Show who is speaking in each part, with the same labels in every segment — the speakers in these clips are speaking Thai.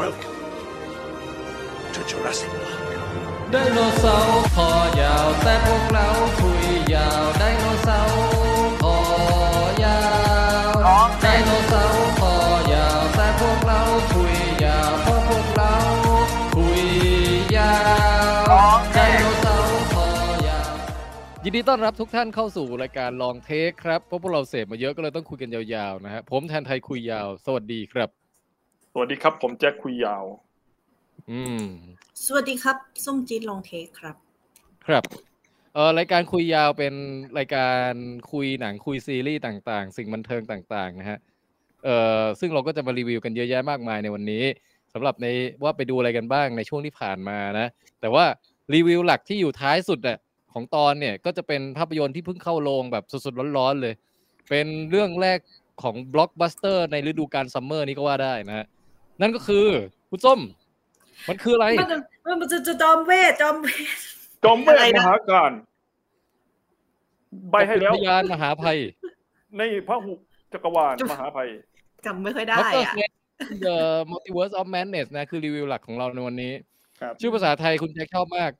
Speaker 1: Welcome to Jurassic Park.
Speaker 2: ไดโนเสาร์คอยาวแต่พวกเราคุยยาวไดโนเสาร์คอยาวไดโนเสาร์คอยาวแต่พวกเราคุยยาวเพราะพวกเราคุยยาวไดโนเสาร์คอยาวยินดีต้อนรับทุกท่านเข้าสู่รายการลองเทคครับเพราะพวกเราเสพมาเยอะก็เลยต้องคุยกันยาวๆนะฮะผมแทนไทยคุยยาว สวัสดีครับ
Speaker 3: สวัสดีครับ ผมแจ็คคุยยาว
Speaker 2: อืม
Speaker 4: สวัสดีครับ ส้มจีดลองเทคครับ
Speaker 2: ครับเออรายการคุยยาวเป็นรายการคุยหนังคุยซีรีส์ต่างๆ สิ่งบันเทิงต่างๆนะฮะเออซึ่งเราก็จะมารีวิวกันเยอะแยะมากมายในวันนี้สำหรับในว่าไปดูอะไรกันบ้างในช่วงที่ผ่านมานะ แต่ว่ารีวิวหลักที่อยู่ท้ายสุดน่ะของตอนเนี่ยก็จะเป็นภาพยนตร์ที่เพิ่งเข้าโรงแบบสดๆร้อนๆเลย เป็นเรื่องแรกของบล็อกบัสเตอร์ในฤดูกาลซัมเมอร์นี้ก็ว่าได้นะฮะนั่นก็คือคุณส้ม มันคืออะไร
Speaker 4: มันมันมันจะจะจอมเวทจอมเวท
Speaker 3: จอมเวท
Speaker 4: อะไร
Speaker 3: ม
Speaker 4: นะ
Speaker 3: หาการใบให้แล้ว
Speaker 2: พยานมหาภัย
Speaker 3: ในพระหุจักรวาลมหาภัย
Speaker 4: จำไม่ค่อยได้
Speaker 2: ด็อกเตอร์ส
Speaker 4: อ่ะ
Speaker 2: เตน The Multiverse of Madness นะ คือรีวิวหลักของเราในวันนี้
Speaker 3: ครับ
Speaker 2: ชื่อภาษาไทยคุณแจ็คชอบมาก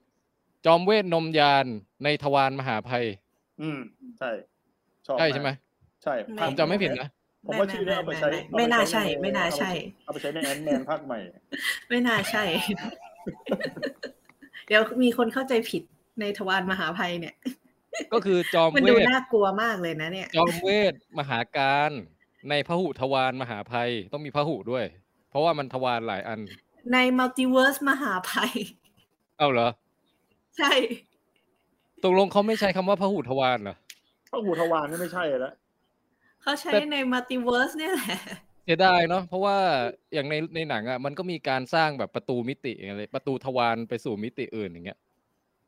Speaker 2: จอมเวทนมยานในทวารมหาภัย
Speaker 3: อืม ใช่ชอบ
Speaker 2: ใช่ใช่ไหม
Speaker 3: ใช่
Speaker 4: ไม่
Speaker 3: ภาค
Speaker 2: ผมจำไม่ผิดนะ
Speaker 3: ผมว่าชื่อเนี้เอาไปใช้
Speaker 4: ไม่น่า
Speaker 3: เอป
Speaker 4: ใช่ ไม่น่าใช่
Speaker 3: เอาไปใช้ในแอนแมนภาคใหม่
Speaker 4: ไม่น่าใช่ เดี๋ยวมีคนเข้าใจผิดในทวารมหาภัยเนี่ย
Speaker 2: ก็คือจอม
Speaker 4: มัน
Speaker 2: เว
Speaker 4: ดู
Speaker 2: ท
Speaker 4: น่ากลัวมากเลยนะเนี่ย
Speaker 2: จอมเวทมหาการในพหุทวารมหาภัยต้องมีพหุด้วย เพราะว่ามันทวารหลายอัน
Speaker 4: ในมัลติเวิร์สมหาภัย
Speaker 2: เอ้าเหรอ
Speaker 4: ใช่
Speaker 2: ตกลงเขาไม่ใช้คำว่าพหุทวารเหรอ
Speaker 3: พระหุทวารนี่ไม่ใช่แล้ว
Speaker 4: เขาใช้
Speaker 2: แต่
Speaker 4: ในมัลติเวิร์สเนี่ยแหละ
Speaker 2: เสียดายเนาะเพราะว่าอย่างในในหนังอ่ะมันก็มีการสร้างแบบประตูมิติอะไรประตูทวารไปสู่มิติอื่นอย่างเงี้ย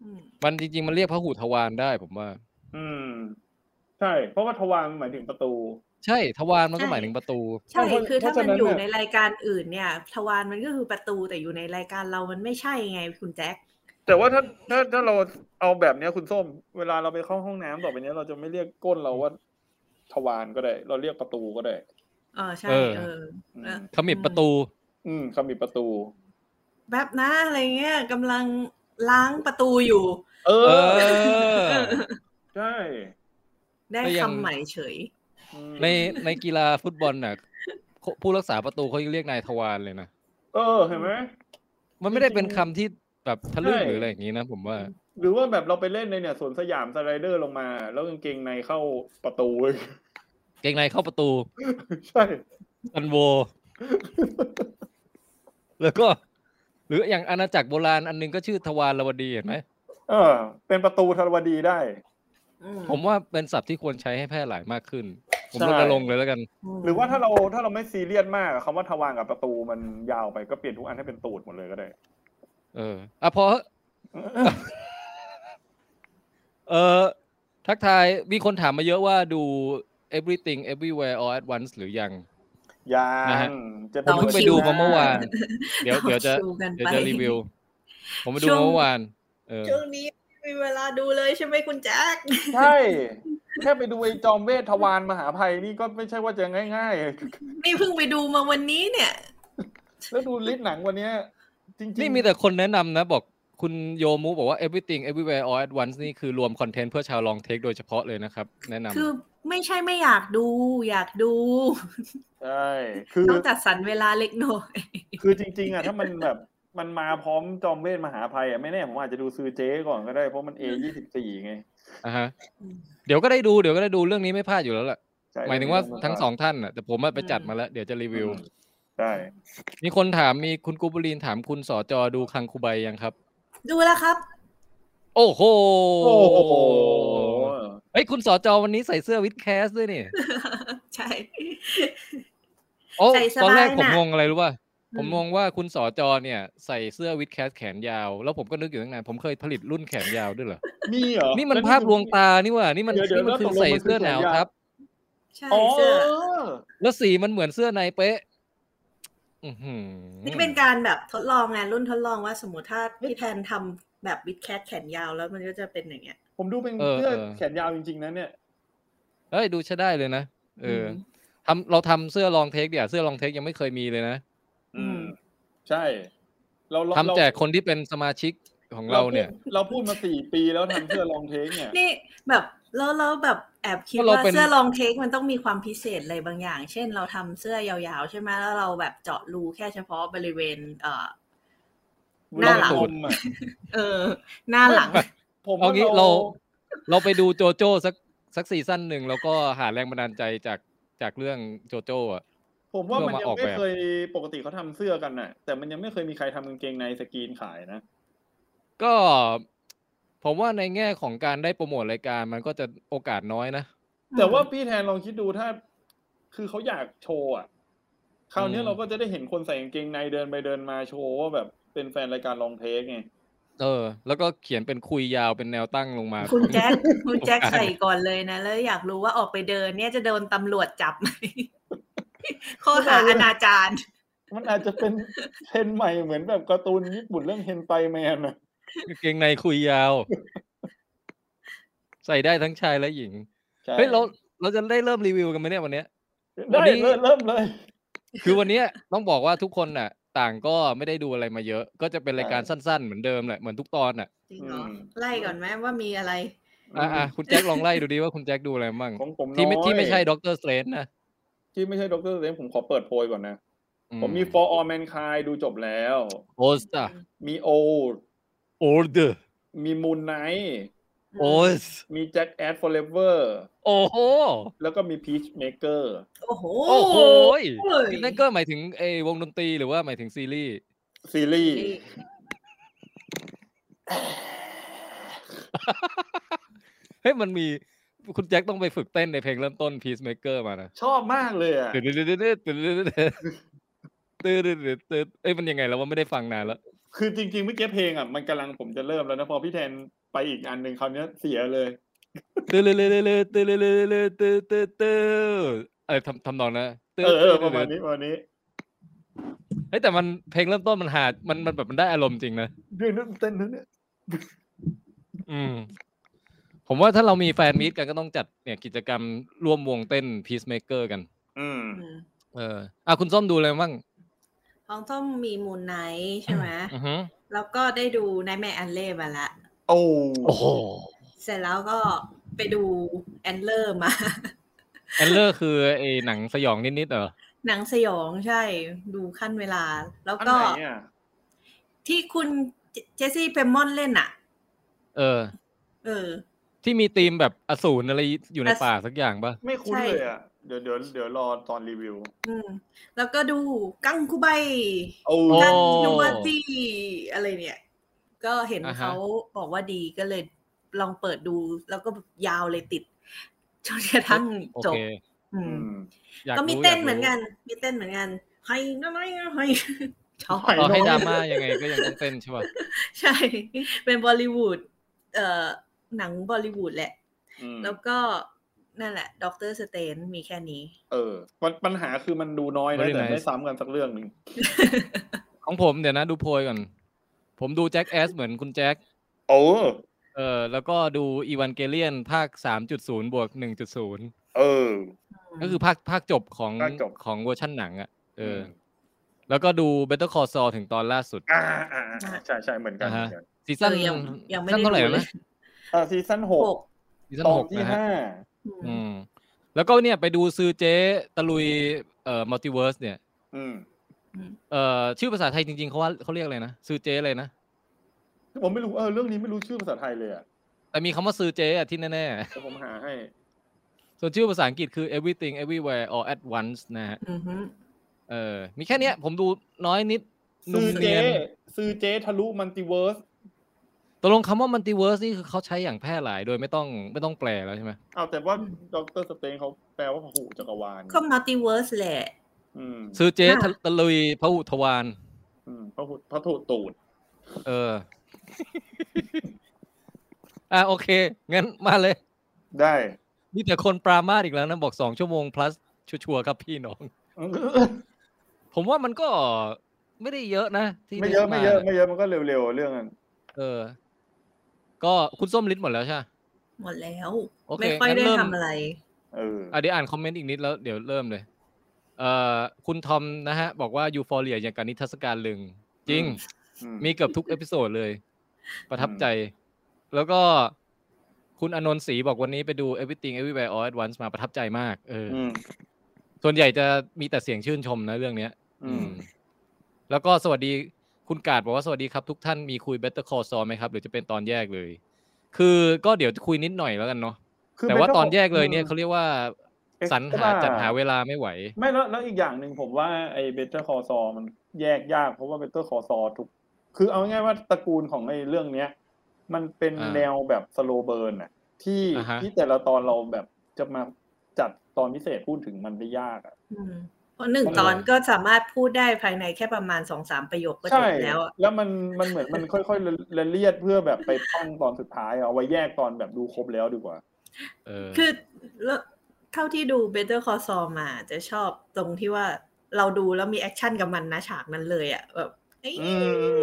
Speaker 4: อืม
Speaker 2: มันจริงๆ มันเรียกพหูทวารได้ผมว่า
Speaker 3: อืม ใช่ เพราะว่าทวารมันหมายถึงประตู
Speaker 2: ใช่ทวารมันก็หมายถึงประตู
Speaker 4: ใช่
Speaker 3: เพราะ
Speaker 4: คือถ้า
Speaker 3: เพราะฉะ
Speaker 4: มัน
Speaker 3: นั้น
Speaker 4: อยู่
Speaker 3: เนี่ย
Speaker 4: ในรายการอื่นเนี่ย ทวารมันก็คือประตูแต่อยู่ในรายการเรามันไม่ใช่ไงคุณแจ็ค
Speaker 3: แต่ว่าถ้าถ้าถ้าเราเอาแบบเนี้ยคุณส้ม เวลาเราไปเข้าห้องน้ำต่อไปเนี้ยเราจะไม่เรียกก้นเราว่าทวารก็ได้ เราเรียกประตูก็ได้
Speaker 4: เออใช่
Speaker 2: เออ
Speaker 4: เออ
Speaker 3: อื
Speaker 4: เออ
Speaker 3: ม
Speaker 2: ขมิบประตู
Speaker 3: อืมคำมีประตู
Speaker 4: แบบนะอะไรเงี้ยกำลังล้างประตูอยู่
Speaker 3: เอ
Speaker 2: เออ
Speaker 3: ใช่
Speaker 4: ได้
Speaker 2: ก็ยัง
Speaker 4: คำใหม่เฉย
Speaker 3: อืม
Speaker 2: ในในกีฬาฟุตบอลน่ะผู้รักษาประตูเขายังเรียกนายทวารเลยนะ
Speaker 3: เออเห็นไหม
Speaker 2: มันไม่ได้เป็นคำที่แบบทะลึ่ง
Speaker 3: ใช่
Speaker 2: หรืออะไรอย่างนี้นะผมว่า
Speaker 3: หรือว่าแบบเราไปเล่นในเนี่ยสวนสยามสไลเดอร์ลงมา แล้วกางเกงในเข้าประตูเว้ย
Speaker 2: เกงในเข้าประตู
Speaker 3: ใช่
Speaker 2: อันโว แล้วก็ หรืออย่างอาณาจักรโบราณอันหนึงก็ชื่อทวารวดีเห็นไหม
Speaker 3: เออ เป็นประตูธรวดีได้
Speaker 4: อืม
Speaker 2: ผมว่าเป็นศัพท์ที่ควรใช้ให้แพร่หลายมากขึ้น ผม
Speaker 3: ใช่
Speaker 2: รณรงค์เลยแล้วกัน
Speaker 4: ม
Speaker 3: หรือว่าถ้าเราถ้าเราไม่ซีเรียสมากอะคำว่าทวารกับประตูมันยาวไปก็เปลี่ยนทุกอันให้เป็นตูดหมดเลยก็ได้
Speaker 2: เอออ่ะพอ เออทักทายมีคนถามมาเยอะว่าดู everything everywhere all at once หรือยัง
Speaker 3: ยา
Speaker 2: นะฮะ
Speaker 3: งจะ
Speaker 2: ผมเพิ่งไปดูมาเมื่อวาน เดี๋ยว
Speaker 4: ต่อ
Speaker 2: เดี๋ยวจะ
Speaker 4: คิกัน
Speaker 2: เดี๋ยว
Speaker 4: ไป
Speaker 2: จะรีวิว ผมไปดู
Speaker 4: ช่วง
Speaker 2: มาเมื่อวาน เออ
Speaker 4: ช่วงนี้ไม่มีเวลาดูเลยใช่ไหมคุณแจ็ค
Speaker 3: ใช่ แค่ไปดูไอ้จอมเวททวารมหาภัยนี่ก็ไม่ใช่ว่าจะง่าย
Speaker 4: นี่เพิ่งไปดูมาวันนี้เนี่ย
Speaker 3: ๆ แล้วดูลิสต์หนังวันเนี้ย จริงๆ
Speaker 2: นี่มีแต่คนแนะนำนะ บอกคุณโยมูบอกว่า everything everywhere all at once นี่คือรวมคอนเทนต์เพื่อชาวลองเทคโดยเฉพาะเลยนะครับ แนะนำ
Speaker 4: คือไม่ใช่ไม่อยากดู อยากดู
Speaker 3: ใช่คือ
Speaker 4: ต้องจัดสรรเวลาเล็กน้อย
Speaker 3: คือจริง ๆอ่ะถ้ามันแบบมันมาพร้อมจอมเวทมหาภัยอ่ะไม่แน่ผมอาจจะดูซื้อเจ๊ก่อนก็ได้เพราะมันเอยี่สิบสี่ไง
Speaker 2: อ่ะฮะ เดี๋ยวก็ได้ดูเดี๋ยวก็ได้ดูเรื่องนี้ไม่พลาดอยู่แล้วล่ะ
Speaker 3: ใช่
Speaker 2: หมายถึงว่าทั้งส
Speaker 3: อ
Speaker 2: อง งท่านน่ะแต่ผมอะไปจัด
Speaker 4: อืม
Speaker 2: มาแล้ว เดี๋ยวจะรีวิว
Speaker 3: อืม ใช่
Speaker 2: มีคนถามมีคุณกูบุรีนถามคุณสอจอดูคังคูใบยังครับ
Speaker 4: ดูแล้วครับ
Speaker 2: โอ้โห
Speaker 3: โอ้โห
Speaker 2: เฮ้ยคุณสอจอวันนี้ใส่เสื้อวิดแคสด้วยนี่
Speaker 4: ใช่
Speaker 2: โอ้
Speaker 4: ใส่สบาย
Speaker 2: ตอนแรกผม
Speaker 4: น่ะ
Speaker 2: งงอะไรรู้ป่ะผม
Speaker 4: อืม
Speaker 2: งงว่าคุณสอจอเนี่ย ใส่เสื้อวิดแคสแขนยาว แล้วผมก็นึกอยู่ตั้งนานผมเคยผลิตรุ่นแขนยาวด้วยเหรอ
Speaker 3: มีเหรอ
Speaker 2: นี่มัน
Speaker 3: แ
Speaker 2: ภาพลวงตานี่หว่า นี่มัน
Speaker 3: เดี๋ยวเดี๋ยว
Speaker 2: นี่มันคือ
Speaker 3: แล้วตกลง
Speaker 2: ใส่
Speaker 3: มันคือ
Speaker 2: เสื้อหนาว
Speaker 3: แขนยาว
Speaker 2: ครับ
Speaker 4: ใช่
Speaker 3: อ๋อ
Speaker 4: เสื้อ
Speaker 2: แล้วสีมันเหมือนเสื้อในเป๊ะ อือหือ
Speaker 4: นี่เป็นการแบบทดลองไงรุ่นทดลองว่าสมมติถ้าพี่แทนทำแบบวิดแคทแขนยาวแล้วมันก็จะเป็นอย่างเงี้ย
Speaker 3: ผมดูเป็นเสื้อแขนยาวจริงๆนะเนี่ย
Speaker 2: เอ้ยดูใช้ได้เลยนะเอออทำเราทำเสื้อลองเทคเดี๋ยวาเสื้อลองเทคยังไม่เคยมีเลยนะ
Speaker 4: อืม
Speaker 3: ใช่เราเรา
Speaker 2: ทำ
Speaker 3: เรา
Speaker 2: แจกคนที่เป็นสมาชิกของเราเนี่ย
Speaker 3: เราพูดมาสี่ปีแล้วทำเพื่อลองเทคเนี่ย
Speaker 4: นี่แบบแล้วแล้วแบบแอบคิด
Speaker 2: เพราะเรา
Speaker 4: ว่า
Speaker 2: เป็น
Speaker 4: เสื้อลองเทคมันต้องมีความพิเศษอะไรบางอย่าง เช่นเราทำเสื้อยาวๆ ใช่ไหมแล้วเราแบบเจาะรูแค่เฉพาะบริเวณ เอ่อ หน้าหลัง
Speaker 3: ผมอะ
Speaker 4: เออ หน้าหลัง
Speaker 3: ผม
Speaker 2: เอา
Speaker 3: ว่า
Speaker 2: งี้
Speaker 3: เรา
Speaker 2: เราเราไปดูโจโจ้สักสักซีซั่นหนึ่งแล้วก็หาแรงบันดาลใจจากจากเรื่องโจโจ้อะ
Speaker 3: ผมว่ามันยั
Speaker 2: เรามาอง อก
Speaker 3: ไม่
Speaker 2: แบบ
Speaker 3: เคยปกติเขาทำเสื้อกันน่ะ แต่มันยังไม่เคยมีใครทำกางเกงในสกรีนขายนะ
Speaker 2: ก็ผมว่าในแง่ของการได้โปรโมทรายการมันก็จะโอกาสน้อยนะ
Speaker 3: แต่ว่าพี่แทนลองคิดดูถ้า คือเขาอยากโชว์อ่ะ คราวเนี้ย
Speaker 2: อืม
Speaker 3: เราก็จะได้เห็นคนใส่กางเกงในเดินไปเดินมาโชว์ว่าแบบเป็นแฟนรายการลองเทคไง
Speaker 2: เออ แล้วก็เขียนเป็นคุยยาวเป็นแนวตั้งลงมา
Speaker 4: คุณแจ็ คคุณแจ็คใส่ก่อนเลยนะ แล้วอยากรู้ว่าออกไปเดินเนี่ยจะโดนตำรวจจับไหม ข้อหาอนาจาร
Speaker 3: มันอาจจะเป็น เทรนด์ใหม่เหมือนแบบการ์ตูนญี่ปุ่นเรื่องเฮนไตแมนอ่ะ
Speaker 2: กางเกงในคุยยาว ใส่ได้ทั้งชายและหญิง
Speaker 3: ใช่
Speaker 2: เฮ้ยเราเราจะได้เริ่มรีวิวกันไหมเนี่ยวันเนี้ย
Speaker 3: ได้
Speaker 2: วันนี้
Speaker 3: เริ่มเริ่มเลย
Speaker 2: คือวันเนี้ยต้องบอกว่าทุกคนน่ะ ต่างก็ไม่ได้ดูอะไรมาเยอะ ก็จะเป็นรายการสั้นๆ เหมือนเดิมแหละเหมือนทุกตอนน่ะ
Speaker 4: จริงเหรอ
Speaker 3: อืม
Speaker 4: ไล่ก่อนไหมว่ามีอะไร
Speaker 2: อ่ะอ่ะคุณแจ็คลองไล่ดูดิว่าคุณแจ็คดูอะไรมั่ง
Speaker 3: ของผม
Speaker 2: ที่ไม่
Speaker 3: น้อย
Speaker 2: ที่ไม่ใช่ด็อกเตอร์สเตรนนะ
Speaker 3: ที่ไม่ใช่ดรเซนผมขอเปิดโพยก่อนนะ
Speaker 2: อื
Speaker 3: ผมมี for all mankind ดูจบแล้ว
Speaker 2: โอสอะ
Speaker 3: มีโอ
Speaker 2: โอเดอร์
Speaker 3: มีมูนไนท์
Speaker 2: โอส
Speaker 3: มีแจ็คแอดฟอร์เ v เวอร์
Speaker 2: โอ้โห
Speaker 3: แล้วก็มีพีชเมเกอร์
Speaker 4: โอ้โห
Speaker 2: โอ้โห
Speaker 4: โอ้ย
Speaker 2: นั่นก็หมายถึงไอ้วงดนตรีหรือว่าหมายถึงซีรีส์
Speaker 3: ซีรีส์
Speaker 2: เฮ้ยมันมีคุณแจ็คต้องไปฝึกเต้นในเพลงเริ่มต้น Peacemaker มานะ
Speaker 3: ชอบมากเลยอ่ะ
Speaker 2: ตื่นตื่นตื่นตื่นตื่นตื่นตื่นตื่นตื่นตื่นเอ้ยมันยังไงแล้วว่าไม่ได้ฟังนานแล้ว
Speaker 3: คือจริงๆเมื่อกี้เพลงอ่ะ มันกำลังผมจะเริ่มแล้วนะ พอพี่แทนไปอีกอันหนึ่งคราวเนี้ยเสียเลย
Speaker 2: ตื่นตื่นตื่นตื่นตื่นตื่นตื่นตื่นตื่นตื่นเอ้ยทำทำนองนะตื่น
Speaker 3: เออเออป
Speaker 2: ตื่
Speaker 3: ระมาณ
Speaker 2: น
Speaker 3: นี้ประมาณนี้
Speaker 2: เฮ้ยแต่มันเพลงเริ่มต้นมันหามันมันแบบมันได้อารมณ์จริงนะ
Speaker 3: ด้วยนั่นเต้นนั่นเนี่ย
Speaker 2: อืม ผมว่าถ้าเรามีแฟนมีตกันก็ต้องจัดเนี่ยกิจกรรมร่วมวงเต้น Peacemaker กัน
Speaker 3: อืม
Speaker 4: อืม
Speaker 2: เอออ่ะคุณส้มดูอะไรบ้าง
Speaker 4: ของส้มมีมูลไนท์ใช่ไหม
Speaker 2: อือฮึ
Speaker 4: แล้วก็ได้ดูนายแม่อันเล่มาละ
Speaker 3: โอ้
Speaker 2: โอ้โห
Speaker 4: เสร็จแล้วก็ไปดูแอนเลอร์มา
Speaker 2: แอนเลอร์คือไอ้หนังสยองนิดๆเหรอ
Speaker 4: หนังสยองใช่ ดูขั้นเวลา แล้ว
Speaker 3: อัน
Speaker 4: ก็
Speaker 3: ไหนอ่ะ
Speaker 4: ที่คุณเจเจสซี่เพมมอนเล่นอ่ะ
Speaker 2: เออ
Speaker 4: เออ
Speaker 2: ที่มีธีมแบบอสูรอะไรอยู่ในป่าสักอย่างปะ
Speaker 3: ไม่คุ้น
Speaker 4: ใช่
Speaker 3: เลยอ่ะ เดี๋ยวเดี๋ยวเดี๋ยวรอตอนรีวิว
Speaker 4: อืม แล้วก็ดูกังคุไบ
Speaker 3: โอ้
Speaker 2: โอ้
Speaker 4: กังยูเบอร์ตี้อะไรเนี่ย ก็เห็น
Speaker 2: อ่าฮะ
Speaker 4: เขาบอกว่าดีก็เลยลองเปิดดู แล้วก็แบบยาวเลยติดจนกระทั่ง
Speaker 2: โอ
Speaker 4: จบ
Speaker 2: เค
Speaker 4: อื
Speaker 3: อื
Speaker 4: ม
Speaker 3: ม
Speaker 2: อยา
Speaker 4: ก็มี
Speaker 2: รู้
Speaker 4: เต้น
Speaker 2: ยา
Speaker 4: เหมือน
Speaker 2: รู้
Speaker 4: กัน มีเต้นเหมือนกันไฮน้อยไฮ ชอบ
Speaker 2: ต่อให้
Speaker 3: ไน้อย
Speaker 2: ดราม่ายังไงก็ยังต้องเต้นใช่ป่ะ
Speaker 4: ใช่ เป็นบอลลิวูด เอ่อ หนังบอลลิวูดแหละ
Speaker 3: อืม
Speaker 4: แล้วก็นั่นแหละ ด็อกเตอร์สเตนมีแค่นี้
Speaker 3: เออปัญปัญหาคือมันดูน้อยนะ
Speaker 2: Very
Speaker 3: แต่ไม่
Speaker 2: nice
Speaker 3: ซ้ำกันสักเรื่องหนึ่ง
Speaker 2: ของผมเดี๋ยวนะดูโพยก่อน ผมดูแจ็คแอสเหมือนคุณแจ็ค
Speaker 3: โอ้
Speaker 2: เออแล้วก็ดูอีว n นเกเลียนภาค 3.0 บวก 1.0
Speaker 3: เออ
Speaker 2: ก็คือภาคภาคจบของ
Speaker 3: ภาคจบ
Speaker 2: ของเวอร์ชั่นหนังอ่ะ เอออแล้วก็ดู Better Call Saul ถึงตอนล่าสุด
Speaker 3: อ่าอ่าอ่าใช่ใช่เหมือนกัน
Speaker 2: อ่า
Speaker 3: เห
Speaker 2: ฮะ
Speaker 3: มือนกัน
Speaker 2: ซีซั่น
Speaker 4: เออยังยังไม่ได้
Speaker 2: ซีซั่นเท่าไหร่
Speaker 4: ดู
Speaker 2: แล้ว
Speaker 4: เลย
Speaker 2: นะ
Speaker 3: อ่าซีซั่นห
Speaker 4: ห
Speaker 3: ก
Speaker 4: ก
Speaker 2: ซีซั่น
Speaker 3: ตอ
Speaker 2: ห
Speaker 3: น
Speaker 2: ก
Speaker 3: ที่
Speaker 2: นะฮะ
Speaker 3: ห้า
Speaker 2: อืมแล้วก็เนี่ยไปดูซือเจ๊ตะลุยเอ่อมัลติเวิร์สเนี่ย
Speaker 3: อืม
Speaker 2: เอ่อชื่อภาษาไทยจริงๆเขาว่าเขาเรียกอะไรนะซือเจ๊อะไรนะ
Speaker 3: ผมไม่รู้เออเรื่องนี้ไม่รู้ชื่อภาษาไทยเลยอ่ะ
Speaker 2: แต่มีคำว่าซือเจ๊อะที่แน่ๆ
Speaker 3: เดี๋ยวผมหาให้
Speaker 2: ส่วนชื่อภาษาอังกฤษคือ everything everywhere all at once นะฮะ
Speaker 4: อือฮึ
Speaker 2: เออ มีแค่เนี้ย ผมดูน้อยนิดนุ่
Speaker 3: ซื้
Speaker 2: ม
Speaker 3: อ
Speaker 2: เนี
Speaker 3: เจ๊
Speaker 2: ยน
Speaker 3: ซื้อเจ๊ทะลุมัลติเวิร์ส
Speaker 2: ตกลงคำว่า multiverse นี่คือเขาใช้อย่างแพร่หลายโดยไม่ต้องไม่ต้องแปลแล้วใช่ไหม
Speaker 3: เอาแต่ว่าดรสเตนเขาแปลว่าพหูจักรวาล
Speaker 4: ก็มัลติเวิร์สแหละ
Speaker 3: อืม
Speaker 2: ซื้อเจ๊
Speaker 4: ค่ะ
Speaker 2: ตะลุยพระอุทวาน
Speaker 3: อืมพหูพหูตูด
Speaker 2: เออ อ่ะโอเค งั้นมาเลย
Speaker 3: ได้
Speaker 2: มีแต่คนปรามาสอีกแล้วนะ บอกสองชั่วโมง plus ชัวร์ๆครับพี่น้อง ผมว่ามันก็ไม่ได้เยอะนะ ที่
Speaker 3: ไม่เยอะ
Speaker 2: ด้า
Speaker 3: ไม่เยอะ
Speaker 2: นี่
Speaker 3: ไม่เยอะมันก็เร็วๆเรื่องนั้น
Speaker 2: เออ ก็คุณส้มลิสต์หมดแล้วใช่ไหม
Speaker 4: หมดแล้ว
Speaker 2: โอเค
Speaker 4: ไม่ค่อย
Speaker 2: งั้น
Speaker 4: ได้
Speaker 2: เริ่ม
Speaker 4: ทำอะไร
Speaker 3: เออ
Speaker 2: อ่ะเดี๋ยวอ่านคอมเมนต์อีกนิดแล้วเดี๋ยวเริ่มเลย เอ เอ่อคุณทอมนะฮะ บอกว่ายูฟอเรียอย่างการนิทรรศการลึง จริง
Speaker 3: อื
Speaker 2: มีเกือบทุกเอพิโซดเลย ประทับ
Speaker 3: อืม
Speaker 2: ใจ แล้วก็ คุณอนนท์ศรีบอกวันนี้ไปดู Everything Everywhere All at Once มาประทับใจมากเอออ
Speaker 3: อืม
Speaker 2: ส่วนใหญ่จะมีแต่เสียงชื่นชมนะเรื่องเนี้ย
Speaker 3: อืม
Speaker 2: อืมแล้วก็สวัสดีคุณกาดบอกว่าสวัสดีครับทุกท่านมีคุย Better Call Saul ไหมครับ หรือจะเป็นตอนแยกเลย คือก็เดี๋ยวคุยนิดหน่อยแล้วกันเนาะ
Speaker 3: คือ
Speaker 2: แต่ว่า
Speaker 3: เป็น
Speaker 2: ตอน
Speaker 3: เจ้ขง
Speaker 2: แยกเลยเนี่ย
Speaker 3: อืม
Speaker 2: เขาเรียกว่า
Speaker 3: Extra
Speaker 2: สรรหาจัดหาเวลาไม่ไหว
Speaker 3: ไม่แล้วแล้วอีกอย่างหนึ่งผมว่าไอ้ Better Call Saul มันแยกยากเพราะว่า Better Call Saul ถูก คือเอาง่ายๆว่าตระกูลของไอ้เรื่องเนี้ย มันเป็น
Speaker 2: อ่า
Speaker 3: แนวแบบ slow burn อะที่
Speaker 2: อ่าฮะ
Speaker 3: ที่แต่ละตอนเราแบบจะมาจัดตอนพิเศษพูดถึงมันได้ยากอะ
Speaker 4: อืมเพราะหนึ่ง
Speaker 3: เออ
Speaker 4: ตอนก็สามารถพูดได้ภายในแค่ประมาณสองสามประโยคก็จ
Speaker 3: ใช่
Speaker 4: บแล้วอะ
Speaker 3: แล้วมันมันเหมือนมัน ค่อยๆละเลียดเพื่อแบบไปปั้นตอนสุดท้ายอะเอาไว้แยกตอนแบบดูครบแล้วดีกว่า
Speaker 2: เออ
Speaker 4: คือแล้วเท่าที่ดู Better Call Saul มาจะชอบตรงที่ว่าเราดูแล้วมีแอคชั่นกับมันนะฉากนั้นเลยอะแบบเอ้ย
Speaker 3: อื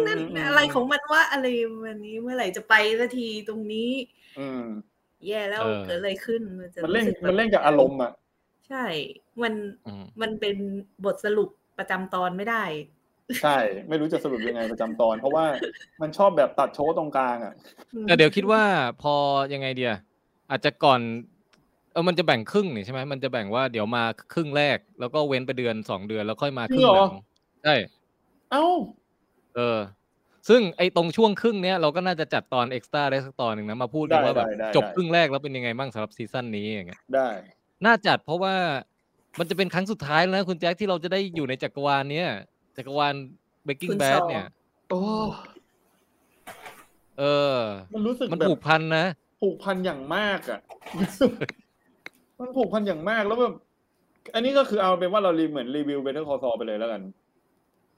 Speaker 3: ม
Speaker 4: นั่นอะไรของมันว่าอะไรวันนี้เมื่อไหร่จะไปสักทีตรงนี้
Speaker 3: อืม
Speaker 4: แย่แล้ว
Speaker 2: เออ
Speaker 4: เกิดอะไรขึ้นมันจะ
Speaker 3: มันเล่น
Speaker 4: รู้สึแบบ
Speaker 3: มันเล่นกับอารมณ์อะ
Speaker 4: ใช่ มัน
Speaker 2: อืม
Speaker 4: มันเป็นบทสรุปประจำตอนไม่ได้
Speaker 3: ใช่ ไม่รู้จะสรุปยังไงประจำตอน เพราะว่ามันชอบแบบตัดโชว์ตรงกลางอะ
Speaker 2: แต่เดี๋ยวคิดว่าพอยังไงเดียอาจจะก่อนเออมันจะแบ่งครึ่งนี่ใช่ไหมมันจะแบ่งว่าเดี๋ยวมาครึ่งแรก แล้วก็เว้นไปเดือนสองเดือนแล้วค่อยมาครึ่งหลั
Speaker 3: จริง
Speaker 2: ง
Speaker 3: เหรอ
Speaker 2: ใช่
Speaker 3: เอ้า
Speaker 2: เออ ซึ่งไอ้ตรงช่วงครึ่งเนี้ยเราก็น่าจะจัดตอนเอ็กซ์ตร้าได้สักตอนหนึ่งนะ มาพูดกัน
Speaker 3: ได้
Speaker 2: ว่าแบบ
Speaker 3: ได้ได้
Speaker 2: จบ
Speaker 3: ได้
Speaker 2: ครึ่งแรกแล้วเป็นยังไงบ้างสำหรับซีซั่นนี้อย่างเงี้ย
Speaker 3: ได้
Speaker 2: น่าจัดเพราะว่ามันจะเป็นครั้งสุดท้ายแล้วนะคุณแจ็คที่เราจะได้อยู่ในจักรวาลเนี้ยจักรวาลเบกกิ้ง
Speaker 4: คุณ
Speaker 2: แบ
Speaker 4: ซ
Speaker 2: ด
Speaker 4: อ
Speaker 2: เนี่ย
Speaker 3: โอ้
Speaker 2: เออ
Speaker 3: มันรู้สึก
Speaker 2: มัน
Speaker 3: แบบ
Speaker 2: ผูกพันนะ
Speaker 3: ผูกพันอย่างมากอ่ะ มันผูกพันอย่างมากแล้วแบบอันนี้ก็คือเอาเป็นว่าเรารีเหมือนรีวิวเบเทอร์คอซอไปเลยแล้วกัน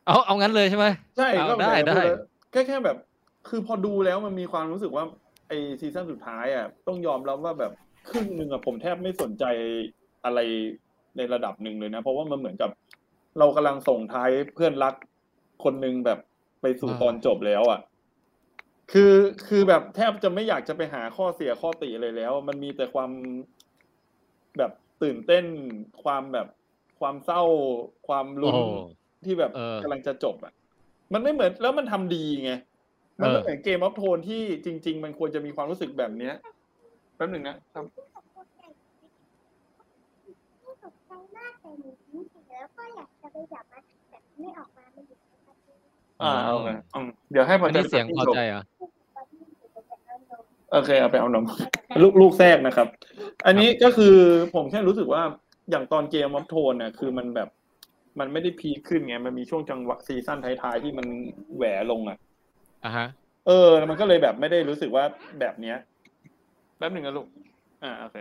Speaker 2: เอาเอางั้นเลยใช่ไหม
Speaker 3: ใช่
Speaker 2: เอา
Speaker 3: ก็
Speaker 2: ได้
Speaker 3: แบบ
Speaker 2: ได้
Speaker 3: แค่แค่แบบ คือพอดูแล้วมันมีความรู้สึกว่าไอซีซั่นสุดท้ายอ่ะต้องยอมรับว่าแบบครึ่งหนึ่งอ่ะผมแทบไม่สนใจอะไรในระดับหนึ่งเลยนะ เพราะว่ามันเหมือนกับ เรากำลังส่งท้ายเพื่อนรักคนหนึ่งแบบไปสู่
Speaker 2: อ่า
Speaker 3: ตอนจบแล้วอ่ะ คือคือแบบแทบจะไม่อยากจะไปหาข้อเสียข้อติเลยแล้ว มันมีแต่ความแบบตื่นเต้น ความแบบความเศร้า ความ
Speaker 2: โอ้
Speaker 3: ลุ้น ที่แบบ
Speaker 2: เออก
Speaker 3: ำลังจะจบอ่ะ มันไม่เหมือนแล้วมันทำดีไง มันไม่เหมือนเกมออฟโทนที่จริง ๆ มันควรจะมีความรู้สึกแบบเนี้ยแป๊บหนึ่งนะครับ
Speaker 5: ตกใจมากแต่หนูยิ้มเสร็จแล้วก็อยากจะไปจับมันแต่ไม่ออกมามันอยู่ในประตู
Speaker 3: อ่า
Speaker 2: อืม
Speaker 3: เอาไงอืมเดี๋ยวให้พอ
Speaker 2: อัน
Speaker 3: ใจ
Speaker 2: นี้เสียงพอใจเหรอ
Speaker 5: ตอนที่หนูจะไปเอานม
Speaker 3: โอเคเอาไปเอานม ลูกลูกแทรกนะครับ อันนี้ก็คือผมแค่รู้สึกว่าอย่างตอนเกมออฟโทนน่ะคือมันแบบ มันไม่ได้พีคขึ้นไง มันมีช่วงจังหวะซีซั่นท้ายๆที่มันแหวลงอ่ะ
Speaker 2: อ่ะฮะ
Speaker 3: เออแล้วมันก็เลยแบบไม่ได้รู้สึกว่าแบบเนี้ยแป๊บหนึ่งนะลูก อ่าโอเค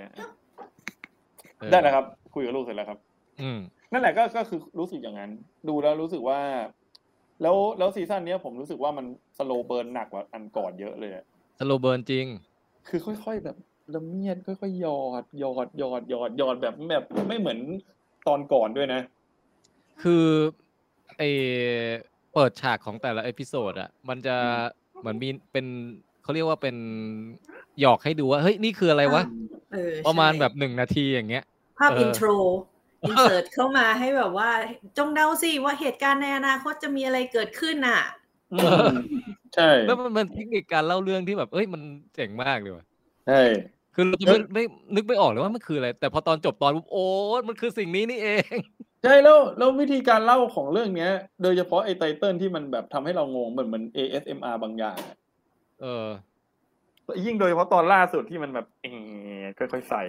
Speaker 2: เออ
Speaker 3: ได้แล้วครับ คุยกับลูกเสร็จแล้วครับ
Speaker 2: อืม
Speaker 3: นั่นแหละก็ก็คือรู้สึกอย่างนั้น ดูแล้วรู้สึกว่า แล้วแล้วซีซั่นเนี้ยผมรู้สึกว่ามันสโลเบิร์นหนักกว่าอันก่อนเยอะเลยอะ
Speaker 2: สโลเบิร์นจริง
Speaker 3: คือค่อย ๆ แบบละเมียดค่อยๆหยอดหยอดหยอดหยอดหยอดแบบแบบไม่เหมือนตอนก่อนด้วยนะ
Speaker 2: คือไอเปิดฉากของแต่ละเอพิโซดอะมันจะ
Speaker 3: อืม
Speaker 2: เหมือนมีเป็นเขาเรียกว่าเป็นหยอกให้ดูว่า เฮ้ย นี่คืออะไรวะ
Speaker 4: อ่า เออ
Speaker 2: ประมาณ
Speaker 4: ใช่
Speaker 2: แบบหนึ่งนาทีอย่างเงี้ย
Speaker 4: ภาพ
Speaker 2: เออิ
Speaker 4: อินโทรอินเสิร์ตเข้ามาให้แบบว่า จงเดาสิว่าเหตุการณ์ในอนาคตจะมีอะไรเกิดขึ้นน่ะ
Speaker 3: อืม ใช่
Speaker 2: แล้วมันเป็นเทคนิคการเล่าเรื่องที่แบบ เอ้ย มันเจ๋งมากเลยว่ะ
Speaker 3: ใช่
Speaker 2: คือเราจะไม่ไม่นึกไม่ออกเลยว่ามันคืออะไร แต่พอตอนจบตอนปุ๊บโอ้มันคือสิ่งนี้นี่เอง
Speaker 3: ใช่แล้วแล้ววิธีการเล่าของเรื่องเนี้ย โดยเฉพาะไอ้ไตเติลที่มันแบบทำให้เรางงเหมือนเหมือน ASMR บางอย่างอะ
Speaker 2: เออ
Speaker 3: ยิ่งโดยเฉพาะตอนล่าสุดที่มันแบบเอค่อยๆใส่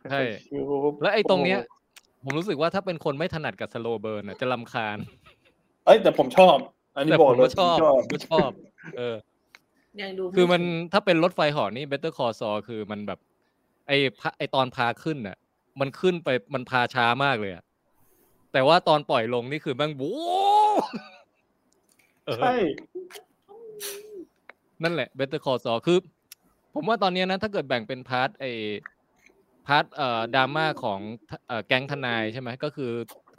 Speaker 3: ค่อย
Speaker 2: ใช่
Speaker 3: ๆชิ
Speaker 2: แล้วไอ้ตรงเนี้ย ผมรู้สึกว่าถ้าเป็นคนไม่ถนัดกับสโลเบิร์นอะจะลำคาญ
Speaker 3: เอ้ยแต่ผมชอบ อันนี้
Speaker 2: แต่
Speaker 3: บ
Speaker 2: ผ
Speaker 3: อก
Speaker 2: ม
Speaker 3: เลย
Speaker 2: ก็ชอบ
Speaker 3: ผม
Speaker 2: ผมก็ชอบ เออ
Speaker 4: ยังดูไ
Speaker 2: คือมันถ้าเป็นรถไฟเหอนี่ Better Call Saul คือมันแบบ ไอพะไอตอนพาขึ้นน่ะ มันขึ้นไปมันพาช้ามากเลยอะแต่ว่าตอนปล่อยลงนี่คือแม่งบู๊เออ
Speaker 3: ใช่
Speaker 2: นั่นแหละ Better Call Saul คือ ผมว่าตอนเนี้ยนะ ถ้าเกิดแบ่งเป็นพาร์ทไอพาร์ทเอ่อดราม่าของเอ่อแก๊งทนายใช่ไหมก็คือ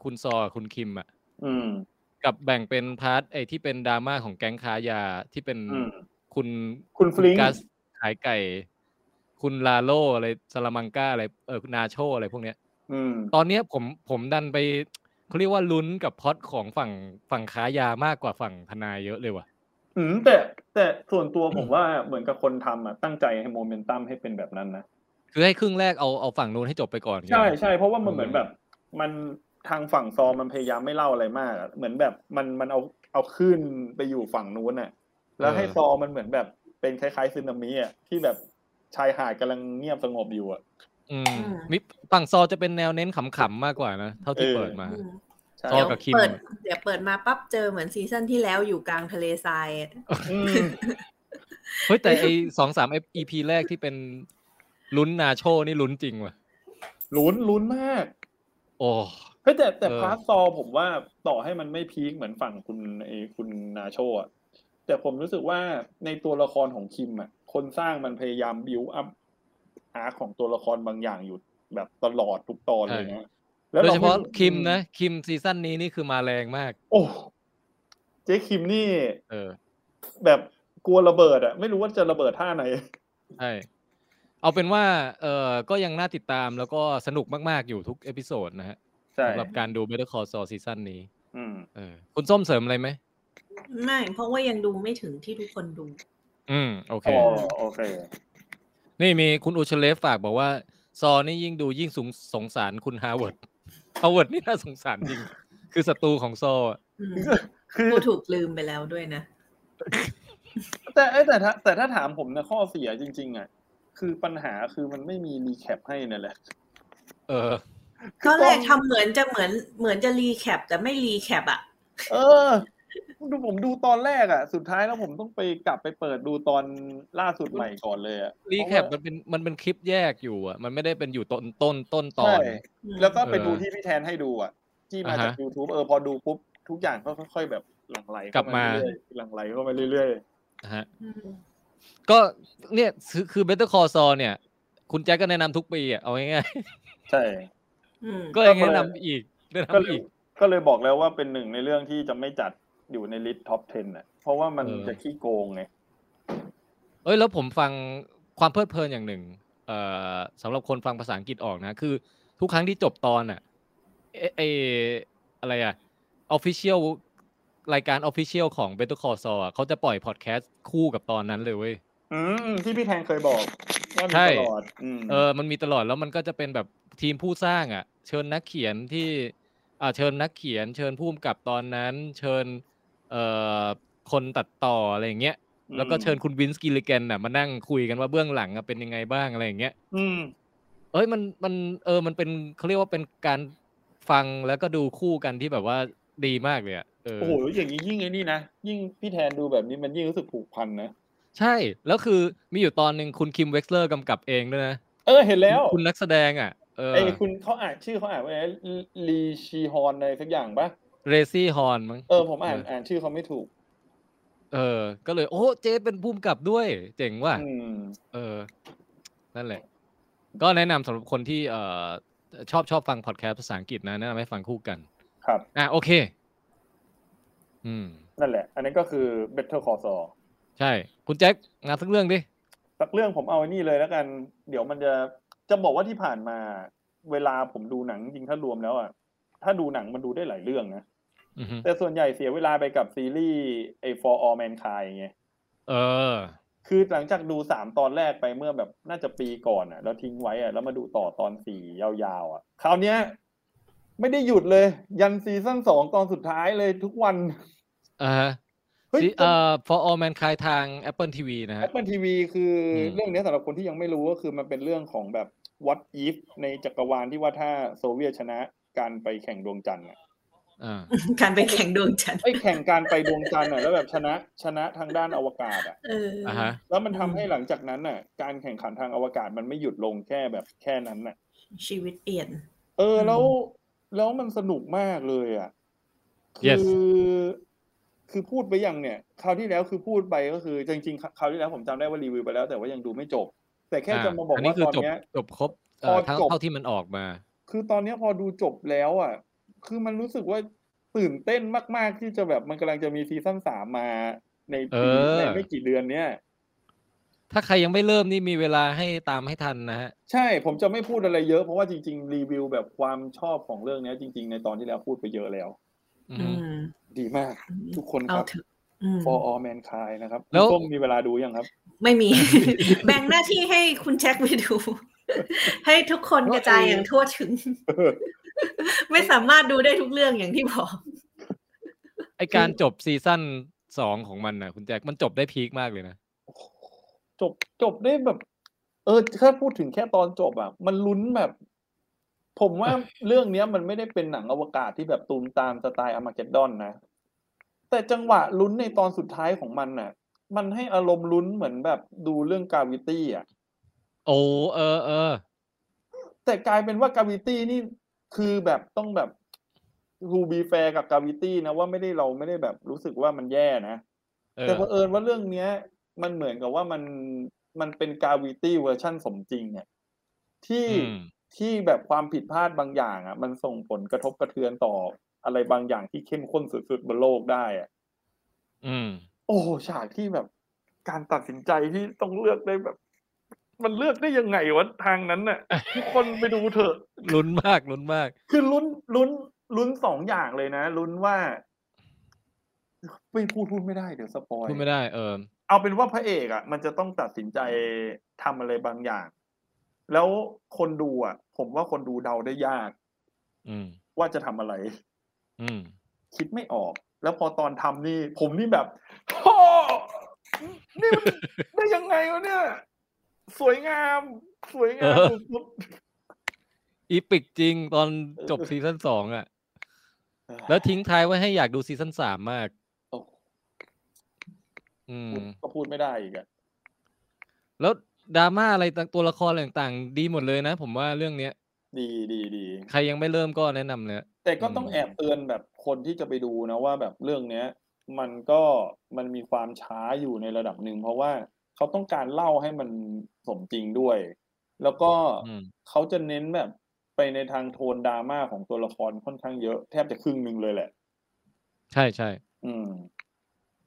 Speaker 2: คุณซอกับคุณคิมอะ
Speaker 3: อืม
Speaker 2: กับแบ่งเป็นพาร์ทไอที่เป็นดราม่าของแก๊งค้ายาที่เป็น
Speaker 3: อืม
Speaker 2: คุณ
Speaker 3: คุณฟลิงค์
Speaker 2: กัสขายไก่ คุณลาโลอะไรซาลามังกาอะไรเออนาโชอะไรพวกเนี้ย
Speaker 3: อืม
Speaker 2: ตอนเนี้ยผมผมดันไป เขาเรียกว่าลุ้นกับพล็อตของฝั่งฝั่งค้ายามากกว่าฝั่งทนายเยอะเลยว่ะ
Speaker 3: อืมแต่แต่ส่วนตัวผมว่าเหมือนกับคนทำอ่ะตั้งใจให้โมเมนตัมให้เป็นแบบนั้นนะ
Speaker 2: คือให้ครึ่งแรกเอาเอาฝั่งนู้นให้จบไปก่อน
Speaker 3: ใช่
Speaker 2: ไง
Speaker 3: ใช่เพราะว่ามัน
Speaker 2: เออ
Speaker 3: เหมือนแบบ มันทางฝั่งซอมมันพยายามไม่เล่าอะไรมากอะเหมือนแบบมันมันเอาเอาขึ้นไปอยู่ฝั่งนู้นน่ะ แล้วให้ซอมันเหมือนแบบเป็นคล้ายๆซึนามิอ่ะที่แบบชายหาดกำลังเงียบสงบอยู่อ่ะ
Speaker 2: อืม
Speaker 4: อืม
Speaker 2: มิฝั่งซอจะเป็นแนวเน้นขำๆมากกว่านะ เท่าที่
Speaker 3: เออ
Speaker 2: เปิดมา
Speaker 4: อืม
Speaker 3: ใช่
Speaker 2: ซ
Speaker 4: เดี๋ยว
Speaker 2: กับคิม
Speaker 4: เปิดเดี๋ยวเปิดมาปั๊บเจอเหมือนซีซั่นที่แล้วอยู่กลางทะเลทรายอะ
Speaker 3: อืม
Speaker 2: เฮ้ย แต่ไอสองสามเอพีแรกที่เป็นลุ้นนาโชนี่ลุ้นจริงว่ะ
Speaker 3: ลุ้นลุ้นมาก
Speaker 2: โอ้
Speaker 3: เฮ้ยแต่แต่
Speaker 2: เออ
Speaker 3: พาร์ทซอผมว่าต่อให้มันไม่พีคเหมือนฝั่งคุณไอ้คุณนาโชอ่ะแต่ผมรู้สึกว่าในตัวละครของคิมอ่ะคนสร้างมันพยายามบิวอัพอาร์ของตัวละครบางอย่างอยู่แบบตลอดทุกตอนเลยนะ
Speaker 2: โดย
Speaker 3: ร
Speaker 2: เฉพาะ
Speaker 3: พิ่ง
Speaker 2: คิมนะ คิมซีซั่นนี้นี่คือมาแรงมาก
Speaker 3: โอ้เจ๊คิมนี่
Speaker 2: เออ
Speaker 3: แบบกลัวระเบิดอะไม่รู้ว่าจะระเบิดท่าไหน
Speaker 2: ใช่ เอาเป็นว่า เออก็ยังน่าติดตามแล้วก็สนุกมากๆอยู่ทุกเอพิโซดนะฮะ
Speaker 3: ใช่
Speaker 2: สำหรับการดู Better Call Saul ซีซั่นนี้
Speaker 3: อืม
Speaker 2: เออ คุณส้มเสริมอะไรไหม
Speaker 4: ไม่เพราะว่ายังดูไม่ถึงที่ทุกคนดู
Speaker 2: อืม โอเค
Speaker 3: อ๋อโอเค
Speaker 2: นี่มีคุณอุชเลฟฝากบอกว่า ซอนี่ยิ่งดูยิ่งสงสงสารคุณฮา r v ว r d ดฮา r v ว r d ดนี่น่าสงสารจริง คือศัตรูของซออะ
Speaker 4: อืม
Speaker 3: คือ
Speaker 4: กูถูกลืมไปแล้วด้วยนะ
Speaker 3: แต่เอ้ยแต่ถ้าแต่ถ้าถามผมนะข้อเสียจริง ๆอะคือปัญหาคือมันไม่มีรีแคปให้นั่นแหละ
Speaker 2: เออ
Speaker 4: ตอนแรกทำเหมือนจะเหมือนเหมือนจะรีแคปแต่ไม่รีแคปอ่ะ
Speaker 3: เออดูผมดูตอนแรกอะสุดท้ายแล้วผมต้องไปกลับไปเปิดดูตอนล่าสุดใหม่ก่อนเลยอะ
Speaker 2: รีแคปมันเป็นมันเป็นคลิปแยกอยู่อ่ะ มันไม่ได้เป็นอยู่ต้นต้นต้นตอน
Speaker 3: ใช่แล้วก็ไป
Speaker 2: เออ
Speaker 3: ดูที่พี่แทนให้ดูอะที่มาจาก
Speaker 2: อ่าฮะ
Speaker 3: YouTube เออพอดูปุ๊บทุกอย่างก็ค่อยๆแบบหลั่งไหลเข้
Speaker 2: กลับมา
Speaker 3: เรื่อยๆหลั่งไหลเข้ามาเรื่อย
Speaker 2: นะฮะ ก็เนี่ยคือคือ Better Call Saul เนี่ย คุณแจ็คก็แนะนำทุกปีอ่ะ เอาง่าย
Speaker 3: ๆใช่
Speaker 4: อืม
Speaker 2: ๆ ก็ยังแนะนำอีกแนะ
Speaker 3: ก็เล
Speaker 2: นำ
Speaker 3: ย
Speaker 2: อีก
Speaker 3: ก็เลยบอกแล้วว่าเป็นหนึ่งในเรื่องที่จะไม่จัดอยู่ในลิสต์ท็อป 10น่ะเพราะว่ามัน
Speaker 2: เออ
Speaker 3: จะขี้โกงไง
Speaker 2: เอ้ยแล้วผมฟังความเพลิดเพลินอย่างหนึ่งเอ่อสำหรับคนฟังภาษาอังกฤษออกนะ คือทุกครั้งที่จบตอนอ่ะเอเออะไรอ่ะออฟฟิเชียลรายการออฟฟิเชียลของ Better Call Saul อะเขาจะปล่อยพอดแคสต์คู่กับตอนนั้นเลยเว้ย
Speaker 3: อืมที่พี่แทนเคยบอกว่ามี
Speaker 2: ใช่
Speaker 3: ตลอดอืม
Speaker 2: เออ มันมีตลอดแล้วมันก็จะเป็นแบบทีมผู้สร้างอ่ะ เชิญนักเขียนที่อ่าเชิญนักเขียน เชิญผู้กำกับตอนนั้น เชิญเอ่อคนตัดต่ออะไรอย่างเงี้ย แล้วก็เชิญคุณวินสกิลลิแกนน่ะมานั่งคุยกันว่าเบื้องหลังอะเป็นยังไงบ้างอะไรอย่างเงี้ย
Speaker 3: อืม
Speaker 2: เอ้ยมันมันเออมันเป็นเขาเรียกว่าเป็นการฟังแล้วก็ดูคู่กันที่แบบว่าดีมากเลยอะเออ
Speaker 3: โอ้โหอย่างนี้ยิ่งไอ้นี่นะยิ่งพี่แทนดูแบบนี้มันยิ่งรู้สึกผูกพันนะ
Speaker 2: ใช่ แล้วคือมีอยู่ตอนหนึ่งคุณคิมเว็กซ์เลอร์กำกับเองด้วยนะ
Speaker 3: เออเห็นแล้ว
Speaker 2: คุณนักแสดงอ่ะเออ
Speaker 3: ไอ้คุณเขาอ่านชื่อเขาอ่านว่าไงลีชีฮอนอะไรสักอย่างปะ
Speaker 2: เรซี่ฮอนมั้ง
Speaker 3: เออผมอ่าน
Speaker 2: เอออ่
Speaker 3: อ่านชื่อเขาไม่ถูก
Speaker 2: เออ ก็เลยโอ้เจ๊เป็นภูมิกับด้วย เจ๋งว่ะ
Speaker 3: อืม
Speaker 2: เออ นั่นแหละ ก็แนะนำสำหรับคนที่เอ่อชอบชอบฟังพอดแคสต์ภาษาอังกฤษนะแนะนำให้ฟังคู่กัน
Speaker 3: ครับ
Speaker 2: อ่ะโอเค อืม
Speaker 3: นั่นแหละ อันนี้ก็คือ Better Call Saul
Speaker 2: ใช่ คุณแจ็คงานสักเรื่องดิ
Speaker 3: สักเรื่องผมเอาไอ้นี่เลยแล้วกัน เดี๋ยวมันจะจะบอกว่าที่ผ่านมา เวลาผมดูหนังจริงถ้ารวมแล้วอ่ะถ้าดูหนังมันดูได้หลายเรื่องนะ
Speaker 2: อือฮึ
Speaker 3: แต่ส่วนใหญ่เสียเวลาไปกับซีรีส์ไอ้ For All Mankind ไง
Speaker 2: เออ
Speaker 3: คือหลังจากดูสามตอนแรกไปเมื่อแบบน่าจะปีก่อนอ่ะ แล้วทิ้งไว้อ่ะแล้วมาดูต่อตอนสี่ยาวๆ อ่ะ คราวเนี้ย ไม่ได้หยุดเลย ยันซีซั่นสองตอนสุดท้ายเลยทุกวัน
Speaker 2: อ่าฮะ
Speaker 3: เฮ้ย
Speaker 2: ซีเอ่อ for all mankind ทาง Apple TV นะฮะ
Speaker 3: Apple TV คืออ
Speaker 2: ม
Speaker 3: เรื่องเนี้ยสำหรับคนที่ยังไม่รู้ก็คือมันเป็นเรื่องของแบบ what if ในจักรวาลที่ว่าถ้าโซเวียตชนะการไปแข่งดวงจันทร์อะ
Speaker 2: อ่า
Speaker 4: การไปแข่งดวงจันทร์
Speaker 3: ไอ้ยแข่งการไปดวงจันทร์อะแล้วแบบชนะชนะทางด้านอวกาศอะ
Speaker 4: เอออ
Speaker 2: อ่าฮะ
Speaker 3: แล้วมันทำให้หลังจากนั้นน่ะ การแข่งขันทางอวกาศมันไม่หยุดลงแค่แบบแค่นั้นน่ะ
Speaker 4: ชีวิตเปลี่ยน
Speaker 3: เออ
Speaker 4: อืม
Speaker 3: แล้วแล้วมันสนุกมากเลยอ่ะ
Speaker 2: Yes
Speaker 3: คือคือพูดไปยังเนี่ย คราวที่แล้วคือพูดไปก็คือ จริงๆคราวที่แล้วผมจำได้ว่ารีวิวไปแล้ว แต่ว่ายังดูไม่จบ แต่แค่จะมาบอก
Speaker 2: นนี้
Speaker 3: ว่า
Speaker 2: คือ
Speaker 3: ตอน
Speaker 2: จบ
Speaker 3: เนี้ย
Speaker 2: จบครบเอ่
Speaker 3: พ
Speaker 2: อ
Speaker 3: อ
Speaker 2: ทั้ง
Speaker 3: จบ
Speaker 2: เท่าที่มันออกมา
Speaker 3: คือตอนเนี้ยพอดูจบแล้ว อ่ะ คือมันรู้สึกว่าตื่นเต้นมาก ๆ ที่จะแบบมันกำลังจะมีซีซั่นสามมาในปี
Speaker 2: เออ
Speaker 3: ในไม่กี่เดือนเนี้ย
Speaker 2: ถ้าใครยังไม่เริ่มนี่มีเวลาให้ตามให้ทันนะฮะ
Speaker 3: ใช่ ผมจะไม่พูดอะไรเยอะเพราะว่าจริง ๆ รีวิวแบบความชอบของเรื่องเนี้ยจริง ๆ ในตอนที่แล้วพูดไปเยอะแล้ว
Speaker 2: อื
Speaker 4: อื
Speaker 2: ม
Speaker 4: ม
Speaker 3: ดีมาก ทุกคนค
Speaker 4: เอา
Speaker 3: รับ
Speaker 4: เถอะอืม
Speaker 3: for all mankind นะครับ
Speaker 2: แล้ว
Speaker 3: ต้องมีเวลาดูยังครับ
Speaker 4: ไม่ มี แบ่งหน้าที่ให้คุณแจ็คไปดู ให้ทุกคนกระจายอย่างทั่วถึง ไม่สามารถดูได้ทุกเรื่องอย่างที่บอก
Speaker 2: ไอการจบซีซั่นสองของมันนะคุณแจ็คมันจบได้พีคมากเลยนะ
Speaker 3: จบจบได้แบบ เออถ้าพูดถึงแค่ตอนจบอ่ะ มันลุ้นแบบ ผมว่า เรื่องเนี้ยมันไม่ได้เป็นหนังอวกาศที่แบบตูมตามสไตล์อามาเกดดอนนะ แต่จังหวะลุ้นในตอนสุดท้ายของมันน่ะ มันให้อารมณ์ลุ้นเหมือนแบบดูเรื่องกาวิตี้อ่ะ
Speaker 2: โอ้เออเออ
Speaker 3: แต่กลายเป็นว่ากาวิตี้นี่คือแบบต้องแบบ to be fair กับกาวิตี้นะว่าไม่ได้เราไม่ได้แบบรู้สึกว่ามันแย่นะ
Speaker 2: เออ
Speaker 3: แต่เผอิญว่าเรื่องเนี้ย มันเหมือนกับว่ามันมันเป็นกาวิตี้เวอร์ชั่นสมจริงเนี่ยที่
Speaker 2: อืม
Speaker 3: ที่แบบความผิดพลาดบางอย่าง อ่ะ มันส่งผลกระทบกระเทือนต่ออะไรบางอย่างที่เข้มข้นสุดๆบนโลกได้อ่ะ
Speaker 2: อืม
Speaker 3: โอ้โหฉากที่แบบการตัดสินใจที่ต้องเลือกได้แบบ มันเลือกได้ยังไงวะทางนั้นน่ะ ทุกคนไปดูเถอะ
Speaker 2: ลุ้นมากลุ้นมาก
Speaker 3: คือลุ้นลุ้นลุ้นสองอย่างเลยนะลุ้นว่าไม่พูดพูดไม่ได้เดี๋ยวสปอย
Speaker 2: พูดไม่ได้ เออ
Speaker 3: เอาเป็นว่าพระเอกอะ่ะ มันจะต้องตัดสินใจทำอะไรบางอย่าง แล้วคนดูอะ่ะ ผมว่าคนดูเดาได้ยาก
Speaker 2: อืม
Speaker 3: ว่าจะทำอะไร
Speaker 2: อืม
Speaker 3: คิดไม่ออก แล้วพอตอนทำนี่ ผมนี่แบบพ่อนี่มันได้ยังไงวะเนี่ย สวยงาม สวยงาม
Speaker 2: เออ
Speaker 3: สุด
Speaker 2: อีปิกจริงตอนจบซีซั่นสองอ่ะ
Speaker 3: ๆ
Speaker 2: แล้วทิ้งท้ายไว้ให้อยากดูซีซั่นสามมาก
Speaker 3: โอ้
Speaker 2: อืม
Speaker 3: ก็พูดไม่ได้อีกอะ
Speaker 2: แล้วดราม่าอะไรต่างตัวละครอะไรต่างๆ ดีหมดเลยนะ ผมว่าเรื่องเนี้ย
Speaker 3: ดีดีดี
Speaker 2: ใครยังไม่เริ่มก็แนะนำเลย
Speaker 3: แต่ก็ต้อง
Speaker 2: อืม
Speaker 3: แอบเตือนแบบคนที่จะไปดูนะว่าแบบเรื่องเนี้ย มันก็มันมีความช้าอยู่ในระดับหนึ่งเพราะว่าเขาต้องการเล่าให้มันสมจริงด้วย แล้วก็
Speaker 2: อืม
Speaker 3: เขาจะเน้นแบบไปในทางโทนดราม่าของตัวละครค่อนข้างเยอะแทบจะครึ่งหนึ่งเลยแหละ
Speaker 2: ใช่ใช่
Speaker 3: อืม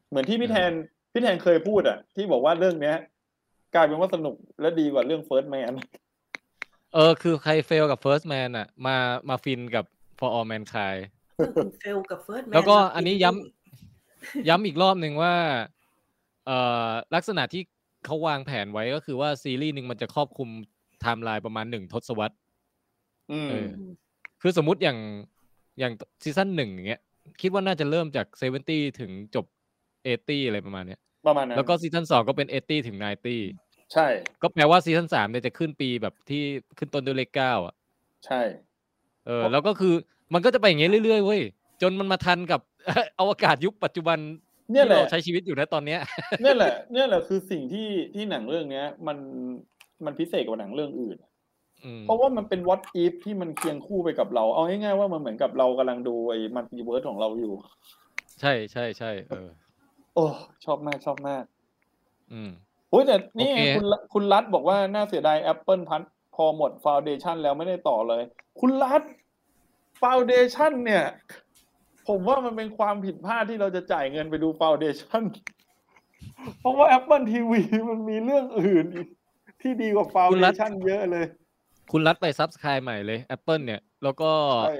Speaker 3: เหมือนที่พี่
Speaker 2: อืม
Speaker 3: แทนพี่แทนเคยพูดอะที่บอกว่าเรื่องเนี้ย กลายเป็นว่าสนุกและดีกว่าเรื่องเฟิร์สแมน
Speaker 2: เออ คือใครเฟลกับ First Man อ่ะ มามาฟินกับ For All Mankind
Speaker 4: เฟลกับเฟิร์ส
Speaker 2: แล้วก็อันนี้ย้ำย้ำอีกรอบหนึ่งว่าเอ่อลักษณะที่เขาวางแผนไว้ก็คือว่าซีรีส์หนึ่งมันจะครอบคลุมไทม์ไลน์ประมาณหนึ่งทศวรรษ
Speaker 3: อืม
Speaker 2: เออ คือสมมุติอย่างอย่างซีซั่นหนึ่งอย่างเงี้ย คิดว่าน่าจะเริ่มจากเซเวนตี้ถึงจบเอตี้อะไรประมาณเนี้ย
Speaker 3: ประมาณนั้น
Speaker 2: แล้วก็ซีซั่นสองก็เป็นเอตี้ถึงไนตี้
Speaker 3: ใช่
Speaker 2: ก็แปลว่าซีซั่นสามเนี่ยจะขึ้นปีแบบที่ขึ้นต้นด้วยเลขเก้าอ่ะ
Speaker 3: ใช่
Speaker 2: เออ แล้วก็คือมันก็จะไปอย่างเงี้ยเรื่อยๆเว้ย จนมันมาทันกับ อวกาศยุคปัจจุบัน
Speaker 3: เนี่ยแห
Speaker 2: ที่
Speaker 3: ละ
Speaker 2: เราใช้ชีวิตอยู่นะตอนเนี้ย
Speaker 3: เนี่ยแหละเนี่ยแหละคือสิ่งที่ที่หนังเรื่องเนี้ย มันมันพิเศษกว่าหนังเรื่องอื่น
Speaker 2: อืม
Speaker 3: เพราะว่ามันเป็น what if ที่มันเคียงคู่ไปกับเรา เอาง่ายๆว่ามันเหมือนกับเรากำลังดูไอ้มันตีเวิร์สของเราอยู่
Speaker 2: ใช่ใช่ใช่เออ
Speaker 3: โอ้ชอบมากชอบมาก
Speaker 2: อืม
Speaker 3: โอ้ยแต่นี่ไง
Speaker 2: โอเค
Speaker 3: คุณละคุณรัฐบอกว่าน่าเสียดาย Apple พัดพอหมดฟาวเดชันแล้วไม่ได้ต่อเลย คุณรัฐฟาวเดชันเนี่ย ผมว่ามันเป็นความผิดพลาดที่เราจะจ่ายเงินไปดูฟาวเดชัน เพราะว่า Apple TV มันมีเรื่องอื่นอีกที่ดีกว่าฟาว
Speaker 2: คุณ
Speaker 3: เด
Speaker 2: รัฐ
Speaker 3: ชันเยอะเลย
Speaker 2: คุณรัดไปซับสไครใหม่เลย Apple เนี่ย แล้วก็
Speaker 3: ใช่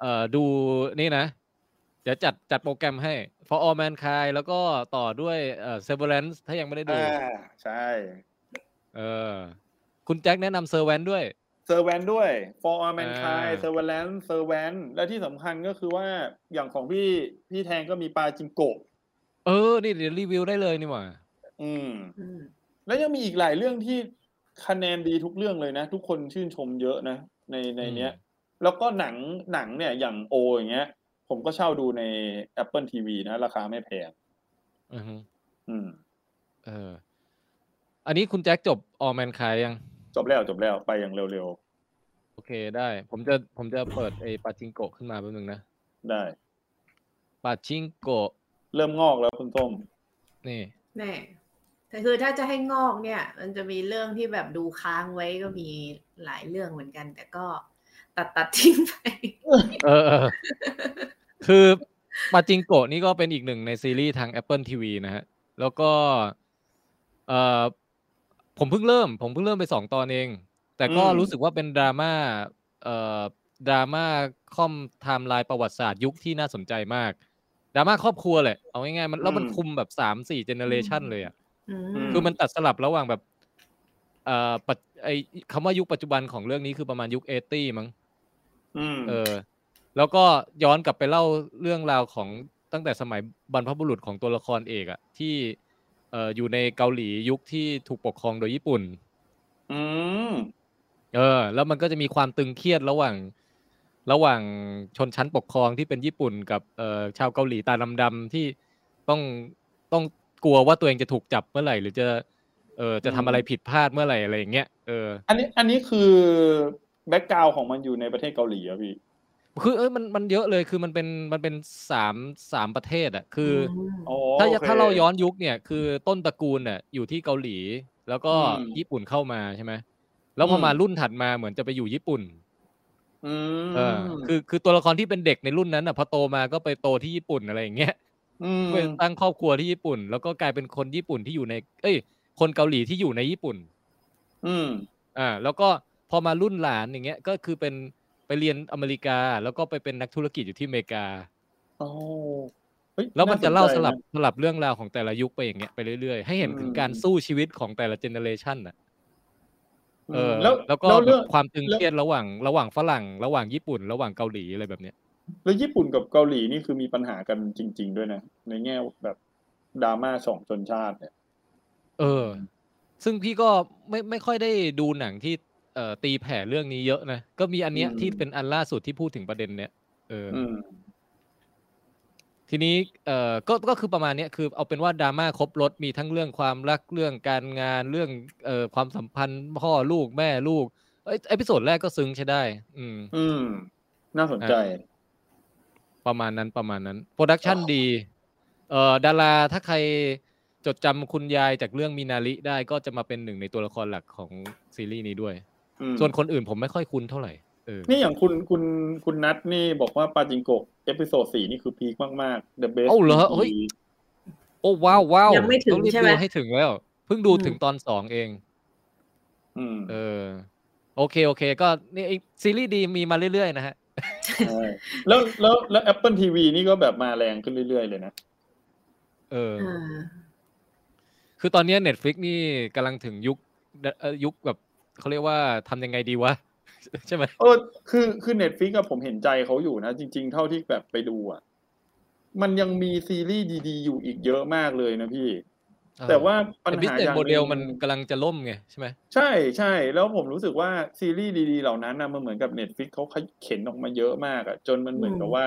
Speaker 2: เอ่อดูนี่นะ เดี๋ยวจัดจัดโปรแกรมให้ For All Mankind แล้วก็ต่อด้วยเอ่อ Severance ถ้ายังไม่ได้ดู
Speaker 3: อ่า ใช่
Speaker 2: เออ คุณแจ็คแนะนำ Servant ด้วย
Speaker 3: เซอร์แวนด้วย for all mankind
Speaker 2: อ่า
Speaker 3: เซอร์แวน เซอร์แวน และที่สำคัญก็คือว่าอย่างของพี่ พี่แทงก็มีปลาจิงโกะ
Speaker 2: เออ นี่เดี๋ยวรีวิวได้เลยนี่หว่า
Speaker 3: อืม แล้วยังมีอีกหลายเรื่องที่คะแนนดีทุกเรื่องเลยนะ ทุกคนชื่นชมเยอะนะ ในในเนี้ย
Speaker 2: อืม
Speaker 3: แล้วก็หนังหนังเนี่ยอย่างโออย่างเงี้ย ผมก็เช่าดูใน Apple TV นะ ราคาไม่แพง
Speaker 2: อือฮึ
Speaker 3: อืม
Speaker 2: เออ อันนี้คุณแจ็คจบ All Mankind ยัง
Speaker 3: จบแล้วจบแล้วไปอย่างเร็ว
Speaker 2: โอเคได้ ผมจะผมจะเปิดไอ้ปาจิงโกะขึ้นมาแป๊บนึงนะ
Speaker 3: ๆ ได้
Speaker 2: ปาจิงโกะ
Speaker 3: เริ่มงอกแล้วคุณส้ม
Speaker 2: นี่
Speaker 4: นี่แต่คือถ้าจะให้งอกเนี่ย มันจะมีเรื่องที่แบบดูค้างไว้ก็มีหลายเรื่องเหมือนกัน แต่ก็ตัดตัดทิ้ง ไป
Speaker 2: เออเออ คือปาจิงโกะนี่ก็เป็นอีกหนึ่งในซีรีส์ทาง Apple TV นะฮะ แล้วก็เอ่อ ผมเพิ่งเริ่ม ผมเพิ่งเริ่มไปสองตอนเอง แต่ก็
Speaker 3: อืม
Speaker 2: รู้สึกว่าเป็นดราม่าเอ่อดราม่าค่อมไทม์ไลน์ประวัติศาสตร์ยุคที่น่าสนใจมากดราม่าครอบครัวแหละเอาง่ายๆมันแล้วมันคุมแบบสามสี่เจเนเรชันเลยอ่ะ
Speaker 4: อืม
Speaker 2: คือมันตัดสลับระหว่างแบบเอ่อปัจไอคำว่ายุคปัจจุบันของเรื่องนี้คือประมาณยุคเอตี้มั้ง
Speaker 3: อืม
Speaker 2: เออ แล้วก็ย้อนกลับไปเล่าเรื่องราวของตั้งแต่สมัยบรรพบุรุษของตัวละครเอกอะที่เอ่ออยู่ในเกาหลียุคที่ถูกปกครองโดยญี่ปุ่น
Speaker 3: อืม
Speaker 2: เออ แล้วมันก็จะมีความตึงเครียดระหว่างระหว่างชนชั้นปกครองที่เป็นญี่ปุ่นกับเอ่อชาวเกาหลีตาดำๆที่ต้องต้องกลัวว่าตัวเองจะถูกจับเมื่อไหร่ หรือจะเออจะทำอะไรผิดพลาดเมื่อไหร่อะไรอย่างเงี้ยเออ
Speaker 3: อันนี้อันนี้คือแบ็กกราวของมันอยู่ในประเทศเกาหลีอะพี่
Speaker 2: คือเอ้ยมันมันเยอะเลยคือมันเป็นมันเป็นสามสามประเทศอ่ะคืออ
Speaker 3: อ๋อ
Speaker 2: ถ้า
Speaker 3: โอค
Speaker 2: ถ้าเราย้อนยุคเนี่ยคือต้นตระกูลเนี่ยอยู่ที่เกาหลี แล้วก็
Speaker 3: อืม
Speaker 2: ญี่ปุ่นเข้ามาใช่ไหมแล้วพออ
Speaker 3: ม
Speaker 2: มารุ่นถัดมาเหมือนจะไปอยู่ญี่ปุ่น
Speaker 3: อืม
Speaker 2: เออคือคือตัวละครที่เป็นเด็กในรุ่นนั้นอ่ะพอโตมาก็ไปโตที่ญี่ปุ่นอะไรอย่างเงี้ย
Speaker 3: ม
Speaker 2: ไปตั้งครอบครัวที่ญี่ปุ่น แล้วก็กลายเป็นคนญี่ปุ่นที่อยู่ใน เอ้ย คนเกาหลีที่อยู่ในญี่ปุ่น
Speaker 3: อืม
Speaker 2: อ่าแล้วก็พอมารุ่นหลานอย่างเงี้ยก็คือเป็นไปเรียนอเมริกา แล้วก็ไปเป็นนักธุรกิจอยู่ที่อเมริกา
Speaker 3: โอ้เฮ้ย
Speaker 2: แล้วมันจะเล่าสลับ
Speaker 3: น
Speaker 2: สลับเรื่องราวของแต่ละยุคไปอย่างเงี้ยไปเรื่อยๆ ให้เห็นถึง
Speaker 3: อืม
Speaker 2: การสู้ชีวิตของแต่ละเจเนเรชันน่ะ
Speaker 3: ใจนะ
Speaker 2: เออ
Speaker 3: แล้ว
Speaker 2: แล้วก็
Speaker 3: แล้ว
Speaker 2: แบ
Speaker 3: เรื่อง
Speaker 2: บความตึงเครียดระหว่างระหว่างฝรั่ง ระหว่างญี่ปุ่น ระหว่างเกาหลีอะไรแบบเนี้ย
Speaker 3: แล้วญี่ปุ่นกับเกาหลีนี่คือมีปัญหากันจริง ๆ ด้วยนะ ในแง่แบบดราม่าสองชนชาติเนี่ย
Speaker 2: เออ ซึ่งพี่ก็ไม่ไม่ค่อยได้ดูหนังที่เอ่อตีแผ่เรื่องนี้เยอะนะ ก็มีอันเนี้ย
Speaker 3: อืม
Speaker 2: ที่เป็นอันล่าสุดที่พูดถึงประเด็นเนี้ยเอออ
Speaker 3: อืม
Speaker 2: ทีนี้เอ่อก็ก็คือประมาณเนี้ยคือเอาเป็นว่าดราม่าครบรถมีทั้งเรื่องความรักเรื่องการงานเรื่องเอ่อความสัมพันธ์พ่อลูกแม่ลูกเอ้ยเอพิโซดแรกก็ซึ้งใช้ได้ อืม
Speaker 3: อืม น่าสนใจ
Speaker 2: ประมาณนั้นประมาณนั้นโปรดักชัน
Speaker 3: อ๋อ
Speaker 2: ดีเอ่อดาราถ้าใครจดจำคุณยายจากเรื่องมินาริได้ก็จะมาเป็นหนึ่งในตัวละครหลักของซีรีส์นี้ด้วย
Speaker 3: อืม
Speaker 2: ส่วนคนอื่นผมไม่ค่อยคุ้นเท่าไหร่เออ
Speaker 3: นี่อย่างคุณคุณคุณนัทนี่บอกว่าปาจิงโกะเอพิโซดสี่นี่คือพีคมากๆ The Best
Speaker 2: เอ้าเหรอ
Speaker 3: EP
Speaker 2: เฮ้ยโอ้ว้าวว้าว
Speaker 4: ยังไม่ถึง
Speaker 2: ต้อรีบ
Speaker 4: ใช่ไหม
Speaker 2: ดูให้ถึงแล้ว เพิ่งดู
Speaker 4: อืม
Speaker 2: ถึงตอนสองเอง
Speaker 3: อืม
Speaker 2: เออ โอเคโอเค ก็นี่ไอ้ซีรีส์ดีมีมาเรื่อยๆนะฮะ
Speaker 3: ใช่แล้วแล้วแล้ว Apple TV นี่ก็แบบมาแรงขึ้นเรื่อยๆเลยนะ
Speaker 2: เออ
Speaker 4: อ่า
Speaker 2: คือตอนเนี้เน็ตฟลิกนี่กำลังถึงยุคเอ่อยุคแบบเขาเรียกว่าทำยังไงดีวะ ใช่ไหม
Speaker 3: เออคือคือเน็ตฟิกอะผมเห็นใจเขาอยู่นะ จริง ๆ เท่าที่แบบไปดูอะมันยังมีซีรีส์ดี ๆ อยู่อีกเยอะมากเลยนะพี่ แต่ว่าปัญ
Speaker 2: แต่
Speaker 3: หา
Speaker 2: business
Speaker 3: อย่างห
Speaker 2: model
Speaker 3: ง
Speaker 2: มันกำลังจะล่มไงใช่ไหม
Speaker 3: ใช่ใช่แล้วผมรู้สึกว่าซีรีส์ดีๆเหล่านั้นนะมันเหมือนกับเน็ตฟิกเขาเข็นออกมาเยอะมากอะจนมันเหมือนกับว่า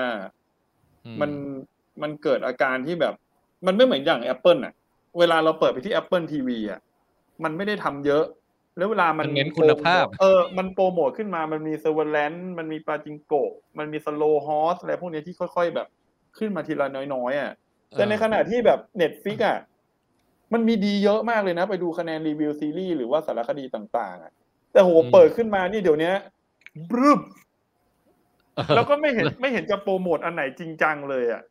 Speaker 2: อื
Speaker 3: มันมันเกิดอาการที่แบบ มันไม่เหมือนอย่าง Apple อะเวลาเราเปิดไปที่ Apple TV อะมันไม่ได้ทำเยอะ แล้วเวลามั
Speaker 2: มัน
Speaker 3: น
Speaker 2: เน้นคุณภาพ
Speaker 3: โปรโมทเออ มันโปรโมทขึ้นมามันมีเซเวอร์แลนด์มันมีปาจิงโกะมันมีสโลฮอสอะไรพวกเนี้ยที่ค่อยๆแบบ ขึ้นมาทีละน้อยๆอ่ะแต่ในขณะที่แบบ Netflix อ่ะมันมีดีเยอะมากเลยนะ ไปดูคะแนนรีวิวซีรีส์หรือว่าสารคดีต่างๆอะแต่โห
Speaker 2: อืม
Speaker 3: เปิดขึ้นมานี่เดี๋ยวเนี้ยบรึบ
Speaker 2: เออ
Speaker 3: แล้วก็ไม่เห็นไม่เห็นจะโปรโมทอันไหนจริงจังเลยอ่ะ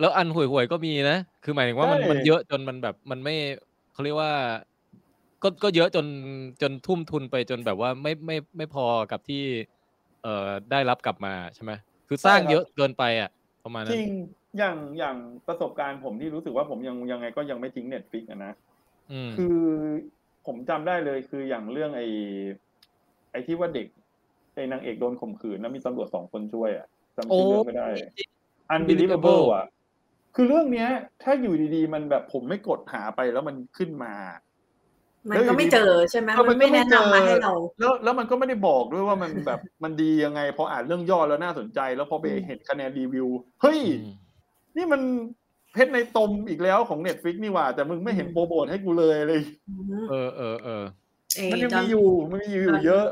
Speaker 2: แล้วอันห่วยๆก็มีนะ คือหมายถึงว่ามัน
Speaker 3: ใช่
Speaker 2: มันเยอะจนมันแบบมันไม่เขาเรียกว่า ก็ก็เยอะจนจนทุ่มทุนไปจนแบบว่าไม่ไม่ไม่พอกับที่ เอ่อได้รับกลับมาใช่ไหมคือสร้างเยอะเกินไปอ่ะ ประมาณ
Speaker 3: จ
Speaker 2: นั้น
Speaker 3: ริง อย่างอย่างประสบการณ์ผมที่รู้สึกว่าผมยังยังไงก็ยังไม่ทิ้งเน็ตฟิกนะ
Speaker 2: อืม
Speaker 3: คือผมจำได้เลยคืออย่างเรื่องไอ้ไอ้ที่ว่าเด็กไอ้นางเอกโดนข่มขืนแล้วมีตำรวจสองคนช่วยอ่ะจำชื่อเรื่องไม่ได้ unbelievable อ่ะ คือเรื่องเนี้ย ถ้าอยู่ดีๆ มันแบบผมไม่กดหาไปแล้วมันขึ้นมา
Speaker 4: มันก็ไม่เจอใช่ไหมมันไม่แนะนำมาให้เรา
Speaker 3: แล้วแล้วมันก็ไม่ได้บอกด้วยว่ามันแบบมันดียังไงพออ่านเรื่องย่อแล้วน่าสนใจ แล้วพอไปเห็นคะแนนรีวิวเฮ้ย
Speaker 2: อืม
Speaker 3: นี่มันเพชรในตมอีกแล้วของเน็ตฟิกนี่หว่า แต่มึงไม่เห็น
Speaker 4: อืม
Speaker 3: โปรโมทให้กูเลยเลย
Speaker 2: เออเออเออ
Speaker 4: เอ้ย
Speaker 3: มันยังมี
Speaker 4: Don't-
Speaker 3: อยู่มันมีอยู่
Speaker 4: ตอน
Speaker 3: เยอะ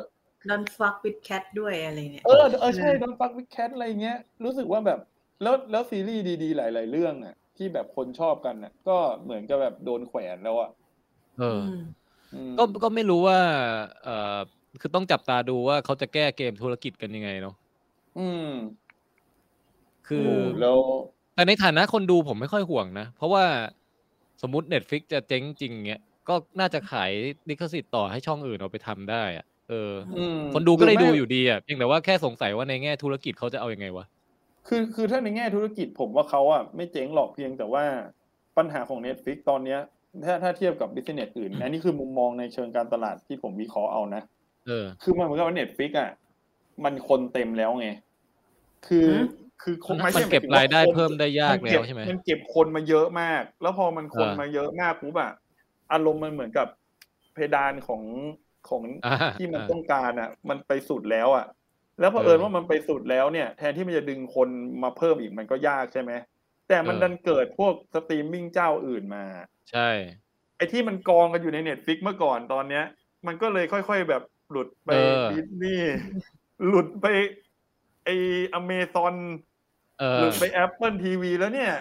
Speaker 4: Don't fuck with cat ด้วยอะไรเนี่ย
Speaker 3: เออเออใช่
Speaker 4: อืม
Speaker 3: ดอนฟักวิกแคทอะไรเงี้ย รู้สึกว่าแบบแล้วแล้วซีรีส์ดีๆ หลาย ๆ เรื่องอ่ะ ที่แบบคนชอบกันอ่ะ ก็เหมือนกับแบบโดนแขวนแล้วอ่ะ
Speaker 2: เออ
Speaker 4: ม
Speaker 3: อืม
Speaker 2: ก็ก็ไม่รู้ว่า เอ่อคือต้องจับตาดูว่าเขาจะแก้เกมธุรกิจกันยังไงเนาะ
Speaker 3: อืม
Speaker 2: คือ
Speaker 3: โแล้ว
Speaker 2: แต่ในฐานะคนดูผมไม่ค่อยห่วงนะ เพราะว่าสมมติ Netflix จะเจ๊งจริงเงี้ย ก็น่าจะขายลิขสิทธิ์ต่อให้ช่องอื่นเอาไปทำได้อะเออ
Speaker 3: อืม
Speaker 2: คนดูก็เลย
Speaker 3: ห
Speaker 2: ดู
Speaker 3: รืไม่
Speaker 2: อยู่ดีอ่ะเพียงแต่ว่าแค่สงสัยว่าในแง่ธุรกิจเขาจะเอายังไงวะ
Speaker 3: คือคือถ้าในแง่ธุรกิจผมว่าเขาอ่ะไม่เจ๊งหรอกเพียงแต่ว่าปัญหาของ Netflix ตอนเนี้ยถ้าถ้าเทียบกับบิสเนสอื่น อันนี้คือมุมมองในเชิงการตลาดที่ผมวิเคราะห์เอานะ
Speaker 2: เออ
Speaker 3: คือมันเหมือนกับว่า Netflix อ่ะมันคนเต็มแล้วไง คือ
Speaker 4: ฮะ
Speaker 3: คือคง
Speaker 2: มัน
Speaker 3: ไใช่
Speaker 2: เก็บ
Speaker 3: หมถึงว่
Speaker 2: รายได้เพิ่มได้ยาก
Speaker 3: นเบ
Speaker 2: แล้วใช่ไหม
Speaker 3: มันเก็บคนมาเยอะมาก แล้วพอมันคน
Speaker 2: อ่าม
Speaker 3: มาเยอะมากปุ๊บอ่ะอารมณ์มันเหมือนกับเพดานของของ
Speaker 2: อ่า
Speaker 3: ที่มันต้องการอ่ะ มันไปสุดแล้วอ่ะ แล้วเผอิญ
Speaker 2: เออ
Speaker 3: ว่ามันไปสุดแล้วเนี่ย แทนที่มันจะดึงคนมาเพิ่มอีกมันก็ยากใช่ไหม แต่มัน
Speaker 2: เออ
Speaker 3: ดันเกิดพวกสตรีมมิ่งเจ้าอื่นมา
Speaker 2: ใช่
Speaker 3: ไอ้ที่มันกองกันอยู่ในเน็ตฟิกเมื่อก่อนตอนเนี้ย มันก็เลยค่อยๆแบบหลุดไป
Speaker 2: เออ
Speaker 3: ดิสนีย์ หลุดไปไออเมซอน
Speaker 2: เอ
Speaker 3: ห
Speaker 2: อ
Speaker 3: ลุดไปแอปเปิลทีวีแล้วเนี่ย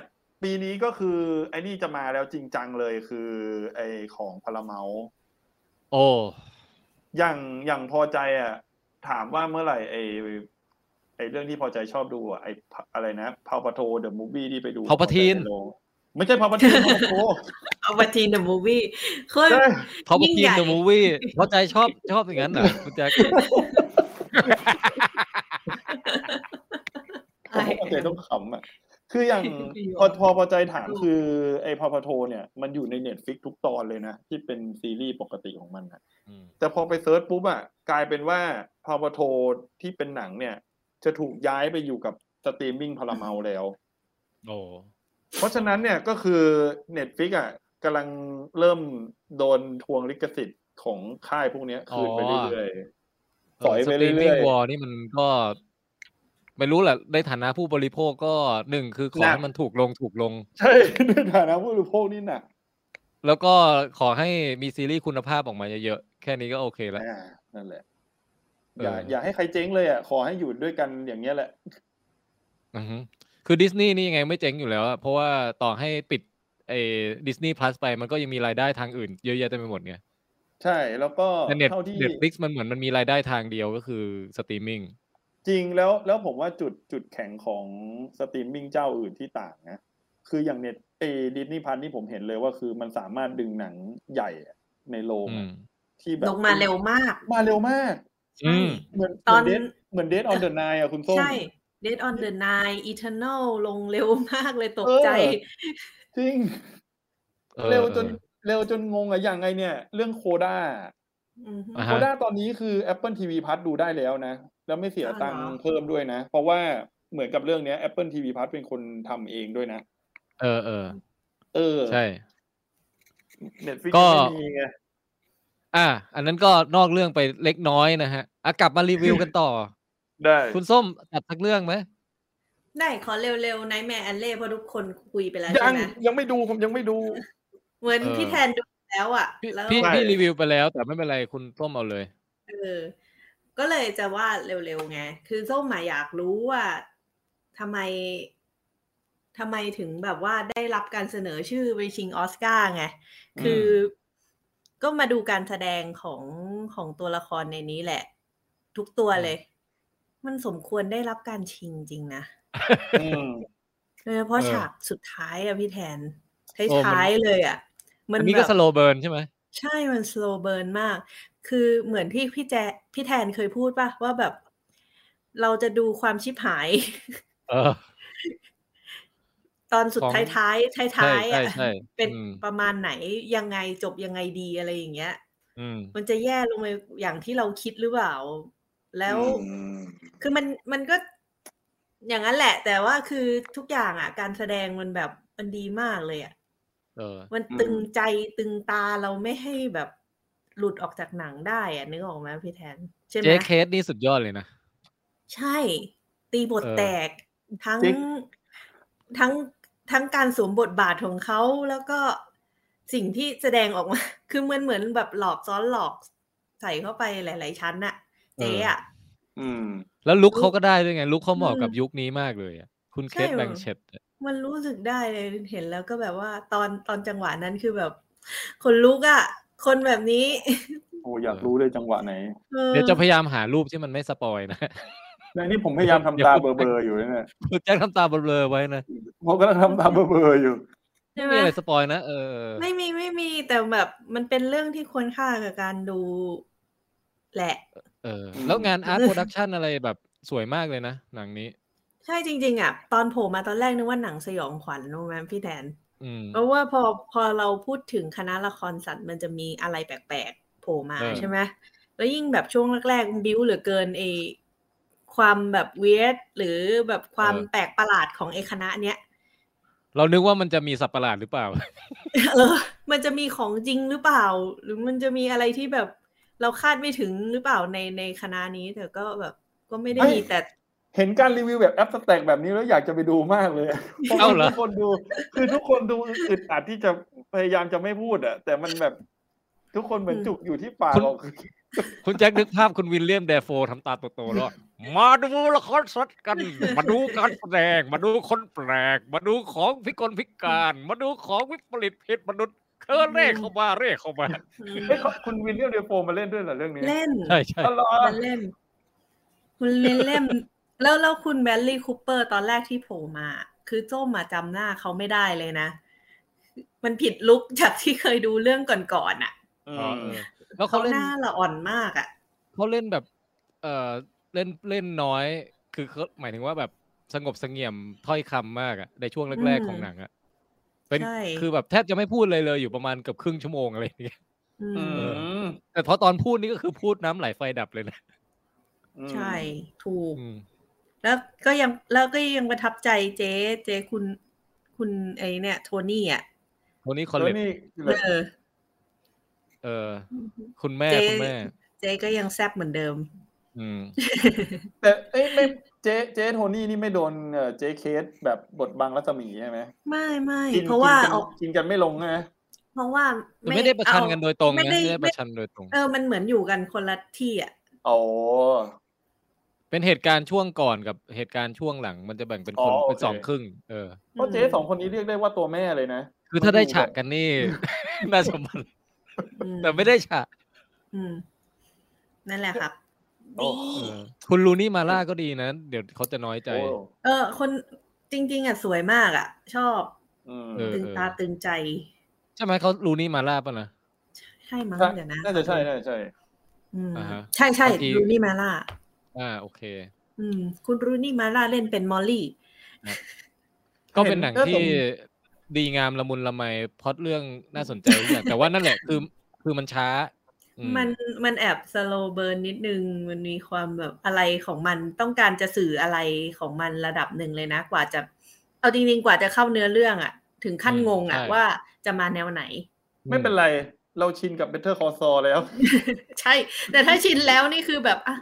Speaker 3: ปีนี้ก็คือ ไอ้นี่จะมาแล้วจริงจังเลยคือ ไอของพาราเมา
Speaker 2: โอ้
Speaker 3: อย่างอย่างพอใจอ่ะถามว่าเมื่อไหร่ไอไอเรื่องที่พอใจชอบดูอ่ะไอพะอะไรนะพาวปาโทเดอะมูฟวี่ที่ไปดู
Speaker 2: Palpatine
Speaker 3: พอใจใโรงไม่ใช่พาวปาที น โอ้
Speaker 4: เอาบัตีนเดอะมูวี่โคตร
Speaker 2: เขาไป
Speaker 4: ยิ่ง
Speaker 2: กิ
Speaker 4: ให
Speaker 2: น
Speaker 4: ญ่
Speaker 2: เดอะมูวี่เพราะใจชอบชอบอย่างนั้นเหรอคุณแจ็ค
Speaker 3: พอใจต้องขำอ่ะคือ อย่างพอพอพอใจถามคือไอพาวปาโทเนี่ยมันอยู่ในเน็ตฟิกทุกตอนเลยนะ ที่เป็นซีรีส์ปกติของมันนะ
Speaker 2: อืม
Speaker 3: แต่พอไปเซิร์ชปุ๊บอ่ะกลายเป็นว่าพาวปาโทที่เป็นหนังเนี่ย จะถูกย้ายไปอยู่กับสตรีมมิ่งพาราเมาแล้ว
Speaker 2: โอ้
Speaker 3: เพราะฉะนั้นเนี่ยก็คือ Netflix อ่ะกำลังเริ่มโดนทวงลิขสิทธิ์ของค่ายพวกเนี้ยคืนไป
Speaker 2: อ๋อ
Speaker 3: เรื่อยๆ ปล่อยไป
Speaker 2: สตรี
Speaker 3: เรื่
Speaker 2: มมิ่
Speaker 3: อง ยว
Speaker 2: อลนี่มันก็ ไม่รู้แหละในฐานะผู้บริโภคก็หนึ่งคือขอให้มันถูกลงถูกลง
Speaker 3: ๆ ใช่ ในฐานะผู้บริโภคนี่หนัก
Speaker 2: แล้วก็ขอให้มีซีรีส์คุณภาพออกมาเยอะๆ แค่นี้ก็โอเคแล้ว
Speaker 3: อ่านั่นแหละ อย่า
Speaker 2: เอออ
Speaker 3: อย่าให้ใครเจ๊งเลยอ่ะ ขอให้อยู่ด้วยกันอย่างเงี้ยแหละ
Speaker 2: อือฮึคือดิสนีย์นี่ยังไงไม่เจ๊งอยู่แล้วอะเพราะว่าต่อให้ปิดไอ้ดิสนีย์พลัสไปมันก็ยังมีรายได้ทางอื่นเยอะแยะเต็มไปหมดไง
Speaker 3: ใช่แล้วก็
Speaker 2: แต่เน็ต
Speaker 3: เท่าที่
Speaker 2: เน็ตฟลิกซ์มันเหมือนมันมีรายได้ทางเดียวก็คือสตรีมมิ่ง
Speaker 3: จริงแล้วแล้วผมว่าจุดจุดแข็งของสตรีมมิ่งเจ้าอื่นที่ต่างนะ คืออย่างเน็ตเอดิสนีย์พันที่ผมเห็นเลยว่าคือมันสามารถดึงหนังใหญ่อะในโรง
Speaker 2: อื
Speaker 3: อะ
Speaker 2: ม
Speaker 3: ที่แบบ
Speaker 4: ลงมาเร็วมาก
Speaker 3: มาเร็วมาก
Speaker 2: อื
Speaker 4: ใช่
Speaker 2: ม
Speaker 3: เหมือน
Speaker 4: ตอน
Speaker 3: เหมือนเดทออนเดอะไนอะคุณส้ม
Speaker 4: ใช่ Dead on the Nine Eternal ลงเร็วมากเลยตกใจ
Speaker 3: เออ จริง
Speaker 2: เออ
Speaker 3: เร็วจน
Speaker 2: เออ
Speaker 3: เร็วจนงงอะอย่างไงเนี่ย เรื่องโคด้า
Speaker 4: มฮึ
Speaker 2: อ่ะ ฮ
Speaker 3: โคด้าตอนนี้คือ Apple TV พัทดูได้แล้วนะ แล้วไม่เสีย
Speaker 4: อ๋อเหรอ
Speaker 3: ตังค์เพิ่มด้วยนะ เพราะว่าเหมือนกับเรื่องเนี้ย Apple TV พัทเป็นคนทำเองด้วยนะ
Speaker 2: เออเออ
Speaker 3: เออ
Speaker 2: ใช่
Speaker 3: เน็ตฟิก
Speaker 2: ก็
Speaker 3: ไม่มีไง
Speaker 2: อ่ะอันนั้นก็นอกเรื่องไปเล็กน้อยนะฮะอ่ะกลับมารีวิวกันต่อ
Speaker 3: ได้
Speaker 2: คุณส้มจัดสักเรื่องไหม
Speaker 4: ได้ขอเร็วๆ Nightmare Alley เพราะทุกคนคุยไปแล้ว
Speaker 3: ยั
Speaker 4: ใช่
Speaker 3: ง
Speaker 4: ไหม
Speaker 3: ยังไม่ดูผมยังไม่ดู
Speaker 4: เหมือนพี่แทนดูแล้วอ่ะ
Speaker 2: พี่
Speaker 4: แล้ว
Speaker 2: พี่
Speaker 3: ใช่
Speaker 2: พี่รีวิวไปแล้ว แต่ไม่เป็นไรคุณส้มเอาเลย
Speaker 4: เออ ก็เลยจะว่าเร็วๆไง คือส้มมาอยากรู้ว่าทำไมทำไมถึงแบบว่าได้รับการเสนอชื่อไปชิงออสการ์ไง คืออก็มาดูการแสดงของของตัวละครในนี้แหละ ทุกตัวเลย มันสมควรได้รับการชิงจริงนะ
Speaker 3: อืม
Speaker 4: โดยเฉพาะ
Speaker 2: เออ
Speaker 4: ฉากสุดท้ายอะพี่แทน
Speaker 2: โอ้มัน
Speaker 4: ท้ายๆเลยอะมั
Speaker 2: อั
Speaker 4: น
Speaker 2: นนี้ก็
Speaker 4: แบบ
Speaker 2: สโลเบิร์นใช่ไหม
Speaker 4: ใช่มัน slow burn มาก คือเหมือนที่พี่แจพี่แทนเคยพูดป่ะ ว่าแบบ เราจะดูความชิบหาย
Speaker 2: เออ
Speaker 4: ตอนสุด
Speaker 2: ของ
Speaker 4: ท้ายท้ายท้าย
Speaker 2: ใช่
Speaker 4: ท้ายๆ
Speaker 2: ใช่
Speaker 4: อ่ะ
Speaker 2: ใช่
Speaker 4: เป็น
Speaker 2: อืม
Speaker 4: ประมาณไหนยังไงจบยังไงดีอะไรอย่างเงี้ย
Speaker 2: อืม
Speaker 4: มันจะแย่ลงไปอย่างที่เราคิดหรือเปล่า แล้ว คือมันมันก็อย่างนั้นแหละ แต่ว่าคือทุกอย่างอ่ะ การแสดงมันแบบมันดีมากเลยอ่ะ
Speaker 2: เออ
Speaker 4: มัน
Speaker 3: อืม
Speaker 4: ตึงใจตึงตาเราไม่ให้แบบหลุดออกจากหนังได้อะนึกออกไหมพี่แทน ใช่ไหม
Speaker 2: เจ๊เคสนี่สุดยอดเลยนะ
Speaker 4: ใช่ ตีบท
Speaker 2: เออ
Speaker 4: แตกทั้ง
Speaker 3: เจ๊
Speaker 4: ทั้งทั้งการสวมบทบาทของเขาแล้วก็สิ่งที่แสดงออกมา คือมันเหมือนแบบหลอกซ้อนหลอกใส่เข้าไปหลาย ๆ ชั้นน่ะ เจ๊อะ
Speaker 3: อืม
Speaker 2: แล้วลุคเขาก็ได้ด้วยไงลุคเขาเหมาะ
Speaker 4: อืม
Speaker 2: กับยุคนี้มากเลยอะคุณเค
Speaker 4: ใช่
Speaker 2: ส
Speaker 4: เหรอ
Speaker 2: แบงเชตอะ
Speaker 4: มันรู้สึกได้เลยเห็นแล้วก็แบบว่าตอนตอนจังหวะนั้นคือแบบ คนลุกอะคนแบบนี้
Speaker 3: โอ้อยากรู้เลยจังหวะไหน
Speaker 4: ออ
Speaker 2: เดี๋ยวจะพยายามหารูปที่มันไม่สปอยนะ
Speaker 3: ในนี่ผมพยายามทำตาเบลอๆอยู่นะเนี่ย
Speaker 2: คุณแจ็คทำตาเบลอๆไว้นะ
Speaker 3: ผมกำลังทำตาเบลอๆอยู่
Speaker 4: ใ ช่ไหม
Speaker 2: ไม่มีอะไรสปอยนะเออ
Speaker 4: ไม่มีไม่มีแต่แบบมันเป็นเรื่องที่ควรค่ากับการดู แหละ
Speaker 2: เอออ
Speaker 3: ม
Speaker 2: แล้วงานอาร์ตโปรดักชันอะไรแบบสวยมากเลยนะ หนังนี้
Speaker 4: ใช่จริง ๆ อ่ะ ตอนโผล่มาตอนแรกนึกว่าหนังสยองขวัญรู้ไหมพี่แทน
Speaker 2: อืม
Speaker 4: เพราะว่าพอพอเราพูดถึงคณะละครสัตว์มันจะมีอะไรแปลกๆโผล่มา
Speaker 2: เออ
Speaker 4: ใช่ไหมแล้วยิ่งแบบช่วงแรกๆบิ้วเหลือเกินไอความแบบเวทหรือแบบความแปลกประหลาดของไอคณะเนี้ย
Speaker 2: เรานึกว่ามันจะมีสัตว์ประหลาดหรือเปล่า
Speaker 4: เออ มันจะมีของจริงหรือเปล่า หรือมันจะมีอะไรที่แบบเราคาดไม่ถึงหรือเปล่าในในคณะนี้แต่ก็แบบก็ไม่ได้
Speaker 3: เอ้ย
Speaker 4: มีแต่
Speaker 3: เห็นการรีวิวแบบแอปสแต็กแบบนี้แล้วอยากจะไปดูมากเลยอะ
Speaker 2: เอ้าเหรอ
Speaker 3: ทุกคนดู คือทุกคนดูอึดอัดที่จะพยายามจะไม่พูดอะแต่มันแบบทุกคนเหมือน
Speaker 4: อืม
Speaker 3: จุกอยู่ที่ปากเรา
Speaker 2: คุณแจ็คนึกภาพคุณวิลเลียมเดฟโฟทำตาโตๆแล้วมาดูละครสดกัน มาดูการแสดง มาดูคนแปลก มาดูของพิกลพิการ มาดูของวิปริตผิดมนุษย์เธอเร่เข้ามาเร่เข้ามา
Speaker 4: อืม
Speaker 3: เฮ้ยเขาคุณวินเนียมเดฟโฟมาเล่นด้วยเหรอเรื่องนี้
Speaker 4: เล่น
Speaker 2: ใช่ใช่
Speaker 3: อ๋อเหรอ
Speaker 4: มันเล่น คุณเล่นเล่ม แล้วแล้วคุณแบลลี่คูเปอร์ตอนแรกที่โผล่มา คือโจ้มาจำหน้าเขาไม่ได้เลยนะ มันผิดลุกจากที่เคยดูเรื่องก่อนๆอ่ะ
Speaker 3: อื
Speaker 2: อ๋อ
Speaker 3: ม
Speaker 2: เออแล้วเขา
Speaker 4: เขา
Speaker 2: เล่
Speaker 4: ห
Speaker 2: น
Speaker 4: น้าละอ่อนมากอ่ะ
Speaker 2: เขาเล่นแบบ เออเล่นเล่นน้อย คือเขาหมายถึงว่าแบบสงบเสงเงี่ยมถ้อยคำมากอะในช่วงแรก
Speaker 4: อื
Speaker 2: ๆ
Speaker 4: ม
Speaker 2: ของหนังอะเป็น
Speaker 4: ใช่
Speaker 2: คือแบบแทบจะไม่พูดเลยเลยอยู่ประมาณเกือบครึ่งชั่วโมงอะไรอย่างเงี้ย
Speaker 4: อื
Speaker 3: อื
Speaker 4: ม
Speaker 3: ม
Speaker 2: แต่พอตอนพูดนี่ก็คือพูดน้ำไหลไฟดับเลยนะ
Speaker 3: อืม
Speaker 4: ใช่ ถูก
Speaker 2: อืม
Speaker 4: แล้วก็ยังแล้วก็ยังประทับใจเจ๊เจ๊คุณคุณไอเนี่ย โทนี่อ่ะ
Speaker 2: โทนี่คอล
Speaker 3: แล้
Speaker 2: เลต
Speaker 3: วนี่คืออะไร
Speaker 4: เออ
Speaker 2: เออ คุณแม่
Speaker 4: เจ
Speaker 2: คุณแม่
Speaker 4: เจ๊ก็ยังแซบเหมือนเดิม
Speaker 2: อืม
Speaker 3: แต่เอ้ยไม่เจ๊เจ๊โทนี่นี่ไม่โดนเอ่อเจ๊เคสแบบบทบังรัศมีใช่ไหม
Speaker 4: ไม่ไม่
Speaker 3: กิน
Speaker 4: เพราะว่า
Speaker 3: กิน
Speaker 4: เอา
Speaker 3: กันกินกันไม่ลงใช่ไหม
Speaker 4: เพราะว่า
Speaker 2: มันไม่ได้ประชัน
Speaker 4: เอา
Speaker 2: กันโดยตรง
Speaker 4: ไม่
Speaker 2: นะ
Speaker 4: ได้
Speaker 2: ไม่ได้
Speaker 4: ไม่
Speaker 2: ประชันโดยตรง
Speaker 4: เออ มันเหมือนอยู่กันคนละที่อ่ะ
Speaker 3: อ๋อ
Speaker 2: เป็นเหตุการณ์ช่วงก่อนกับเหตุการณ์ช่วงหลัง มันจะแบ่งเป็นคน
Speaker 3: อ๋อโอเค
Speaker 2: เป็นสองครึ่ง เออ
Speaker 3: เพราะเจ๊สองคนนี้เรียกได้ว่าตัวแม่เลยนะ
Speaker 2: คือถ้าได้ฉากกันนี่ น่าสมบัน
Speaker 4: อืม
Speaker 2: แต่ไม่ได้ฉาก
Speaker 4: อืมนั่นแหละครับ
Speaker 3: โอ้
Speaker 4: ดี
Speaker 2: เออ คุณลูนี่มาล่าก็ดีนะ เดี๋ยวเขาจะน้อยใจ
Speaker 3: โอ้
Speaker 4: เออ คนจริง ๆ อ่ะ สวยมากอ่ะ ชอบ
Speaker 3: อืม
Speaker 2: เออ
Speaker 4: ตึงตาตึงใจ
Speaker 2: ใช่ไหมเขาลูนี่มาล่าป่ะนะ
Speaker 4: ใช่มั้ง
Speaker 3: ใช่
Speaker 4: เดี๋ยวนะ
Speaker 3: น่าจะใช่น่าจะใช่
Speaker 4: อืม
Speaker 2: อ่าฮะ
Speaker 4: ใช่ใช่
Speaker 2: บางที
Speaker 4: รูนี่มาล่า
Speaker 2: อ่าโอเค
Speaker 4: อืม คุณรูนี่มาล่าเล่นเป็นมอลลี่
Speaker 2: ก็เป็นหนัง
Speaker 3: เห็น
Speaker 2: ที่
Speaker 3: น่าสน
Speaker 2: ดีงามละมุนละไมพล็อดเรื่องน่าสนใจทุกอย่างแต่ว่านั่นแหละคือคือมันช้าอื
Speaker 4: มันมันแอบสโลเบิร์นนิดนึง มันมีความแบบอะไรของมันต้องการจะสื่ออะไรของมันระดับหนึ่งเลยนะ กว่าจะ เอาจริงๆกว่าจะเข้าเนื้อเรื่องอ่ะ ถึงขั้น
Speaker 2: อืม
Speaker 4: งงอ่ะ
Speaker 2: ใช่
Speaker 4: ว่าจะมาแนวไหน
Speaker 3: ไม่เป็นไร เราชินกับ Better Call Saul แล้ว
Speaker 4: ใช่ แต่ถ้าชินแล้วนี่คือแบบอ่ะ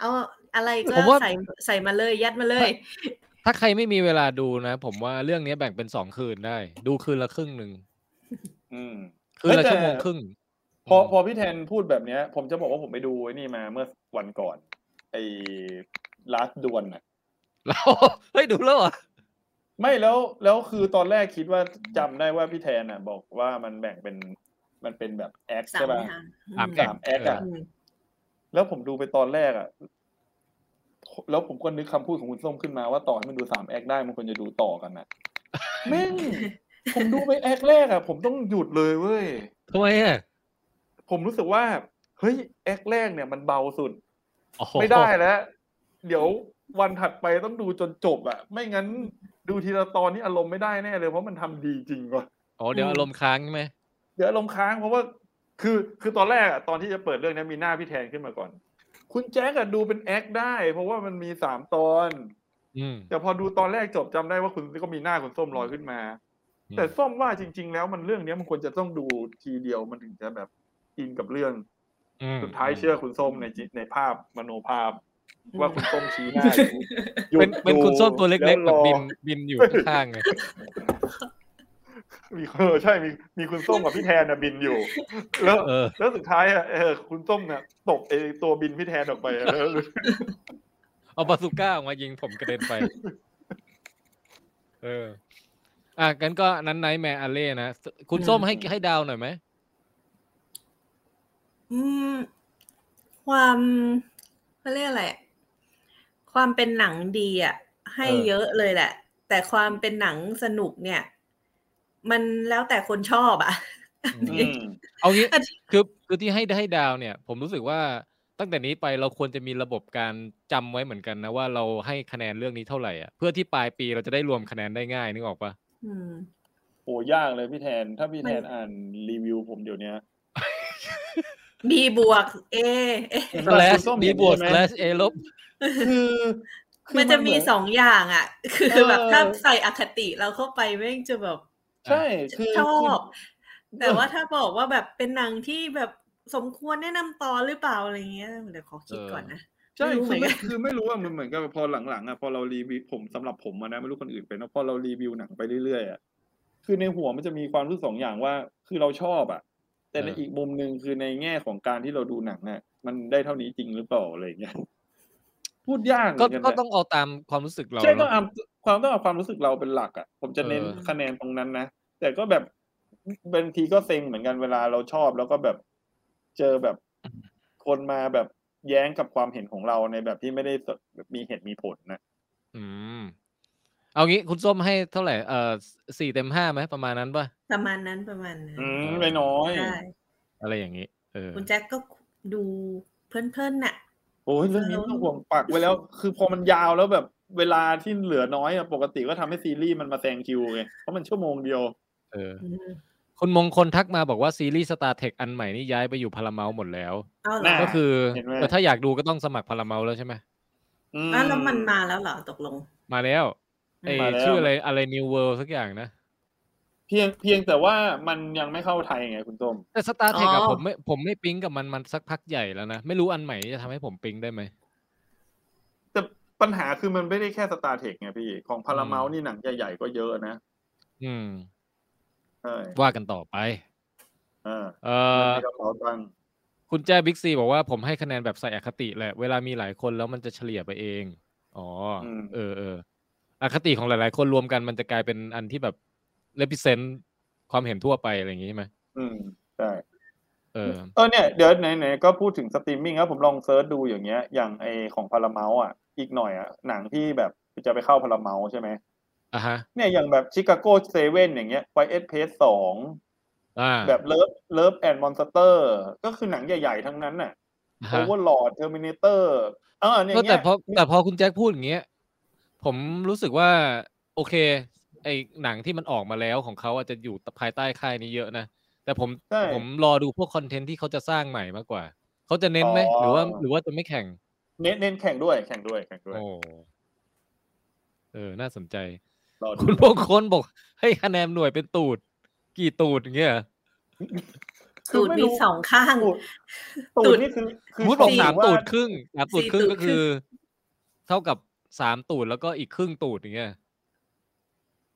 Speaker 4: เอาอะไรก็
Speaker 2: ผมว่า
Speaker 4: ใส่ใส่มาเลย ยัดมาเลย
Speaker 2: ถ้าใครไม่มีเวลาดูนะ ผมว่าเรื่องนี้แบ่งเป็นสองคืนได้ ดูคืนละครึ่งหนึ่ง
Speaker 3: อืม
Speaker 2: คืนละ
Speaker 3: เอ้ยแต่
Speaker 2: ชั่วโมงครึ่ง
Speaker 3: พอพอพี่แทนพูดแบบเนี้ย ผมจะบอกว่าผมไปดูไอ้นี่มาเมื่อวันก่อน ไอ้ last ดวนอ่ะ
Speaker 2: แล้ว เฮ้ยดูแล้วเหรอ
Speaker 3: ไม่แล้วแล้วคือตอนแรกคิดว่าจำได้ว่าพี่แทนอ่ะ บอกว่ามันแบ่งเป็นมันเป็นแบบแอค
Speaker 4: สาม
Speaker 3: ใช่ป่ะ
Speaker 4: ทาง
Speaker 2: สาม
Speaker 4: อื
Speaker 2: แอก
Speaker 3: สามแอค
Speaker 2: เอ
Speaker 3: อะ
Speaker 2: อ
Speaker 4: อืม
Speaker 3: แล้วผมดูไปตอนแรกอ่ะ แล้วผมก็นึกคำพูดของคุณส้มขึ้นมาว่าต่อให้มันดูสามแอคได้มันควรจะดูต่อกันนะแม่ง ผมดูไปแอคแรกอ่ะ ผมต้องหยุดเลยเว้ย
Speaker 2: ทำไมอ่ะ
Speaker 3: ผมรู้สึกว่า เฮ้ยแอคแรกเนี่ยมันเบาสุด
Speaker 2: โอ้โห
Speaker 3: ไม่ได้แล้ว เดี๋ยววันถัดไปต้องดูจนจบอะไม่งั้นดูทีละตอนนี่อารมณ์ไม่ได้แน่เลย เพราะมันทำดีจริงว่ะ
Speaker 2: อ๋อเดี๋ยวอารมณ์ค้างใช่ไหม
Speaker 3: เดี๋ยวอารมณ์ค้างเพราะว่า คือคือตอนแรกอะตอนที่จะเปิดเรื่องนี้มีหน้าพี่แทนขึ้นมาก่อน คุณแจ๊กอะดูเป็นแอคได้ เพราะว่ามันมีสามตอน
Speaker 2: อืม
Speaker 3: แต่พอดูตอนแรกจบจำได้ว่าคุณก็มีหน้าคุณส้มลอยขึ้นมา
Speaker 2: อืม
Speaker 3: แต่ส้มว่าจริง ๆ แล้วมันเรื่องเนี้ยมันควรจะต้องดูทีเดียวมันถึงจะแบบอินกับเรื่อง
Speaker 2: อืม
Speaker 3: สุดท้ายเชื่อคุณส้มในจิในภาพมโนภาพ ว่าคุณส้มชี้ หน้าอยู่
Speaker 2: เป็นเป็นคุณส้มตัวเล็กๆแบ
Speaker 3: ล้
Speaker 2: บ
Speaker 3: วรอ
Speaker 2: บินบินอยู่ข้างๆเลย
Speaker 3: มีเออใช่มีมีคุณส้มกับพี่แทนนะบินอยู่ แล้ว
Speaker 2: เออ
Speaker 3: แล้วสุดท้ายอ่ะเออคุณส้มเนี่ยตกไอตัวบินพี่แทนออกไปอะแล้ว
Speaker 2: เอาบาซูก้าออกมายิงผมกระเด็นไป เออ อ่ะกันก็นั้นไนแมร์อาเล่นะ คุณส้มให้ให้ดาวหน่อยไหม
Speaker 4: อืม ความเขาเรียกอะไร ความเป็นหนังดีอ่ะ ให้
Speaker 2: เออ
Speaker 4: เยอะเลยแหละ แต่ความเป็นหนังสนุกเนี่ย มันแล้วแต่คนชอบอะ
Speaker 3: อืม
Speaker 2: เอางี้
Speaker 4: อันนี้
Speaker 2: คือคือที่ให้ได้ดาวเนี่ย ผมรู้สึกว่าตั้งแต่นี้ไปเราควรจะมีระบบการจำไว้เหมือนกันนะว่าเราให้คะแนนเรื่องนี้เท่าไหร่อ่ะเพื่อที่ปลายปีเราจะได้รวมคะแนนได้ง่ายนึกออกปะ
Speaker 4: อืม
Speaker 3: โอ้ยากเลยพี่แทน ถ้าพี่แท
Speaker 4: มั
Speaker 3: น
Speaker 4: น
Speaker 3: อ่านรีวิวผมเดี๋ยวเนี้ย
Speaker 4: บีบวก เอเอ๊ะ
Speaker 2: slash
Speaker 3: ส้มๆ
Speaker 2: b บวก slash a ลบ
Speaker 3: คือคื
Speaker 4: มันจะมี
Speaker 3: เหอ
Speaker 4: สองอย่างอ่ะ คือ
Speaker 3: เออ
Speaker 4: แบบถ้าใส่อคติเราเข้าไปแม่งจะแบบ
Speaker 3: ใช่คือ
Speaker 4: ชอบ
Speaker 3: คือ
Speaker 4: แต่ว่าถ้าบอกว่าแบบเป็นหนังที่แบบสมควรแนะนำต่อหรือเปล่าอะไรเงี้ยเดี๋ยวขอคิด
Speaker 2: เออ
Speaker 4: ก่อนนะ
Speaker 3: ใช่
Speaker 4: ไม่รู้เหมือนกั
Speaker 3: คือไม่
Speaker 4: น
Speaker 3: คือไม่รู้ว่ามันเหมือนกับพอหลังๆอ่ะพอเรารีวิวผมสำหรับผมอะนะไม่รู้คนอื่นเป็นนะพอเรารีวิวหนังไปเรื่อยๆอ่ะคือในหัวมันจะมีความรู้สึกสองอย่างว่า คือเราชอบอ่ะ แต่ใน
Speaker 2: เอออี
Speaker 3: อีกมุมหนึ่งคือในแง่ของการที่เราดูหนังอ่ะมันได้เท่านี้จริงหรือเปล่าอะไรอย่างเงี้ยพูดยากเหมื
Speaker 2: ก็
Speaker 3: อนกัน
Speaker 2: ก็
Speaker 3: นะ
Speaker 2: ต้องเอาตามความรู้สึกเรา
Speaker 3: ใช่
Speaker 2: เน
Speaker 3: ต้อง
Speaker 2: อะ
Speaker 3: เอาความต้องเอาความรู้สึกเราเป็นหลักอ่ะ ผมจะเน้น
Speaker 2: เออ
Speaker 3: คะแนนตรงนั้นนะ แต่ก็แบบบางทีก็เซ็งเหมือนกันเวลาเราชอบแล้วก็แบบเจอแบบคนมาแบบแย้งกับความเห็นของเราในแบบที่ไม่ได้แบบมีเหตุมีผลนะ
Speaker 2: อืมเอางี้คุณส้มให้เท่าไหร่เอ่อสี่เต็มห้าไหมประมาณนั้นปะ
Speaker 4: ประมาณนั้นประมาณนั้น
Speaker 3: อืมไม่น้อย
Speaker 4: ใช่
Speaker 2: อะไรอย่างนี้ เออ
Speaker 4: คุณแจ็คก็ดูเพลินๆน่ะ
Speaker 3: โอ้ยเรื่องนี้ไม่ต้องห่วงปักไว้แล้ว คือพอมันยาวแล้วแบบเวลาที่เหลือน้อยอะปกติก็ทำให้ซีรีส์มันมาแซงคิวไงเพราะมันชั่วโมงเดียว
Speaker 2: เออ
Speaker 4: อืม
Speaker 2: คุณมงคลทักมาบอกว่าซีรีส์ Star Trek อันใหม่นี่ย้ายไปอยู่พาราเมลหมดแล้ว
Speaker 4: เอาเหรอ
Speaker 3: น่า
Speaker 2: ก็คือ
Speaker 3: เห็นไหม
Speaker 2: เออถ้าอยากดูก็ต้องสมัครพาราเมลแล้วใช่ไหม
Speaker 3: อื
Speaker 4: อ้าวแล้วมันมาแล้วเหรอตกลง
Speaker 2: มาแล้วไอ
Speaker 3: มาแล้ว
Speaker 2: ชื่ออะไรอะไร New World สักอย่างนะ
Speaker 3: เพียงเพียงแต่ว่ามันยังไม่เข้าไทยไงคุณต้ม
Speaker 2: แต่ Star Trek อะ
Speaker 4: อ๋อ
Speaker 2: ผมไม่ผมไม่ปิ๊งกับมันมันสักพักใหญ่แล้วนะ ไม่รู้อันใหม่จะทำให้ผมปิ๊งได้ไหม
Speaker 3: แต่ปัญหาคือมันไม่ได้แค่สตาร์เทคไงพี่ ของพาราเมล
Speaker 2: อืม
Speaker 3: นี่หนังใหญ่ๆก็เยอะนะ
Speaker 2: อืม
Speaker 3: ใช่
Speaker 2: ว่ากันต่อไป
Speaker 3: เออ
Speaker 2: เอ่อ
Speaker 3: มีกระเป๋าตังค์
Speaker 2: คุณแจ้บิ๊กซีบอกว่าผมให้คะแนนแบบใส่อคติแหละ เวลามีหลายคนแล้วมันจะเฉลี่ยไปเอง อ๋ออ
Speaker 3: ม
Speaker 2: เออเอออคติของหลาย ๆ คนรวมกันมันจะกลายเป็นอันที่แบบเลพิเซนต์ความเห็นทั่วไปอะไรอย่างงี้ใช่ไหม
Speaker 3: อืมใช่
Speaker 2: เออ
Speaker 3: เออเนี่ย เดี๋ยวไหนๆก็พูดถึงสตรีมมิ่งแล้วผมลองเซิร์ชดูอย่างเงี้ย อย่างไอของพาราเมลอ่ะ อีกหน่อยอ่ะ หนังที่แบบจะไปเข้าพาราเมลใช่ไหม
Speaker 2: อ่ะฮะ
Speaker 3: เนี่ยอย่างแบบชิคาโกเซเว่นอย่างเงี้ยไวเอสเพสสอง
Speaker 2: อ่า
Speaker 3: แบบเลิฟเลิฟแอนด์มอนสเตอร์ก็คือหนังใหญ่ๆ ทั้งนั้นน่ะ
Speaker 2: อ่ะ
Speaker 3: โอ
Speaker 2: ฮะ
Speaker 3: เวอร์ลอดเทอร์มินเตอร์เออเนี่ย
Speaker 2: ก็แต่
Speaker 3: เนี่ย
Speaker 2: พอแต่พอคุณแจ็คพูดอย่างเงี้ย ผมรู้สึกว่า โอเค ไอหนังที่มันออกมาแล้วของเขาอาจจะอยู่ภายใต้ค่ายนี้เยอะนะ แต่ผม
Speaker 3: ใช่
Speaker 2: ผมรอดูพวกคอนเทนต์ที่เขาจะสร้างใหม่มากกว่า เขาจะเน้นไหม
Speaker 3: อ๋อ
Speaker 2: หรือว่าหรือว่าจะไม่แข่ง
Speaker 3: เน้นเน้นแข่งด้วยแข่งด้วยแข่งด้วย
Speaker 2: โอ้ เออ น่าสนใจ
Speaker 3: รอดู
Speaker 2: คุณพงคนบอก ให้คะแนนหน่วยเป็นตูด กี่ตูดอย่างเงี้ยเหรอ
Speaker 4: สูตรมีสองข้าง
Speaker 3: ตูด
Speaker 4: ตูด
Speaker 3: ตูดนี่คือ
Speaker 2: ส
Speaker 3: คื
Speaker 2: มมติบอก
Speaker 4: สี่
Speaker 2: สาม
Speaker 3: ว่
Speaker 2: ตูดครึ่งสามตูดครึ่ง
Speaker 4: สี่ตูด
Speaker 2: ก็คือ เท่ากับสามตูดแล้วก็อีกครึ่งตูดอย่างเงี้ย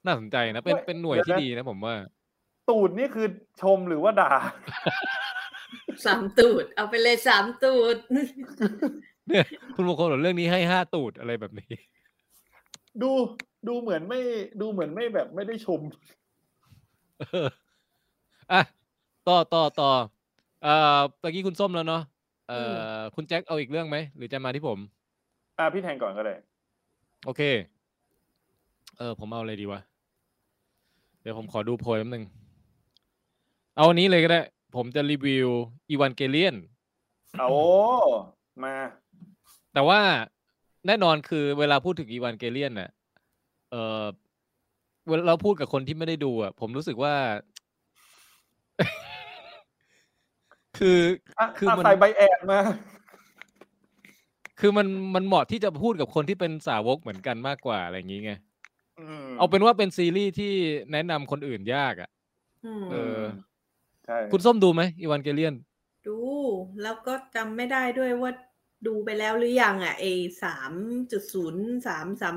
Speaker 2: น่าสนใจนะ เป็นเป็นหน่วยที่ดีนะผมว่า
Speaker 3: ตูดนี่คือชมหรือว่าด่า
Speaker 4: สามตูด เอาไปเลยสามตูด
Speaker 2: เนี่ย คุณมงคลบอกเรื่องนี้ให้ห้าตูดอะไรแบบนี้
Speaker 3: ดูดูเหมือนไม่ดูเหมือนไม่แบบไม่ได้ชม
Speaker 2: เอออ่ะต่อต่อต่อเอ่อตะกี้คุณส้มแล้วเนาะเอ่
Speaker 4: อืม
Speaker 2: อคุณแจ็คเอาอีกเรื่องไหม หรือจะมาที่ผม
Speaker 3: อ่ะพี่แทนก่อนก็ได้
Speaker 2: โอเค เออ ผมเอาอะไรดีวะ เดี๋ยวผมขอดูโพยแป๊บนึง เอาอันนี้เลยก็ได้ ผมจะรีวิวอีวานเกเลียน
Speaker 3: เอาโอ้มา
Speaker 2: แต่ว่าแน่นอนคือเวลาพูดถึงอีวานเกเลียนน่ะ เออเวลาเราพูดกับคนที่ไม่ได้ดูอ่ะ ผมรู้สึกว่า คือ
Speaker 3: อ่ะ
Speaker 2: คือ
Speaker 3: อ่ะ
Speaker 2: มัน
Speaker 3: ใส่ใบแอดมา
Speaker 2: คือมันมันเหมาะที่จะพูดกับคนที่เป็นสาวกเหมือนกันมากกว่าอะไรอย่างนี้ไง
Speaker 3: อืม
Speaker 2: เอาเป็นว่าเป็นซีรีส์ที่แนะนำคนอื่นยากอ่ะ
Speaker 4: อืม
Speaker 2: เออ
Speaker 3: ใช่
Speaker 2: คุณส้มดูไหมอีวานเกเลียน
Speaker 4: ดู แล้วก็จำไม่ได้ด้วยว่าดูไปแล้วหรือยังอ่ะไอสามจุดศูนย์สามสาม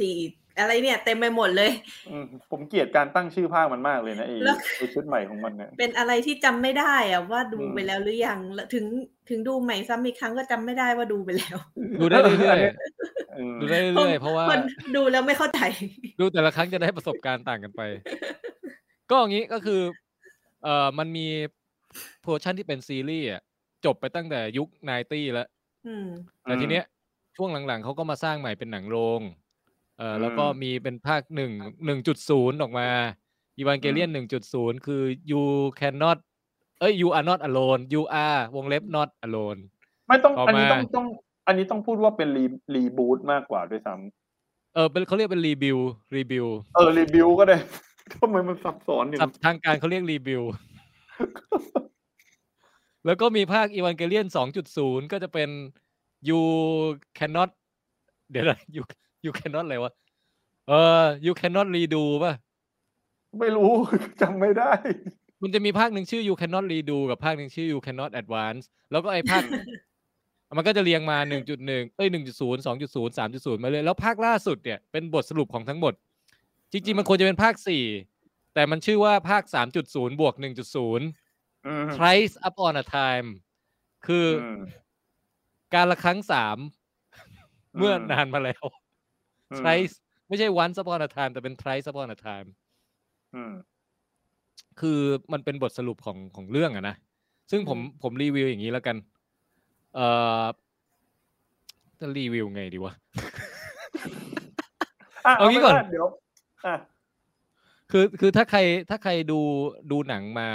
Speaker 4: สี่อะไรเนี่ย เต็มไปหมดเลย
Speaker 3: อืมผมเกลียดการตั้งชื่อภาคมันมากเลยนะไอ้
Speaker 4: แล้ว
Speaker 3: ไอ้ชุดใหม่ของมันเนี่ย
Speaker 4: เป็นอะไรที่จำไม่ได้อะว่าดู
Speaker 3: อืม
Speaker 4: ไปแล้วหรือยังแล้วถึงถึงดูใหม่ซ้ำอีกครั้งก็จำไม่ได้ว่าดูไปแล้ว
Speaker 2: ดูได้เรื่อย
Speaker 3: อืม
Speaker 2: ๆ ดูได้เรื่อยๆ เพราะว่า
Speaker 4: มันดูแล้วไม่เข้าใจ
Speaker 2: ดูแต่ละครั้งจะได้ประสบการณ์ต่างกันไป ก็อย่างนี้ก็คือ เอ่อ มันมีโพชั่นที่เป็นซีรีส์อะจบไปตั้งแต่ยุค 90 แล้ว
Speaker 4: อืม
Speaker 2: แต่ทีเนี้ยช่วงหลังๆเขาก็มาสร้างใหม่เป็นหนังโรง เอ่อ แล้วก็มีเป็นภาคหนึ่งหนึ่งจุดศูนย์ออกมา อีวานเกเลียนหนึ่งจุดศูนย์คือ you cannot เอ้ย you are not alone you are วงเล็บ not alone
Speaker 3: ไม่ต้อง
Speaker 2: ต่อมา
Speaker 3: อันนี้ต้องต้อง อันนี้ต้องพูดว่าเป็นรีรีบูตมากกว่าด้วยซ้
Speaker 2: เออเป็นเขาเรียกเป็นรีบิวรีบิว
Speaker 3: ำเออรีบิวก็ได้ ทำไมมันซับซ้อนอยู่
Speaker 2: ศัพท์ทางการเขาเรียกรีบิว แล้วก็มีภาคอีวานเกเลียนสองจุดศูนย์ก็จะเป็น you cannot เดี๋ยวนะ you you cannot อะไรวะ เออ you cannot redo ป่ะ
Speaker 3: ไม่รู้ จำไม่ได้
Speaker 2: มันจะมีภาคหนึ่งชื่อ you cannot redo กับภาคหนึ่งชื่อ you cannot advance แล้วก็ไอ้ภาค มันก็จะเรียงมา 1.1 เอ้ย 1.0 2.0 3.0 มาเลย แล้วภาคล่าสุดเนี่ย เป็นบทสรุปของทั้งหมด จริง ๆ มันควรจะเป็นภาค 4 แต่มันชื่อว่าภาค 3.0 บวก 1.0
Speaker 3: อืม
Speaker 2: Thrice Upon a Time คืออ
Speaker 3: ม
Speaker 2: การละครั้งสามเมื่ออ
Speaker 3: ม
Speaker 2: นานมาแล้ว
Speaker 3: อืม
Speaker 2: Thrice ไม่ใช่ once upon a time แต่เป็น Thrice upon a time
Speaker 3: อืม
Speaker 2: คือมันเป็นบทสรุปของของเรื่องอะนะ ซึ่งผมผมรีวิวอย่างนี้แล้วกัน เอ่อ จะรีวิวไงดีวะ
Speaker 3: อ่ะ
Speaker 2: เอางี้ก่อน
Speaker 3: ไม่ได้เดี๋ยวอ่ะ
Speaker 2: คือคือถ้าใครถ้าใครดูดูหนังมา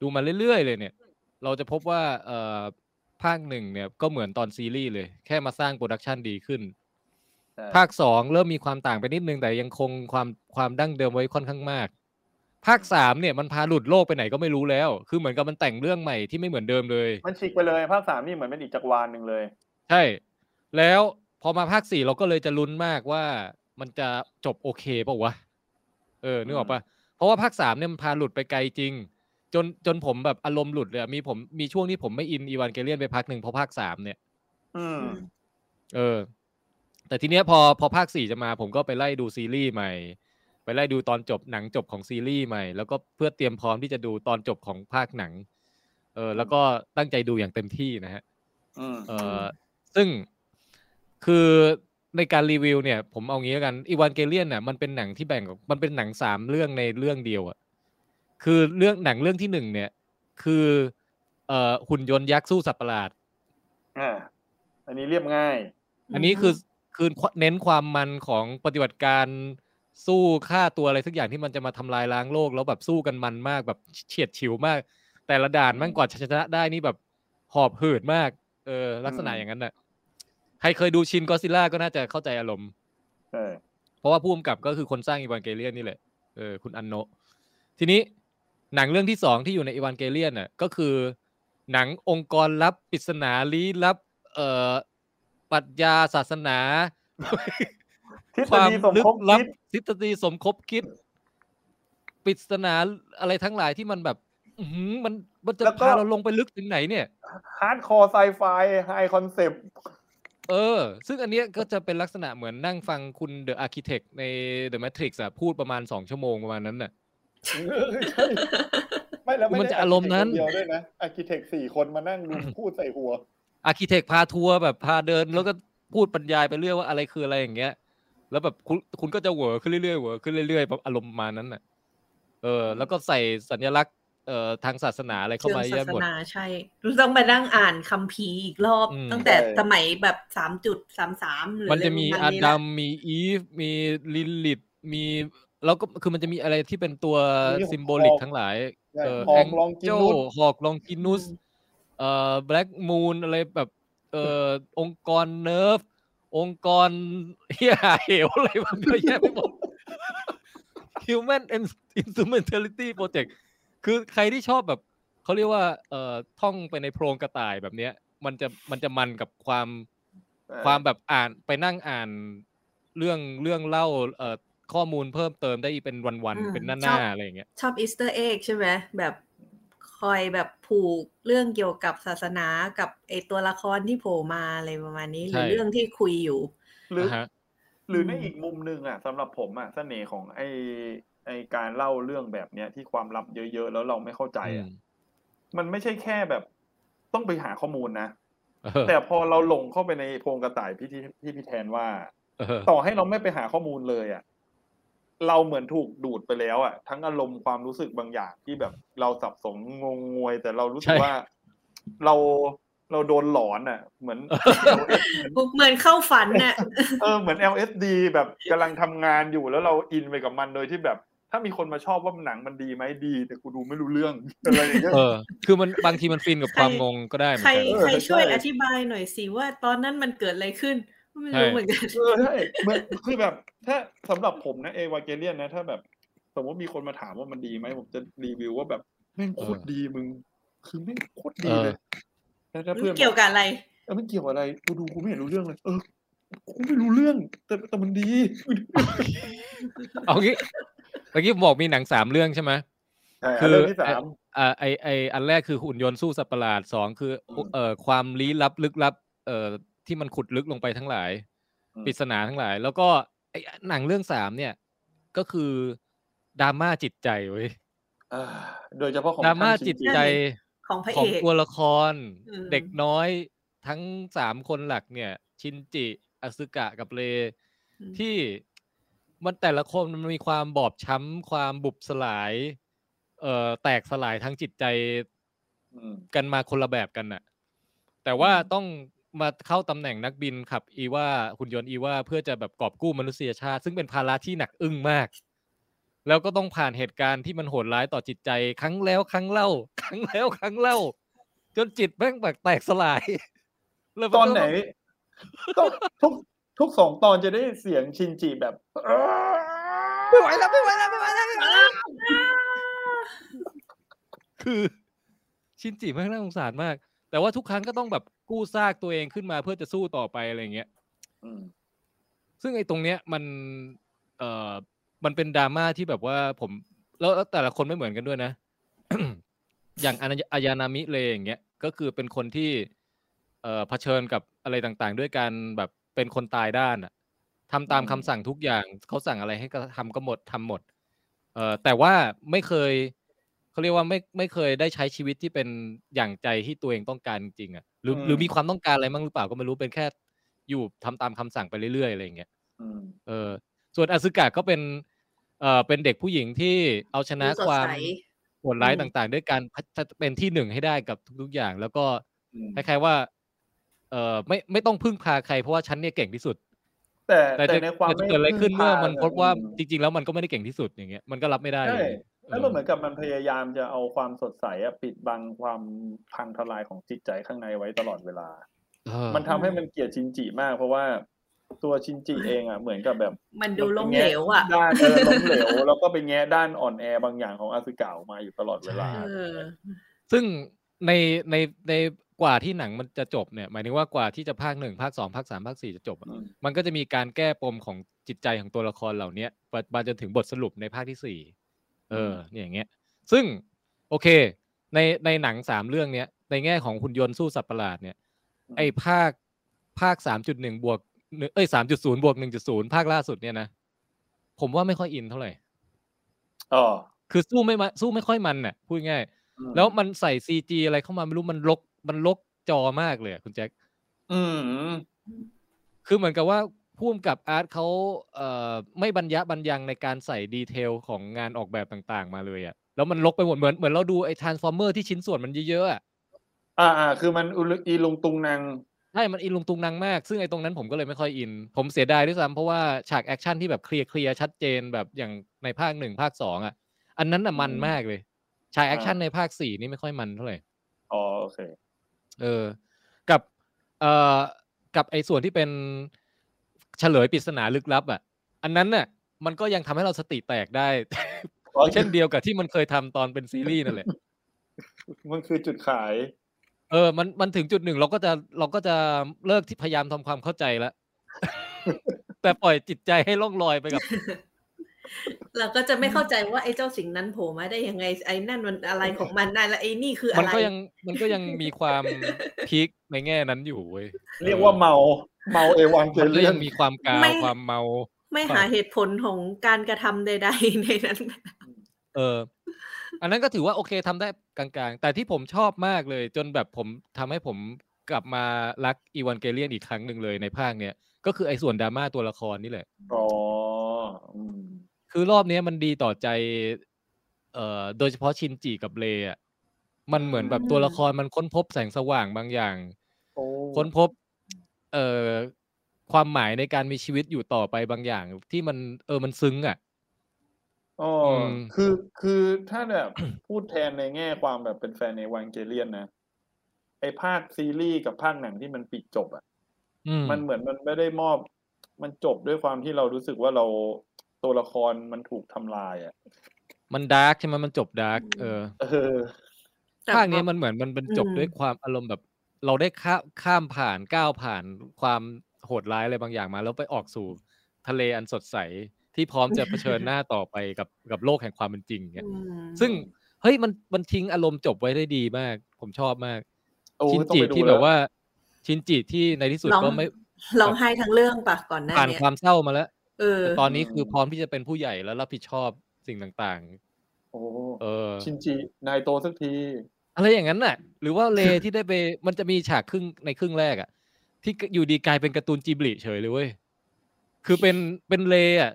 Speaker 2: ดูมาเรื่อยๆเลยเนี่ย เราจะพบว่าเอ่อภาคหนึ่งเนี่ยก็เหมือนตอนซีรีส์เลย แค่มาสร้างโปรดักชันดีขึ้น ภาคสองเริ่มมีความต่างไปนิดนึงแต่ยังคงความความดั้งเดิมไว้ค่อนข้างมาก ภาคสามเนี่ยมันพาหลุดโลกไปไหนก็ไม่รู้แล้ว คือเหมือนกับมันแต่งเรื่องใหม่ที่ไม่เหมือนเดิมเลย
Speaker 3: มันฉีกไปเลย ภาคสามนี่เหมือนเป็นอีกจักรวาลหนึ่งเลย
Speaker 2: ใช่ แล้วพอมาภาคสี่เราก็เลยจะลุ้นมากว่ามันจะจบโอเคเปล่าวะ เออนึกออกปะเพราะว่าภาคสามเนี่ยมันพาหลุดไปไกลจริง จนจนผมแบบอารมณ์หลุดเลยอะมีผมมีช่วงที่ผมไม่อินอีวานเกเลียนไปพักหนึ่งเพราะภาคสามเนี่ย
Speaker 3: อืม
Speaker 2: เออ แต่ทีเนี้ยพอพอภาคสี่จะมา ผมก็ไปไล่ดูซีรีส์ใหม่ ไปไล่ดูตอนจบหนังจบของซีรีส์ใหม่ แล้วก็เพื่อเตรียมพร้อมที่จะดูตอนจบของภาคหนัง เออ แล้วก็ตั้งใจดูอย่างเต็มที่นะฮะ
Speaker 3: อืม
Speaker 2: เออซึ่งคือในการรีวิวเนี่ย ผมเอางี้แล้วกันอีวานเกเลียนน่ะมันเป็นหนังที่แบ่งออกมันเป็นหนังสามเรื่องในเรื่องเดียวอะคือเรื่องหนังเรื่องที่หนึ่งเนี่ย คือเอ่อหุ่นยนต์ยักษ์สู้สัตว์ประหลาด
Speaker 3: อ่า อันนี้เรียบง่าย
Speaker 2: อันนี้คือคือเน้นความมันของปฏิบัติการสู้ฆ่าตัวอะไรสักอย่างที่มันจะมาทำลายล้างโลก แล้วแบบสู้กันมันมากแบบเฉียดฉิวมาก แต่ละด่านมันกว่าจะชนะได้นี่แบบหอบหืดมาก เออ ลักษณะ
Speaker 3: อืม
Speaker 2: อย่างนั้นน่ะ ใครเคยดูชินก็ซิล่าก็น่าจะเข้าใจอารมณ์
Speaker 3: เออ
Speaker 2: เพราะว่าผู้กำกับก็คือคนสร้างอีวานเกเลียนนี่แหละ เออ คุณอันโนะ ทีนี้หนังเรื่องที่สองที่อยู่ในอีวานเกเลียนน่ะก็คือหนังองค์กรลับปริศนาลี้ลับ เอ่อปรัชญาศาสนา
Speaker 3: ทฤ
Speaker 2: ค
Speaker 3: ษ
Speaker 2: วาม
Speaker 3: ฎีสม
Speaker 2: ลึ
Speaker 3: ค
Speaker 2: ก
Speaker 3: บ
Speaker 2: ลับ
Speaker 3: คิด
Speaker 2: ทฤษฎีสมคบคิดปริศนาอะไรทั้งหลายที่มันแบบ อื้อหือมันมันจะ
Speaker 3: แล้วก็
Speaker 2: พาเราลงไปลึกถึงไหนเนี่ย
Speaker 3: ฮาร์ดคอร์ไซไฟไฮคอนเซปต์
Speaker 2: เออ ซึ่งอันเนี้ยก็จะเป็นลักษณะเหมือนนั่งฟังคุณ The Architect ใน The Matrix อะพูดประมาณสองชั่วโมงประมาณนั้นน่ะ
Speaker 3: ไม่แล้ว
Speaker 2: มันจะอารมณ์นั้น
Speaker 3: ไได้ architect คเดียวด้วยนะอาร์คิเทคสี่คนมานั่งดูพูดใส่หัว
Speaker 2: Architect พาทัวร์แบบพาเดิน แล้วก็พูดบรรยายไปเรื่อยว่าอะไรคืออะไรอย่างเงี้ย แล้วแบบคุณคุณก็จะเหวอขึ้นเรื่อยๆเหวอขึ้นเรื่อยๆแบบอารมณ์ประมาณนั้นน่ะ เออ แล้วก็ใส่สัญลักษณ์เอ่อทางศาสนาอะไรเข้า
Speaker 4: เชิง
Speaker 2: มา
Speaker 4: ศา
Speaker 2: เยอะ
Speaker 4: ส
Speaker 2: หมด
Speaker 4: นาใช่ต้องไปนั่งอ่านคัมภีร์อีกรอบ
Speaker 2: อืม
Speaker 4: ตั้งแต่
Speaker 3: ใช่
Speaker 4: สมัยแบบสามจุดสามสามหรือ
Speaker 2: มันจะมี
Speaker 4: เรื่ง
Speaker 2: อา
Speaker 4: นี้
Speaker 2: ดั
Speaker 4: ละ
Speaker 2: มมีอีฟมีลิลิตมีแล้วก็คือมันจะมีอะไรที่เป็นตัว
Speaker 3: มี
Speaker 2: ซิมโบลิก
Speaker 3: หอก
Speaker 2: ทั้งหลาย
Speaker 3: ใช่
Speaker 2: เออ
Speaker 3: ทอ
Speaker 2: แอง ง
Speaker 3: ลองกิน
Speaker 2: เจ้า
Speaker 3: นู่น
Speaker 2: หอกลองกินุสเอ่อแบล็กมูนอะไรแบบเอ่อองค์กรเนิร์ฟ องค์กร เฮียหาเหวอะไรมันเยอะแยะไปหมด Human Instrumentality Project คือใครที่ชอบแบบเขาเรียกว่าเอ่อท่องไปในโพรงกระต่ายแบบเนี้ย มันจะมันจะมันกับความ ความแบบอ่านไปนั่งอ่านเรื่องเรื่องเล่าเอ่อข้อมูลเพิ่มเติมได้อีกเป็นวันๆเป็นหน้าๆอะไรอย่างเงี้ย
Speaker 4: ชอบอีสเตอร์เอ็กใช่ไหมแบบคอยแบบผูกเรื่องเกี่ยวกับศาสนากับไอตัวละครที่โผล่มาอะไรประมาณนี้หรือ
Speaker 2: ใช่
Speaker 4: เรื่องที่คุยอยู่
Speaker 3: หรือ
Speaker 2: นะฮะ
Speaker 3: หรือในอีกมุมหนึ่งอ่ะสำหรับผมอ่ะเสน่ห์ของไอไอการเล่าเรื่องแบบเนี้ยที่ความลับเยอะๆ แล้วเราไม่เข้าใจอ่ะ
Speaker 2: อืม
Speaker 3: มันไม่ใช่แค่แบบ ต้องไปหาข้อมูลนะ
Speaker 2: เออ
Speaker 3: แต่พอเราหลงเข้าไปในโพรงกระต่ายพี่ที่ที่พี่แทนว่า
Speaker 2: เออ
Speaker 3: ต่อให้เราไม่ไปหาข้อมูลเลยอะ่ะ เราเหมือนถูกดูดไปแล้วอะ่ะ ทั้งอารมณ์ความรู้สึกบางอย่างที่แบบเราสับสนงงงวย แต่เรารู้สึกว่า เราเราโดนหลอนอะ่ะ เหมือน
Speaker 4: เหมือนเข้าฝันน่ะ
Speaker 3: เออเหมือน LSD แบบกำลังทำงานอยู่แล้วเราอินไปกับมันโดยที่แบบ ถ้ามีคนมาชอบว่าหนังมันดีไหมดี แต่กูดูไม่รู้เรื่อง อะไรอย่างเงี้ย
Speaker 2: เออ คือมันบางทีมันฟินกับความงงก็ได้เหมือ
Speaker 4: ใคร
Speaker 2: นกัน
Speaker 4: ใครช่วย
Speaker 3: ใช่
Speaker 4: อธิบายหน่อยสิว่าตอนนั้นมันเกิดอะไรขึ้น ไม่รู้
Speaker 2: ใช่
Speaker 4: เหมือนกัน
Speaker 3: เออใช่เหมือนคือแบบ ถ้าสำหรับผมนะเอวาเกเลียนนะ ถ้าแบบ สมมติมีคนมาถามว่ามันดีไหมผมจะรีวิวว่าแบบแม่งโคตรดีมึง คือแม่งโคตรดีเลยแล้วถ้าเพื่อน
Speaker 4: เกี่ยวกับอะไร
Speaker 3: เออมันเกี่ยวอะไรกูดูกูไม่เห็นรู้เรื่องเลย เออ กูไม่รู้เรื่อง แต่แต่มันดี
Speaker 2: เอางี้เมื่อกี้บอกมีหนังสามเรื่องใช่ไหม คื
Speaker 3: คือ อเรื่องที่สาม
Speaker 2: อ่าไอไออันแรกคือหุ่นยนต์สู้สัตว์ประหลาดสองคือ
Speaker 3: อืม
Speaker 2: เอ่อความลี้ลับลึกลับเอ่อที่มันขุดลึกลงไปทั้งหลาย
Speaker 3: อืม
Speaker 2: ปริศนาทั้งหลาย แล้วก็ไอหนังเรื่องสามเนี่ย ก็คือดราม่าจิตใจเว้ย
Speaker 3: อ่าโดยเฉพาะของ
Speaker 2: ดราม่า
Speaker 3: ท่น
Speaker 2: จิต
Speaker 3: คิ
Speaker 2: ใจ
Speaker 4: ของพระ
Speaker 2: ขอ
Speaker 4: เอง ก
Speaker 2: ตัวละคร
Speaker 4: อืม
Speaker 2: เด็กน้อยทั้งสามคนหลักเนี่ย ชินจิอสึกะกับเล ที่มันแต่ละคนมันมีความบอบช้ำความบุบสลาย เอ่อแตกสลายทั้งจิตใจ
Speaker 3: อืม
Speaker 2: กันมาคนละแบบกันน่ะ แต่ว่าต้องมาเข้าตำแหน่งนักบินขับ อีว่าหุ่นยนต์อีว่าเพื่อจะแบบกอบกู้มนุษยชาติ ซึ่งเป็นภาระที่หนักอึ้งมาก แล้วก็ต้องผ่านเหตุการณ์ที่มันโหดร้ายต่อจิตใจ ครั้งแล้วครั้งเล่า ครั้งแล้วครั้งเล่า จนจิตแม่งแบบแตกสลาย แล้วมั
Speaker 3: ตอน
Speaker 2: ก็
Speaker 3: ไหนต้องทุกทุกสองตอนจะได้เสียงชินจิแบบไม่ไหวแล้วไม่ไหวแล้วไม่ไหวแล้วไม่ไหวแล้ว
Speaker 2: คือชินจิแม่งน่าสงสารมาก แต่ว่าทุกครั้งก็ต้องแบบกู้ซากตัวเองขึ้นมาเพื่อจะสู้ต่อไปอะไรอย่างเงี้ย
Speaker 3: อืม
Speaker 2: ซึ่งไอ้ตรงเนี้ยมัน เอ่อ มันเป็นดราม่าที่แบบว่าผมแล้วแล้วแต่ละคนไม่เหมือนกันด้วยนะ อย่างอานายอายานามิเลยอย่างเงี้ย ก็คือเป็นคนที่ เอ่อเผชิญกับอะไรต่างๆ ด้วยการแบบเป็นคนตายด้านอะทำตามคำสั่งทุกอย่างเขาสั่งอะไรให้ก็ทำก็หมดทำหมด เอ่อ แต่ว่าไม่เคยเขาเรียกว่าไม่ไม่เคยได้ใช้ชีวิตที่เป็นอย่างใจที่ตัวเองต้องการจริงๆอะหรือหรือมีความต้องการอะไรบ้างหรือเปล่าก็ไม่รู้เป็นแค่ อยู่ทำตามคำสั่งไปเรื่อยๆอะไรอย่างเงี้ย
Speaker 3: อืม
Speaker 2: เออส่วนอสึกะก็เป็นเอ่อเป็นเด็กผู้หญิงที่เอาชนะ
Speaker 4: ดูสด
Speaker 2: ความ
Speaker 4: ใส
Speaker 2: โหดร้าย
Speaker 4: อืม
Speaker 2: ต่างๆ ด้วยการพัฒเป็นที่หนึ่งให้ได้กับทุกๆอย่าง แล้วก็
Speaker 3: อืม
Speaker 2: คล้ายๆว่าเออไม่ไม่ต้องพึ่งพาใครเพราะว่าฉันเนี่ยเก่งที่สุด
Speaker 3: แต่
Speaker 2: แต่
Speaker 3: แต่
Speaker 2: จะ
Speaker 3: ในความ
Speaker 2: แต่จะเกิดอะไรขึ้นเมื่อมันพบว่าจ
Speaker 3: จิต
Speaker 2: ริงๆ แล้วมันก็ไม่ได้เก่งที่สุดอย่างเงี้ยมันก็รับไม่ได้
Speaker 3: ใช่
Speaker 2: เลย
Speaker 3: แล้วมันเหมือนกับมันพยายามจะเอาความสดใสอะปิดบังความพังทลายของจิตใจข้างในไว้ตลอดเวลา
Speaker 2: เออ
Speaker 3: มันทำให้มันเกลียดชินจิมาก เพราะว่าตัวชินจิเองอ่ะเหมือนกับแบบ
Speaker 4: มันดูล้มเหลวอ่ะ
Speaker 3: ด้านเออล้มเหลวแล้วก็ไปแง่ด้านอ่อนแอบางอย่างของอาสึกะออกมาอยู่ตลอดเวลา
Speaker 4: เออ
Speaker 2: ซึ่งในในในกว่าที่หนังมันจะจบเนี่ย หมายถึงว่ากว่าที่จะภาคหนึ่งภาคสองภาคสามภาคสี่จะจบอะ
Speaker 3: อืม
Speaker 2: มันก็จะมีการแก้ปมของจิตใจของตัวละครเหล่าเนี้ยมามาจนถึงบทสรุปในภาคที่สี่เออเนี่ยอย่างเงี้ย ซึ่งโอเค ในในหนังสามเรื่องเนี้ย ในแง่ของหุ่นยนต์สู้สัตว์ประหลาดเนี่ย ไอภาคภาคสามจุดหนึ่งบวกหนึ่งเอ้ยสามจุดศูนย์บวกหนึ่งจุดศูนย์ภาคล่าสุดเนี่ยนะ ผมว่าไม่ค่อยอินเท่าไหร่
Speaker 3: อ๋อ
Speaker 2: คือสู้ไม่มาสู้ไม่ค่อยมันน่ะพูดง่าย
Speaker 3: อืม
Speaker 2: แล้วมันใส่ซีจีอะไรเข้ามาไม่รู้มันลกมันลกจอมากเลยอะคุณแจ็ค
Speaker 3: อืม
Speaker 2: คือเหมือนกับว่าพุ่มกับอาร์ตเขาเอ่อไม่บรรยะบรรยังในการใส่ดีเทลของงานออกแบบต่างๆ มาเลยอะแล้วมันลกไปหมดเหมือนเหมือนเราดูไอ้ทรานส์ฟอร์เมอร์ที่ชิ้นส่วนมันเยอะๆอะ
Speaker 3: อ่าอ่าคือมันอุลุอีลุงตุงนาง
Speaker 2: ใช่มันอินลุงตุงนางมาก ซึ่งไอ้ตรงนั้นผมก็เลยไม่ค่อยอิน ผมเสียดายด้วยซ้ำเพราะว่าฉากแอคชั่นที่แบบเคลียร์เคลียร์ชัดเจนแบบอย่างในภาคหนึ่งภาคสองอะอันนั้นน่ะมันมากเลย ฉากแอคชั่นในภาคสี่นี่ไม่ค่อยมันเท่าไหร่
Speaker 3: อ๋อโอเค
Speaker 2: เออ กับเอ่อกับไอ้ส่วนที่เป็นเฉลยปริศนาลึกลับ อ่ะ อันนั้นน่ะ มันก็ยังทำให้เราสติแตกได้
Speaker 3: อ๋อ
Speaker 2: เช่นเดียวกับที่มันเคยทำตอนเป็นซีรีส์นั่นแหละ
Speaker 3: มันคือจุดขาย
Speaker 2: เออ มันมันถึงจุดหนึ่งเราก็จะเราก็จะเลิกที่พยายามทำความเข้าใจแล้ว แต่ปล่อยจิตใจให้ล่องลอยไปกับ
Speaker 4: เราก็จะไม่เข้าใจว่าไอ้เจ้าสิ่งนั้นโผล่มาได้ยังไงไอ้นั่นมันอะไรของมันนั่นแล้วไอ้นี่คืออะ
Speaker 2: มัน
Speaker 4: ไร
Speaker 2: ก็ยังมันก็ยังมีความพีคในแง่นั้นอยู่เว้ย
Speaker 3: เรียกว่าเมาเมาเอวังเจ
Speaker 2: มันก็
Speaker 3: เลีย
Speaker 2: ยั
Speaker 3: น
Speaker 2: งมีความกาว
Speaker 4: ไม่
Speaker 2: ความเมา
Speaker 4: ไม่หาเหตุผลของการกระทำใด ๆ ในนั้น
Speaker 2: เออ อันนั้นก็ถือว่าโอเคทำได้กลางๆ แต่ที่ผมชอบมากเลย จนแบบผมทำให้ผมกลับมารักอีวานเกเลียนอีกครั้งหนึ่งเลยในภาคเนี้ยก็คือไอ้ส่วนดราม่าตัวละครนี่แหละ
Speaker 3: อ๋ออืม
Speaker 2: คือรอบเนี้ยมันดีต่อใจ เอ่อโดยเฉพาะชินจิกับเลอะมันเหมือนแบบ
Speaker 4: อืม
Speaker 2: ตัวละครมันค้นพบแสงสว่างบางอย่าง
Speaker 3: โอ้
Speaker 2: ค้นพบ เอ่อความหมายในการมีชีวิตอยู่ต่อไปบางอย่าง ที่มันเออมันซึ้งอ่ะ
Speaker 3: อ๋ออ
Speaker 2: ม
Speaker 3: คือคือถ้าแบบ พูดแทนในแง่ความแบบเป็นแฟนในวังเกเลียนนะ ไอภาคซีรีส์กับภาคหนังที่มันปิดจบอ่ะ
Speaker 2: อืม
Speaker 3: มันเหมือนมันไม่ได้มอบ มันจบด้วยความที่เรารู้สึกว่าเราตัวละครมันถูกทำลายอ่ะ
Speaker 2: มันดาร์กใช่ไหมมันจบดาร์กเออ
Speaker 3: เออ
Speaker 4: แต่
Speaker 2: ภาคเนี้ยมันเหมือนมันมันจบ
Speaker 4: อืม
Speaker 2: ด้วยความอารมณ์แบบ เราได้ข้าข้ามผ่านก้าวผ่านความโหดร้ายอะไรบางอย่างมา แล้วไปออกสู่ทะเลอันสดใสที่พร้อมจะเผชิญหน้าต่อไปกับกับโลกแห่งความเป็นจริงเนี่ย
Speaker 4: อืม
Speaker 2: ซึ่งเฮ้ยมันมันทิ้งอารมณ์จบไว้ได้ดีมาก ผมชอบมาก
Speaker 3: โอ้ย
Speaker 2: ชิน
Speaker 3: ต้อง
Speaker 2: จิ
Speaker 3: ไปดู
Speaker 2: ที่
Speaker 3: แล้ว
Speaker 2: แบบว่า ชินจิที่ในที่สุดก็ไม่
Speaker 4: ร้องไห้ทั้งเรื่องปะก่อนหน้า
Speaker 2: ผ่าน
Speaker 4: เนี้ย
Speaker 2: ความเศร้ามาแล้ว
Speaker 4: เออ
Speaker 2: แต่ตอนนี้คือพร้อมที่จะเป็นผู้ใหญ่แล้วรับผิดชอบสิ่งต่าง
Speaker 3: โอ้
Speaker 2: ๆ เออ
Speaker 3: ชินจิ นายโตสักที
Speaker 2: อะไรอย่างนั้นน่ะ หรือว่า เลที่ได้ไป มันจะมีฉากครึ่งในครึ่งแรกอะที่อยู่ดีกลายเป็นการ์ตูนจิบลิเฉยเลยเว้ย คือเป็นเป็นเลอะ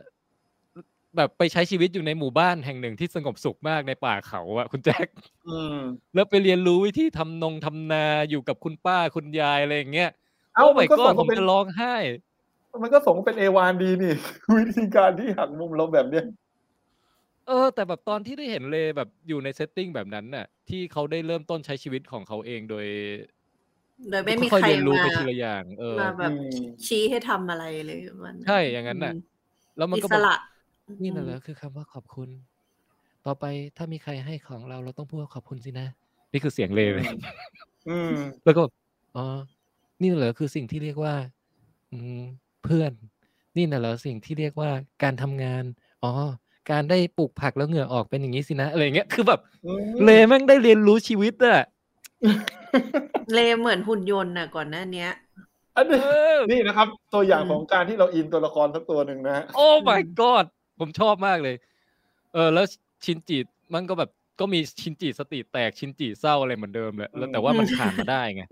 Speaker 2: แบบไปใช้ชีวิตอยู่ในหมู่บ้านแห่งหนึ่งที่สงบสุขมากในป่าเขาอะคุณแจ็ค
Speaker 3: อืม
Speaker 2: แล้วไปเรียนรู้วิธีทำนงทำนาอยู่กับคุณป้าคุณยายอะไรอย่างเงี้ย
Speaker 3: เอ้า
Speaker 2: โอ้
Speaker 3: มัน
Speaker 2: ไม่
Speaker 3: ก็
Speaker 2: ก็
Speaker 3: ส่ง
Speaker 2: ผ
Speaker 3: ก็
Speaker 2: ม
Speaker 3: เป็น
Speaker 2: จะร้องไห้
Speaker 3: มันก็ส่งเป็นเอวานดีนี่ วิธีการที่หักมุมเราแบบ เนี้ย
Speaker 2: เออ แต่แบบตอนที่ได้เห็นเลแบบอยู่ในเซตติ้งแบบนั้นน่ะ ที่เขาได้เริ่มต้นใช้ชีวิตของเขาเองโดย
Speaker 4: โดยไม่มี
Speaker 2: อย
Speaker 4: ใคร
Speaker 2: ๆเรียนรู้
Speaker 4: มา
Speaker 2: ไปทีละอย่าง เออ
Speaker 4: มาแบบ
Speaker 3: อืม
Speaker 4: ชี้ให้ทำอะไรเลยมัน
Speaker 2: ใช่อย่างนั้นน่ะ
Speaker 4: ม
Speaker 2: แล้วมัน
Speaker 4: อิ
Speaker 2: ก็
Speaker 4: ส
Speaker 2: แบบ
Speaker 4: ระ
Speaker 2: นี่นั่นแหละคือคำว่าขอบคุณ ต่อไปถ้ามีใครให้ของเราเราต้องพูดว่าขอบคุณสินะ นี่คือเสียงเลวเลย
Speaker 3: อืม
Speaker 2: แล้วก็แบบอ๋อ นี่นั่นเหรอคือสิ่งที่เรียกว่า อืมเพื่อน นี่น่ะเหรอสิ่งที่เรียกว่าการทำงาน อ๋อ การได้ปลูกผักแล้วเหงื่อออกเป็นอย่างนี้สินะอะไรอย่างเงี้ย คือแบบ เลแม่งได้เรียนรู้ชีวิตอะ
Speaker 4: เลเหมือนหุ่นยนต์น่ะก่อนหน้าเนี้ย
Speaker 3: อันนี้
Speaker 2: เออ
Speaker 3: นี่นะครับ ตัวอย่าง
Speaker 4: อืม
Speaker 3: ของการที่เราอินตัวละครสักตัวหนึ่งนะฮะ
Speaker 2: โอ้ my god ผมชอบมากเลย เออ แล้วชินจิมันก็แบบก็มีชินจิสติแตกชินจิเศร้าอะไรเหมือนเดิมแหละแล้ว
Speaker 3: อืม
Speaker 2: แต่ว่ามันผ่านมาได้ ไง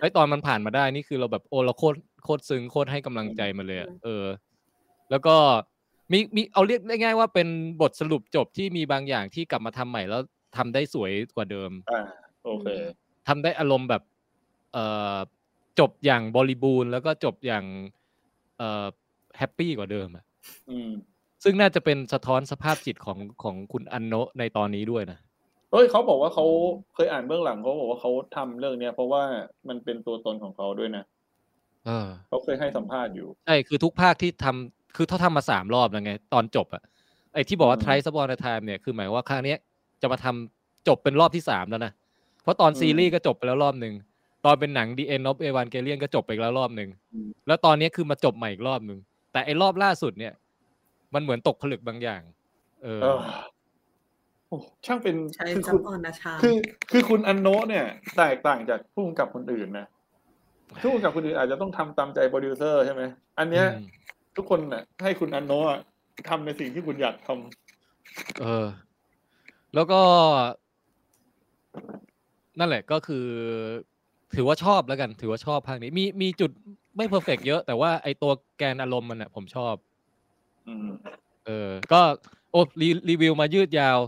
Speaker 2: ไอตอนมันผ่านมาได้นี่คือเราแบบโอ้เราโคตรโคตรซึ้งโคตรให้กำลังใจมันเลยอะเออ แล้วก็มีมีเอาเรียกได้ง่ายว่าเป็นบทสรุปจบที่มีบางอย่างที่กลับมาทำใหม่แล้วทำได้สวยกว่าเดิม
Speaker 3: อ่าโอเค
Speaker 2: ทำได้อารมณ์แบบ เอ่อจบอย่างบริบูรณ์แล้วก็จบอย่าง เอ่อแฮปปี้กว่าเดิมอะ
Speaker 3: อืม
Speaker 2: ซึ่งน่าจะเป็นสะท้อนสภาพจิตของของคุณอันโนะในตอนนี้ด้วยนะ
Speaker 3: เฮ้ยเขาบอกว่าเขาเคยอ่านเบื้องหลังเขาบอกว่าเขาทำเรื่องเนี้ย เพราะว่ามันเป็นตัวตนของเขาด้วยนะ
Speaker 2: เออ
Speaker 3: เขาเคยให้สัมภาษณ์อยู่
Speaker 2: ใช่ คือทุกภาคที่ทำคือเขาทำมาสามรอบแล้วไง ตอนจบอะไอที่บอกว่า
Speaker 3: อืม
Speaker 2: try s u b o n a time เนี่ย คือหมายว่าครั้งเนี้ยจะมาทำจบเป็นรอบที่สามแล้วนะ เพราะตอน
Speaker 3: อืม
Speaker 2: ซีรีส์ก็จบไปแล้วรอบหนึ่ง ตอนเป็นหนัง The End of Evangelion ก็จบไปแล้วรอบหนึ่ง
Speaker 3: อืม
Speaker 2: แล้วตอนเนี้ยคือมาจบใหม่อีกรอบหนึ่ง แต่ไอรอบล่าสุดเนี่ย มันเหมือนตกผลึกบางอย่าง เออ
Speaker 3: เออโอ้ช่างเป็น
Speaker 4: ใช้
Speaker 3: คือ
Speaker 4: ซั
Speaker 3: คุ
Speaker 4: บ
Speaker 3: ณ
Speaker 4: ออนนาชา
Speaker 3: คือ คือคุณอันโนะเนี่ย แตกต่างจากผู้กำกับคนอื่นนะผู้กำกับคนอื่นอาจจะต้องทำตามใจโปรดิวเซอร์ใช่ไหมอันเนี้ย
Speaker 2: อืม
Speaker 3: ทุกคนน่ะ ให้คุณอันโนะอะทำในสิ่งที่คุณอยากทำ
Speaker 2: เออ แล้วก็ นั่นแหละก็คือ ถือว่าชอบแล้วกัน ถือว่าชอบภาคนี้ มีมีจุดไม่เพอร์เฟกเยอะ แต่ว่าไอตัวแกนอารมณ์มันอ่ะ ผมชอบ
Speaker 3: อืม
Speaker 2: เออ ก็โอ้รีรีวิวมายืดยาว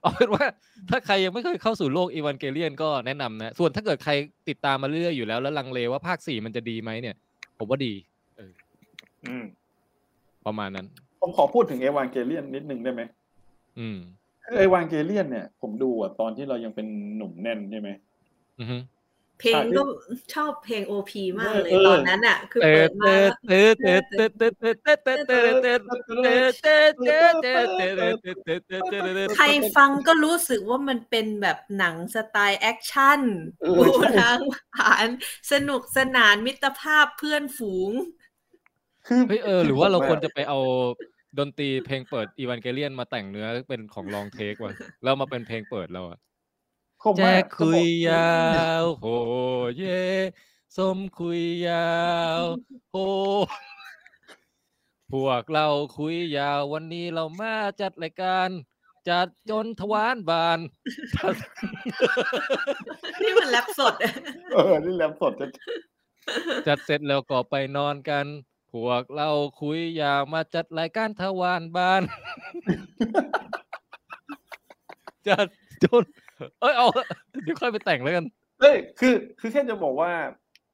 Speaker 2: เอาเป็นว่า ถ้าใครยังไม่เคยเข้าสู่โลกอีวานเกเลียนก็แนะนำนะ ส่วนถ้าเกิดใครติดตามมาเรื่อยๆอยู่แล้ว แล้วลังเลว่าภาคสี่มันจะดีไหมเนี่ย ผมว่าดี
Speaker 3: อืม
Speaker 2: ประมาณนั้น
Speaker 3: ผมขอพูดถึงเอวานเกเลียนนิดนึงได้ไหม
Speaker 2: อืม
Speaker 3: คือไอวานเกเลียนเนี่ยผมดูอ่ะตอนที่เรายังเป็นหนุ่มแน่นใช่ไหม
Speaker 2: อือฮึ
Speaker 4: เพลงก็ชอบเพลงโอพีมากเลยตอนนั้นอ่ะ คือ
Speaker 2: เต
Speaker 4: เปิดมา
Speaker 2: เต
Speaker 4: แล้ว
Speaker 2: เตเตเตเตเตเตเตเตเต
Speaker 4: ใครฟังก็รู้สึกว่ามันเป็นแบบหนังสไตล์แอคชั่น
Speaker 3: เออ
Speaker 4: ดูทางผ่านสนุกสนานมิตรภาพเพื่อนฝูง
Speaker 3: คือ
Speaker 2: เฮ้ยเออหรือว่าเรา
Speaker 3: ผมะ
Speaker 2: ควรจะไปเอาดนตรีเพลงเปิดอีวานเกเลียนมาแต่งเนื้อเป็นของลองเทคว่ะแล้วมาเป็นเพลงเปิดเราอะ
Speaker 3: ผม
Speaker 2: แจ
Speaker 3: ว่า
Speaker 2: คคุยยาวโหเยส้มคุยยาวโหพวกเราคุยยาววันนี้เรามาจัดรายการ จัดจนทวารบาน
Speaker 4: นี่มันแรปสด
Speaker 3: เออนี่แรมสดจะ
Speaker 2: จัดเสร็จแล้วก็ไปนอนกัน พวกเราคุยยาวมาจัดรายการทวารบ้าน จัดจน เอ้ยเอาเดี๋ยวค่อยไปแต่งแล้วกัน
Speaker 3: เอ้ยคือ คือแค่จะบอกว่า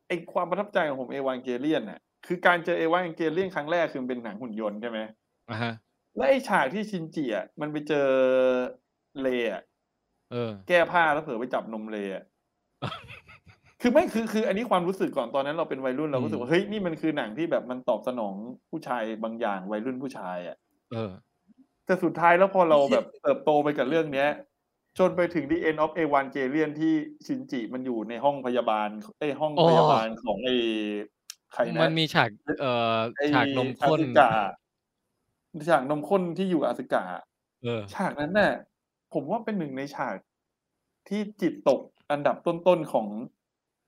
Speaker 3: ไอความประทับใจของผมเอวานเกเลียนอ่ะคือการเจอเอวานเกเลียนครั้งแรกคือมันเป็นหนังหุ่นยนต์ใช่ไหม
Speaker 2: อ่าฮะ
Speaker 3: แล้วไอ้ฉากที่ชินจิอ่ะมันไปเจอเลอ่ะ
Speaker 2: เออ
Speaker 3: แก้ผ้าแล้วเผลอไปจับนมเลยอะ คือไม่คือคืออันนี้ความรู้สึกก่อนตอนนั้นเราเป็นวัยรุ่นเรารู้สึกว่าเฮ้ยนี่มันคือหนังที่แบบมันตอบสนองผู้ชายบางอย่างวัยรุ่นผู้ชายอะ
Speaker 2: เออ
Speaker 3: แต่สุดท้ายแล้วพอเรา แบบเติบโตไปกับเรื่องเนี้ย จนไปถึง The End of Evangelion ที่ชินจิมันอยู่ในห้องพยาบาลไอ้ยห้อง
Speaker 2: อ๋อ
Speaker 3: พยาบาลของไอ้ใครนะ
Speaker 2: มันมีฉากเอ่อ
Speaker 3: ไอ้
Speaker 2: ฉากนมข้น
Speaker 3: อาสึกะฉากนมข้นที่อยู่อาสึกะ
Speaker 2: เออ
Speaker 3: ฉากนั้นน่ะ ผมว่าเป็นหนึ่งในฉากที่จิตตกอันดับต้นๆของ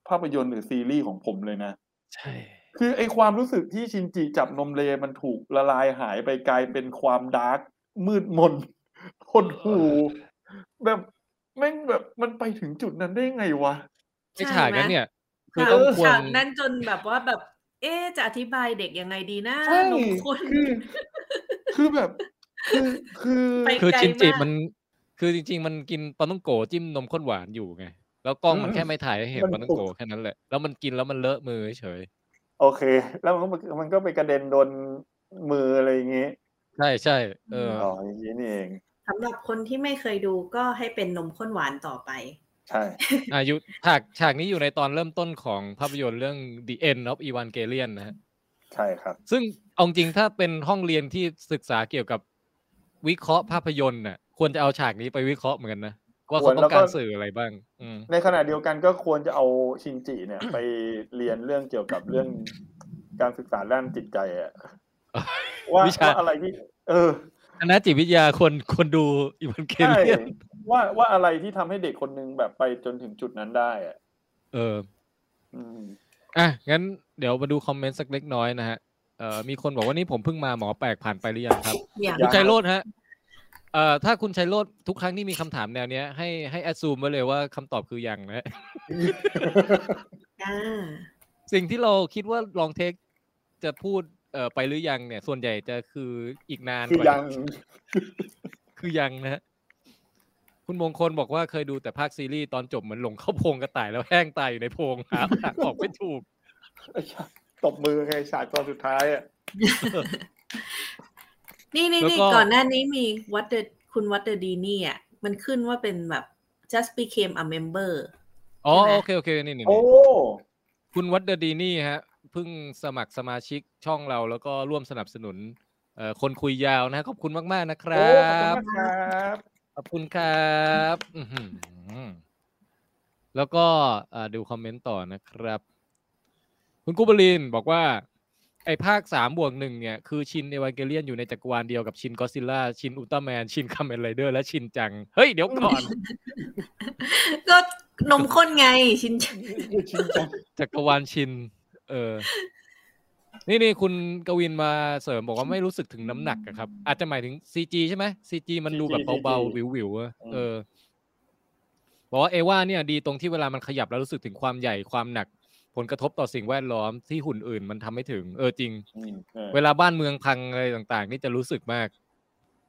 Speaker 3: ภาพยนตร์หรือซีรีส์ของผมเลยนะ
Speaker 2: ใช่
Speaker 3: คือไอความรู้สึกที่ชินจิจับนมเลมันถูกละลายหายไปกลายเป็นความดาร์กมืดมน หดหูแบบแม่งแบบมันไปถึงจุดนั้นได้ยังไงวะ
Speaker 2: ไอฉากนั้นเนี่ย คือ
Speaker 4: ฉาก
Speaker 2: ต้องควร
Speaker 4: ฉากนั้นจนแบบว่าแบบ เอ๊ะจะอธิบายเด็กยังไงดีนะ
Speaker 3: ใช่
Speaker 4: นมข้น
Speaker 3: คือคือแบบ คือคือ
Speaker 4: ไป
Speaker 2: คือ
Speaker 4: ไกล
Speaker 2: จินจิ
Speaker 4: มาก
Speaker 2: มัน คือจริง ๆ มันกินปลาต้องโกะจิ้มนมข้นหวานอยู่ไง แล้วกล้องมัน
Speaker 3: อืม
Speaker 2: แค่ไม่ถ่ายให้เห็นป
Speaker 3: มัน
Speaker 2: ลาต้องโกะ
Speaker 3: ตก
Speaker 2: แค่นั้นแหละ แล้วมันกินแล้วมันเลอะมือเฉย
Speaker 3: โอเค แล้วมันก็มันก็ไปกระเด็นโดนมืออะไรอย่างงี้
Speaker 2: ใช่ใช่เออ
Speaker 3: อ๋ออย่างนี้นี่เอง
Speaker 4: สำหรับคนที่ไม่เคยดูก็ให้เป็นนมข้นหวานต่อไป
Speaker 3: ใช่
Speaker 2: อายุฉากฉากนี้อยู่ในตอนเริ่มต้นของภาพยนตร์เรื่อง The End of Evangelion นะฮะ
Speaker 3: ใช่ครับ
Speaker 2: ซึ่งเอาจริงถ้าเป็นห้องเรียนที่ศึกษาเกี่ยวกับวิเคราะห์ภาพยนตร์น่ะ ควรจะเอาฉากนี้ไปวิเคราะห์เหมือนกันนะ ว่าเขาต้องการสื่ออะไรบ้าง อืม
Speaker 3: ในขณะเดียวกันก็ควรจะเอาชินจิเนี่ย ไปเรียนเรื่องเกี่ยวกับเรื่องการศึกษาด้านจิตใจอะว่า
Speaker 2: วิชา
Speaker 3: ว่าอะไรที่ เออ
Speaker 2: คณะจิตวิทยา คนคนดูอีวันเก
Speaker 3: ใช่
Speaker 2: เลียน
Speaker 3: ว่าว่าอะไรที่ทำให้เด็กคนนึงแบบไปจนถึงจุดนั้นได้อะ
Speaker 2: เออ
Speaker 3: อืม
Speaker 2: อ่ะ งั้นเดี๋ยวมาดูคอมเมนต์สักเล็กน้อยนะฮะ เอ่อ มีคนบอกว่านี่ผมเพิ่งมาหมอแปลกผ่านไปหรือยังครับ
Speaker 4: อย่าง
Speaker 2: คุ
Speaker 3: ยั
Speaker 2: ณ
Speaker 3: ง
Speaker 2: ชัยโรดฮะ เอ่อ ถ้าคุณชัยโรดทุกครั้งที่มีคำถามแนวเนี้ย ให้ให้แอดซูมไว้เลยว่าคำตอบคือยังนะฮ ะ
Speaker 4: อ่า
Speaker 2: สิ่งที่เราคิดว่าลองเทคจะพูดเอ่อไปหรือยังเนี่ย ส่วนใหญ่จะคืออีกนาน
Speaker 3: คือก
Speaker 2: ว่า
Speaker 3: ยัง
Speaker 2: คือยังนะฮะ คุณมงคลบอกว่าเคยดูแต่ภาคซีรีส์ตอนจบเหมือนหลงเข้าโพงกระต่ายแล้วแห้งตายอยู่ในโพง หาทางออกไม่ถูก
Speaker 3: ตบมือไงฉากตอนสุดท้ายอ่ะ
Speaker 4: นี่นี่
Speaker 2: แล้ว
Speaker 4: นี่
Speaker 2: ก็
Speaker 4: ก่อนหน้านี้มีวัตเดคุณวัตเดอร์ดีนี่อ่ะมันขึ้นว่าเป็นแบบ just became a member
Speaker 2: อ๋อ
Speaker 4: ใช่ไหม
Speaker 2: โอเคโอเคนี่นี่
Speaker 3: โอ้
Speaker 2: นี่ คุณวัดเดอะดีนี่ฮะเพิ่งสมัครสมาชิกช่องเราแล้วก็ร่วมสนับสนุนเอ่อคนคุยยาวนะฮะขอบคุณมาก ๆ นะค
Speaker 3: โอ้
Speaker 2: รั
Speaker 3: ขอบ บคุณมากครับ
Speaker 2: ขอบคุณครับอื้อหือแล้วก็อ่าดูคอมเมนต์ต่อนะครับ คุณกุบลินบอกว่า ไอภาคสามบวกหนึ่งเนี่ย คือชินเอวานเกเลียนอยู่ในจักรวาลเดียวกับชินก็อดซิลล่า ชินอุลตร้าแมน ชินคาเมนไรเดอร์และชินจัง เฮ้ย เดี๋ยวก่อน
Speaker 4: ก็นมข้นไงชินจัง
Speaker 3: อยู่ชินจัง
Speaker 2: จักรวาลชิน เออ นี่นี่คุณกวินมาเสริมบอกว่าไม่รู้สึกถึงน้ำหนักอะครับ อาจจะหมายถึงซีจีใช่ไหมซีจีมันดูแบบเบาๆ วิวๆอะเออ บอกว่าเอว่าเนี่ยดีตรงที่เวลามันขยับแล้วรู้สึกถึงความใหญ่ความหนัก ผลกระทบต่อสิ่งแวดล้อมที่หุ่นอื่นมันทำไม่ถึง เออจริง
Speaker 3: อืมออ
Speaker 2: เวลาบ้านเมืองพังอะไรต่างๆ นี่จะรู้สึกมาก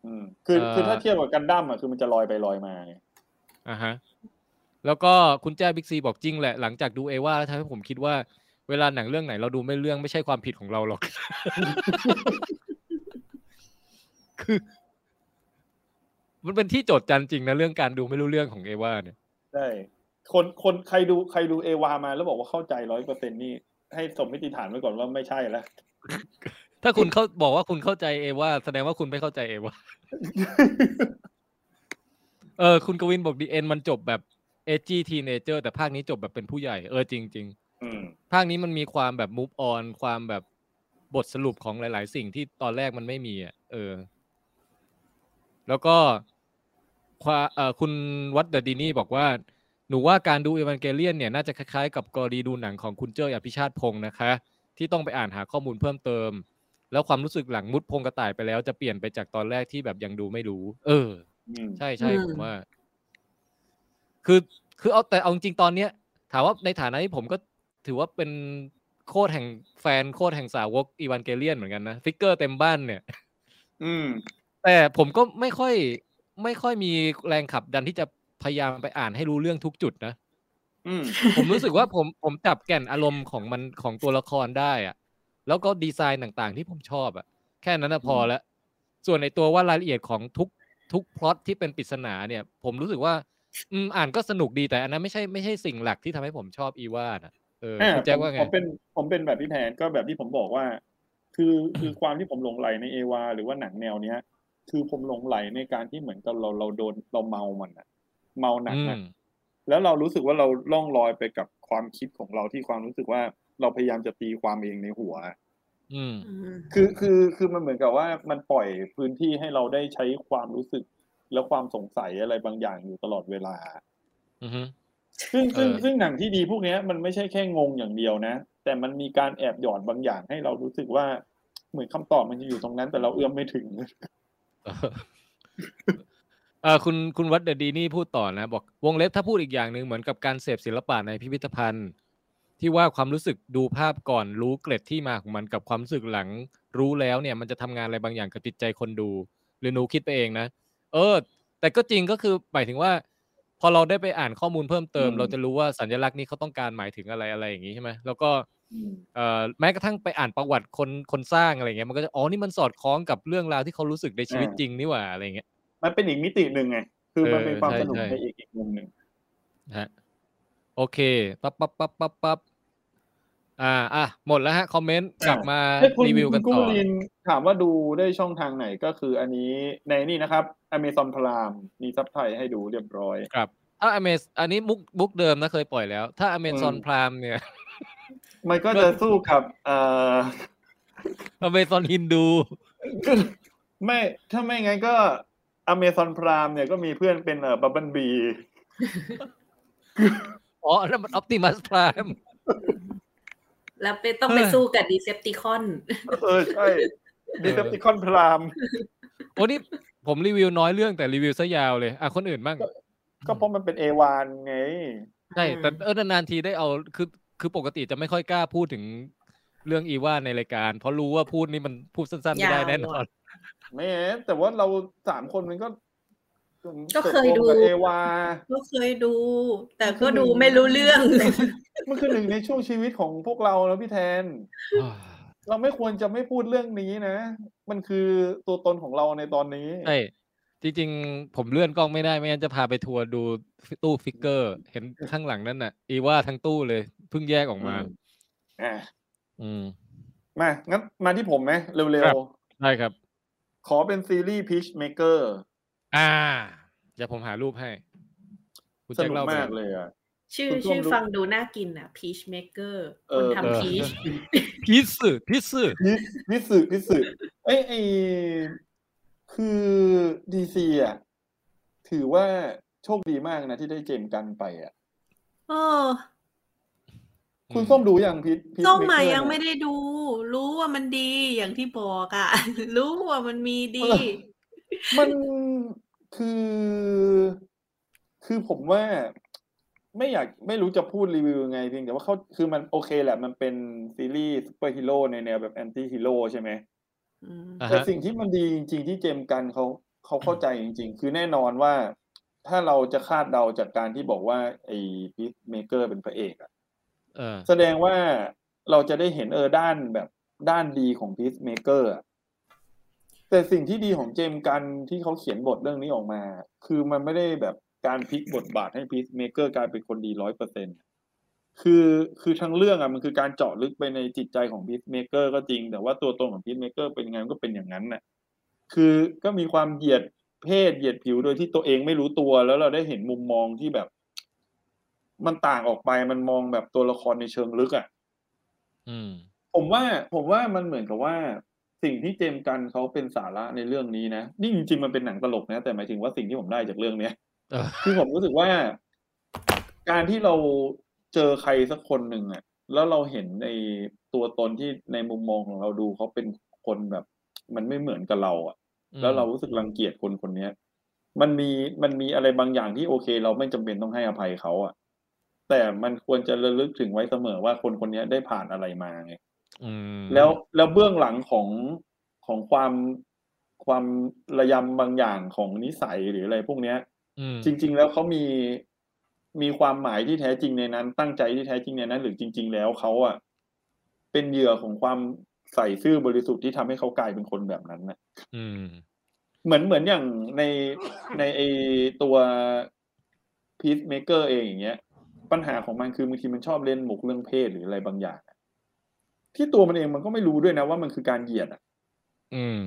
Speaker 3: อืมคือ
Speaker 2: เอ่อ
Speaker 3: คือถ้าเทียบกับกันดั้มอ่ะคือมันจะลอยไปลอยมาไง
Speaker 2: อ่าฮะแล้วก็คุณแจ้บิ๊กซีบอกจริงแหละหลังจากดูเอว่าแล้วทำให้ผมคิดว่าเวลาหนังเรื่องไหนเราดูไม่เรื่องไม่ใช่ความผิดของเราหรอก คือ มันเป็นที่โจทย์จันจริงนะเรื่องการดูไม่รู้เรื่องของเอว่าเนี่ย
Speaker 3: ใช่คนคนใครดูใครดูเอวามาแล้วบอกว่าเข้าใจร้อยเปอร์เซ็นนี่ ให้สมมติฐานไว้ก่อนว่าไม่ใช่แล้ว
Speaker 2: ถ้าคุณเขาบอกว่าคุณเข้าใจเอว่าแสดงว่าคุณไม่เข้าใจเอว่า เออ คุณกวินบอกดีเอ็นมันจบแบบเอจีทีเนเจอร์แต่ภาคนี้จบแบบเป็นผู้ใหญ่เออจริงจริงๆ
Speaker 3: อืม
Speaker 2: ภาคนี้มันมีความแบบมูฟออนความแบบบทสรุปของหลาย ๆ สิ่งที่ตอนแรกมันไม่มีอ่ะเออ แล้วก็ควาเอ่อคุณวัดเดอะดีนี่บอกว่า หนูว่าการดูเอวานเกเลียนเนี่ยน่าจะคล้าย ๆ กับกรณีดูหนังของคุณเจ้ยอภิชาติพงศ์นะคะ ที่ต้องไปอ่านหาข้อมูลเพิ่มเติม แล้วความรู้สึกหลังมุดพงกระต่ายไปแล้วจะเปลี่ยนไปจากตอนแรกที่แบบยังดูไม่รู้ เออ
Speaker 3: อืม
Speaker 2: ใช่ใช่ผมว่า คือคือเอาแต่เอาจริงๆตอนเนี้ย ถามว่าในฐานะที่ผมก็ถือว่าเป็นโคตรแห่งแฟนโคตรแห่งสาวกอีวานเกเลียนเหมือนกันนะฟิกเกอร์เต็มบ้านเนี่ย
Speaker 3: อืม
Speaker 2: แต่ผมก็ไม่ค่อย ไม่ค่อยมีแรงขับดันที่จะพยายามไปอ่านให้รู้เรื่องทุกจุดนะ
Speaker 3: อืม
Speaker 2: ผมรู้สึกว่าผมผมจับแก่นอารมณ์ของมันของตัวละครได้อะแล้วก็ดีไซน์ต่างๆที่ผมชอบอะแค่นั้นนะพอละ ส่วนในตัวว่ารายละเอียดของทุกทุกพล็อตที่เป็นปริศนาเนี่ย ผมรู้สึกว่า อืมอ่านก็สนุกดีแต่อันนั้นไม่ใช่ไม่ใช่สิ่งหลักที่ทำให้ผมชอบอีวานะเออ
Speaker 3: อ่า
Speaker 2: คุณแจ็คว่าไง
Speaker 3: ผมเป็นผมเป็นแบบพี่แทนก็แบบที่ผมบอกว่า คือคือความที่ผมหลงไหลในเอวาหรือว่าหนังแนวเนี้ย คือผมหลงไหลในการที่เหมือนกับเราเราโดนเราเมามันอะเมาหนักอะ
Speaker 2: อืม
Speaker 3: แล้วเรารู้สึกว่าเราล่องลอยไปกับความคิดของเราที่ความรู้สึกว่าเราพยายามจะตีความเองในหัว
Speaker 2: อืม
Speaker 4: อืม
Speaker 3: คือคือคือมันเหมือนกับว่ามันปล่อยพื้นที่ให้เราได้ใช้ความรู้สึกและความสงสัยอะไรบางอย่างอยู่ตลอดเวลา
Speaker 2: อือฮึ
Speaker 3: ซึ่งซึ่ง
Speaker 2: เออ
Speaker 3: ซึ่งหนังที่ดีพวกเนี้ยมันไม่ใช่แค่งงอย่างเดียวนะ แต่มันมีการแอบหยอดบางอย่างให้เรารู้สึกว่าเหมือนคำตอบมันจะอยู่ตรงนั้น แต่เราเอื้อมไม่ถึง
Speaker 2: เออเออคุณคุณวัดเดอะดีนี่พูดต่อนะ บอกวงเล็บถ้าพูดอีกอย่างหนึ่งเหมือนกับการเสพศิลปะในพิพิธภัณฑ์ ที่ว่าความรู้สึกดูภาพก่อนรู้เกร็ดที่มาของมันกับความรู้สึกหลังรู้แล้วเนี่ย มันจะทำงานอะไรบางอย่างกับจิตใจคนดู หรือหนูคิดไปเองนะเออ แต่ก็จริงก็คือหมายถึงว่า พอเราได้ไปอ่านข้อมูลเพิ่มเติม
Speaker 3: อืม
Speaker 2: เราจะรู้ว่าสัญลักษณ์นี้เขาต้องการหมายถึงอะไรอะไรอย่างนี้ใช่ไหมแล้วก็ เอ่อแม้กระทั่งไปอ่านประวัติคนคนสร้างอะไรเงี้ยมันก็จะอ๋อนี่มันสอดคล้องกับเรื่องราวที่เขารู้สึกในชีวิต
Speaker 3: อ่า
Speaker 2: จริงนี่หว่าอะไรเงี้ย
Speaker 3: มันเป็นอีกมิติหนึ่งไง คือมันเป็น
Speaker 2: เออ
Speaker 3: ความ
Speaker 2: ใช่
Speaker 3: สนุก
Speaker 2: ใช่
Speaker 3: ในอีกอีกมุมหนึ่ง
Speaker 2: นะฮะโอเคปั๊บปั๊บปั๊บปั๊บปั๊บอ่าอ่ะหมดแล้วฮะ คอมเมนต์กลับมา
Speaker 3: เอ้ยคุณ
Speaker 2: รีวิวกัน
Speaker 3: คุณกุ้
Speaker 2: ต่
Speaker 3: ง
Speaker 2: อ
Speaker 3: ลินถามว่าดูได้ช่องทางไหนก็คืออันนี้ในนี่นะครับ Amazon Prime มีซับไทยให้ดูเรียบร้อย
Speaker 2: ครับ ถ้าอเมซอันนี้มุกมุกเดิมนะเคยปล่อยแล้ว ถ้าอเมซอน
Speaker 3: อืม
Speaker 2: พรามเนี่ย
Speaker 3: มันก็จะสู้กับเอ่อ
Speaker 2: อเมซอนฮินดู
Speaker 3: ไม่ถ้าไม่งั้นก็ Amazon Prime เนี่ยก็มีเพื่อนเป็นเอ่อบับเบิลบี
Speaker 2: อ๋อนั่นมันออปติมัสพราม
Speaker 4: แล้วไปต้องไป
Speaker 2: เฮ้ย
Speaker 4: สู้กับดีเซปติคอน
Speaker 3: เออใช่ดีเซปติคอนพราม
Speaker 2: โอ้นี่ผมรีวิวน้อยเรื่องแต่รีวิวซะยาวเลยอ่ะคนอื่นบ้าง
Speaker 3: ก็เพราะมันเป็นเอวานไง
Speaker 2: ใช่
Speaker 4: อืม
Speaker 2: แต่เออนานๆทีได้เอาคือคือปกติจะไม่ค่อยกล้าพูดถึงเรื่องอีว่าในรายการ เพราะรู้ว่าพูดนี่มันพูดสั้นๆไม่ได้แน่นอน
Speaker 3: ไม่แต่ว่าเราสามคนมันก็
Speaker 4: ก็เคยดู
Speaker 3: ติบโตกับเอวา
Speaker 4: ก็เคยดู แต่ก็ดูไม่รู้เรื่อง
Speaker 3: มันคือหนึ่งในช่วงชีวิตของพวกเราแล้วพี่แทน เราไม่ควรจะไม่พูดเรื่องนี้นะ มันคือตัวตนของเราในตอนนี้
Speaker 2: ใช่จริงๆ ผมเลื่อนกล้องไม่ได้ไม่งั้นจะพาไปทัวร์ดูตู้ฟิกเกอร์ เห็นข้างหลังนั่นน่ะ อีว่าทั้งตู้เลยเพิ่งแยกออกมา
Speaker 3: อืม อ่ะ
Speaker 2: อืม
Speaker 3: มางั้นมาที่ผมไหมเร็
Speaker 2: ครั
Speaker 3: ว
Speaker 2: บ ได้ครับ
Speaker 3: ๆ ขอเป็นซีรีส์ Peacemaker
Speaker 2: อ่าเดี๋ยวผมหารูปให้คุณ
Speaker 3: ส
Speaker 2: แจ็ค
Speaker 3: นุก
Speaker 2: เล่าไป
Speaker 3: มากเลยอ่ะ
Speaker 4: ชื่อ
Speaker 3: คุณส้ม
Speaker 4: ชื่อ
Speaker 3: รู้
Speaker 4: ฟังดูน่ากินอ่ะ peach maker
Speaker 3: เอ
Speaker 4: คน
Speaker 3: อ
Speaker 2: เออ
Speaker 4: ทำ peach
Speaker 2: พิซซ์พิซซ์
Speaker 3: พิพิสึพิสึเอ้ยไอคือดีซีอ่ะ ถือว่าโชคดีมากนะที่ได้เจมส์กันไปอ่ะ
Speaker 4: เออ
Speaker 3: คุณส้มดูอย่างพิษพิษ
Speaker 4: ส้มมา
Speaker 3: เกอร์
Speaker 4: ยังไม่
Speaker 3: เนี่ย
Speaker 4: ได้ดู รู้ว่ามันดีอย่างที่บอกอ่ะ รู้ว่ามันมีดี
Speaker 3: เออ มันคือ คือผมว่า ไม่อยากไม่รู้จะพูดรีวิวยังไงเพียงแต่ว่าเขาคือมันโอเคแหละ มันเป็นซีรีส์ซูเปอร์ฮีโร่ในแนวแบบแอนตี้ฮีโร่ใช่ไหม
Speaker 4: อืม
Speaker 2: อ่า
Speaker 3: แต่
Speaker 2: ฮะ
Speaker 3: สิ่งที่มันดีจริงๆที่เจมส์กันเขาเขาเข้าใจจริง ๆ คือแน่นอนว่า ถ้าเราจะคาดเดาจากการที่บอกว่า ไอ้พีทเมเกอร์เป็นพระเอกอะ
Speaker 2: เออ
Speaker 3: แสดงว่าเราจะได้เห็นเออด้านแบบด้านดีของพีทเมเกอร์แต่สิ่งที่ดีของเจมส์กันที่เขาเขียนบทเรื่องนี้ออกมา คือมันไม่ได้แบบการพลิกบทบาทให้พีทเมเกอร์กลายเป็นคนดีร้อยเปอร์เซ็นคือคือทั้งเรื่องอะมันคือการเจาะลึกไปในจิตใจของพีทเมเกอร์ก็จริง แต่ว่าตัวตนของพีทเมเกอร์เป็นยังไงมันก็เป็นอย่างนั้นน่ะ คือก็มีความเหยียดเพศเหยียดผิวโดยที่ตัวเองไม่รู้ตัว แล้วเราได้เห็นมุมมองที่แบบ มันต่างออกไปมันมองแบบตัวละครในเชิงลึกอะ่ะ
Speaker 2: อืม
Speaker 3: ผมว่า ผมว่ามันเหมือนกับว่า สิ่งที่เจมส์กันเขาเป็นสาระในเรื่องนี้นะนี่จริงๆมันเป็นหนังตลกนะแต่หมายถึงว่าสิ่งที่ผมได้จากเรื่องเนี้ย
Speaker 2: เออ
Speaker 3: คือผมรู้สึกว่า การที่เราเจอใครสักคนหนึ่งอะ่ะ แล้วเราเห็นในตัวตนที่ในมุมมองของเราดูเขาเป็นคนแบบ มันไม่เหมือนกับเราอ่ะ แล้วเรารู้สึกรังเกียจคนคนเนี้ย มันมีมันมีอะไรบางอย่างที่โอเค เราไม่จำเป็นต้องให้อภัยเขาอะแต่มันควรจะระลึกถึงไว้เสมอว่าคนคนเนี้ยได้ผ่านอะไรมาไง
Speaker 2: อืม
Speaker 3: แล้วแล้วเบื้องหลังของของความความระยำบางอย่างของนิสัยหรืออะไรพวกเนี้ย
Speaker 2: อืม
Speaker 3: จริง ๆ แล้วเขามีมีความหมายที่แท้จริงในนั้น ตั้งใจที่แท้จริงในนั้น หรือจริง ๆ แล้วเขาอะเป็นเหยื่อของความใส่ซื่อบริสุทธิ์ที่ทำให้เขากลายเป็นคนแบบนั้นนะ
Speaker 2: อืม
Speaker 3: เหมือนเหมือนอย่างในในไอตัวพีซเมเกอร์เองอย่างเงี้ย ปัญหาของมันคือบางทีมันชอบเล่นหมกเรื่องเพศหรืออะไรบางอย่างอะที่ตัวมันเองมันก็ไม่รู้ด้วยนะว่ามันคือการเหยียดอะ
Speaker 2: อืม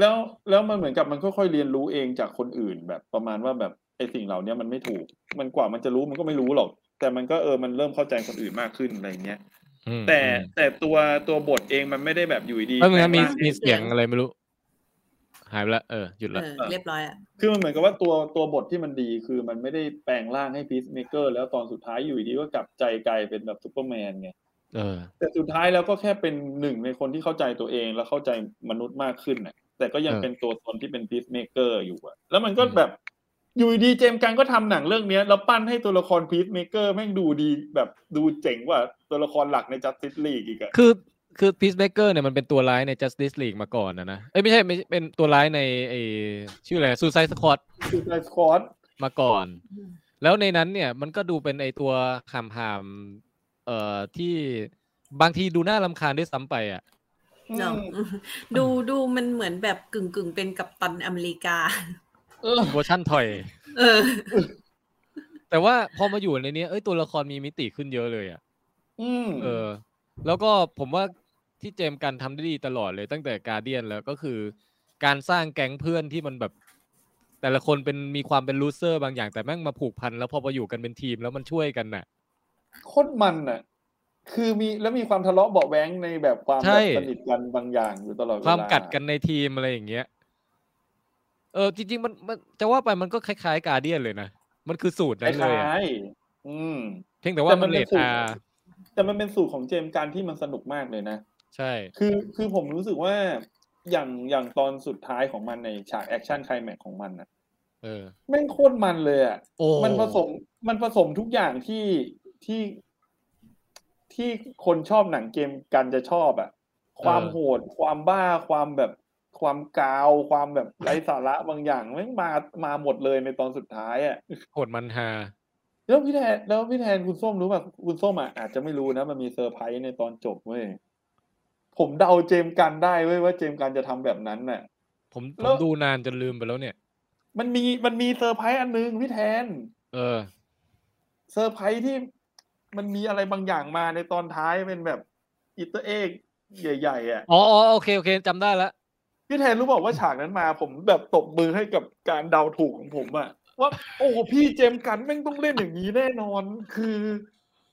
Speaker 3: แล้วแล้วมันเหมือนกับมันค่อยๆเรียนรู้เองจากคนอื่นแบบประมาณว่าแบบไอ้สิ่งเหล่านี้มันไม่ถูก มันกว่ามันจะรู้มันก็ไม่รู้หรอก แต่มันก็เออมันเริ่มเข้าใจคนอื่นมากขึ้นอะไรเงี้ย
Speaker 2: อืม
Speaker 3: แต่
Speaker 2: อืม
Speaker 3: แต่ตัวตัวบทเองมันไม่ได้แบบอยู่ดี
Speaker 2: เอ้ยเมื่อกี้มี
Speaker 3: แปลงร่าง
Speaker 2: มีเสียงอะไรไม่รู้ หายไปละเออ หยุดละ
Speaker 4: เออเรียบร้อยละ
Speaker 3: คือมันเหมือนกับว่าตัวตัวบทที่มันดีคือมันไม่ได้แปลงร่างให้พีซเมเกอร์แล้วตอนสุดท้ายอยู่ดีก็กลับใจกลายเป็นแบบซูเปอร์แมนไง
Speaker 2: เออ
Speaker 3: แต่สุดท้ายแล้วก็แค่เป็นหนึ่งในคนที่เข้าใจตัวเองแล้วเข้าใจมนุษย์มากขึ้นน่ะ แต่ก็ยัง
Speaker 2: เออ
Speaker 3: เป็นตัวตนที่เป็นพีซเมเกอร์อยู่อะแล้วมันก็แบบอยู่ดีเจมส์กันก็ทำหนังเรื่องเนี้ยแล้วปั้นให้ตัวละครพีซเมเกอร์แม่งดูดีแบบดูเจ๋งกว่าตัวละครหลักในจัสติสลีกอีกอะ
Speaker 2: คือคือ Peacemaker เนี่ยมันเป็นตัวร้ายใน Justice League มาก่อนนะนะ เอ้ยไม่ใช่ไม่ใช่เป็นตัวร้ายในไอชื่ออะไร Suicide Squad
Speaker 3: คือไลสคอต
Speaker 2: มาก่อน แล้วในนั้นเนี่ยมันก็ดูเป็นไอตัวหามหามเอ่อที่บางทีดูน่ารำคาญด้วยซ้ำไปอ่ะ
Speaker 4: เนอะ ดูดูมันเหมือนแบบกึ่งกึ่งๆเป็นกัปตันอเมริกา
Speaker 2: เวอร์ชั่นถอย
Speaker 4: เออ
Speaker 2: แต่ว่าพอมาอยู่ในเนี้ยเอ้ยตัวละครมีมิติขึ้นเยอะเลยอ่ะ
Speaker 3: อืม
Speaker 2: เออ แล้วก็ผมว่าที่เจมส์กันทำได้ดีตลอดเลยตั้งแต่การเดียนแล้วก็คือ การสร้างแก๊งเพื่อนที่มันแบบ แต่ละคนเป็นมีความเป็นลูเซอร์บางอย่างแต่แม่งมาผูกพันแล้วพอมาอยู่กันเป็นทีมแล้วมันช่วยกันน่ะ
Speaker 3: โคตรมันอะคือมีแล้วมีความทะเลาะเบาะแว้งในแบบความ
Speaker 2: ใช่
Speaker 3: แบบสนิทกันบางอย่างอยู่ตลอดเวลา
Speaker 2: ความกัดกันในทีมอะไรอย่างเงี้ย เออจริงๆมันมันจะว่าไปมันก็คล้ายๆการเดียนเลยนะ มันคือสูตร
Speaker 3: ค
Speaker 2: นั้นเลยอะ
Speaker 3: ล้ายๆอืม
Speaker 2: เพียงแต่ว่ามันเล
Speaker 3: ป็
Speaker 2: ท
Speaker 3: สูต
Speaker 2: อา
Speaker 3: ขงแต่มันเป็นสูตรของเจมส์การที่มันสนุกมากเลยนะ
Speaker 2: ใช่
Speaker 3: คือคือผมรู้สึกว่าอย่างอย่างตอนสุดท้ายของมันในฉากแอคชั่นไคลแม็กซ์ของมันนะ
Speaker 2: เออ
Speaker 3: แม่งโคตรมันเลยอ่ะ
Speaker 2: โอ้
Speaker 3: มันผสมมันผสมทุกอย่างที่ที่ที่คนชอบหนังเกมกันจะชอบอ่ะ ความโหด ความบ้าความแบบความกาว ความแบบไร้สาระบางอย่างแม่งมามาหมดเลยในตอนสุดท้ายอ่ะ
Speaker 2: โหดมันฮา
Speaker 3: แล้วพี่แทนแล้วพี่แทนคุณส้มรู้ป่ะคุณส้มอ่ะอาจจะไม่รู้นะมันมีเซอร์ไพรส์ในตอนจบเว้ยผมเดาเจมส์กันได้เว้ยว่าเจมส์กันจะทำแบบนั้นน่ะ
Speaker 2: ผมผ
Speaker 3: แล้
Speaker 2: ม
Speaker 3: ว
Speaker 2: ดูนานจนลืมไปแล้วเนี่ย
Speaker 3: มันมีมันมีเซอร์ไพรส์อันนึงพี่แทน
Speaker 2: เออ
Speaker 3: เซอร์ไพรส์ที่มันมีอะไรบางอย่างมาในตอนท้ายเป็นแบบอิตาเอกใหญ่ๆอ่ะ
Speaker 2: อ๋ออ๋อโอเคโอเคจำได้ละ
Speaker 3: พี่แทนรู้บอกว่าฉากนั้นมา ผมแบบตบมือให้กับการเดาถูกของผมอ่ะว่าโอ้โหพี่เจมส์กันแม่งต้องเล่นอย่างนี้แน่นอนคือ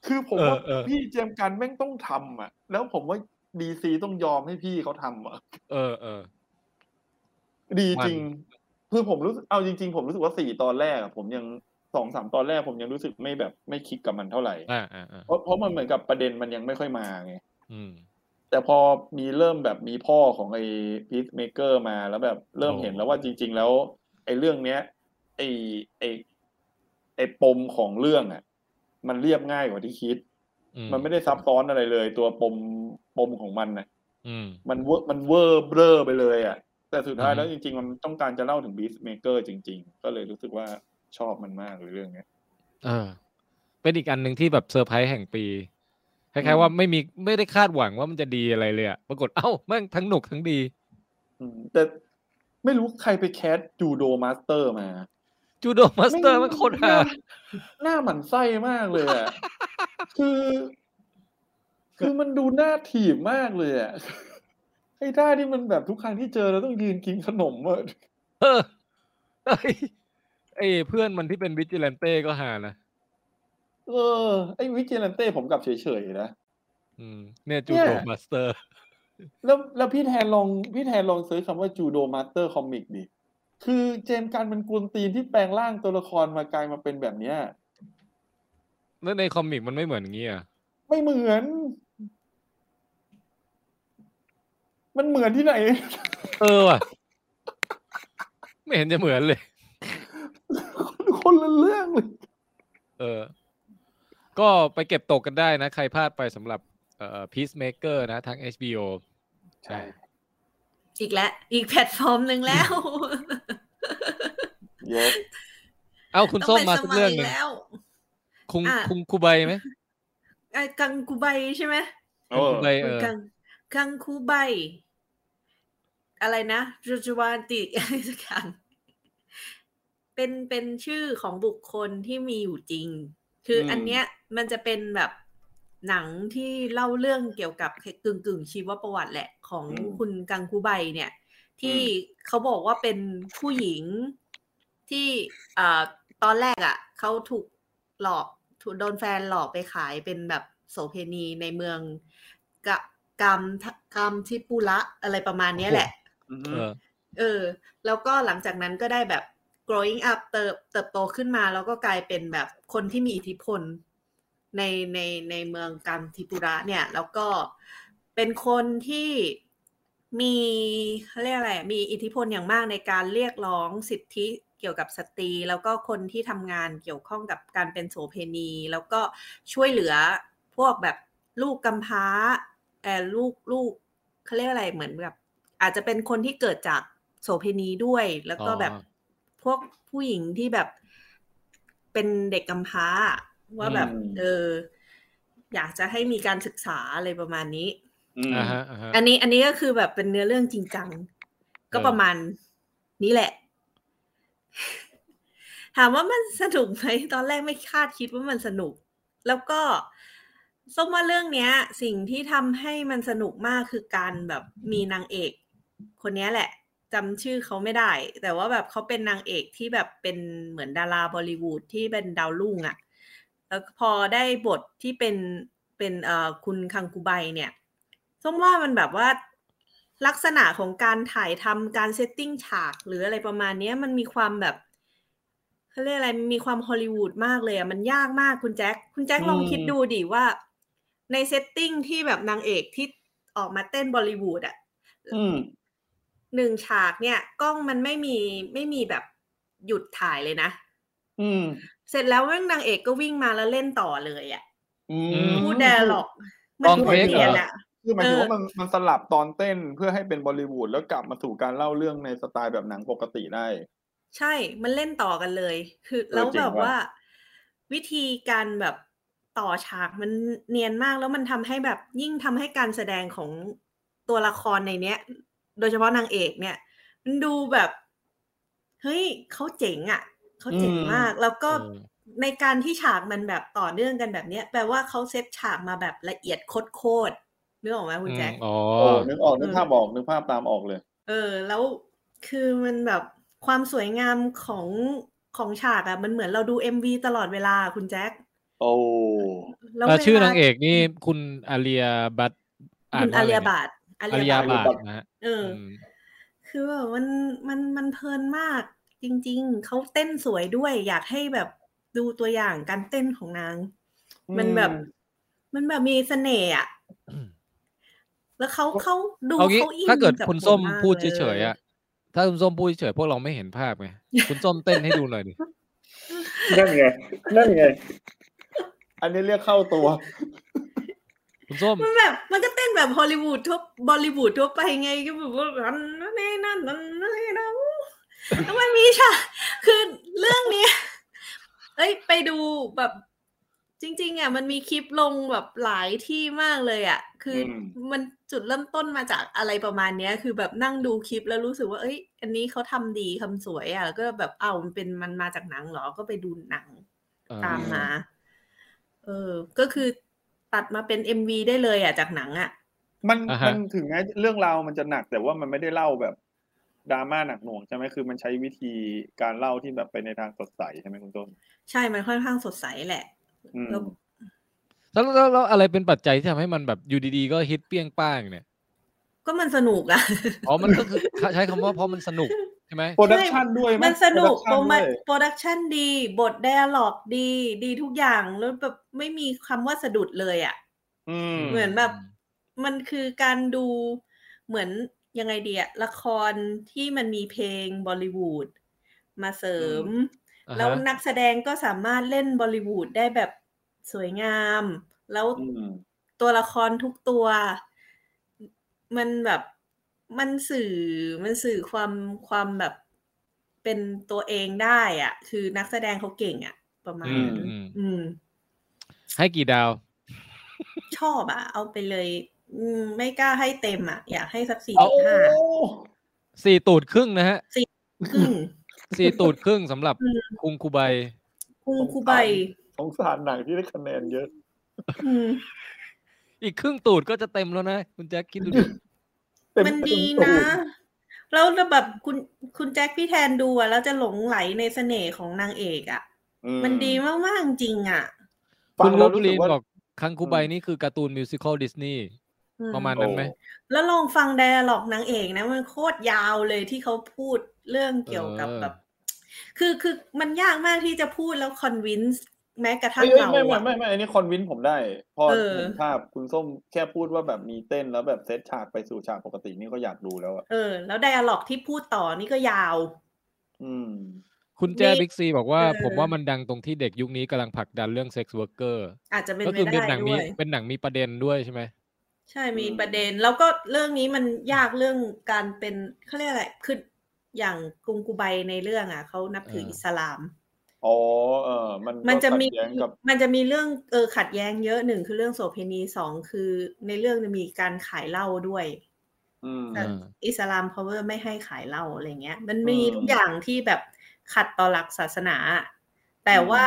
Speaker 3: คือผมว่า
Speaker 2: เออเออ
Speaker 3: พี่เจมส์กันแม่งต้องทำอ่ะ แล้วผมว่าดีซีต้องยอมให้พี่เขาทำอ่ะ
Speaker 2: เออเออ
Speaker 3: ดีจริง
Speaker 2: มั
Speaker 3: คือผมรู้สึกเอาจริง ๆ ผมรู้สึกว่าสี่ตอนแรกอะผมยังสองสามตอนแรกผมยังรู้สึกไม่แบบไม่คลิกกับมันเท่าไหร่
Speaker 2: อ่าอ่าอ่า
Speaker 3: เพราะเพราะมันเหมือนกับประเด็นมันยังไม่ค่อยมาไง
Speaker 2: อืม
Speaker 3: แต่พอมีเริ่มแบบมีพ่อของไอ้พีทเมเกอร์มาแล้วแบบเริ่ม
Speaker 2: โอ้
Speaker 3: เห็นแล้วว่าจริง ๆ แล้วไอ้เรื่องเนี้ยไอ้ไอ้ไอ้ปมของเรื่องอ่ะ มันเรียบง่ายกว่าที่คิด
Speaker 2: อื
Speaker 3: มันไม่ได้ซับซ้อนอะไรเลย ตัวปมปมของมันน่ะ
Speaker 2: อืม
Speaker 3: มันเวอร์มันเวอร์เบลอไปเลยอ่ะ แต่สุดท้าย
Speaker 2: อือฮึ
Speaker 3: แล้วจริง ๆ มันต้องการจะเล่าถึงบีสเมเกอร์จริง ๆ ก็เลยรู้สึกว่าชอบมันมากเลยเรื่องเนี้ย
Speaker 2: เออ เป็นอีกอันหนึ่งที่แบบเซอร์ไพรส์แห่งปีค
Speaker 3: อื
Speaker 2: ล้ายๆ
Speaker 3: ม
Speaker 2: ว่าไม่มีไม่ได้คาดหวังว่ามันจะดีอะไรเลยอะปรากฏเอ้าแม่งทั้งหนุกทั้งดี
Speaker 3: อืมแต่ไม่รู้ใครไปแคสจูโดมาสเตอร์มา
Speaker 2: จูโดมาสเตอร์
Speaker 3: ไ
Speaker 2: มันโคตร
Speaker 3: หน้
Speaker 2: ฮา
Speaker 3: หน้าหมันไส้มากเลยอ่ะ คือ คือมันดูหน้าถีบมากเลยอ่ะไอ้ท่าที่มันแบบทุกครั้งที่เจอเราต้องยืนกินขนมอ่ะ
Speaker 2: เออเอ้ยเอ้ยเพื่อนมันที่เป็นวิจิเลนเต้ก็ฮานะ
Speaker 3: เออไอ้วิเจลันเต้ผมกลับเฉยๆนะ
Speaker 2: อืมเนี่ยจูโด
Speaker 3: เนี่ย
Speaker 2: มาสเตอร์
Speaker 3: แล้วแล้วพี่แทนลองพี่แทนลองเซิร์ชคำว่าจูโดมาสเตอร์คอมิกดิ คือเจมส์การมันกวนตีนที่แปลงร่างตัวละครมากลายมาเป็นแบบเนี้ย
Speaker 2: แล้วในคอมิกมันไม่เหมือนอย่างงี้อ่ะ
Speaker 3: ไม่เหมือน มันเหมือนที่ ไหน
Speaker 2: เออว่ะไม่เห็นจะเหมือนเลย
Speaker 3: คนละเรื่องเลย
Speaker 2: เออ ก็ไปเก็บตกกันได้นะ ใครพลาดไปสำหรับเอ่อ Peacemaker นะทาง HBO ใช่
Speaker 4: อีกแล้วอีกแพลตฟอร์มหนึ่งแล้ว
Speaker 3: เยอะ
Speaker 2: เอา คุณ
Speaker 4: ต้
Speaker 2: ส้
Speaker 4: อ
Speaker 2: ม
Speaker 4: ง
Speaker 2: มา
Speaker 4: เป็น
Speaker 2: สัก
Speaker 4: มัย
Speaker 2: เรื่องหนึ่ง
Speaker 4: แล้ว
Speaker 2: คุง
Speaker 4: อ่ะ
Speaker 2: คุงคูใบไหม
Speaker 4: ไอ้กังคูใบใช่ไหม
Speaker 2: คุงคูใบเออ
Speaker 4: กังกังคูใบ อะไรนะจูจูวานติอะไรสักอย่างเป็นเป็นชื่อของบุคคลที่มีอยู่จริง คืออ
Speaker 3: ม
Speaker 4: อันเนี้ยมันจะเป็นแบบหนังที่เล่าเรื่องเกี่ยวกับกึ่งกึ่งๆชีวประวัติแหละของ
Speaker 3: อืม
Speaker 4: คุณกังคูใบเนี่ย ที่
Speaker 3: อื
Speaker 4: เขาบอกว่าเป็นผู้หญิงที่เอ่อตอนแรกอ่ะเขาถูกหลอกถูกโดนแฟนหลอกไปขายเป็นแบบโสเพณีในเมืองกะกามกามทิปุระอะไรประมาณเนี้ยแหละ
Speaker 3: อือฮึ
Speaker 2: เออ
Speaker 4: เออแล้วก็หลังจากนั้นก็ได้แบบ growing up เติบเติบโตขึ้นมา แล้วก็กลายเป็นแบบคนที่มีอิทธิพลในในในเมืองกัมทิปุระเนี่ย แล้วก็เป็นคนที่มีเขาเรียกอะไร มีอิทธิพลอย่างมากในการเรียกร้องสิทธิเกี่ยวกับสตรี แล้วก็คนที่ทำงานเกี่ยวข้องกับการเป็นโสเภณี แล้วก็ช่วยเหลือพวกแบบลูกกำพร้า เอ่อลูกลูกเขาเรียกอะไรเหมือนแบบ อาจจะเป็นคนที่เกิดจากโสเภณีด้วย แล้วก็
Speaker 2: อ๋อ
Speaker 4: แบบพวกผู้หญิงที่แบบเป็นเด็กกำพร้า ว่าแบบ
Speaker 3: อืม
Speaker 4: เออ อยากจะให้มีการศึกษาอะไรประมาณนี้
Speaker 3: อืม
Speaker 2: อ่าฮะอ่าฮะ
Speaker 4: อันนี้อันนี้ก็คือแบบเป็นเนื้อเรื่องจริงจัง ก็
Speaker 2: เออ
Speaker 4: ประมาณนี้แหละ ถามว่ามันสนุกไหมตอนแรกไม่คาดคิดว่ามันสนุก แล้วก็ส้มว่าเรื่องเนี้ย สิ่งที่ทำให้มันสนุกมากคือการแบบมีนางเอก คนเนี้ยแหละจำชื่อเขาไม่ได้ แต่ว่าแบบเขาเป็นนางเอกที่แบบเป็นเหมือนดาราบอลลิวูดที่เป็นดาวรุ่งอะ่ะ แล้วพอได้บทที่เป็นเป็นเอ่อคุณคังกูไบเนี่ยส้มว่ามันแบบว่าลักษณะของการถ่ายทำการเซตติ้งฉากหรืออะไรประมาณเนี้ยมันมีความแบบเขาเรียกอะไรมีความฮอลลีวูดมากเลยอะ่ะมันยากมากคุณแจ็คคุณแจ็คลองคิดดูดิว่า ในเซตติ้งที่แบบนางเอกที่ออกมาเต้นบอลลิวูดอ่ะ
Speaker 3: อืม
Speaker 4: หนึ่งฉากเนี่ยกล้องมันไม่มีไม่มีแบบหยุดถ่ายเลยนะ
Speaker 3: อืม
Speaker 4: เสร็จแล้วเรื่องนางเอกก็วิ่งมาแล้วเล่นต่อเลยอะ่ะ
Speaker 3: อื
Speaker 2: อื
Speaker 3: ม
Speaker 2: ม
Speaker 4: พูดแดร์ล็อก
Speaker 2: ลองเทคเหรอ
Speaker 4: ลี่ยนอะ
Speaker 3: คือหมายถึงว่า
Speaker 4: เออ
Speaker 3: มันมันสลับตอนเต้นเพื่อให้เป็นบอลลิวูดแล้วกลับมาสู่การเล่าเรื่องในสไตล์แบบหนังปกติได้
Speaker 4: ใช่ มันเล่นต่อกันเลย คือ
Speaker 3: เออ
Speaker 4: แล้ว
Speaker 3: จริง
Speaker 4: แบบ
Speaker 3: ว่ะ
Speaker 4: ว่าวิธีการแบบต่อฉากมันเนียนมากแล้วมันทำให้แบบยิ่งทำให้การแสดงของตัวละครในเนี้ย โดยเฉพาะนางเอกเนี่ย มันดูแบบ เฮ้ยเขาเจ๋งอะ่ะเขาเจ๋งมาก แล้วก็
Speaker 2: เออ
Speaker 4: ในการที่ฉากมันแบบต่อเนื่องกันแบบเนี้ยแปลว่าเขาเซตฉากมาแบบละเอียดโคตรๆนึกออกไหมคุณแจ็ค
Speaker 2: อืมอ๋อ
Speaker 3: โอ้นึกออกนึกภาพออกนึกภาพตามออกเลย
Speaker 4: เออแล้วคือมันแบบความสวยงามของของฉากอะ่ะ มันเหมือนเราดู MV ตลอดเวลาคุณแจ็ค
Speaker 3: โอ้
Speaker 4: แล้ว
Speaker 2: เอ่อ
Speaker 4: วล
Speaker 2: ชื่อนางเอกนี่คุณอาเลียบัต
Speaker 4: คุณอาเลียบาท
Speaker 2: อาเลีย
Speaker 3: บ
Speaker 2: บาท
Speaker 3: อาเลียบัต
Speaker 2: นะฮะ
Speaker 4: เอออ
Speaker 2: ม
Speaker 4: คือแบบมันมันมันเพลินมาก จริง ๆ เขาเต้นสวยด้วย อยากให้แบบดูตัวอย่างการเต้นของนาง มันแบบ มันแบบมีเสน่ห์อ่ะ แล้วเขาเขาดู
Speaker 2: เอางี้
Speaker 4: เขาอิน
Speaker 2: ถ้าเกิด
Speaker 4: บ
Speaker 2: คุณ
Speaker 4: ผล
Speaker 2: ส้ม
Speaker 4: าก
Speaker 2: พูด
Speaker 4: ล
Speaker 2: เฉยๆอ่ะ ถ้าคุณส้มพูดเฉยๆพวกเราไม่เห็นภาพไง คุณส้มเต้นให้ดูหน่อยดิ
Speaker 3: นั่นไงนั่นไง อันนี้เรียกเข้าตัว
Speaker 2: คุณส้ม
Speaker 4: มันแบบมันก็เต้นแบบฮอลลีวูดทั่วบอลลีวูดทั่วไปไงก็แบบว่านั่นนั่นนี่นั่นนั่นนั่นนี่นะอู้แล้วมันมีฉากคือเรื่องเนี้ยเอ้ยไปดูแบบ จริง ๆอ่ะมันมีคลิปลงแบบหลายที่มากเลยอ่ะ คืออ
Speaker 3: ม
Speaker 4: มันจุดเริ่มต้นมาจากอะไรประมาณเนี้ย คือแบบนั่งดูคลิปแล้วรู้สึกว่าเอ้ย อันนี้เขาทำดีทำสวยอ่ะแล้วก็แบบเอ้ามันเป็นมันมาจากหนังเหรอก็ไปดูหนัง ตามมา เออ ก็คือตัดมาเป็น MV ได้เลยอ่ะจากหนังอ่ะ
Speaker 3: มัน
Speaker 2: อ่าฮะ
Speaker 3: มันถึงแม้เรื่องราวมันจะหนัก แต่ว่ามันไม่ได้เล่าแบบดราม่าหนักหน่วงใช่ไหมคือมันใช้วิธีการเล่าที่แบบไปในทางสดใสใช่ไหมคุณต้น
Speaker 4: ใช่ มันค่อนข้างสดใสแหละ
Speaker 3: อืม
Speaker 4: แล้ว
Speaker 2: แล้วแล้วแล้วอะไรเป็นปัจจัยที่ทำให้มันแบบอยู่ดีๆ ก็ฮิตเปี้ยงป้างเนี่ย
Speaker 4: ก็มันสนุกอ่ะ
Speaker 2: อ๋อ มันก็คือ ใช้คำว่าเพราะมันสนุกใช่ไหม
Speaker 3: โปรดักชันด้วยไห
Speaker 4: มันสนุกโปร
Speaker 3: โปรดักชันด้วย
Speaker 4: โปรดักชันดี บทไดอะล็อกดี ดีทุกอย่าง แล้วแบบไม่มีคำว่าสะดุดเลยอ่ะ
Speaker 3: อืม
Speaker 4: เหมือนแบบ มันคือการดูเหมือนยังไงดีอะละครที่มันมีเพลงบอลลิวูดมาเสริม
Speaker 2: อ่าฮะ
Speaker 4: แล้วนักแสดงก็สามารถเล่นบอลลิวูดได้แบบสวยงาม แล้ว
Speaker 3: อืม
Speaker 4: ตัวละครทุกตัว มันแบบมันสื่อมันสื่อความความแบบเป็นตัวเองได้อะคือนักแสดงเขาเก่งอะประมาณนั้น
Speaker 2: อืมอืม
Speaker 4: อืม
Speaker 2: ให้กี่ดาว
Speaker 4: ชอบอะเอาไปเลย อืม ไม่กล้าให้เต็มอะอยากให้สักสี่
Speaker 2: เอา
Speaker 4: จุดห้า
Speaker 2: สี่ตูดครึ่งนะฮะ
Speaker 4: ครึ่ง
Speaker 2: สี่ตูดครึ่งสำหรับ
Speaker 4: อืม
Speaker 2: คุงคูไบ
Speaker 4: คุงคูใบ
Speaker 3: สงสารหนังที่ได้คะแนนเยอะ
Speaker 4: อืม
Speaker 2: อีกครึ่งตูดก็จะเต็มแล้วนะ คุณแจ็คคิดดูดิ
Speaker 3: เต็
Speaker 4: มัน
Speaker 3: เต็
Speaker 4: ดี
Speaker 3: ตู
Speaker 4: นะ แล้วแบบคุณคุณแจ็คพี่แทนดูอะแล้วจะหลงไหลในเสน่ห์ของนางเอกอะ
Speaker 3: อื
Speaker 4: มันดีมาก ๆ จริงอะ
Speaker 3: ฟั
Speaker 2: คุ
Speaker 3: ง
Speaker 2: ณรู
Speaker 3: แล้ว
Speaker 2: ป
Speaker 3: รู้สึ
Speaker 2: ลี
Speaker 3: ก
Speaker 2: น
Speaker 3: ว่า
Speaker 2: บอกคังคูไบ
Speaker 3: อืม
Speaker 2: นี่คือการ์ตูนมิวสิควลดิสนีย์
Speaker 4: อืม
Speaker 2: ประมาณนั้นไหม
Speaker 4: แล้วลองฟังไดอะล็อกนางเอกนะ มันโคตรยาวเลยที่เขาพูดเรื่องเกี่ยวกับ
Speaker 2: เออ
Speaker 4: แบบ คือคือมันยากมากที่จะพูดแล้วคอนวินส์แม้กระทั่ง
Speaker 3: เอ้ยเอ้ย
Speaker 4: เราอะ
Speaker 3: ไม่ไม่ไม่ไม่อันนี้คอนวินผมได้ พอ
Speaker 4: เออ
Speaker 3: เห็นภาพคุณส้มแค่พูดว่าแบบมีเต้นแล้วแบบเซตฉากไปสู่ฉากปกตินี่ก็อยากดูแล้วอ่ะ
Speaker 4: เออ แล้วไดอะล็อกที่พูดต่อนี่ก็ยาว
Speaker 3: อืม
Speaker 2: คุณแจ้
Speaker 4: นี่
Speaker 2: บิ๊กซีบอกว่า
Speaker 4: เออ
Speaker 2: ผมว่ามันดังตรงที่เด็กยุคนี้กำลังผลักดันเรื่องเซ็กซ์เวิร์กเกอร์
Speaker 4: อาจจะเป็น
Speaker 2: ก็
Speaker 4: ไป
Speaker 2: คือเป็
Speaker 4: ได้
Speaker 2: นหนัง
Speaker 4: ด้
Speaker 2: มี
Speaker 4: วย
Speaker 2: เป็นหนังมีประเด็นด้วยใช่ไหม
Speaker 4: ใช่มี
Speaker 3: อืม
Speaker 4: ประเด็น แล้วก็เรื่องนี้มันยากเรื่องการเป็นเขาเรียกอะไรคืออย่างกรุงกูไบในเรื่องอ่ะเขานับถือ
Speaker 2: เอออิ
Speaker 4: อิสลาม
Speaker 3: อ๋อเออ มัน
Speaker 4: มันจะมี
Speaker 3: ก็ขัดแย้งกับ
Speaker 4: มันจะมีเรื่องเออขัดแย้งเยอะหนึ่งคือเรื่องโสเภณีสองคือในเรื่องจะมีการขายเหล้าด้วย
Speaker 3: อืม
Speaker 4: แต่
Speaker 2: อ่า
Speaker 4: อิสลามพาวเวอร์ไม่ให้ขายเหล้าอะไรเงี้ย มันมี
Speaker 3: อืม
Speaker 4: ทุกอย่างที่แบบขัดต่อหลักศาสนา แต่
Speaker 3: อืม
Speaker 4: ว่า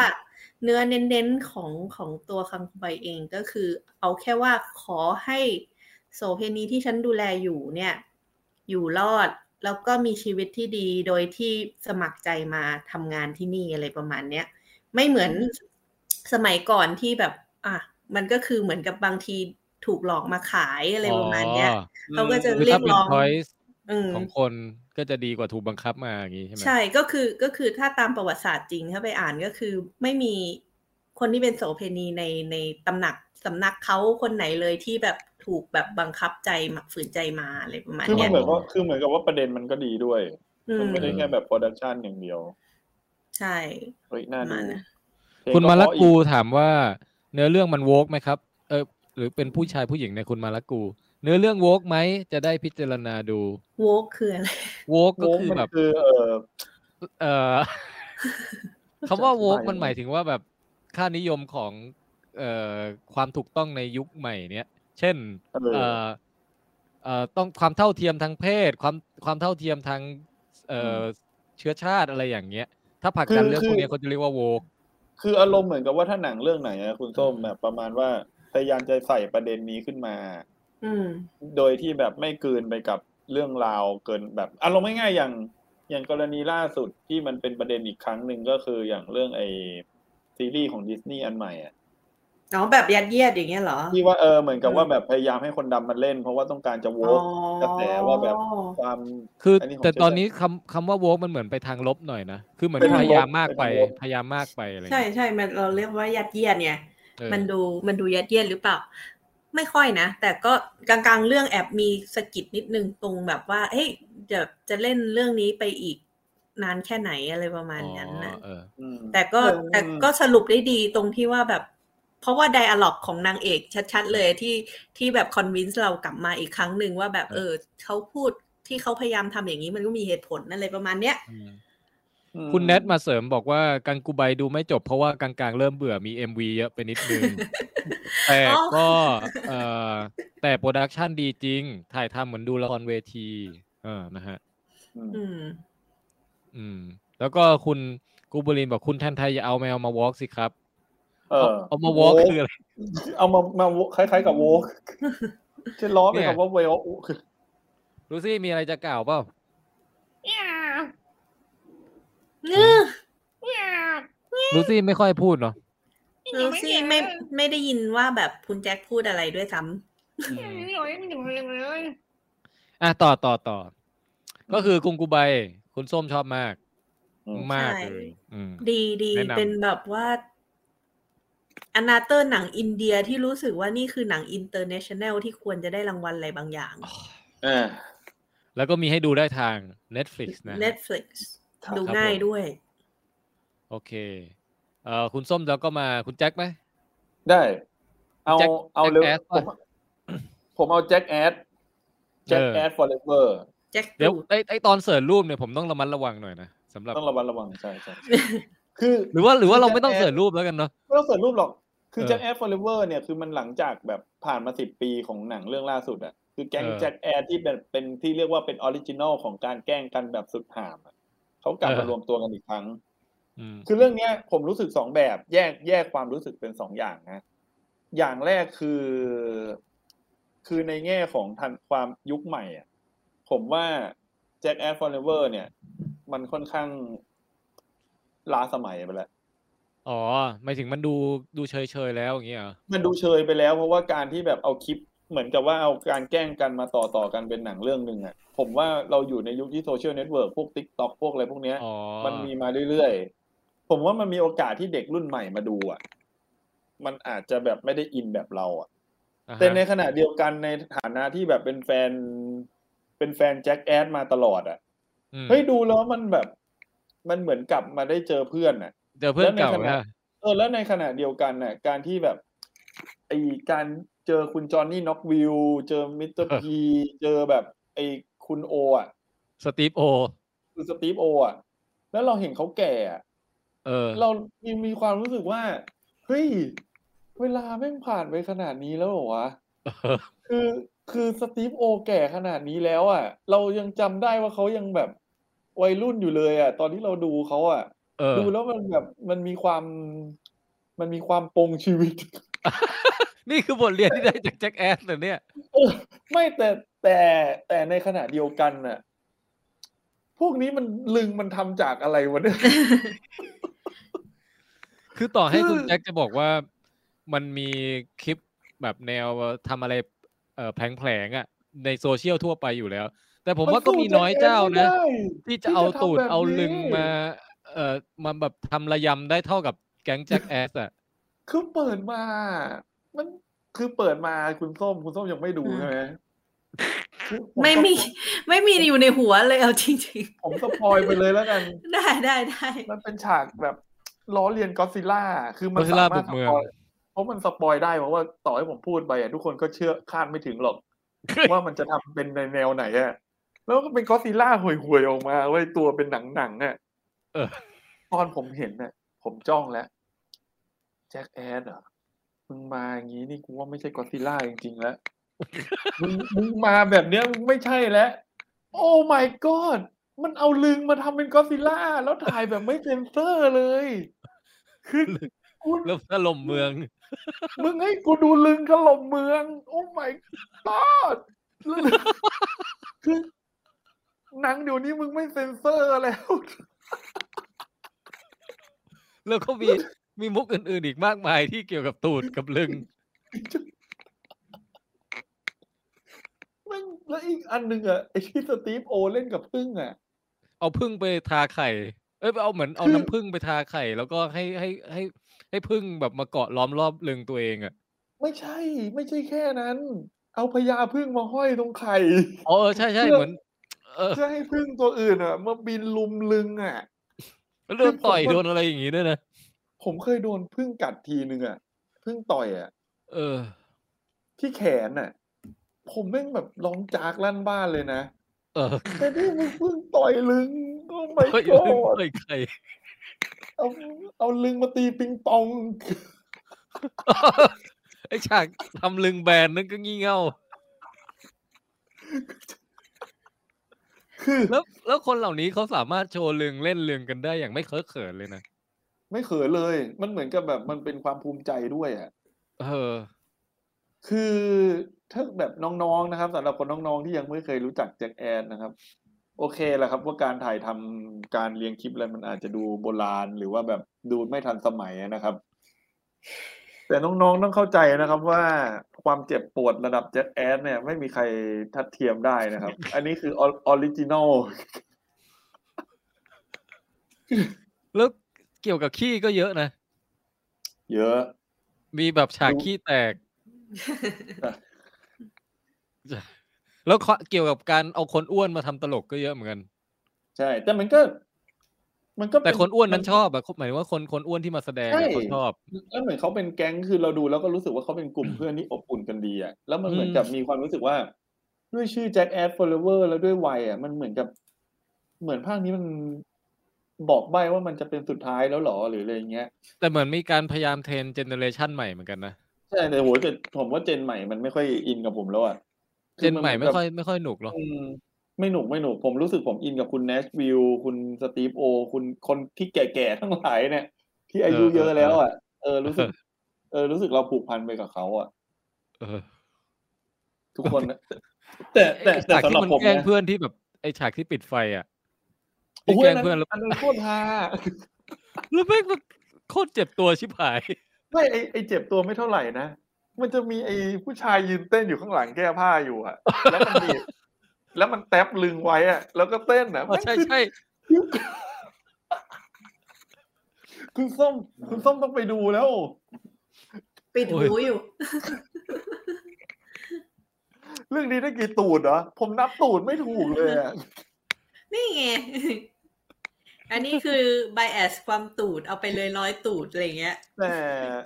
Speaker 4: เนื้อเน้นๆของของตัวคังคูไบเองก็คือ เอาแค่ว่าขอให้โสเพณีที่ฉันดูแลอยู่เนี่ย อยู่รอดแล้วก็มีชีวิตที่ดีโดยที่สมัครใจมาทำงานที่นี่อะไรประมาณเนี้ย ไม่เหมือนสมัยก่อนที่แบบ อ่ะมันก็คือเหมือนกับบางทีถูกหลอกมาขายอะไรประมาณเนี้ย
Speaker 2: อ๋อ
Speaker 4: เขาก็จะ
Speaker 2: คือ
Speaker 4: เรีย
Speaker 2: ถ้าก เป็น
Speaker 4: ร้อง
Speaker 2: ช้อย
Speaker 4: อืม
Speaker 2: ของคนก็จะดีกว่าถูกบังคับมาอย่างนี้ใช่ไหม
Speaker 4: ใช่ก็คือก็คือถ้าตามประวัติศาสตร์จริงถ้าไปอ่านก็คือไม่มีคนที่เป็นโสเภณีในในตำหนักสำนักเขาคนไหนเลยที่แบบถูกแบบบังคับใจมาฝืนใจมาอะไรประมาณ
Speaker 3: คือมั
Speaker 4: เนี้
Speaker 3: น
Speaker 4: ย
Speaker 3: เหมือนว่าคือเหมือนกับว่าประเด็นมันก็ดีด้วย
Speaker 4: อื
Speaker 3: มัน
Speaker 4: ม
Speaker 3: ไม่ได้แค่แบบโปรดักชันอย่างเดียว
Speaker 4: ใช่
Speaker 3: เฮ้ย น่า
Speaker 4: ประมาณ
Speaker 3: ดู
Speaker 4: นั้น
Speaker 3: เพลง
Speaker 2: คุณ
Speaker 3: ก็
Speaker 2: มาละ
Speaker 3: เพระ
Speaker 2: กู
Speaker 3: อี
Speaker 2: ถามว่า เนื้อเรื่องมันโวกไหมครับ เออหรือเป็นผู้ชายผู้หญิงในยคุณมาละกู เนื้อเรื่องโวกไหมจะได้พิจารณาดู
Speaker 4: โวกคืออะไร
Speaker 2: โวกก็
Speaker 3: โว้ง
Speaker 2: คือ
Speaker 3: มัน
Speaker 2: แบบ
Speaker 3: คือเออ
Speaker 2: เอ อคำว่าโวก
Speaker 3: จะอธิบาย
Speaker 2: มันหมายถึงว่าแบบค่านิยมของเอ่อความถูกต้องในยุคใหม่เนี้ยเช่น
Speaker 3: เอ
Speaker 2: เอ่
Speaker 3: อ
Speaker 2: อเอ่อต้องความเท่าเทียมทางเพศ ความความเท่าเทียมทางเอ่ออเชื้อชาติอะไรอย่างเงี้ย ถ้าผลักดัน
Speaker 3: คือ
Speaker 2: เรื่อง
Speaker 3: คื
Speaker 2: พวก
Speaker 3: อ
Speaker 2: เนี้ยเขาจะเรียกว่าโวก
Speaker 3: คืออารมณ์เหมือนกับว่าถ้าหนังเรื่องไหนอะคุณส้มแบบประมาณว่าพยายามจะใส่ประเด็นนี้ขึ้นมา
Speaker 4: อืม
Speaker 3: โดยที่แบบไม่เกินไปกับเรื่องราวเกินแบบอารมณ์ง่ายๆอย่าง อย่างกรณีล่าสุดที่มันเป็นประเด็นอีกครั้งหนึ่งก็คืออย่างเรื่องไอซีรีส์ของดิสนีย์อันใหม่อะ
Speaker 4: น้องแบบยัดเยียดอย่างเงี้ยเหรอ
Speaker 3: ที่ว่าเออเหมือนกับ
Speaker 4: อืม
Speaker 3: ว่าแบบพยายามให้คนดำมันเล่น เพราะว่าต้องการจะโวก กระแสว่าแบบ ความ
Speaker 2: คืออน
Speaker 3: นี้ผม
Speaker 2: แต่
Speaker 3: เชื่อ
Speaker 2: ตอนนี้คำคำว่าโวกมันเหมือนไปทางลบหน่อยนะ คือเหมือน
Speaker 3: ไปทางล
Speaker 2: พ
Speaker 3: บ
Speaker 2: ยายามมากไป
Speaker 3: ไปทางลบ
Speaker 2: พยายามมากไปอะไร
Speaker 4: ใช่
Speaker 2: เงี้ย
Speaker 4: ใช่มันเราเรียกว่ายัดเยียดไง
Speaker 2: เออ
Speaker 4: มันดูมันดูยัดเยียดหรือเปล่า ไม่ค่อยนะ แต่ก็กลางๆเรื่องแอบมีสะกิดนิดนึงตรงแบบว่าเฮ้ยจะจะเล่นเรื่องนี้ไปอีกนานแค่ไหนอะไรประมาณนั้นนะ
Speaker 2: อ๋อเออ
Speaker 3: อืม
Speaker 4: แต่ก็
Speaker 3: เออ
Speaker 4: แต่ก็สรุปได้ดีตรงที่ว่าแบบ เพราะว่าไดอะล็อกของนางเอกชัดๆเลยที่ที่แบบคอนวินส์เรากลับมาอีกครั้งหนึ่งว่าแบบ
Speaker 2: ครับ
Speaker 4: เออเขาพูดที่เขาพยายามทำอย่างนี้มันก็มีเหตุผลอะไรประมาณเนี้ย
Speaker 2: อืม
Speaker 3: อืม
Speaker 2: คุณเนทมาเสริมบอกว่ากังกูไบดูไม่จบเพราะว่ากลางๆเริ่มเบื่อมี MV เยอะไปนิดนึง แต่
Speaker 4: อ๋อ
Speaker 2: ก็เอ่อแต่โปรดักชันดีจริง ถ่ายทำเหมือนดูละครเวทีเออนะฮะ
Speaker 3: อืม
Speaker 4: อืม
Speaker 2: อืมแล้วก็คุณกูบรินบอกคุณแทนไทยอย่าเอาแมวมาวอล์กสิครับ
Speaker 3: เออ
Speaker 2: เอามาวอล์กคืออะไร
Speaker 3: เอามามาโว้คล้ายๆกับโวกจะล้อไป
Speaker 2: เนี่ย
Speaker 3: กับว่าเวล
Speaker 2: รู้ซี่มีอะไรจะกล่าวเปล่า รู้ซี่ไม่ค่อยพูดเนาะ
Speaker 4: ลูซี่ไม่ไม่ได้ยินว่าแบบคุณแจ็คพูดอะไรด้วยซ้ำ
Speaker 2: อ่ะต่อต่อต่อ ก็คือกุงกูไบ คุณส้มชอบมาก มาก
Speaker 4: ใช่
Speaker 2: เลยอืม
Speaker 4: ดีดี
Speaker 2: แนะนำ
Speaker 4: เป็นแบบว่าอนาเตอร์หนังอินเดียที่รู้สึกว่านี่คือหนังอินเตอร์เนชั่นแนลที่ควรจะได้รางวัลอะไรบางอย่าง
Speaker 3: อ่า
Speaker 2: แล้วก็มีให้ดูได้ทาง Netflix นะ
Speaker 4: Netflix
Speaker 3: ครับ
Speaker 4: ดู
Speaker 2: ครับ
Speaker 4: ง่าย
Speaker 2: ผม
Speaker 4: ด้วย
Speaker 2: โอเคเอ่อคุณส้มแล้วก็มาคุณแจ็คไหม
Speaker 3: ได้ เอา
Speaker 2: แจ็ค
Speaker 3: เอาเร็ว
Speaker 2: แจ็คแอด
Speaker 3: ผมผมเอาแจ็คแอดแจ็ค
Speaker 2: เออ
Speaker 3: แอดฟอร์เ e เวอร์
Speaker 4: แจ็ค
Speaker 2: เดี๋ยว
Speaker 4: ดู
Speaker 2: ไอไอตอนเสิร์ชรูปเนี่ยผมต้องระมัดระวังหน่อยนะสำหรับ
Speaker 3: ต้องระวังระวังใช่ใช่คือ
Speaker 2: หรือว่าหรือว่าเราไม่ต้องเสิร์ชรูปแล้วกันเนาะ
Speaker 3: ไม่ต้องเสิร์ชรูปหรอก คือ
Speaker 2: เออ
Speaker 3: แจ็คแอดฟอร์เ e เวอร์เนี่ยคือมันหลังจากแบบผ่านมาสิบปีของหนังเรื่องล่าสุดอะ คือแก๊ง
Speaker 2: เออ
Speaker 3: แจ็คแอร์ที่เป็นเป็นที่เรียกว่าเป็นออริจินอลของการแกล้งกันแบบสุดหามอะเขากลับ
Speaker 2: เออ
Speaker 3: มารวมตัวกันอีกครั้ง
Speaker 2: อืม
Speaker 3: คือเรื่องเนี้ยผมรู้สึกสองแบบแยกแยกความรู้สึกเป็นสองอย่างนะ อย่างแรกคือ คือในแง่ของทันความยุคใหม่อะผมว่า Jack a s Forever เนี่ย มันค่อนข้างล้าสมัยไปแล้ว
Speaker 2: อ๋อหมายถึงมันดูดูเฉยเฉยๆแล้วอย่างเงี้ยเหรอ
Speaker 3: มันดูเชยไปแล้วเพราะว่าการที่แบบเอาคลิปเหมือนกับว่าเอาการแกล้งกันมาต่อต่อกันเป็นหนังเรื่องหนึ่งอะผมว่าเราอยู่ในยุคที่โซเชียลเน็ตเวิร์กพวก t ิ k t o k พวกอะไรพวกเนี้ย
Speaker 2: อ๋อ
Speaker 3: มันมีมาเรื่อยๆ ผมว่ามันมีโอกาสที่เด็กรุ่นใหม่มาดูอ่ะ มันอาจจะแบบไม่ได้อินแบบเราอ่ะ
Speaker 2: อ่าฮะ
Speaker 3: แต่ในขณะเดียวกันในฐานะที่แบบเป็นแฟน เป็นแฟนแจ็คแอดมาตลอดอ่ะ
Speaker 2: อืม
Speaker 3: เฮ้ยดูแล้วมันแบบ มันเหมือนกลับมาได้เจอเพื่อนอ่ะ
Speaker 2: เจอเพื่อนเก่า
Speaker 3: แล้วในขณะ
Speaker 2: นะ
Speaker 3: เออแล้วในขณะเดียวกันน่ะ การที่แบบไอการเจอคุณจอห์นนี่น็อกวิลเจอมิสเตอร์พีเจอแบบไอคุณโออ่ะ
Speaker 2: สตีฟโอ
Speaker 3: คือสตีฟโออ่ะ แล้วเราเห็นเขาแก่อะ
Speaker 2: เออ
Speaker 3: เรามีมีความรู้สึกว่าเฮ้ยเวลาแม่งผ่านไปขนาดนี้แล้วเหรอวะ คือคือสตีฟโอแก่ขนาดนี้แล้วอ่ะ เรายังจำได้ว่าเขายังแบบวัยรุ่นอยู่เลยอ่ะ ตอนที่เราดูเขาอ่ะ
Speaker 2: เออ
Speaker 3: ดูแล้วมันแบบมันมีความ มันมีความปงชีวิต
Speaker 2: นี่คือบทเรียนที่ได้จากแจ็คแอสเหรอเนี่ย
Speaker 3: เออไม่แต่แต่แต่ในขณะเดียวกันน่ะ พวกนี้มันลึงมันทำจากอะไรวะเนี่ย
Speaker 2: คือต่อให้คุณ
Speaker 3: คือ
Speaker 2: แจ็คจะบอกว่ามันมีคลิปแบบแนวทำอะไรเอ่อแผลงๆอ่ะ ในโซเชียลทั่วไปอยู่แล้ว แต่ผมว่าก็มีน้อยเจ้านะ
Speaker 3: ไม่ได้
Speaker 2: ที่จะเอาตูด
Speaker 3: ที่จะทำแบบนี้
Speaker 2: เอาลึงมา เอ่อมาแบบทำระยำได้เท่ากับแก๊งแจ็คแอสอ่ะ
Speaker 3: คือเปิดมา มันคือเปิดมาคุณส้มคุณส้มยังไม่ดูใช่ไหมคือผ
Speaker 4: ไม่มี ไม่มีอยู่ในหัวเลยเอาจริง
Speaker 3: ผมสปอยไปเลยแล้วกัน
Speaker 4: ๆ ได้ได้ได้
Speaker 3: มันเป็นฉากแบบล้อเลียนก็อดซิลล่า คือมัน
Speaker 2: Godzilla
Speaker 3: สามารถ
Speaker 2: บุกเมือง
Speaker 3: สปอยเพราะมันสปอยได้เพราะว่าต่อให้ผมพูดไปอะทุกคนก็เชื่อคาดไม่ถึง หรอก ว่ามันจะทำเป็นในแนวไหนอะแล้วก็เป็นก็อดซิลล่าห่วยๆออกมาเว้ยตัวเป็นหนังๆอะ
Speaker 2: เออ
Speaker 3: ตอนผมเห็นเนี่ยผมจ้องแล้วแจ็คแอนเหรอมึงมาอย่างนี้นี่กูว่าไม่ใช่ก็อดซิลล่าจริงๆแล้วมึงมึงมาแบบเนี้ยมึงไม่ใช่แล้ว โอ้ my god มันเอาลึงมาทำเป็นก็อดซิลล่า แล้วถ่ายแบบไม่เซ็นเซอร์เลย คือคุณ
Speaker 2: แล้วถล่มเมือง
Speaker 3: มึงให้กูดูลึงถล่มเมือง โอ้ my god แล้วคือหนังเดี๋ยวนี้มึงไม่เซ็นเซอร์แล้ว
Speaker 2: แล้วก็มีมีมุกอื่นๆอีกมากมายที่เกี่ยวกับตูดกับลึง
Speaker 3: มัน แล้วอีกอันหนึ่งอะไอที่สตีฟโอเล่นกับพึ่งอะ
Speaker 2: เอาพึ่งไปทาไข่ เอ้ยเอาเหมือนเอา
Speaker 3: คือ
Speaker 2: น้ำพึ่งไปทาไข่ แล้วก็ให้ให้ให้ให้พึ่งแบบมาเกาะล้อมรอบลึงตัวเองอ่ะ
Speaker 3: ไม่ใช่ ไม่ใช่แค่นั้น เอาพญาพึ่งมาห้อยตรงไข่
Speaker 2: อ๋อเออใช่ใช่
Speaker 3: เพื่อ
Speaker 2: เหมือน เออ
Speaker 3: เพื่อให้พึ่งตัวอื่นอะมาบินลุมลึงอะ
Speaker 2: แล้วโดนต่อย
Speaker 3: ผมก็
Speaker 2: โดนอะไรอย่างงี้ด้วยนะ
Speaker 3: ผมเคยโดนพึ่งกัดทีนึงอ่ะพึ่งต่อยอ่ะ
Speaker 2: เออ
Speaker 3: ที่แขนอ่ะ ผมแม่งแบบร้องจากลั่นบ้านเลยนะ
Speaker 2: เออ
Speaker 3: แต่นี่มึงพึ่งต่อยลึงก็ ไม่
Speaker 2: เฮ้ย
Speaker 3: โกร
Speaker 2: ลึง
Speaker 3: ธ
Speaker 2: ต่อยไข่
Speaker 3: เอาเอาลึงมาตีปิงปอง
Speaker 2: ไอฉากทำลึงแบนนั่นก็งี่เง่า
Speaker 3: คือ
Speaker 2: แล้ว แล้วคนเหล่านี้เขาสามารถโชว์ลึงเล่นลึงกันได้อย่างไม่เคอะเขินเลยนะ
Speaker 3: ไม่เขินเลย มันเหมือนกับแบบมันเป็นความภูมิใจด้วยอ่ะ
Speaker 2: เออ
Speaker 3: คือถ้าแบบน้องๆนะครับสำหรับคนน้องๆที่ยังไม่เคยรู้จักแจ็คแอนนะครับ โอเคแหละครับว่าการถ่ายทำการเรียงคลิปอะไรมันอาจจะดูโบราณ หรือว่าแบบดูไม่ทันสมัยนะครับ แต่น้องๆต้องเข้าใจนะครับว่าความเจ็บปวดระดับแจ็คแอนเนี่ย ไม่มีใครทัดเทียมได้นะครับ อันนี้คือออริจินอล
Speaker 2: แล้วเกี่ยวกับขี้ก็เยอะนะ
Speaker 3: เยอะ
Speaker 2: มีแบบฉาก
Speaker 3: รู้
Speaker 2: ขี้แตก แล้วข้อเกี่ยวกับการเอาคนอ้วนมาทำตลกก็เยอะเหมือนกัน
Speaker 3: ใช่ แต่มันก็ มันก็เป็
Speaker 2: แต่คนอ้วนนั้นชอบอะหมายถึงว่าคนคนอ้วนที่มาแสดง
Speaker 3: ใช่
Speaker 2: อะเขาชอบ
Speaker 3: แล้วเหมือนเขาเป็นแก๊งคือเราดูแล้วก็รู้สึกว่าเขาเป็นกลุ่มเพื่อนที่อบอุ่นกันดีอ่ะแล้วมันเหมือน
Speaker 2: อืม
Speaker 3: กับมีความรู้สึกว่า ด้วยชื่อแจ็คแอดโฟลเวอร์แล้วด้วยวัยอ่ะมันเหมือนกับ เหมือนภาคนี้มันบอกใบ้ว่ามันจะเป็นสุดท้ายแล้วหรอหรืออะไรอย่างเงี้ย
Speaker 2: แต่เหมือนมีการพยายามเทรนเจเนเรชันใหม่เหมือนกันนะ
Speaker 3: ใช่แต่โหแต่ผมว่าเจนใหม่มันไม่ค่อยอินกับผมแล้วอ่ะ
Speaker 2: เจนใหม่ไม่ค่อยไม่ค่อยหนุกหรอก
Speaker 3: อืมไม่หนุกไม่หนุกผมรู้สึกผมอินกับคุณเนชวิลคุณสตีฟโอ คุณคนที่แก่ๆทั้งหลายเนี่ย ที่อายุเยอะแล้วอ่ะเออรู้สึก เออรู้สึกเราผูกพันไปกับเขาอ่ะ
Speaker 2: เออ
Speaker 3: ทุกคนนะแต่แต่
Speaker 2: ไอ้
Speaker 3: แต่
Speaker 2: ฉาก
Speaker 3: สำห
Speaker 2: ที่
Speaker 3: รับ
Speaker 2: มัน
Speaker 3: ผม
Speaker 2: แกล้ง
Speaker 3: นะ
Speaker 2: เพื่อนที่แบบไอฉากที่ปิดไฟอ่ะ
Speaker 3: โอ้
Speaker 2: ที่
Speaker 3: ย
Speaker 2: แกล้ง
Speaker 3: อัน
Speaker 2: เพื่อน
Speaker 3: นั้น
Speaker 2: แล้ว
Speaker 3: อันนั้นโคตรฮา
Speaker 2: แล้วแม่งแบบโคตรเจ็บตัวชิบหาย
Speaker 3: ไม่ไอไอเจ็บตัวไม่เท่าไหร่นะ มันจะมีไอผู้ชายยืนเต้นอยู่ข้างหลังแก้ผ้าอยู่อ่ะ แล้วมัน บีบแล้วมันแท็บลึงไว้อ่ะ แล้วก็เต้นอ่ะ
Speaker 2: อ๋อใช่
Speaker 3: แม่งคือ
Speaker 2: ใช่
Speaker 3: คุณส้มคุณส้มต้องไปดูแล้ว
Speaker 4: ปิดหูอยู่
Speaker 3: เรื่องนี้ได้กี่ตูดเหรอผมนับตูดไม่ถูกเลยอะ
Speaker 4: นี่ไง อันนี้คือ bias ความตูดเอาไปเลยร้อยตูดอะไรเงี้ย
Speaker 3: แต่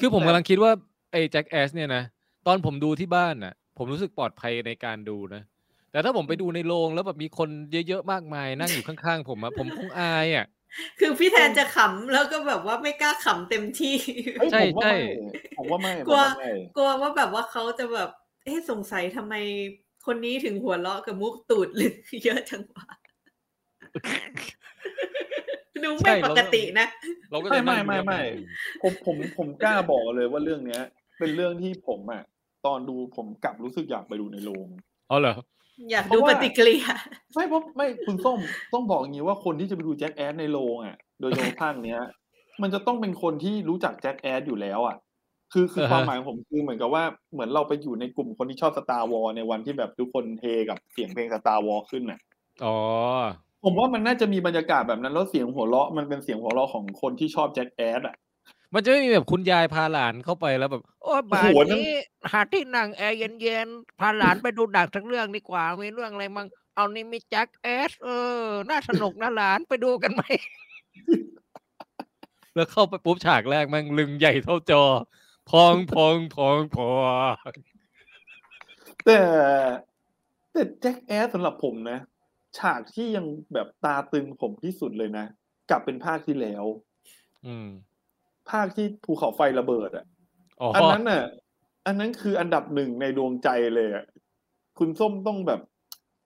Speaker 2: คือผมกำลังคิดว่าไอ้แจ็คแอสเนี่ยนะ ตอนผมดูที่บ้านน่ะ ผมรู้สึกปลอดภัยในการดูนะ แต่ถ้าผมไปดูในโรงแล้วแบบมีคนเยอะๆมากมายนั่งอยู่ข้างๆผมอะผมคงอายอะ
Speaker 4: คือพี่แทนจะขำแล้วก็แบบว่าไม่กล้าขำเต็มที่
Speaker 3: เอ้ย
Speaker 2: ใช่
Speaker 3: ผมว่า
Speaker 2: ใช่
Speaker 3: ไม่ผมว่าไม่
Speaker 4: กลัว
Speaker 3: ผมว่าไม่
Speaker 4: กลัวว่าแบบว่าเขาจะแบบเอ๊ะสงสัยทำไมคนนี้ถึงหัวเราะกับมุกตูดหรือเยอะจังวะ ดูไม่ปกตินะ
Speaker 2: เราก็
Speaker 3: ไม่
Speaker 2: จะนั่
Speaker 3: ไม่
Speaker 2: ง
Speaker 3: ไม่ไม่ผมผมผมกล้าบอกเลยว่าเรื่องเนี้ย เป็นเรื่องที่ผมอ่ะตอนดูผมกลับรู้สึกอยากไปดูในโรง
Speaker 2: อ๋อเหรอ
Speaker 4: อยาก
Speaker 3: เพ
Speaker 4: ดู
Speaker 3: ราะว่า
Speaker 4: ปฏิกิริยา
Speaker 3: ไม่เพราะไม่คุณส้มต้องบอกอย่างนี้ว่าคนที่จะไปดูแจ็คแอดในโรงอ่ะ โดยเฉพาะภาคเนี้ย มันจะต้องเป็นคนที่รู้จักแจ็คแอดอยู่แล้วอ่ะ คือคือ
Speaker 2: อ่าฮะ
Speaker 3: ความหมายของผมคือเหมือนกับว่าเหมือนเราไปอยู่ในกลุ่มคนที่ชอบสตาร์วอลในวันที่แบบทุกคนเทกับเสียงเพลงสตาร์วอลขึ้นน่ะ
Speaker 2: อ๋อ
Speaker 3: ผมว่ามันน่าจะมีบรรยากาศแบบนั้น แล้วเสียงหัวเราะมันเป็นเสียงหัวเราะของคนที่ชอบแจ็คแอดอ่ะ
Speaker 2: มันจะไม่มีแบบคุณยายพาหลานเข้าไปแล้วแบบ โอ้ยบ่าย
Speaker 3: โอ้โหนั่น
Speaker 2: นี้หาที่นั่งแอร์เย็นๆ พาหลานไปดูหนังทั้งเรื่องดีกว่า มีเรื่องอะไรมั่งเอานี่มีแจ็คเอสเออ น่าสนุกนะหลานไปดูกันไหม แล้วเข้าไปปุ๊บฉากแรกแมันลึงใหญ่เท่าจอ พองพองพองพอง
Speaker 3: แต่แต่แจ็คแอดสำหรับผมนะ ฉากที่ยังแบบตาตึงผมที่สุดเลยนะกลับเป็นภาคที่แล้ว
Speaker 2: อืม
Speaker 3: ภาคที่ภูเขาไฟระเบิดอ่ะ
Speaker 2: อ๋ออ
Speaker 3: อันนั้นน่ะ อันนั้นคืออันดับหนึ่งในดวงใจเลยอ่ะ คุณส้มต้องแบบ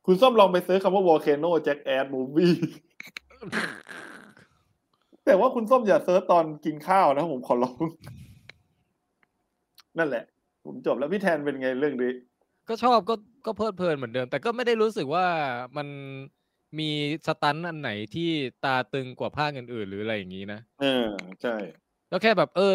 Speaker 3: คุณส้มลองไปเซิร์ชคำว่า volcano jack ass movie แต่ว่าคุณส้มอย่าเซิร์ชตอนกินข้าวนะผมขอร้อง นั่นแหละ ผมจบแล้วพี่แทนเป็นไงเรื่องนี้
Speaker 2: ก็ชอบก็ก็เพลิดเพลินเหมือนเดิม แต่ก็ไม่ได้รู้สึกว่ามันมีสตันท์อันไหนที่ตาตึงกว่าภาคอื่นๆหรืออะไรอย่างนี้นะ
Speaker 3: เออ ใช่
Speaker 2: ก็แค่แบบเออ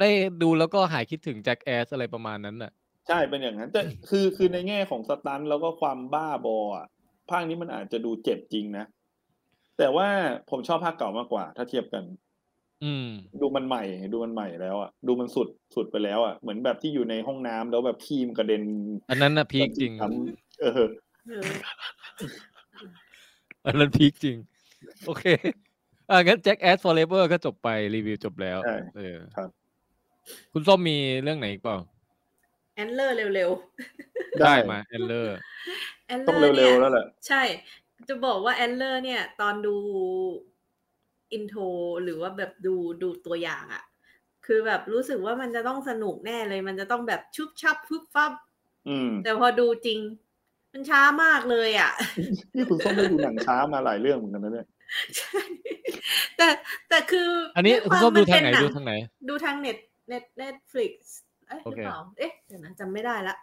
Speaker 2: ได้ดูแล้วก็หายคิดถึงแจ็คแอสอะไรประมาณนั้นน่ะ
Speaker 3: ใช่เป็นอย่างนั้น แต่คือคือในแง่ของสตันท์แล้วก็ความบ้าบออ่ะภาคนี้มันอาจจะดูเจ็บจริงนะ แต่ว่าผมชอบภาคเก่ามากกว่า ถ้าเทียบกัน
Speaker 2: อืม
Speaker 3: ดูมันใหม่ ดูมันใหม่แล้วอ่ะดูมันสุดสุดไปแล้วอ่ะเหมือนแบบที่อยู่ในห้องน้ำแล้วแบบทีมกระเด็น
Speaker 2: อันนั้นน่ะพีคจริง
Speaker 3: แบบที่ทำเออ
Speaker 4: เออ
Speaker 2: อันนั้นพีคจริง โอเค อ่างั้นแจ็คแอสฟอร์เ v เ r อร์ก็จบไปรีวิวจบแล้ว
Speaker 3: ใช่
Speaker 2: เออ
Speaker 3: ครับ
Speaker 2: คุณส้มมีเรื่องไหนอีกเปล่า
Speaker 4: แอนเลอร์เร็ว
Speaker 2: ได้มาแอนเลอร์
Speaker 4: ๆแอนเล
Speaker 3: ต้
Speaker 4: อ
Speaker 3: อง
Speaker 4: ร์
Speaker 3: เร็
Speaker 4: เนี่
Speaker 3: วย ๆแล้วแหละ
Speaker 4: ใช่ จะบอกว่าแอนเลอร์เนี่ย ตอนดูอินโทรหรือว่าแบบดูดูตัวอย่างอะคือแบบรู้สึกว่ามันจะต้องสนุกแน่เลย มันจะต้องแบบชุบชับฟึบฟับ
Speaker 3: อืม
Speaker 4: แต่พอดูจริง มันช้ามากเลยอะ
Speaker 3: นี่คุณส้มได้ดูหนังช้ามาหลายเรื่องเหมือนกันนะเนี่ย
Speaker 4: ใช่ แต่แต่คือ
Speaker 2: อันนี้
Speaker 4: ด้วย
Speaker 2: คุณส้ม
Speaker 4: ว
Speaker 2: ดูทาง
Speaker 4: เป็
Speaker 2: ไหน
Speaker 4: ง
Speaker 2: ดูทางไหน
Speaker 4: ดูทางเน็ตเน็ตเน็ตฟลิกซ์เอ๊ะห
Speaker 2: โอ
Speaker 4: รือ
Speaker 2: เค
Speaker 4: เปล่าเอ๊ะเดี๋ยวนะจำไม่ได้ละ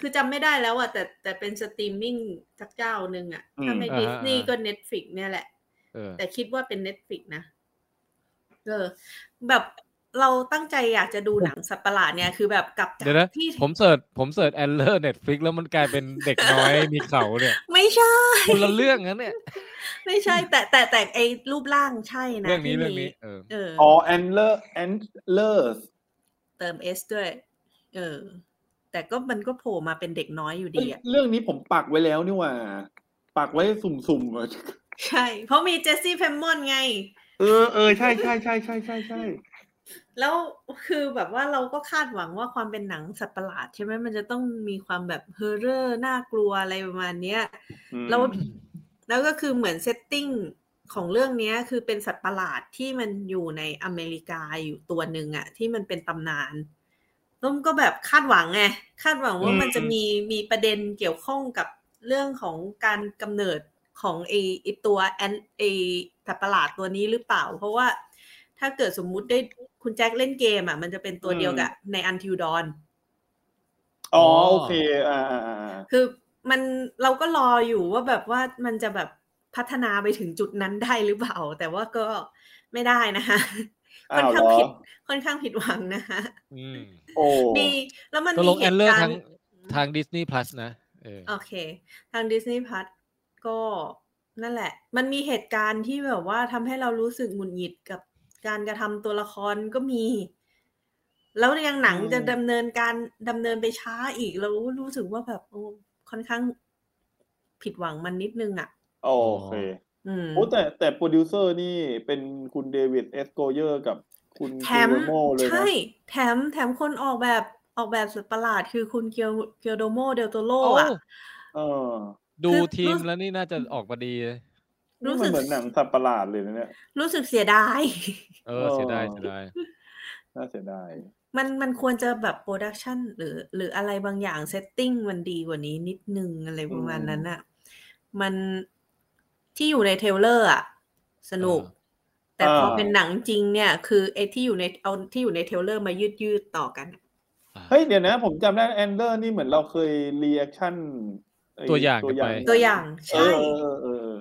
Speaker 4: คือจำไม่ได้แล้วอะแต่แต่เป็นสตรีมมิ่งสักเจ้าหนึ่งอะถ้าไม่ดิสนีย์ก็เน็ตฟลิกเนี่ยแหละ
Speaker 2: เออ
Speaker 4: แต่คิดว่าเป็นเน็ตฟลิกนะ เออ แบบเราตั้งใจอยากจะดู หนังสัตว์ประหลาดเนี่ย คือแบบกลับจาก
Speaker 2: เดี๋ยวนะ
Speaker 4: ที่
Speaker 2: ผมเสิร์ชผมเสิร์ชแอนเลอร์เน็ตฟิกแล้วมันกลายเป็นเด็กน้อย มีเขา เนี่ย
Speaker 4: ไม่ใช่
Speaker 2: คนละเรื่องนั้นเนี่ย
Speaker 4: ไม่ใช่ แต่แต่แต่ไอ้รูปร่างใช่นะ
Speaker 2: เรื่องนี้
Speaker 4: ที่
Speaker 2: เรื่อง
Speaker 4: มี
Speaker 2: นี้ เออ
Speaker 4: เออ
Speaker 3: อ๋อแอนเลอร์แอนเลอร์
Speaker 4: เติมเอสด้วย เออ แต่ก็มันก็โผล่มาเป็นเด็กน้อยอยู่ดีอะ
Speaker 3: เรื่องนี้ผมปักไว้แล้วนี่หว่า ปักไว้สุ่มๆอะ
Speaker 4: ใช่ เพราะมีเจสซี่เพมมอนไง
Speaker 3: เออเออใช่ใช่ใช่ใช่ใช่ใช่
Speaker 4: แล้วคือแบบว่าเราก็คาดหวังว่าความเป็นหนังสัตว์ประหลาดใช่ไหมมันจะต้องมีความแบบเฮอร์เรอร์น่ากลัวอะไรประมาณเนี้ย
Speaker 3: อืม
Speaker 4: แล้วแล้วก็คือเหมือนเซตติ้งของเรื่องเนี้ยคือเป็นสัตว์ประหลาดที่มันอยู่ในอเมริกาอยู่ตัวหนึ่งอะที่มันเป็นตำนาน ส้มก็แบบคาดหวังไงคาดหวังว่า
Speaker 3: อืม
Speaker 4: มันจะมีมีประเด็นเกี่ยวข้องกับเรื่องของการกำเนิดของไอไอตัวแอนไอสัตว์ประหลาดตัวนี้หรือเปล่า เพราะว่าถ้าเกิดสมมุติได้คุณแจ็คเล่นเกมอ่ะมันจะเป็นตัวเดียวกับในอันทิวดอน
Speaker 3: อ๋อโอเคอ่าอ่าอ่า
Speaker 4: คือมันเราก็รออยู่ว่าแบบว่ามันจะแบบพัฒนาไปถึงจุดนั้นได้หรือเปล่า แต่ว่าก็ไม่ได้นะคะ ค่อนข้างผิด ค่อนข้างผิดหวังนะคะ
Speaker 2: อืม
Speaker 3: โอ้
Speaker 4: มีแล้วมัน
Speaker 2: ตกล
Speaker 4: มี
Speaker 2: ง
Speaker 4: เห
Speaker 2: แอน
Speaker 4: ตุ
Speaker 2: เลอร์
Speaker 4: การ
Speaker 2: ทาง
Speaker 4: ณ์
Speaker 2: ทางดิสนีย์พลัสนะเออ
Speaker 4: โอเค ทางดิสนีย์พัทก็นั่นแหละ มันมีเหตุการณ์ที่แบบว่าทำให้เรารู้สึกหงุดหงิดกับการกระทำตัวละครก็มี แล้วยังหนังจะดำเนินการดำเนินไปช้าอีกเราก็รู้สึกว่าแบบโอ้ค่อนข้างผิดหวังมันนิดนึงอ่ะ
Speaker 3: โอเค
Speaker 4: อืม
Speaker 3: โอ้แต่แต่โปรดิวเซอร์นี่เป็นคุณเดวิดเอสโกเยอร์กับคุณ
Speaker 4: แถ
Speaker 3: กิ
Speaker 4: ม
Speaker 3: โรโมเลยนะ
Speaker 4: ใช่ แถมแถมคนออกแบบออกแบบสุดประหลาดคือคุณเกียวเกียวโดโมเดลโตโร
Speaker 2: โอ้
Speaker 4: อ่ะ
Speaker 3: เออ
Speaker 2: ดู
Speaker 4: คือ
Speaker 2: ที
Speaker 4: รู้
Speaker 2: ม
Speaker 4: สึก
Speaker 2: แล้วนี่น่าจะออกมาดี
Speaker 4: รู้
Speaker 3: รู้
Speaker 4: สึก
Speaker 3: สึกเหมือนหนังสัตว์ประหลาดเลยนะเนี่ย
Speaker 4: รู้สึกเสียดาย
Speaker 2: เออ เสียดาย
Speaker 3: อ๋อ
Speaker 2: เสียดาย
Speaker 3: น่าเสียดาย
Speaker 4: มันมันควรจะแบบโปรดักชันหรือ หรืออะไรบางอย่างเซตติ้งมันดีกว่านี้นิดนึงอะไรประมาณนั้นอ่ะ มันที่อยู่ในเทรลเลอร์อ่ะ สนุก แต่พอเป็นหนังจริงเนี่ย คือไอ้ที่อยู่ในเอาที่อยู่ในเทรลเลอร์มายืดยืดๆต่อกันอะ
Speaker 3: เฮ้ยเดี๋ยวนะ ผมจำได้แอนเดอร์นี่เหมือนเราเคยรีแอคชั่นไ
Speaker 2: ตัวอย่าง
Speaker 3: ตัวอย่าง
Speaker 2: กันไป
Speaker 4: ตัวอย่างใช่
Speaker 3: เออเออเออเออ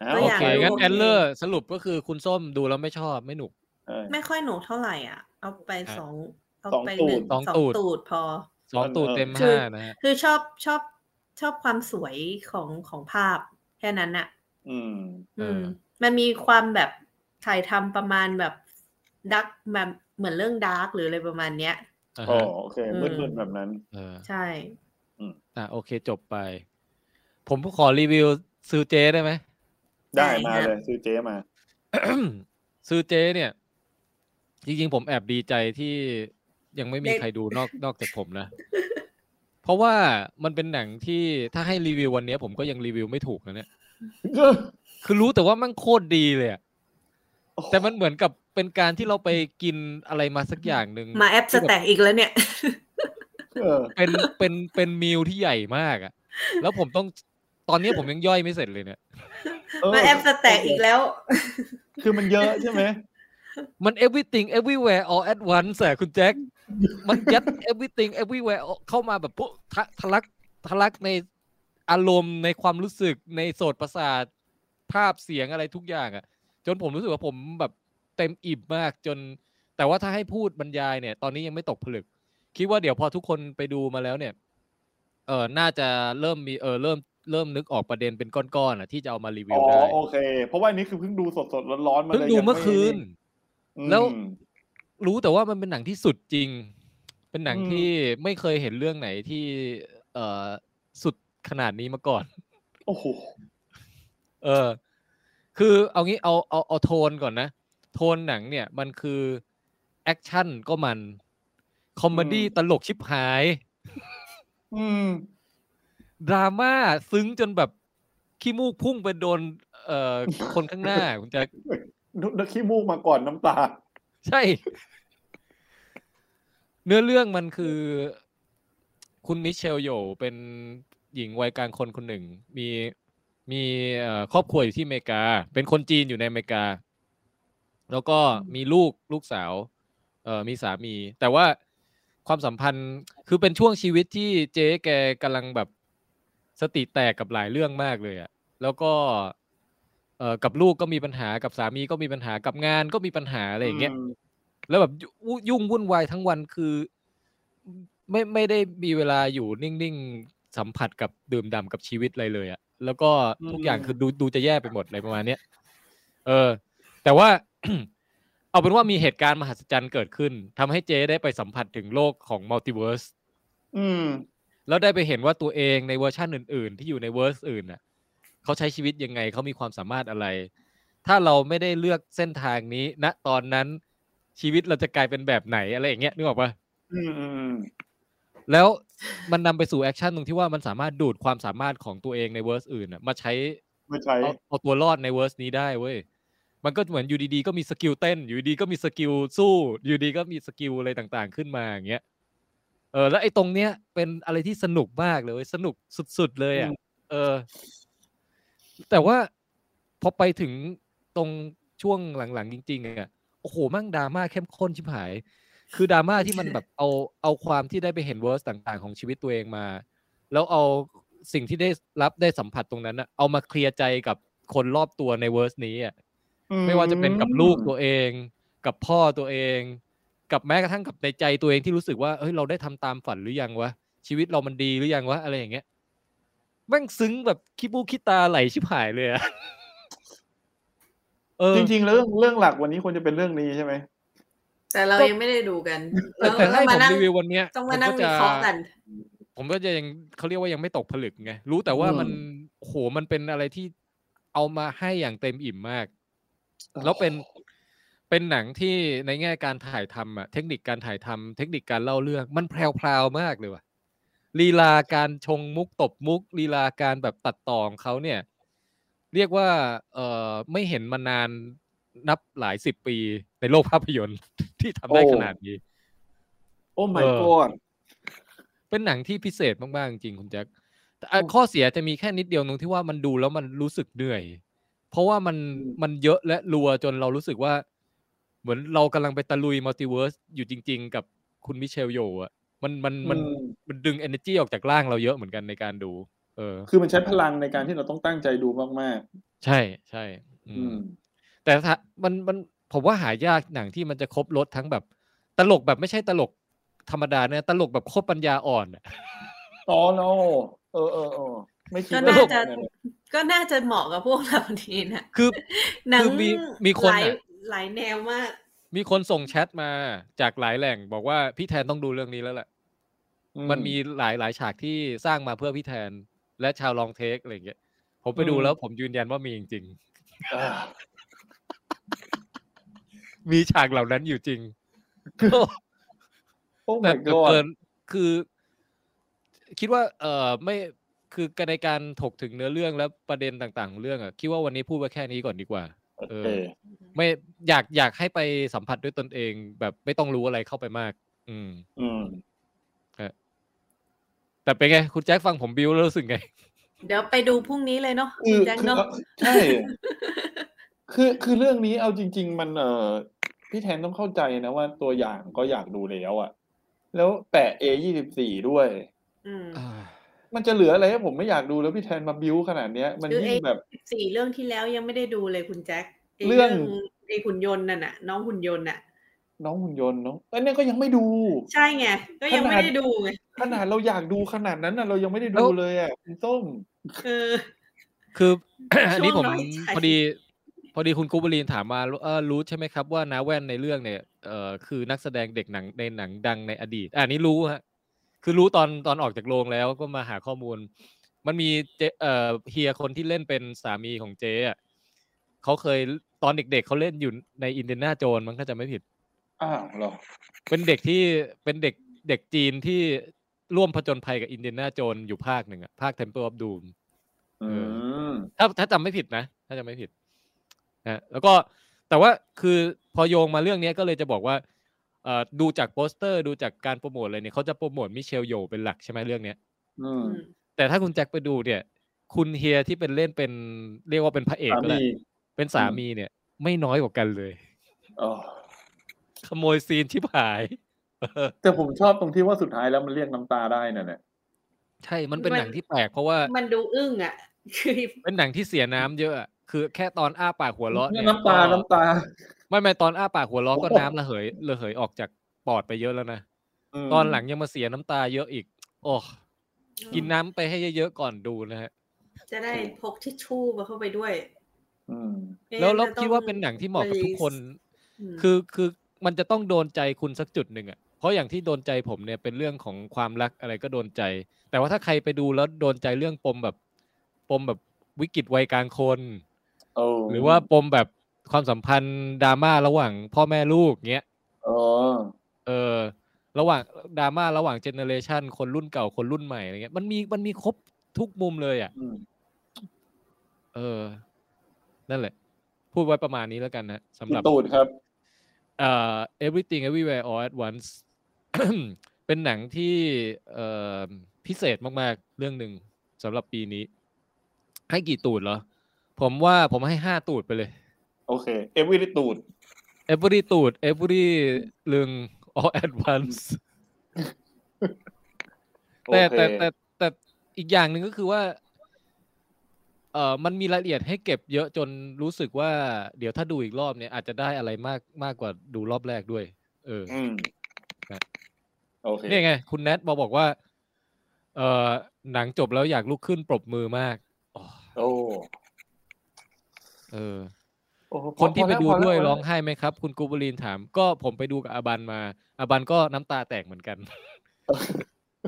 Speaker 3: อ่ะ
Speaker 4: ตัว
Speaker 2: โอ
Speaker 4: อย่าง
Speaker 2: เค
Speaker 4: ดู
Speaker 2: งั้น
Speaker 4: โอเค
Speaker 2: แอนเลอร์สรุปก็คือคุณส้มดูแล้วไม่ชอบไม่หนุก
Speaker 3: เออ
Speaker 4: ไม่ค่อยหนุกเท่าไหร่อ่ะ เอาไป
Speaker 2: อ่ะ
Speaker 4: สองเอา
Speaker 3: สอง
Speaker 4: ไป
Speaker 3: ตู
Speaker 4: หนึ่
Speaker 3: ด
Speaker 4: ง
Speaker 2: สอง
Speaker 4: สอง
Speaker 2: ตูด
Speaker 4: ตูดพอ
Speaker 2: สองตูดเต็ม
Speaker 4: เออ
Speaker 2: ห้านะฮะ
Speaker 4: คือชอบชอบชอบความสวยของของภาพแค่นั้นอ่ะ
Speaker 3: อืม
Speaker 4: อืม มันมีความแบบถ่ายทำประมาณแบบดักแบบเหมือนเรื่องดาร์กหรืออะไรประมาณเนี้ย
Speaker 2: อ่า
Speaker 3: อ๋อ
Speaker 2: ฮะ
Speaker 3: โอเค
Speaker 4: อืม
Speaker 3: มืดๆแบบนั้น
Speaker 2: เออ
Speaker 4: ใช่
Speaker 2: อ่ะโอเคจบไป ผมขอรีวิวซูเจได้ไหม
Speaker 3: ได้
Speaker 4: ได้
Speaker 3: มา
Speaker 4: ฮะ
Speaker 3: เลยซื้อเจ๊มา
Speaker 2: ซือเจเนี่ย จริงๆผมแอบดีใจที่ยังไม่มี
Speaker 4: ได้
Speaker 2: ใครดู นอกนอกจากผมนะ เพราะว่ามันเป็นหนังที่ถ้าให้รีวิววันเนี้ย ผมก็ยังรีวิวไม่ถูกนะเนี่ย คือรู้แต่ว่ามันโคตรดีเลยอะแต่มันเหมือนกับเป็นการที่เราไปกินอะไรมาสักอย่างหนึ่ง
Speaker 4: มาแอปสแต็กอีกแล้วเนี่ย
Speaker 3: เออ
Speaker 2: เป็นเป็นเป็นมิลที่ใหญ่มากอะแล้วผมต้องตอนเนี้ยผมยังย่อยไม่เสร็จเลยเนี่ย
Speaker 3: เ
Speaker 4: มาแอปสแต็กอีกแล้ว
Speaker 3: คือมันเยอะใช่ไหม
Speaker 2: มัน everything everywhere all at once อะคุณแจ็ค มันยัด everything everywhere all- เข้ามาแบบปุ๊บทะทะลักทะลักในอารมณ์ในความรู้สึกในโสตประสาท ภาพเสียงอะไรทุกอย่างอะจนผมรู้สึกว่าผมแบบเต็มอิ่มมากจน แต่ว่าถ้าให้พูดบรรยายเนี่ย ตอนนี้ยังไม่ตกผลึก คิดว่าเดี๋ยวพอทุกคนไปดูมาแล้วเนี่ย เออน่าจะเริ่มมีเออเริ่มเริ่มนึกออกประเด็นเป็นก้อนๆอะที่จะเอามารีวิ
Speaker 3: อ๋
Speaker 2: ว
Speaker 3: อ
Speaker 2: ได้
Speaker 3: โอเค เพราะว่าอันนี้คือเพิ่งดูสดๆร้อนๆมาเลย
Speaker 2: เพิ่งดู
Speaker 3: ยัไ
Speaker 2: เมื่อคืน
Speaker 3: อืม
Speaker 2: แล้ว รู้แต่ว่ามันเป็นหนังที่สุดจริง เป็นหนัง
Speaker 3: อืม
Speaker 2: ที่ไม่เคยเห็นเรื่องไหนที่ เอ่อสุดขนาดนี้มาก่อน
Speaker 3: โอ้โห
Speaker 2: เออ คือเอางี้เอาเอาเอาโทนก่อนนะ โทนหนังเนี่ยมันคือแอคชั่นก็มัน คอมเมดี้
Speaker 3: อืม
Speaker 2: ตลกชิบหาย
Speaker 3: อืม
Speaker 2: ดราม่าซึ้งจนแบบ ขี้มูกพุ่งไปโดน เอ่อ คนข้างหน้าคุณแจะ
Speaker 3: นึกนึกขี้มูกมาก่อนน้ำตา
Speaker 2: ใช่ เนื้อเรื่องมันคือ คุณมิเชลโยเป็นหญิงวัยกลางคนคนหนึ่ง มีมีเอ่อครอบครัวอยู่ที่อเมริกา เป็นคนจีนอยู่ในอเมริกา แล้วก็มีลูกลูกสาว เอ่อมีสามี แต่ว่าความสัมพันธ์คือเป็นช่วงชีวิตที่เจ๊แกกำลังแบบสติแตกกับหลายเรื่องมากเลยอะแล้วก็ เอ่อกับลูกก็มีปัญหากับสามีก็มีปัญหากับงานก็มีปัญหาอะไรอย่างเงี้ย
Speaker 3: อืม
Speaker 2: แล้วแบบยุยุ่งวุ่นวายทั้งวันคือไม่ไม่ได้มีเวลาอยู่นิ่งๆสัมผัสกับดื่มด่ำกับชีวิตอะไรเลยอะแล้วก็ทุกอย่างคือดูดูจะแย่ไปหมดอะไรประมาณเนี้ยเออ แต่ว่า เอาเป็นว่ามีเหตุการณ์มหัศจรรย์เกิดขึ้นทำให้เจได้ไปสัมผัสถึงโลกของมัลติเวิร์ส
Speaker 3: อืม
Speaker 2: แล้วได้ไปเห็นว่าตัวเองในเวอร์ชั่นอื่น ๆ ที่อยู่ในเวอร์สอื่นน่ะเขาใช้ชีวิตยังไงเขามีความสามารถอะไร ถ้าเราไม่ได้เลือกเส้นทางนี้ณตอนนั้นชีวิตเราจะกลายเป็นแบบไหนอะไรอย่างเงี้ยนึกออกปะ
Speaker 3: อืมอืม
Speaker 2: แล้วมันนำไปสู่แอคชั่นตรงที่ว่ามันสามารถดูดความสามารถของตัวเองในเวอร์สอื่นน่ะมาใช้
Speaker 3: ไม่ใช่
Speaker 2: เอาเอาตัวรอดในเวอร์สนี้ได้เว้ยมันก็เหมือนอยู่ดีๆก็มีสกิลเต้นอยู่ดีๆก็มีสกิลสู้อยู่ดีๆก็มีสกิลอะไรต่างๆ ขึ้นมาอย่างเงี้ย เออ แล้วไอ้ตรงเนี้ยเป็นอะไรที่สนุกมากเลยเว้ยสนุกสุดๆเลยอ่ะเออ แต่ว่าพอไปถึงตรงช่วงหลังๆจริงๆอ่ะโอ้โหมั่งดราม่าเข้มข้นชิบหาย คือดราม่าที่มันแบบ เอาเอาความที่ได้ไปเห็นเวอร์สต่างๆ ของชีวิตตัวเองมา แล้วเอาสิ่งที่ได้รับได้สัมผัสตรงนั้นน่ะเอามาเคลียร์ใจกับคนรอบตัวในเวอร์สนี้อ่ะ ไม่ว่าจะเป็นกับลูกตัวเอง กับพ่อตัวเอง กับแม้กระทั่งกับในใจตัวเองที่รู้สึกว่าเฮ้ยเราได้ทำตามฝันหรือยังวะชีวิตเรามันดีหรือยังวะอะไรอย่างเงี้ยแม่งซึ้งแบบคิบูคิตาไหลชิบหายเลยอะ เออ
Speaker 3: จริงๆ เรื่องเรื่องหลักวันนี้ควรจะเป็นเรื่องนี้ใช่ไหม
Speaker 4: แต่เรายังไม่ได้ดูกัน
Speaker 2: แต่
Speaker 4: เรา
Speaker 2: แต่
Speaker 4: ต้
Speaker 2: ให้
Speaker 4: อง
Speaker 2: ผม
Speaker 4: มานั่ง
Speaker 2: รีวิววันเนี้ย
Speaker 4: ต้องมานั่ง
Speaker 2: ผ
Speaker 4: วิ
Speaker 2: ก็
Speaker 4: เคราะห์กัน
Speaker 2: ผมก็จะยังเขาเรียกว่ายังไม่ตกผลึกไงรู้แต่ว่า
Speaker 3: อืม
Speaker 2: มันโหมันเป็นอะไรที่เอามาให้อย่างเต็มอิ่มมาก แล้วเป็นเป็นหนังที่ในแง่การถ่ายทำอะเทคนิคการถ่ายทำเทคนิคการเล่าเรื่องมันแพรวๆมากเลยว่ะลีลาการชงมุกตบมุกลีลาการแบบตัดต่อของเขาเนี่ย เรียกว่า เออไม่เห็นมานานนับหลายสิบปีในโลกภาพยนตร์ ที่ทำได้ขนาดนี้
Speaker 3: โอ้
Speaker 2: เอ
Speaker 3: my
Speaker 2: อ
Speaker 3: god
Speaker 2: เป็นหนังที่พิเศษมาก ๆ จริงๆคุณแจ็คแต่อ่ะข้อเสียจะมีแค่นิดเดียวตรงที่ว่ามันดูแล้วมันรู้สึกเหนื่อย เพราะว่ามัน
Speaker 3: อืม
Speaker 2: มันเยอะและรัวจนเรารู้สึกว่า เหมือนเรากำลังไปตะลุยมัลติเวิร์สอยู่จริง ๆ กับคุณมิเชลโยอะมันมันมัน
Speaker 3: อืม
Speaker 2: มันดึง energy ออกจากร่างเราเยอะเหมือนกันในการดู เออ
Speaker 3: คือมันใช้พลังในการที่เราต้องตั้งใจดูมาก
Speaker 2: ใช่ใช่
Speaker 3: ๆ
Speaker 2: อื
Speaker 3: อื
Speaker 2: ม
Speaker 3: ม
Speaker 2: แต่ถ้ามันมันผมว่าหายากหนังที่มันจะครบรถทั้งแบบ ตลกแบบไม่ใช่ตลกธรรมดานะตลกแบบโคตรปัญญาอ่อนอะ
Speaker 3: อ๋อ no เออเออเออไม่คิด
Speaker 4: ก็
Speaker 3: ว่า
Speaker 4: น่าจะ
Speaker 3: แบบนั้น
Speaker 4: ก็น่าจะเหมาะกับพวกเราดีนะ
Speaker 2: คือ
Speaker 4: หนัง
Speaker 2: คือมีมีคน
Speaker 4: หลาย
Speaker 2: น่ะ
Speaker 4: หลายแนวมาก
Speaker 2: มีคนส่งแชทมาจากหลายแหล่ง บอกว่าพี่แทนต้องดูเรื่องนี้แล้วแหละ
Speaker 3: อื
Speaker 2: มันมีหลายหลายฉากที่สร้างมาเพื่อพี่แทนและชาวลองเทคอะไรอย่างเงี้ย ผมไปดูแล้วผมยืนยันว่ามีจริง
Speaker 3: อ่า
Speaker 2: ๆ มีฉากเหล่านั้นอยู่จ ริง
Speaker 3: โอ้
Speaker 2: แต่
Speaker 3: my
Speaker 2: แต่
Speaker 3: god
Speaker 2: เกินคือ คิดว่า เออไม่คือในการถกถึงเนื้อเรื่องและประเด็นต่างๆของเรื่องอ่ะคิดว่าวันนี้พูดไว้แค่นี้ก่อนดีกว่า
Speaker 3: โอ
Speaker 2: เอ
Speaker 3: เค
Speaker 2: อ ไม่อยากอยากให้ไปสัมผัสด้วยตนเอง แบบไม่ต้องรู้อะไรเข้าไปมาก อืม
Speaker 3: อืม
Speaker 2: แต่เป็นไง คุณแจ็คฟังผมบิวแล้วรู้สึกไง
Speaker 4: เดี๋ยวไปดูพรุ่งนี้เลยเนาะ
Speaker 3: คื
Speaker 4: คุณ
Speaker 3: อ
Speaker 4: แจ็ค
Speaker 3: คือ
Speaker 4: เนาะ
Speaker 3: เอาใช่ คือคือเรื่องนี้เอาจริง ๆ มันเออพี่แทนต้องเข้าใจนะว่าตัวอย่างก็อยากดูแล้วอะแล้วแปะ A ยี่สิบสี่ด้วย
Speaker 4: อืม
Speaker 3: มันจะเหลืออะไรให้ผมไม่อยากดูแล้วพี่แทนมาบิ้วขนาดเนี้ย มัน
Speaker 4: คือ
Speaker 3: ยิ่
Speaker 4: ไอ้
Speaker 3: งแบบ
Speaker 4: สิบสี่เรื่องที่แล้วยังไม่ได้ดูเลยคุณแจ็คไ
Speaker 3: เรื่อง
Speaker 4: ไอ้หุ่นยนต์นั่นน่ะ น้องหุ่นยนต์น่ะ
Speaker 3: น้องหุ่นยนต์เนาะอันเนี้ยก็ยังไม่ดู
Speaker 4: ใช่ไง ก็ยังไม่ได้ดูไง
Speaker 3: ขนาดเราอยากดูขนาดนั้นน่ะเรายังไม่ได้
Speaker 2: แล้
Speaker 3: ดู
Speaker 2: ว
Speaker 3: เลยอ่ะคุณส้ม
Speaker 4: เออ
Speaker 2: คือ อัน
Speaker 4: ช่วง
Speaker 2: นี้ผม
Speaker 4: น้อยใจ
Speaker 2: พอดี พอดีคุณกูบลีนถามมาเออรู้ใช่ไหมครับว่านาแว่นในเรื่องเนี่ยเออคือนักแสดงเด็กหนังในหนังดังในอดีตอะอันนี้รู้ฮะคือรู้ตอนตอนออกจากโรงแล้วก็มาหาข้อมูล มันมีเจเออเฮียคนที่เล่นเป็นสามีของเจ๊อะเขาเคยตอนเด็กๆเขาเล่นอยู่ในอินเดน่าโจนมันก็จะไม่ผิด
Speaker 3: อ้าวเหรอ
Speaker 2: เป็นเด็กที่เป็นเด็กเด็กจีนที่ร่วมผจญภัยกับอินเดน่าโจนอยู่ภาคหนึ่งอะภาคเทมเพิลออฟดูม
Speaker 3: อืม
Speaker 2: ถ้าถ้าจำไม่ผิดนะ ถ้าจำไม่ผิดนะแล้วก็แต่ว่าคือพอโยงมาเรื่องเนี้ยก็เลยจะบอกว่าเอ่อดูจากโปสเตอร์ดูจากการโปรโมทอะไรเนี่ยเขาจะโปรโมทมิเชลโยเป็นหลักใช่ไหมเรื่องเนี้ย
Speaker 3: อืม
Speaker 4: อืม
Speaker 2: แต่ถ้าคุณแจ็คไปดูเนี่ย คุณเฮียที่เป็นเล่นเป็นเรียกว่าเป็นพระเอก
Speaker 3: สา
Speaker 2: ก็ได้
Speaker 3: มี
Speaker 2: เป็นสามีเนี่ย ไม่น้อยกว่ากันเลย
Speaker 3: อ๋อ
Speaker 2: ขโมยซีนชิบหายเออ
Speaker 3: แต่ผมชอบตรงที่ว่าสุดท้ายแล้วมันเรียกน้ำตาได้น่ะเนี่ย
Speaker 2: ใช่มันเป็นหนังที่แปลกเพราะว่า
Speaker 4: มันดูอึ้งอ่ะ คือ
Speaker 2: เป็นหนังที่เสียน้ำเยอะอะคือแค่ตอนอ้าปากหัวเราะเนี่ย
Speaker 3: น้ำตาน้ำตา
Speaker 2: ไม่ไม่ตอนอ้าปากหัวเราะก็
Speaker 3: โอ้โห
Speaker 2: น้ำระเหยระเหยออกจากปอดไปเยอะแล้วนะ
Speaker 3: ม
Speaker 2: ตอนหลังยังมาเสียน้ำตาเยอะอีก โอ้กินน้ำไปให้เยอะๆก่อนดูนะฮะ
Speaker 4: จะได้พกทิชชู่มาเข้าไปด้วย
Speaker 3: อืม
Speaker 4: ไม่
Speaker 2: แล้ว
Speaker 4: งั้น
Speaker 2: เรา
Speaker 4: จะต้อง
Speaker 2: คิดว่าเป็นหนังที่เหมาะกับทุกคน
Speaker 4: ม
Speaker 2: คือคือมันจะต้องโดนใจคุณสักจุดหนึ่งอ่ะ เพราะอย่างที่โดนใจผมเนี่ยเป็นเรื่องของความรักอะไรก็โดนใจ แต่ว่าถ้าใครไปดูแล้วโดนใจเรื่องปมแบบ ปมแบบวิกฤตวัยกลางคน
Speaker 3: เออ
Speaker 2: หรือว่าปมแบบความสัมพันธ์ดราม่าระหว่างพ่อแม่ลูกเงี้ย
Speaker 3: เออ
Speaker 2: เออระหว่างดราม่าระหว่างเจเนอเรชันคนรุ่นเก่าคนรุ่นใหม่อะไรเงี้ยมันมีมันมีครบทุกมุมเลยอ่ะ
Speaker 3: อืม
Speaker 2: เออ นั่นแหละ พูดไว้ประมาณนี้แล้วกันนะสำห
Speaker 3: พี่
Speaker 2: รับ
Speaker 3: ตูดครับ
Speaker 2: เอ่อ everything everywhere all at once เป็นหนังที่เอ่อพิเศษมากๆ เรื่องหนึ่งสำหรับปีนี้ ให้กี่ตูดเหรอ ผมว่าผมให้ห้าตูดไปเลย
Speaker 3: โอเค เอวิริตูด
Speaker 2: every ตูด every ลึง all at once แต่แต่แต่แต่อีกอย่างหนึ่งก็คือว่า เออมันมีรายละเอียดให้เก็บเยอะจนรู้สึกว่า เดี๋ยวถ้าดูอีกรอบเนี่ยอาจจะได้อะไรมากมากกว่าดูรอบแรกด้วย เออ
Speaker 3: อืม
Speaker 2: ครับ
Speaker 3: โอเค
Speaker 2: นี่ไง คุณแนทมาบอกว่า เออหนังจบแล้วอยากลุกขึ้นปรบมือมากอ๋อ
Speaker 3: โอ้
Speaker 2: เออ
Speaker 3: โอ้พอ
Speaker 2: คนที่
Speaker 3: พอ
Speaker 2: ไป
Speaker 3: แล้ว
Speaker 2: ดู
Speaker 3: พอแล้
Speaker 2: ด้วยร้องไห้ไหมครับ คุณกูบลีนถาม ก็ผมไปดูกับอาบันมา อาบันก็น้ำตาแตกเหมือน กัน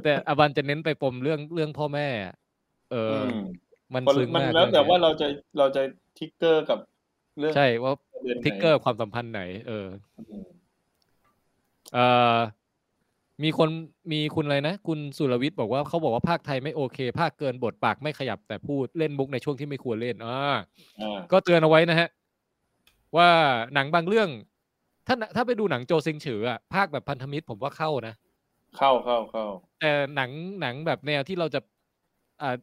Speaker 2: แต่อาบันจะเน้นไปปมเรื่องเรื่องพ่อแม่ เอออ
Speaker 3: ม
Speaker 2: มัน
Speaker 3: คน
Speaker 2: ซึ้ง
Speaker 3: มัน
Speaker 2: มาก
Speaker 3: แล้ว
Speaker 2: เรื่อง
Speaker 3: แต่
Speaker 2: เนี้ย
Speaker 3: ว่าเราจะเราจะทิกเกอร์กับเรื่อง
Speaker 2: ใช่ว่า
Speaker 3: ประด็นไหน
Speaker 2: ทิกเกอร์ความสัมพันธ์ไหน เออ
Speaker 3: อืม
Speaker 2: เออมีคนมีคุณอะไรนะ คุณสุรวิทย์บอกว่าเขาบอกว่าภาคไทยไม่โอเค ภาคเกินบทปากไม่ขยับแต่พูดเล่นมุกในช่วงที่ไม่ควรเล่นอ่า
Speaker 3: อ่า
Speaker 2: ก็เตือนเอาไว้นะฮะ ว่าหนังบางเรื่อง ถ้าถ้าไปดูหนังโจซิงฉืออะภาคแบบพันธมิตรผมว่าเข้านะ
Speaker 3: เข้าเข้าเข้า
Speaker 2: แต่หนังหนังแบบแนวที่เราจะอ่า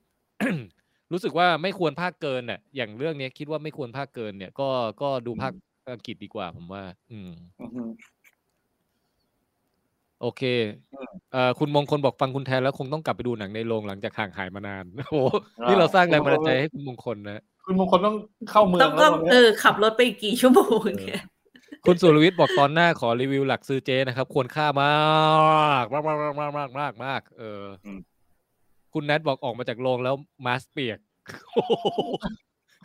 Speaker 2: รู้สึกว่าไม่ควรภาคเกินน่ะ อย่างเรื่องเนี้ยคิดว่าไม่ควรภาคเกินเนี่ย ก็ก็ดูภาคอังกฤษดีกว่า ผมว่า อืม
Speaker 3: อือฮึ
Speaker 2: โอเค
Speaker 3: อืม
Speaker 2: เอ่อ คุณมงคลบอกฟังคุณแทนแล้วคงต้องกลับไปดูหนังในโรงหลังจากห่างหายมานาน โอ้โห
Speaker 3: อ่านี่
Speaker 2: นี่เราสร้างแรงบันดาลใจให้คุณมงคลนะ
Speaker 3: คุณมงคลต้องเข้าเมือง
Speaker 4: ต้อง
Speaker 3: แล้
Speaker 4: ต้อ
Speaker 3: ว
Speaker 4: ง
Speaker 3: วัน
Speaker 4: เอ
Speaker 3: เนี้ย
Speaker 4: อขับรถไปอีกกี่ชั่วโมงเนี่ย
Speaker 2: คุณสุรวิทย์บอกตอนหน้าขอรีวิวหลักซื้อเจนะครับ ควรค่ามากมากมากมากมากมากมากเอออคุณแนทบอกออกมาจากโรงแล้วมาสเปียก โอ้โห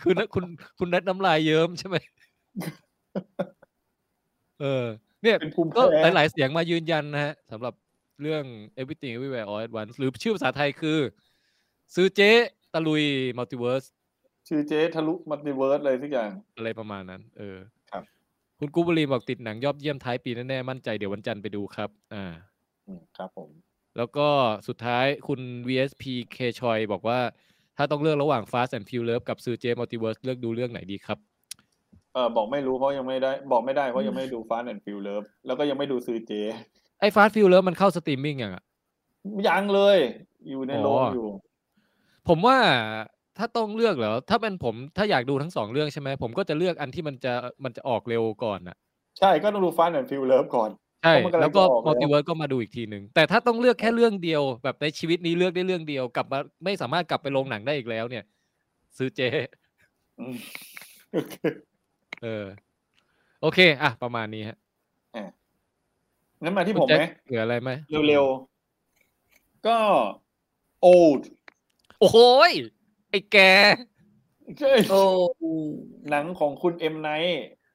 Speaker 2: คือนะคุณคุณแนทน้ำลายเยิ้มใช่ไหม เออ เนี่ย
Speaker 3: เป็นภูมิ
Speaker 2: ก็
Speaker 3: แพ้
Speaker 2: หลาย ๆ เสียงมายืนยันนะฮะสำหรับเรื่อง everything everywhere all at once หรือชื่อภาษาไทยคือ ซื้อเจ๊ตะลุยมัลติเวิร์ส
Speaker 3: ชื่อเจ๊ทะลุมัลติเวิร์สเลยทุกอย่าง
Speaker 2: อะไรประมาณนั้น เออ
Speaker 3: ครับ
Speaker 2: คุณกูบรีบอกติดหนังยอดเยี่ยมท้ายปีแน่ ๆ มั่นใจเดี๋ยววันจันทร์ไปดูครับ อ่า
Speaker 3: อืมครับผม
Speaker 2: แล้วก็สุดท้ายคุณ VSP K ชอยบอกว่า ถ้าต้องเลือกระหว่าง Fast and Furious กับซื้อเจ๊มัลติเวิร์สเลือกดูเรื่องไหนดีครับ
Speaker 3: เออบอกไม่รู้เพราะยังไม่ได้ บอกไม่ได้เพราะยังไม่ดูฟาสแอนด์ฟิลเลแล้วก็ยังไม่ดูซื้อเจ
Speaker 2: ไอ้ Fast Furious มันเข้าสตรีมมิ่งยังอะ
Speaker 3: ยังเลย อยู่ในโรง
Speaker 2: อ๋อ
Speaker 3: อ
Speaker 2: อ
Speaker 3: ยู่
Speaker 2: ผมว่าถ้าต้องเลือกเหรอ ถ้าเป็นผมถ้าอยากดูทั้งสองเรื่องใช่ไหมผมก็จะเลือกอันที่มันจะมันจะออกเร็วก่อนอะ
Speaker 3: ใช่ก็ต้องดูฟาสแอนด์ฟิลเลก่อน
Speaker 2: ใช่
Speaker 3: เพราะมันกำลัง
Speaker 2: แล้วก็
Speaker 3: จะออกแล้ว
Speaker 2: มัลติเวิร์สก็มาดูอีกทีหนึ่งแต่ถ้าต้องเลือกแค่เรื่องเดียว แบบในชีวิตนี้เลือกได้เรื่องเดียวกลับมาไม่สามารถกลับไปโรงหนังได้อีกแล้วเนี่ย ซื้อเจ
Speaker 3: อืม
Speaker 2: เออ โอเค อ่ะ ประมาณนี้ฮะ
Speaker 3: งั้นมาที่ผ
Speaker 2: คุณ
Speaker 3: ม
Speaker 2: แจ็
Speaker 3: ไหม
Speaker 2: คเหลืออะไรไหม
Speaker 3: เร็วๆ ก็ old
Speaker 2: ๆโอ้โหยไอ้แก
Speaker 3: ใช่
Speaker 4: โอ้
Speaker 3: หนังของคุณเอ็มไน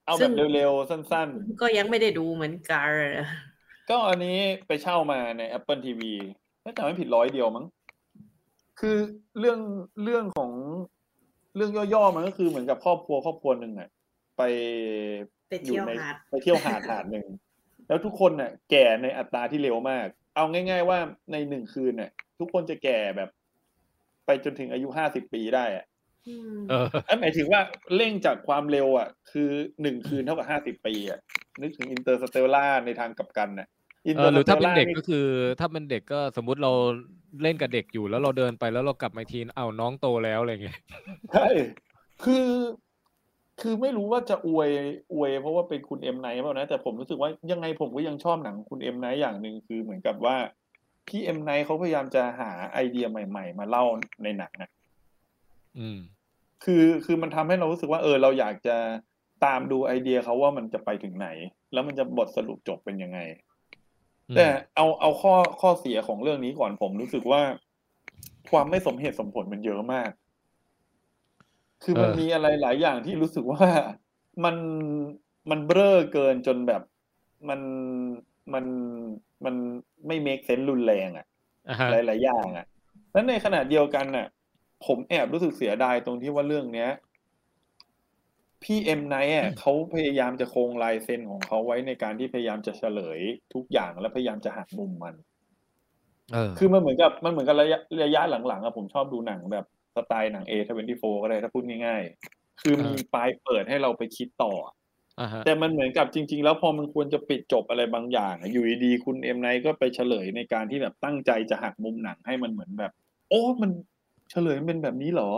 Speaker 3: เอา
Speaker 4: ซึ่
Speaker 3: แบบ
Speaker 4: ง
Speaker 3: เร็วๆ สั้น
Speaker 4: ก็ยังไม่ได้ดูเหมือนกัน
Speaker 3: ๆ ก็อันนี้ไปเช่ามาใน Apple TV ถ้าจำไม่ผิดร้อยเดียวมั้ง คือเรื่องเรื่องของเรื่องย่อๆ มันก็คือเหมือนกับครอบครัวครอบครัวหนึ่งอะไป
Speaker 4: ไปเที่ยว
Speaker 3: อใน
Speaker 4: หาด
Speaker 3: ไปเที่ยวหาดหาดห นึ่ง แล้วทุกคนน่ะ แก่ในอัตราที่เร็วมาก เอาง่าย ๆ ว่าในหนึ่งคืนน่ะ ทุกคนจะแก่แบบ ไปจนถึงอายุห้าสิบปีได้อะ
Speaker 4: อืม
Speaker 2: เออ
Speaker 3: เอ้ยหมายถึงว่าเร่งจากความเร็วอ่ะ คือหนึ่งคืนเท่ากับห้าสิบปีอ่ะนึกถึงอินเตอร์สเตลล่าในทางกลับกันน่ะ
Speaker 2: เออหรือถ้าเป็น
Speaker 3: Interstellar
Speaker 2: เด็กก็คือ ถ้าเป็นเด็กก็สมมุติเราเล่นกับเด็กอยู่แล้วเราเดินไปแล้วเรากลับมาอีกทีเอาน้องโตแล้วอะไรเงี้ย
Speaker 3: ใช่คือ คือไม่รู้ว่าจะอวยอวย เพราะว่าเป็นคุณเอ็มไนท์เปล่านะ แต่ผมรู้สึกว่ายังไงผมก็ยังชอบหนังคุณเอ็มไนท์อย่างหนึ่งคือเหมือนกับว่า พี่เอ็มไนท์เขาพยายามจะหาไอเดียใหม่ๆ มาเล่าในหนังนะ
Speaker 2: อืม
Speaker 3: คือคือมันทำให้เรารู้สึกว่าเออเราอยากจะตามดูไอเดียเขาว่ามันจะไปถึงไหน แล้วมันจะบทสรุปจบเป็นยังไง แต่เอาเอาข้อข้อเสียของเรื่องนี้ก่อนผมรู้สึกว่า ความไม่สมเหตุสมผลมันเยอะมาก คือมัน
Speaker 2: เออ
Speaker 3: มีอะไรหลายอย่างที่รู้สึกว่ามันมันเบ้อเกินจนแบบมันมันมันไม่เมคเซนส์รุนแรงอ่ะ
Speaker 2: อ่าฮะ
Speaker 3: หลายๆอย่างอ่ะ แล้วในขณะเดียวกันน่ะ ผมแอบรู้สึกเสียดายตรงที่ว่าเรื่องเนี้ย พี่เอ็มไนท์อ่ะเขาพยายามจะคงลายเซ็นของเขาไว้ในการที่พยายามจะเฉลยทุกอย่างและพยายามจะหักมุมมัน
Speaker 2: เออ
Speaker 3: คือมันเหมือนกับมันเหมือนกับระยะระยะหลังๆอะผมชอบดูหนังแบบสไตล์หนัง A24 ก็ได้ถ้าพูดง่ายๆ คือมีปลายเปิดให้เราไปคิดต่อ
Speaker 2: อ่าฮะ
Speaker 3: แต่มันเหมือนกับจริง ๆ แล้วพอมันควรจะปิดจบอะไรบางอย่างอะอยู่ดีๆคุณเอ็มไนท์ก็ไปเฉลยในการที่แบบตั้งใจจะหักมุมหนังให้มันเหมือนแบบ โอ้มันเฉลยมันเป็นแบบนี้เหรอ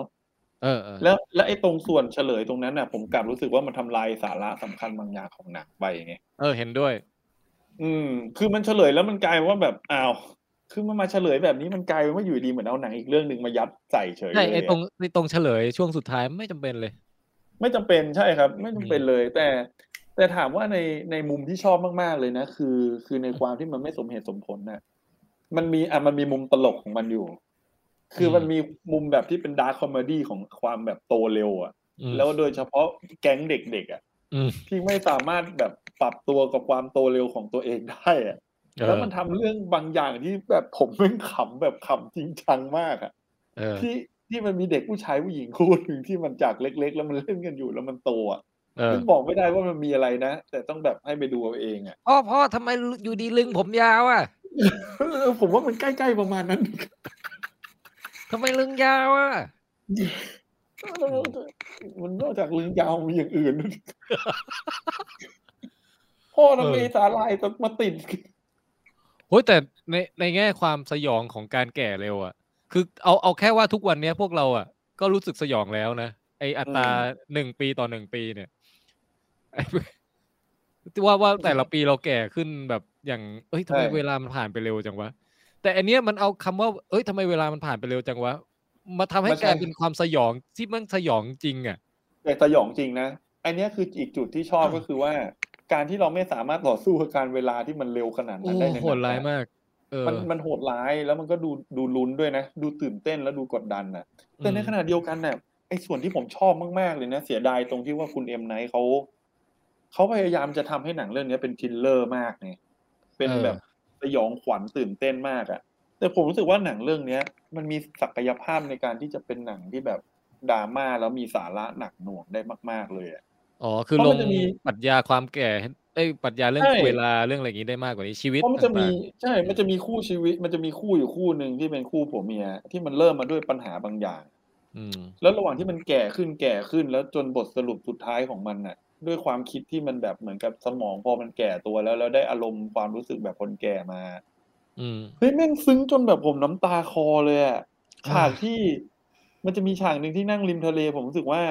Speaker 2: เออเออ
Speaker 3: แล้วแล้วไอ้ตรงส่วนเฉลยตรงนั้นน่ะ ผมกลับรู้สึกว่ามันทำลายสาระสำคัญบางอย่างของหนังไปไง
Speaker 2: เออเห็นด้วย
Speaker 3: อืม คือมันเฉลยแล้วมันกลายว่าแบบอ้าวคือมันมาเฉลยแบบนี้มันกลายเป็นว่าอยู่ดีเหมือนเอาหนังอีกเรื่องหนึ่งมายัดใส่เฉย
Speaker 2: ใช่
Speaker 3: เลย
Speaker 2: ไอ
Speaker 3: อะ
Speaker 2: ตรงไอตรงเฉลยช่วงสุดท้ายไม่จำเป็นเลย
Speaker 3: ไม่จำเป็นใช่ครับ ไม่จำเป็นเลย แต่ แต่ถามว่าในในมุมที่ชอบมากๆเลยนะ คือ คือในความที่มันไม่สมเหตุสมผลน่ะมันมีอ่ะมันมีมุมตลกของมันอยู่ คือมันมีมุมแบบที่เป็นดาร์คคอมเมดี้ของความแบบโตเร็วอ่ะ
Speaker 2: อืม
Speaker 3: แล้วโดยเฉพาะแก๊งเด็กๆอ่ะ
Speaker 2: อืม
Speaker 3: ที่ไม่สามารถแบบปรับตัวกับความโตเร็วของตัวเองได้อ่ะแล้วมันทำเรื่องบางอย่างที่แบบผมแม่งขำแบบขำจริงจังมากอ่ะ
Speaker 2: เออ
Speaker 3: ที่ที่มันมีเด็กผู้ชายผู้หญิงคู่หนึ่งที่มันจากเล็ก ๆ แล้วมันเล่นกันอยู่แล้วมันโตอ่ะ
Speaker 2: เออ
Speaker 3: ซึ่งบอกไม่ได้ว่ามันมีอะไรนะ แต่ต้องแบบให้ไปดูเอาเองอ่ะ
Speaker 2: พ่อพ่อทำไมอยู่ดีลึงผมยาวอ่ะ
Speaker 3: ผมว่ามันใกล้ๆประมาณนั้น
Speaker 2: ทำไมลึงยาวอ่ะ
Speaker 3: มันนอกจากเรื่องยาวมีอย่างอื่ น พ่อทำไมสาลายต้องมาติด
Speaker 2: โอ้ยแต่ในในแง่ความสยองของการแก่เร็วอะคือเอาเอาแค่ว่าทุกวันเนี้ยพวกเราอะก็รู้สึกสยองแล้วนะไออัตราหนึ่งปีต่อหนึ่งปีเนี่ย ไอ้ ว่าว่าแต่ละปีเราแก่ขึ้นแบบอย่าง เอ้ยทำไม
Speaker 3: ใช่
Speaker 2: เวลามันผ่านไปเร็วจังวะแต่อันเนี้ยมันเอาคำว่า เอ้ยทำไมเวลามันผ่านไปเร็วจังวะมาทำให้กลายเป็นความสยองที่มันสยองจริงอะ
Speaker 3: แต่สยองจริงนะ อันเนี้ยคืออีกจุดที่ชอบก็คือว่า การที่เราไม่สามารถต่อสู้กับการเวลาที่มันเร็วขนาด
Speaker 2: โอ้
Speaker 3: นั้นได้ในนัง
Speaker 2: โหดร้ายมาก เออ
Speaker 3: มันมันโหดร้ายแล้วมันก็ดูดูลุ้นด้วยนะ ดูตื่นเต้นแล้วดูกดดันนะ แต่ในขณะเดียวกันเนี่ยไอ้ส่วนที่ผมชอบมากๆเลยนะ เสียดายตรงที่ว่าคุณเอ็มไนท์เขาเขาพยายามจะทำให้หนังเรื่องนี้เป็นทริลเลอร์มากเนี่ยเป็นแบบสยองขวัญตื่นเต้นมากอะแต่ผมรู้สึกว่าหนังเรื่องเนี้ย มันมีศักยภาพในการที่จะเป็นหนังที่แบบดราม่าแล้วมีสาระหนักหน่วงได้มาก ๆ เลยอะ
Speaker 2: อ๋อคือ
Speaker 3: เพ
Speaker 2: ล
Speaker 3: ราะมั
Speaker 2: ง
Speaker 3: นจะมี
Speaker 2: ปรัชญาความแก่ไอ้ยปรัชญาเรื่อง
Speaker 3: ใช่
Speaker 2: เวลาเรื่องอะไรอย่างนี้ได้มากกว่านี้ชีวิต
Speaker 3: เพราะมันจะมี
Speaker 2: ต่าง
Speaker 3: ใช่ มันจะมีคู่ชีวิต มันจะมีคู่อยู่คู่หนึ่งที่เป็นคู่ผัวเมีย ที่มันเริ่มมาด้วยปัญหาบางอย่าง
Speaker 2: ๆ อืม
Speaker 3: แล้วระหว่างที่มันแก่ขึ้นแก่ขึ้นแล้วจนบทสรุปสุดท้ายของมันน่ะ ด้วยความคิดที่มันแบบเหมือนกับสมองพอมันแก่ตัวแล้วแล้วได้อารมณ์ความรู้สึกแบบคนแก่มา
Speaker 2: อืม
Speaker 3: เฮ้ยแม่งซึ้งจนแบบผมน้ำตาคอเลยอะ
Speaker 2: อ่า
Speaker 3: ฉากที่ มันจะมีฉากหนึ่งที่นั่งริมทะเล ผมรู้สึกว่า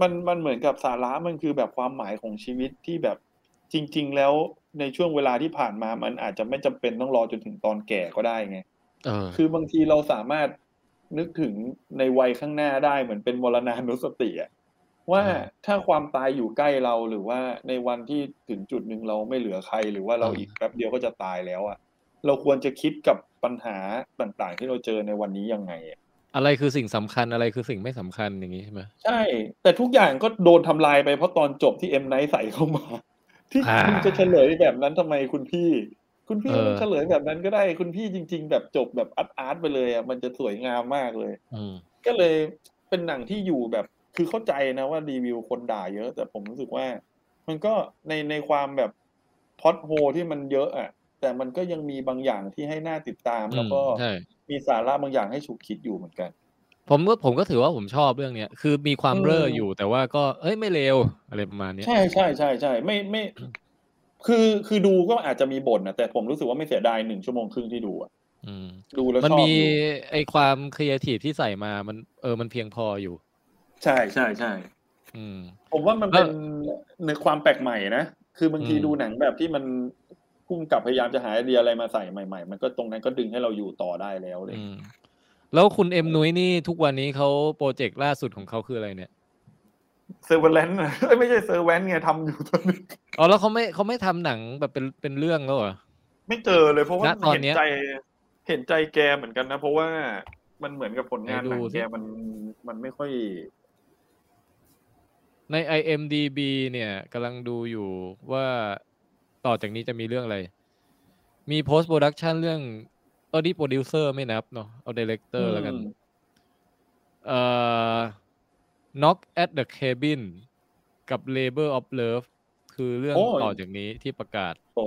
Speaker 3: มันมันเหมือนกับสาระมันคือแบบความหมายของชีวิตที่แบบจริง ๆ แล้วในช่วงเวลาที่ผ่านมามันอาจจะไม่จำเป็นต้องรอจนถึงตอนแก่ก็ได้ไง
Speaker 2: เออ
Speaker 3: คือบางทีเราสามารถนึกถึงในวัยข้างหน้าได้เหมือนเป็นมรณานุสติอะว่า
Speaker 2: อ่า
Speaker 3: ถ้าความตายอยู่ใกล้เราหรือว่าในวันที่ถึงจุดหนึ่งเราไม่เหลือใคร หรือว่าเรา
Speaker 2: อ่า
Speaker 3: อีกแป๊บเดียวก็จะตายแล้วอะเราควรจะคิดกับปัญหาต่างๆ ที่เราเจอในวันนี้ยังไงอะ
Speaker 2: อะไรคือสิ่งสำคัญอะไรคือสิ่งไม่สำคัญอย่างนี้ใช่ไหม
Speaker 3: ใช่ แต่ทุกอย่างก็โดนทำลายไปเพราะตอนจบที่เอ็มไนท์ใส่เข้า มา ที่
Speaker 2: อ่า
Speaker 3: คุณจะเฉลยแบบนั้นทำไมคุณพี่ คุณพี่
Speaker 2: เออ
Speaker 3: เฉลยแบบนั้นก็ได้คุณพี่จริง ๆ แบบจบแบบอาร์ตๆไปเลยอะมันจะสวยงามมากเลย
Speaker 2: อืม
Speaker 3: ก็เลยเป็นหนังที่อยู่แบบคือเข้าใจนะว่ารีวิวคนด่าเยอะ แต่ผมรู้สึกว่า มันก็ในในความแบบพล็อดโฮที่มันเยอะอ่ะ แต่มันก็ยังมีบางอย่างที่ให้หน่าติดตาม แล้วก็
Speaker 2: อืมใช่
Speaker 3: มีสาระบางอย่างให้ฉุกคิดอยู่เหมือนกัน
Speaker 2: ผมก็ผมก็ถือว่าผมชอบเรื่องเนี้ยคือมีความ
Speaker 3: อืม
Speaker 2: เร่ออยู่แต่ว่าก็เอ้ยไม่เลวอะไรประมาณเนี้ย
Speaker 3: ใช่ใช่ใช่ใช่ไม่ไม่ คือคือดูก็อาจจะมีบ่นนะแต่ผมรู้สึกว่าไม่เสียดายหนึ่งชั่วโมงครึ่งที่ดูอ่ะ
Speaker 2: อืม
Speaker 3: ดูแล้วช
Speaker 2: มัน
Speaker 3: อบ
Speaker 2: มี
Speaker 3: อยู่
Speaker 2: ไอความครีเอทีฟที่ใส่มามันเออมันเพียงพออยู่
Speaker 3: ใช่ใช่ใช่
Speaker 2: อืม
Speaker 3: ผมว่ามัน
Speaker 2: แล้
Speaker 3: เป็
Speaker 2: วน
Speaker 3: ในความแปลกใหม่นะ คือบางที
Speaker 2: อืม
Speaker 3: ดูหนังแบบที่มันพุ่มกับพยายามจะหาไอเดียอะไรมาใส่ใหม่ ๆ มันก็ตรงนั้นก็ดึงให้เราอยู่ต่อได้แล้วเลย
Speaker 2: อืม แล้วคุณเอ็มนุ้ยนี่ทุกวันนี้เขาโปรเจกต์ล่าสุดของเขาคืออะไรเนี่ย
Speaker 3: เซอร์เวลนต์ ไม่ใช่เซอร์เวนไงทำอยู่ตอนนี้
Speaker 2: อ๋อแล้วเขาไม่เขาไม่ทำหนังแบบเป็นเป็นเรื่องแล้วเหรอ
Speaker 3: ไม่เจอเลยเพราะว่า
Speaker 2: ณตอน
Speaker 3: เห็น
Speaker 2: เนี้ย
Speaker 3: ใจ เห็นใจแกเหมือนกันนะ เพราะว่ามันเหมือนกับผลงานหนัง
Speaker 2: ไหนดูสิ
Speaker 3: แกมันมันไม่ค่อย
Speaker 2: ใน IMDB เนี่ยกำลังดูอยู่ว่าต่อจากนี้จะมีเรื่องอะไร มี post production เรื่องตอนนี้โปรดิวเซอร์ไม่นับเนาะเอา director แล้วกัน
Speaker 3: อืม
Speaker 2: เอ่อ Knock at the Cabin กับ Labor of Love คือเรื่อง
Speaker 3: โอ้
Speaker 2: ต่อจากนี้ที่ประกาศ
Speaker 3: โต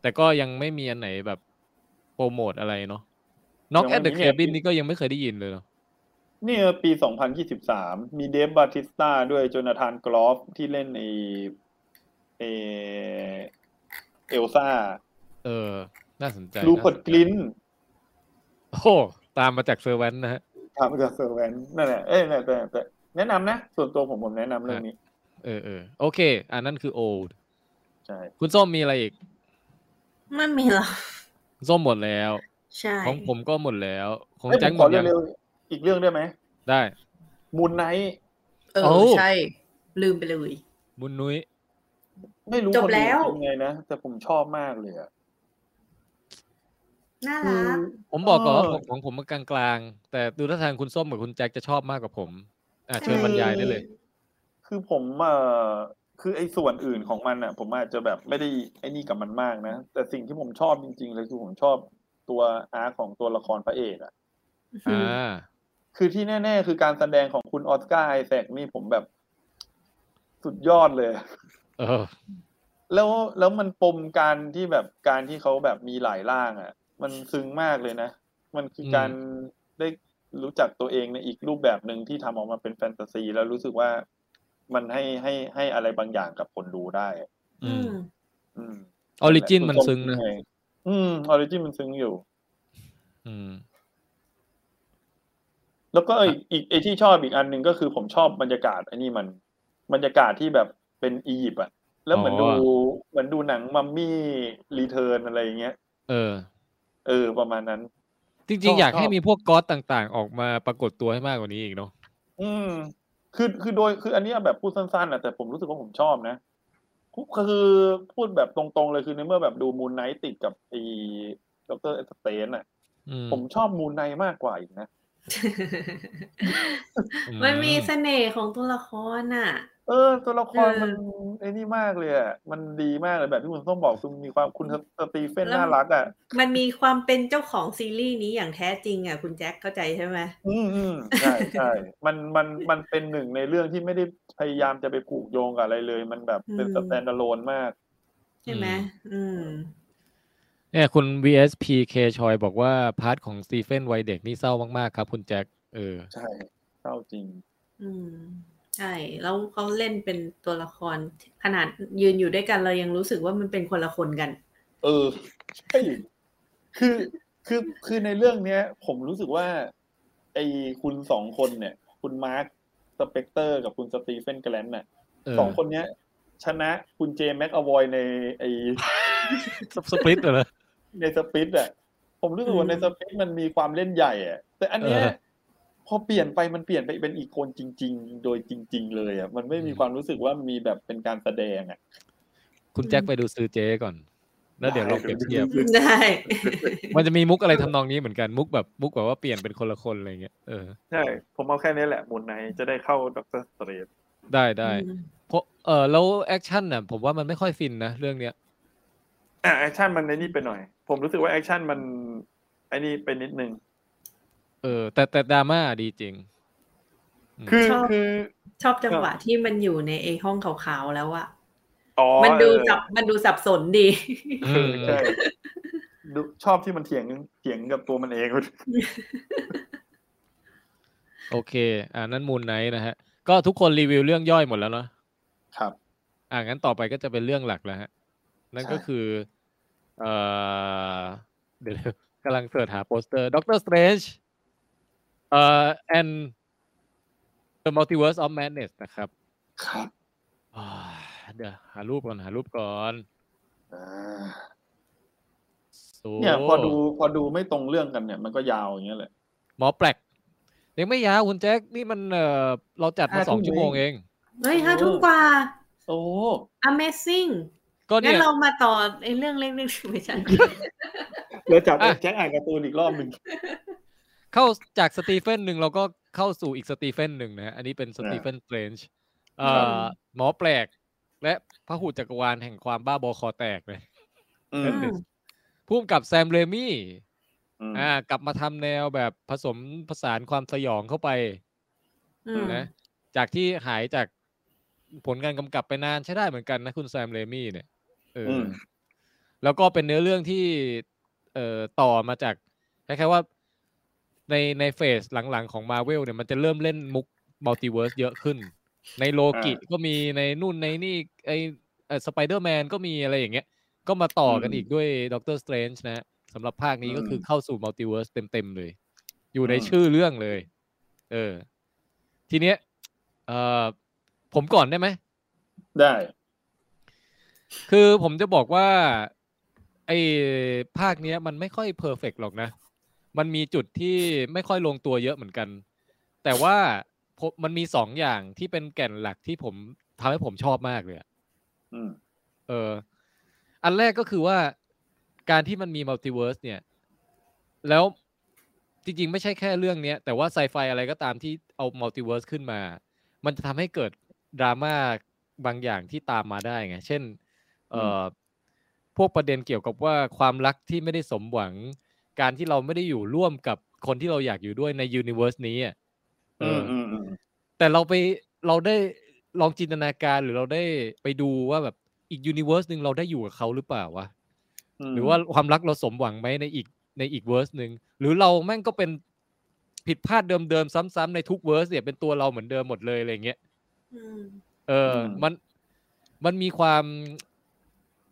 Speaker 2: แต่ก็ยังไม่มีอันไหนแบบโปรโมทอะไรเนาะ Knock
Speaker 3: ยั
Speaker 2: at
Speaker 3: งไม่
Speaker 2: the
Speaker 3: มี
Speaker 2: Cabin
Speaker 3: Cabin
Speaker 2: นี่ก็ยังไม่เคยได้ยินเลยเนาะ
Speaker 3: เนี่ยปี 2023 มีเดฟบาติสตาด้วยโจนาธานกรอฟที่เล่นใน เออเอลซ่า
Speaker 2: เออ น่าสนใจ
Speaker 3: รูเปิด
Speaker 2: น่าสนใจ
Speaker 3: กลิน
Speaker 2: โอ้ ตามมาจากเซอร์แวนนะฮะ
Speaker 3: ถามจากเซอร์แวนนั่นแหละเอ้ยนั่นแหละแต่แต่แนะนำนะ ส่วนตัวผมผมแนะนำเรื่องนี้
Speaker 2: เออเออโอเค อันนั้นคือโอ d
Speaker 3: ใช่
Speaker 2: คุณส้มมีอะไรอีก
Speaker 4: ไม่มีหรอก
Speaker 2: ส้มหมดแล้ว
Speaker 4: ใช่
Speaker 2: ของผมก็หมดแล้ว ของ
Speaker 3: เอ้ยผ
Speaker 2: แจ็ค
Speaker 3: ม
Speaker 2: ห
Speaker 3: ข
Speaker 2: ม
Speaker 3: อ
Speaker 2: ดยัง
Speaker 3: เร็วๆอีกเรื่องได้ไหม
Speaker 2: ได้
Speaker 3: มูนไน
Speaker 4: เอ
Speaker 2: โอ้
Speaker 4: อใช่ ลืมไปเลย
Speaker 2: บุญนุ้ย
Speaker 3: ไม่รู้
Speaker 4: จบ
Speaker 3: คนอื่น
Speaker 4: แล้ว
Speaker 3: เป็นไงนะ แต่ผมชอบมากเลยอะ
Speaker 4: น่าร
Speaker 3: คื
Speaker 4: ั
Speaker 3: อ
Speaker 4: ก
Speaker 2: ผมบอกก่อนว่า
Speaker 3: เออ
Speaker 2: ของของผมมันกลางๆ แต่ดูท่าทางคุณส้มกับคุณแจ็คจะชอบมากกว่าผม อ่ะเชิญ
Speaker 4: ใช่
Speaker 2: บรรยายได้เลย
Speaker 3: คือผมเอ่อคือไอ้ส่วนอื่นของมันอ่ะ ผมอาจจะแบบไม่ได้ไอ้นี่กับมันมากนะ แต่สิ่งที่ผมชอบจริงๆเลยคือผมชอบตัวอาร์ของตัวละครพระเอกอ่ะ
Speaker 2: อ่า
Speaker 3: คือที่แน่ ๆ คือการแสดงของคุณออสการ์ไอแซคนี่ผมแบบสุดยอดเลย
Speaker 2: เออ
Speaker 3: แล้วแล้วมันปมการที่แบบการที่เขาแบบมีหลายร่างอ่ะ มันซึ้งมากเลยนะ มันคืออ
Speaker 2: ม
Speaker 3: การได้รู้จักตัวเองในอีกรูปแบบหนึ่งที่ทำออกมาเป็นแฟนตาซี แล้วรู้สึกว่ามันให้ให้ให้อะไรบางอย่างกับคนดูได้อะ
Speaker 2: อืม
Speaker 3: อืม
Speaker 2: ออริจินมันซึ้งนะ
Speaker 3: อืมออริจินมันซึ้งอยู่
Speaker 2: อืม
Speaker 3: แล้วก็อีกอีกไอที่ชอบอีกอันหนึ่งก็คือผมชอบบรรยากาศอันนี้มันบรรยากาศที่แบบเป็นอียิปต์อ่ะ แล้วเหมือน
Speaker 2: อ๋
Speaker 3: ดู
Speaker 2: อ
Speaker 3: เหมือนดูหนังมัมมี่รีเทิร์นอะไรอย่างเงี้ย
Speaker 2: เออ
Speaker 3: เออ ประมาณนั้น
Speaker 2: จ
Speaker 3: ช
Speaker 2: ริ
Speaker 3: อง บ
Speaker 2: ๆ อยาก
Speaker 3: ชอบ
Speaker 2: ให้มีพวกก๊อตต่างๆ ออกมาปรากฏตัวให้มากกว่านี้อีกเนาะ
Speaker 3: อืม คือคือโดยคืออันเนี้ยแบบพูดสั้นๆนะแต่ผมรู้สึกว่าผมชอบนะคือพูดแบบตรงๆเลยคือในเมื่อแบบดูมูนไนท์ติดกับไอ้ด็อกเตอร์เอสเตนอ่ะ
Speaker 2: อืม
Speaker 3: ผมชอบมูนไนท์มากกว่าอีกนะ
Speaker 2: อื
Speaker 4: มันมีเสน่ห์ของตัวละครน่ะ
Speaker 3: เออตัวละครมัน
Speaker 4: เอ
Speaker 3: ไอ้นี่มากเลยอ่ะมันดีมากเลยแบบที่คุณต้องบอกคือมีความคุณสตีเฟนน่ารักอ่ะ
Speaker 4: มันมีความเป็นเจ้าของซีรีส์นี้อย่างแท้จริงอ่ะคุณแจ็คเข้าใจใช่ไหม
Speaker 3: อืมอืมใช่ใช่มันมันมันเป็นหนึ่งในเรื่องที่ไม่ได้พยายามจะไปผูกโยงกับอะไรเลย มันแบบเป็น
Speaker 4: อืม
Speaker 3: สแตนด์ l o โ e มาก
Speaker 4: ใช่ไหมอืม
Speaker 2: เนี่ยคุณ VSPK ชอยบอกว่า พาร์ทของสตีเฟนวัยเด็กนี่เศร้ามากๆ ครับคุณแจ็ค เออ
Speaker 3: ใช่เศร้าจริง
Speaker 4: อืม ใช่ แล้วเขาเล่นเป็นตัวละคร ขนาดยืนอยู่ด้วยกันเรายังรู้สึกว่ามันเป็นคนละคนกัน
Speaker 3: เออใช่คือคือคือในเรื่องเนี้ย ผมรู้สึกว่า ไอ้คุณสองคนเนี่ย คุณมาร์คสเปกเตอร์กับคุณสตีเฟนแกลนน่ะ
Speaker 2: เออ
Speaker 3: สองคนเนี้ย ชนะคุณเจแม็กอวอยในไอ
Speaker 2: สปลิตเหรอ
Speaker 3: ในสปิตอ่ะ ผมรู้สึก
Speaker 4: อื
Speaker 3: ว่าม ในสปิตมันมีความเล่นใหญ่อ่ะ แต่อันเนี้ย
Speaker 2: เออ
Speaker 3: พอเปลี่ยนไปมันเปลี่ยนไปเป็นอีกคนจริง ๆ โดยจริง ๆ เลยอ่ะ มันไม่มี
Speaker 2: อืม
Speaker 3: ความรู้สึกว่ามีแบบเป็นการแสดงอ่ะ
Speaker 2: คุณแจ็คไปดูซื้อเจก่อน แล้วเดี๋ยวลองเปรียบเทียบ
Speaker 4: ได้
Speaker 2: มันจะมีมุกอะไรทำนองนี้เหมือนกันมุกแบบมุกแบบว่าเปลี่ยนเป็นคนละคนอะไรเงี้ยเออ
Speaker 3: ใช่ ผมเอาแค่นี้แหละหมุนไหนจะได้เข้าด็อกเตอร์สเตรท
Speaker 2: ได้ได้เพราะเออแล้วแอคชั่นน่ะผมว่ามันไม่ค่อยฟินนะเรื่องเนี้ย
Speaker 3: อ่ะแอคชั่นมันในนี่ไปหน่อย ผมรู้สึกว่าแอคชั่นมันไอ้นี่ไปนิดนึง
Speaker 2: เออแต่แต่ดราม่าดีจริง
Speaker 3: คือ
Speaker 4: ชอบ
Speaker 3: คือ
Speaker 4: ชอบจังหวะที่มันอยู่ในไอห้องขาวๆแล้วอะ
Speaker 3: อ๋อ
Speaker 4: มันดู
Speaker 3: เออ
Speaker 4: สับมันดูสับสนดี
Speaker 2: อืม
Speaker 3: ใช่ดูชอบที่มันเถียงเถียงกับตัวมันเอง
Speaker 2: โอเค อ่านั้นมูลไนท์นะฮะ ก็ทุกคนรีวิวเรื่องย่อยหมดแล้วเนาะ
Speaker 3: ครับ
Speaker 2: อ่างั้นต่อไปก็จะเป็นเรื่องหลักแล้วฮะ นั่นก็
Speaker 3: ใช่
Speaker 2: คือเอ่อเดี๋ยว กำลังเสิร์ชหาโปสเตอร์ด็อกเตอร์สเตรนจ์เอ่อ and the multiverse of madness นะครับ
Speaker 3: ครับ
Speaker 2: อ่าเดี๋ยวหารูปก่อน หารูปก่อน
Speaker 3: อ่า
Speaker 2: โซ่
Speaker 3: เนี่ยพอดูพอดูไม่ตรงเรื่องกันเนี่ยมันก็ยาวอย่างเงี้ยแหละ
Speaker 2: หมอแปลกยังไม่ยาวคุณแจ็ค นี่มันเออเราจัดมา
Speaker 3: ห้า
Speaker 2: สอง
Speaker 3: ทุ่ม
Speaker 2: ชั่วโมง
Speaker 3: เอ
Speaker 2: เอง ง
Speaker 4: เฮ้ย
Speaker 3: โอ้
Speaker 4: ห้าทุ่มกว่า
Speaker 3: โอ้
Speaker 4: Amazing
Speaker 2: ก็
Speaker 4: งั้
Speaker 2: เนี่
Speaker 4: น
Speaker 2: ย
Speaker 4: เรามาต่อไอเรื่องเล็กๆไม่ใช่
Speaker 3: แล้วจับ
Speaker 2: อ่ะ
Speaker 3: แจ็คอ่านการ์ตูนอีกรอบหนึ่ง
Speaker 2: เข้าจากสตีเฟนหนึ่งเราก็เข้าสู่อีกสตีเฟนหนึ่งนะฮะอันนี้เป็นสตีเฟนเฟรนช์เอ่
Speaker 3: ครับ
Speaker 2: อหมอแปลก และพระหูจักรวาลแห่งความบ้าบอคอแตกเลย
Speaker 3: อืม
Speaker 4: อืม
Speaker 2: พุ่มกับแซมเรมี่
Speaker 3: อืม
Speaker 2: อ่ากลับมาทำแนวแบบผสมผสานความสยองเข้าไป
Speaker 4: อืม
Speaker 2: นะจากที่หายจากผลการกำกับไปนานใช้ได้เหมือนกันนะคุณแซมเรมี่เนี่ยเอออ
Speaker 3: อืม
Speaker 2: แล้วก็เป็นเนื้อเรื่องที่เอ่อต่อมาจากคล้ายๆว่าในในเฟสหลังๆของมาเวลเนี่ยมันจะเริ่มเล่นมุกมัลติเวิร์สเยอะขึ้น ในโลกิก็มีในนู่นในนี่ไอ เออสไปเดอร์แมนก็มีอะไรอย่างเงี้ย ก็มาต่อกัน
Speaker 3: อืม
Speaker 2: อีกด้วยด็อกเตอร์สเตรนจ์นะฮะสำหรับภาคนี้ก็คือ
Speaker 3: ม
Speaker 2: เข้าสู่มัลติเวิร์สเต็ม ๆ เลย อยู่ใน
Speaker 3: อืม
Speaker 2: ชื่อเรื่องเลย เออ ทีเนี้ยเออผมก่อนได้ไหม
Speaker 3: ได้
Speaker 2: คือผมจะบอกว่าไอ้ภาคเนี้ยมันไม่ค่อยเพอร์เฟกหรอกนะ มันมีจุดที่ไม่ค่อยลงตัวเยอะเหมือนกัน แต่ว่าผมมันมีสองอย่างที่เป็นแก่นหลักที่ผมทำให้ผมชอบมากเลยอะ
Speaker 3: อืม
Speaker 2: เออ อันแรกก็คือว่าการที่มันมีมัลติเวิร์สเนี่ย แล้วจริงๆ ไม่ใช่แค่เรื่องเนี้ย แต่ว่าไซไฟอะไรก็ตามที่เอามัลติเวิร์สขึ้นมา มันจะทำให้เกิดดราม่าบางอย่างที่ตามมาได้ไง เช่น เอ่อพวกประเด็นเกี่ยวกับว่าความรักที่ไม่ได้สมหวัง การที่เราไม่ได้อยู่ร่วมกับคนที่เราอยากอยู่ด้วยในยูนิเวอร์สนี้อะเอ
Speaker 3: อื
Speaker 2: อ
Speaker 3: ม
Speaker 2: อ
Speaker 3: อืมอืม
Speaker 2: แต่เราไปเราได้ลองจินตนาการหรือเราได้ไปดูว่าแบบอีกยูนิเวอร์สหนึ่งเราได้อยู่กับเขาหรือเปล่าวะ
Speaker 3: ม
Speaker 2: หรือว่าความรักเราสมหวังไหมในอีกในอีกเวอร์สหนึ่งหรือเราแม่งก็เป็นผิดพลาดเดิมๆซ้ำๆในทุกเวอร์สเนี่ยเป็นตัวเราเหมือนเดิมหมดเลยอะไรอย่างเงี้ย
Speaker 4: อืม
Speaker 2: เอออ
Speaker 3: ม
Speaker 2: มัน มันมีความ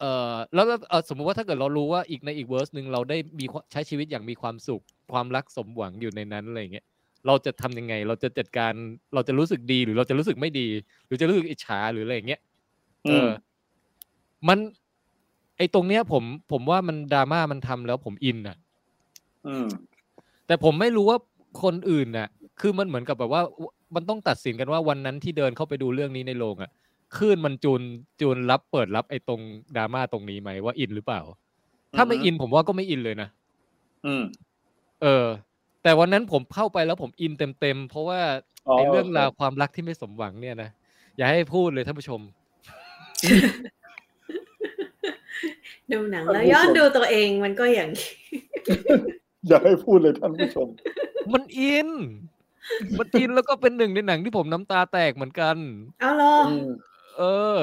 Speaker 2: เออแล้วแล้วเอ่อสมมุติว่าถ้าเกิดเรารู้ว่าอีกในอีกเวอร์สหนึ่งเราได้มีความใช้ชีวิตอย่างมีความสุข ความรักสมหวังอยู่ในนั้นอะไรอย่างเงี้ย เราจะทำยังไง เราจะจัดการ เราจะรู้สึกดีหรือเราจะรู้สึกไม่ดี หรือจะรู้สึกอิจฉาหรืออะไรอย่างเงี้ย เอออ
Speaker 3: ม
Speaker 2: มัน ไอตรงเนี้ย ผม ผมว่ามันดราม่ามันทำแล้วผมอินอ่ะ
Speaker 3: อืม
Speaker 2: แต่ผมไม่รู้ว่าคนอื่นน่ะ คือมันเหมือนกับแบบว่า มันต้องตัดสินกันว่าวันนั้นที่เดินเข้าไปดูเรื่องนี้ในโรงอ่ะคลื่นมันจูนจูนรับเปิดรับไอ้ตรงดราม่าตรงนี้ไหมว่าอินหรือเปล่า ถ้าไม่
Speaker 3: อือฮึ
Speaker 2: อินผมว่าก็ไม่อินเลยนะ
Speaker 3: อืม
Speaker 2: เออ แต่วันนั้นผมเข้าไปแล้วผมอินเต็มๆ เพราะว่าไอ้เรื่องราวความรักที่ไม่สมหวังเนี่ยนะ อย่าให้พูดเลยท่านผู้ชม
Speaker 4: ดูหนังแล้วย้อนดูตัวเองมันก็อย่างนี้
Speaker 3: อย่าให้พูดเลยท่านผู้ชม
Speaker 2: มันอิน มันอินแล้วก็เป็นหนึ่งในหนังที่ผมน้ำตาแตกเหมือนกัน
Speaker 4: เอาเหรอ
Speaker 3: อืม
Speaker 2: เออ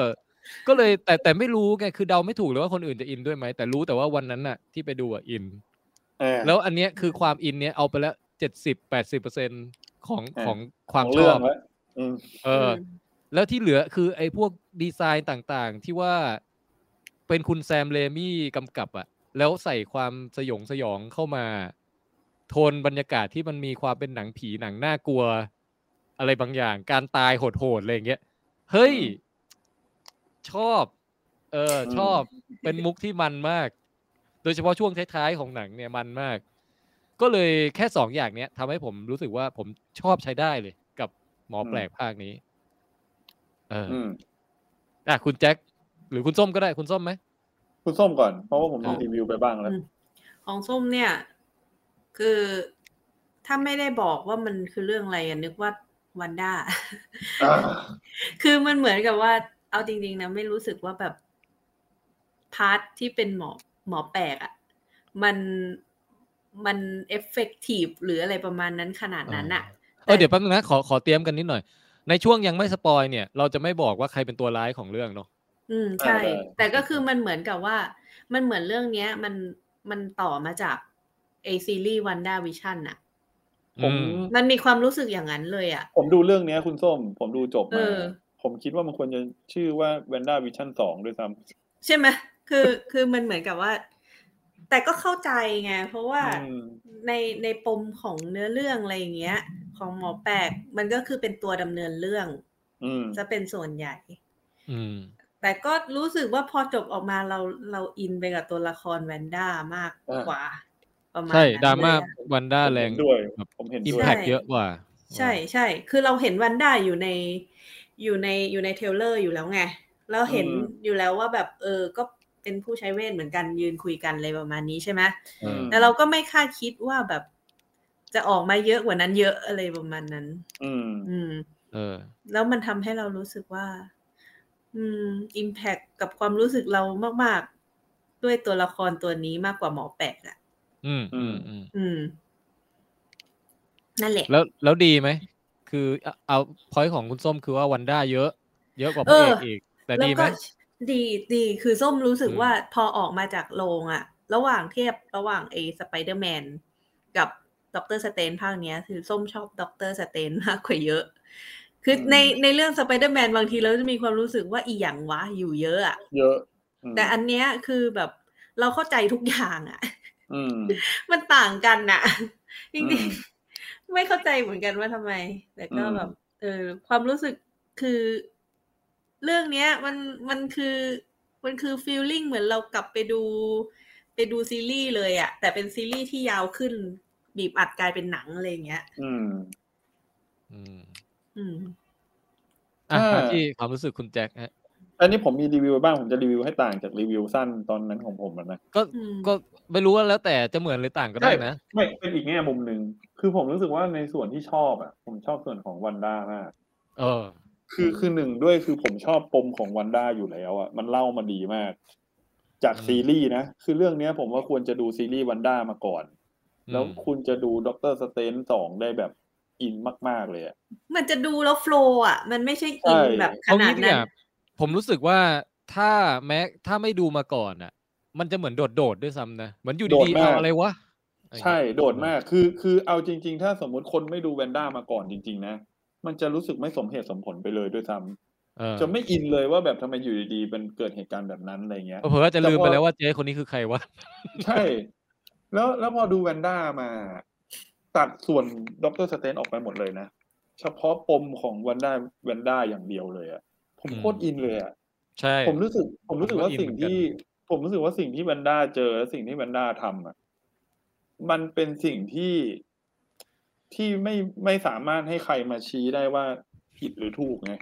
Speaker 2: ก็เลยแต่แต่ไม่รู้ไงคือเดาไม่ถูกเลยว่าคนอื่นจะอินด้วยไหม แต่รู้แต่ว่าวันนั้นน่ะที่ไปดูอ่ะอิน
Speaker 3: เออ
Speaker 2: แล้วอันเนี้ยคือความอินเนี้ยเอาไปแล้วเจ็ดสิบแปดสิบเปอร์เซ็นของ
Speaker 3: อ่า
Speaker 2: ของความ
Speaker 3: ขอ
Speaker 2: ช
Speaker 3: งเรื่
Speaker 2: อ
Speaker 3: อง
Speaker 2: บ
Speaker 3: แล้วอืม
Speaker 2: เออ แล้วที่เหลือคือไอ้พวกดีไซน์ต่างๆ ที่ว่าเป็นคุณแซมเลมี่กำกับอะแล้วใส่ความสยองสยองเข้ามา โทนบรรยากาศที่มันมีความเป็นหนังผีหนังน่ากลัว อะไรบางอย่างการตายโหดๆอะไรอย่างเงี้ยเฮ้ย
Speaker 3: อืม
Speaker 2: ชอบ เอออ
Speaker 3: ม
Speaker 2: ชอบเป็นมุกที่มันมาก โดยเฉพาะช่วงท้ายๆของหนังเนี่ยมันมาก ก็เลยแค่สองอย่างเนี้ยทำให้ผมรู้สึกว่าผมชอบใช้ได้เลย กับหมอแปลกภาคนี้ เอออ
Speaker 3: อืม
Speaker 2: อ่ะคุณแจ็คหรือคุณส้มก็ได้คุณส้มไหม
Speaker 3: คุณส้มก่อน เพราะว่าผม
Speaker 2: อ๋อ
Speaker 3: ทำรีวิวไปบ้างแล้ว
Speaker 4: อืม ของส้มเนี่ย คือถ้าไม่ได้บอกว่ามันคือเรื่องอะไรอะนึกว่าวันด้า
Speaker 3: อ่า
Speaker 4: คือมันเหมือนกับว่า เอาจริง ๆ นะ ไม่รู้สึกว่าแบบพาร์ทที่เป็นหมอหมอแปลกอะ่ะมันมันเอฟเฟกตีฟหรืออะไรประมาณนั้นขนาดนั้นอะ่ะ
Speaker 2: เออเดี๋ยวแป๊บนึงนะขอขอเตรียมกันนิดหน่อย ในช่วงยังไม่สปอยเนี่ย เราจะไม่บอกว่าใครเป็นตัวร้ายของเรื่องเนาะ
Speaker 4: อืมใช่
Speaker 3: เออเออ
Speaker 4: แต่ก็คือมันเหมือนกับว่า มันเหมือนเรื่องเนี้ย มันมันต่อมาจากเอซีรีส์วันด้าวิชั่นอ่ะ
Speaker 3: ผม
Speaker 4: มันมีความรู้สึกอย่างนั้นเลยอ่ะ
Speaker 3: ผมดูเรื่องเนี้ย คุณส้ม ผมดูจบ
Speaker 4: เอ
Speaker 3: มา
Speaker 4: อ
Speaker 3: ผมคิดว่ามันควรจะชื่อว่า w วนด้าวิชั่นสองด้วยซ้ำ
Speaker 4: ใช่ไหมคือคือมันเหมือนกับว่า แต่ก็เข้าใจไง เพราะว่า
Speaker 3: อืม
Speaker 4: ในในปมของเนื้อเรื่องอะไรอย่างเงี้ย ของหมอแปลกมันก็คือเป็นตัวดำเนินเรื่อง
Speaker 3: อืม
Speaker 4: จะเป็นส่วนใหญ่
Speaker 2: อืม
Speaker 4: แต่ก็รู้สึกว่าพอจบออกมาเราเราอินไปกับตัวละครแวนด้ามากกว่า ประมาณ
Speaker 2: ใช่
Speaker 4: นั้น
Speaker 2: ดราม่า
Speaker 4: เลยอะ
Speaker 2: วันด้า
Speaker 3: ผม
Speaker 2: แร
Speaker 3: เห็
Speaker 2: ง
Speaker 3: นด้วย
Speaker 2: แบบ
Speaker 3: ผมเห็น
Speaker 2: อิม
Speaker 3: ด้วย
Speaker 2: แพคเยอะกว่า
Speaker 4: ใช่ใช่ คือเราเห็นแวนด้าอยู่ในอยู่ในอยู่ในเทรลเลอร์อยู่แล้วไง เราเห็น
Speaker 3: อืม
Speaker 4: อยู่แล้วว่าแบบเออก็เป็นผู้ใช้เวทเหมือนกันยืนคุยกันอะไรประมาณนี้ใช่ไหม
Speaker 2: เออ
Speaker 4: แต่เราก็ไม่คาดคิดว่าแบบ จะออกมาเยอะกว่านั้นเยอะอะไรประมาณนั้น
Speaker 3: อืม
Speaker 4: อืม
Speaker 2: เออ
Speaker 4: แล้วมันทำให้เรารู้สึกว่า อืมอิมแพคกับความรู้สึกเรามาก ๆ ด้วยตัวละครตัวนี้มากกว่าหมอแปลกอะ
Speaker 2: อืมอืมอืม
Speaker 4: อืม นั่นแหละ
Speaker 2: แล้วแล้วดีไหม คือเอาเอาพอยของคุณส้มคือว่าวันด้าเยอะ เยอะกว่าพ
Speaker 4: เอ
Speaker 2: ระ
Speaker 4: อ
Speaker 2: เอกอีก แต่ดีไหม
Speaker 4: แล้วก็ดีดีคือส้มรู้สึก
Speaker 2: อืม
Speaker 4: ว่าพอออกมาจากโรงอะระหว่างเทียบระหว่างไอ้สไปเดอร์แมนกับด็อกเตอร์สเตนภาคเนี้ย คือส้มชอบด็อกเตอร์สเตนมากกว่าเยอะ คือในในเรื่องสไปเดอร์แมนบางทีเราจะมีความรู้สึกว่าอีหยังวะอยู่เยอะอะ
Speaker 3: เยอะอืม
Speaker 4: แต่อันเนี้ยคือแบบเราเข้าใจทุกอย่างอะ
Speaker 3: อืม
Speaker 4: มันต่างกันน่ะ จ
Speaker 3: อื
Speaker 4: ริง
Speaker 3: ม
Speaker 4: ๆ ไม่เข้าใจเหมือนกันว่าทำไม แต่ก็
Speaker 3: อืม
Speaker 4: แบบ เออ ความรู้สึกคือ เรื่องเนี้ย มันมันคือ มันคือฟีลลิ่งเหมือนเรากลับไปดู ไปดูซีรีส์เลยอะแต่เป็นซีรีส์ที่ยาวขึ้น บีบอัดกลายเป็นหนังอะไรอย่างเงี้ย
Speaker 3: อืม
Speaker 6: อืม
Speaker 4: อืม
Speaker 6: อ่ะ
Speaker 3: อ่า
Speaker 6: มาที่ความรู้สึกคุณแจ็คฮะ
Speaker 3: อันนี้ผมมีรีวิวบ้างผมจะรีวิวให้ต่างจากรีวิวสั้นตอนนั้นของผมอะนะ
Speaker 4: อืม
Speaker 6: ก็ไม่รู้ว่าแล้วแต่จะเหมือนหรือต่างก็ได้
Speaker 3: ใช่
Speaker 6: นะ
Speaker 3: ไม่เป็นอีกแง่มุมหนึ่งคือผมรู้สึกว่าในส่วนที่ชอบอ่ะ ผมชอบส่วนของวันด้ามาก
Speaker 6: เออ
Speaker 3: คือคือหนึ่งด้วยคือผมชอบปมของวันด้าอยู่แล้วอ่ะมันเล่ามาดีมาก จาก
Speaker 6: อืม
Speaker 3: ซีรีส์นะ คือเรื่องเนี้ย ผมว่าควรจะดูซีรีส์วันด้ามาก่อน แล้ว
Speaker 6: อืม
Speaker 3: คุณจะดูด็อกเตอร์สเตนสองได้แบบอินมาก ๆ เลยอ่ะ
Speaker 4: มันจะดูแล้วโฟล์อะมันไม่ใช่อิน
Speaker 3: ใช่
Speaker 4: แบบข
Speaker 6: เอา
Speaker 4: นา
Speaker 6: งี้
Speaker 4: ด
Speaker 6: ดีก
Speaker 4: นั้น
Speaker 6: ว่าผมรู้สึกว่าถ้าแม้ถ้าไม่ดูมาก่อนอ่ะ มันจะเหมือนโดดโดดๆด้วยซ้ำนะ เหมือนอยู่
Speaker 3: โดด
Speaker 6: ดีๆ
Speaker 3: มาก
Speaker 6: เอาอะไรวะ
Speaker 3: ใช่โดดมาก คือ คือเอาจริง ๆ ถ้าสมมุติคนไม่ดูแวนด้ามาก่อนจริง ๆ นะ มันจะรู้สึกไม่สมเหตุสมผลไปเลยด้วยซ้
Speaker 6: เออ
Speaker 3: ำจะไม่อินเลยว่าแบบทำไมอยู่ดีๆมันเกิดเหตุการณ์แบบนั้นอะไรเงี้ย
Speaker 6: เผลอๆจะลืมไปแล้วว่าเจ๊คนนี้คือใครวะ
Speaker 3: ใช่ แล้วแล้วพอดูแวนด้ามา ตัดส่วนด็อกเตอร์สเตนออกไปหมดเลยนะ เฉพาะปมของวันด้าแวนด้าอย่างเดียวเลยอะผม
Speaker 6: อืม
Speaker 3: โคตรอินเลยอะ
Speaker 6: ใช่
Speaker 3: ผมรู้สึก ผมรู้สึกว่า
Speaker 6: ผมก็อิน
Speaker 3: สิ่ง
Speaker 6: เหมือนกัน
Speaker 3: ที่ ผมรู้สึกว่าสิ่งที่แวนด้าเจอและสิ่งที่แวนด้าทำอะมันเป็นสิ่งที่ที่ไม่ไม่สามารถให้ใครมาชี้ได้ว่าผิดหรือถูกไง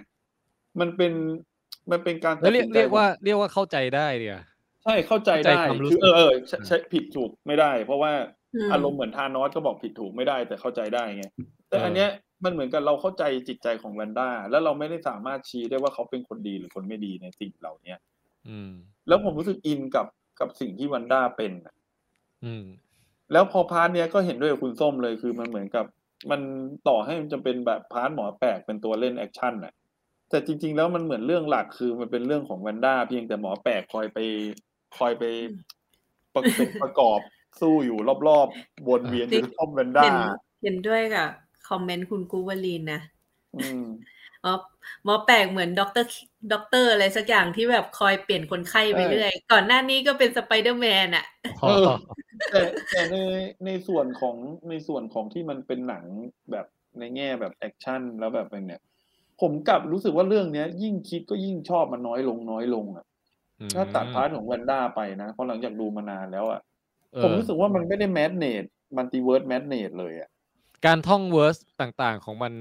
Speaker 3: มันเป็นมันเป็นการตั
Speaker 6: แล้
Speaker 3: ด
Speaker 6: วเรียก
Speaker 3: สินใจ
Speaker 6: เรีย
Speaker 3: ข
Speaker 6: ก
Speaker 3: อง
Speaker 6: ว่าเรียกว่าเข้าใจได้เดีย
Speaker 3: ใช่เข้าใจได้
Speaker 6: เข้าใจความรู้
Speaker 3: คื
Speaker 6: สึ
Speaker 3: อก เออเออใช่ใช่ผิดถูกไม่ได้ เพราะว่า
Speaker 4: อืม
Speaker 3: อารมณ์เหมือนทานอสก็บอกผิดถูกไม่ได้แต่เข้าใจได้ไงแต่อันเนี้ยมันเหมือนกับเราเข้าใจจิตใจของแวนด้าแล้วเราไม่ได้สามารถชี้ได้ว่าเขาเป็นคนดีหรือคนไม่ดีในสิ่งเหล่าเนี้ย
Speaker 6: อืม
Speaker 3: แล้วผมรู้สึกอินกับกับสิ่งที่แวันด้าเป็นน่ะ
Speaker 6: อืม
Speaker 3: แล้วพอพาร์ทเนี้ยก็เห็นด้วยกับคุณส้มเลยคือมันเหมือนกับ มันต่อให้มันจะเป็นแบบพาร์ทหมอแปลกเป็นตัวเล่นแอคชั่นน่ะแต่จริง ๆ แล้วมันเหมือนเรื่องหลักคือมันเป็นเรื่องของแวนด้าเพียงแต่หมอแปลกคอยไปคอยไปประเป็นประกอบสู้อยู่รอบๆวนเวียนอยู่รอบแวนด้า
Speaker 4: เห็นเห็นด้วยกับคอมเมนต์คุณกูวลีนนะ
Speaker 3: อืม
Speaker 4: อ๋อหมอแปลกเหมือนด็อกเตอร์ด็อกเตอร์อะไรสักอย่างที่แบบคอยเปลี่ยนคนไข้ไป
Speaker 3: ใช่
Speaker 4: เรื่อย ก่อนหน้านี้ก็เป็นสไปเดอร์แมนอะ
Speaker 3: เออ แต่แต่ในในส่วนของในส่วนของที่มันเป็นหนังแบบในแง่แบบแอคชั่นแล้วแบบอะไรเนี่ย ผมกลับรู้สึกว่าเรื่องเนี้ย ยิ่งคิดก็ยิ่งชอบมันน้อยลงน้อยลงอ่ะ ถ้าตัดพาร์ทของแวนด้าไปนะเพราะหลังจากดูมานานแล้วอ่ะ
Speaker 6: เออ
Speaker 3: ผมรู้สึกว่ามันไม่ได้แมสเนตมันติเวิร์ดแมสเนตเลยอ่ะ
Speaker 6: การท่องเวิร์สต่างๆ ของมัน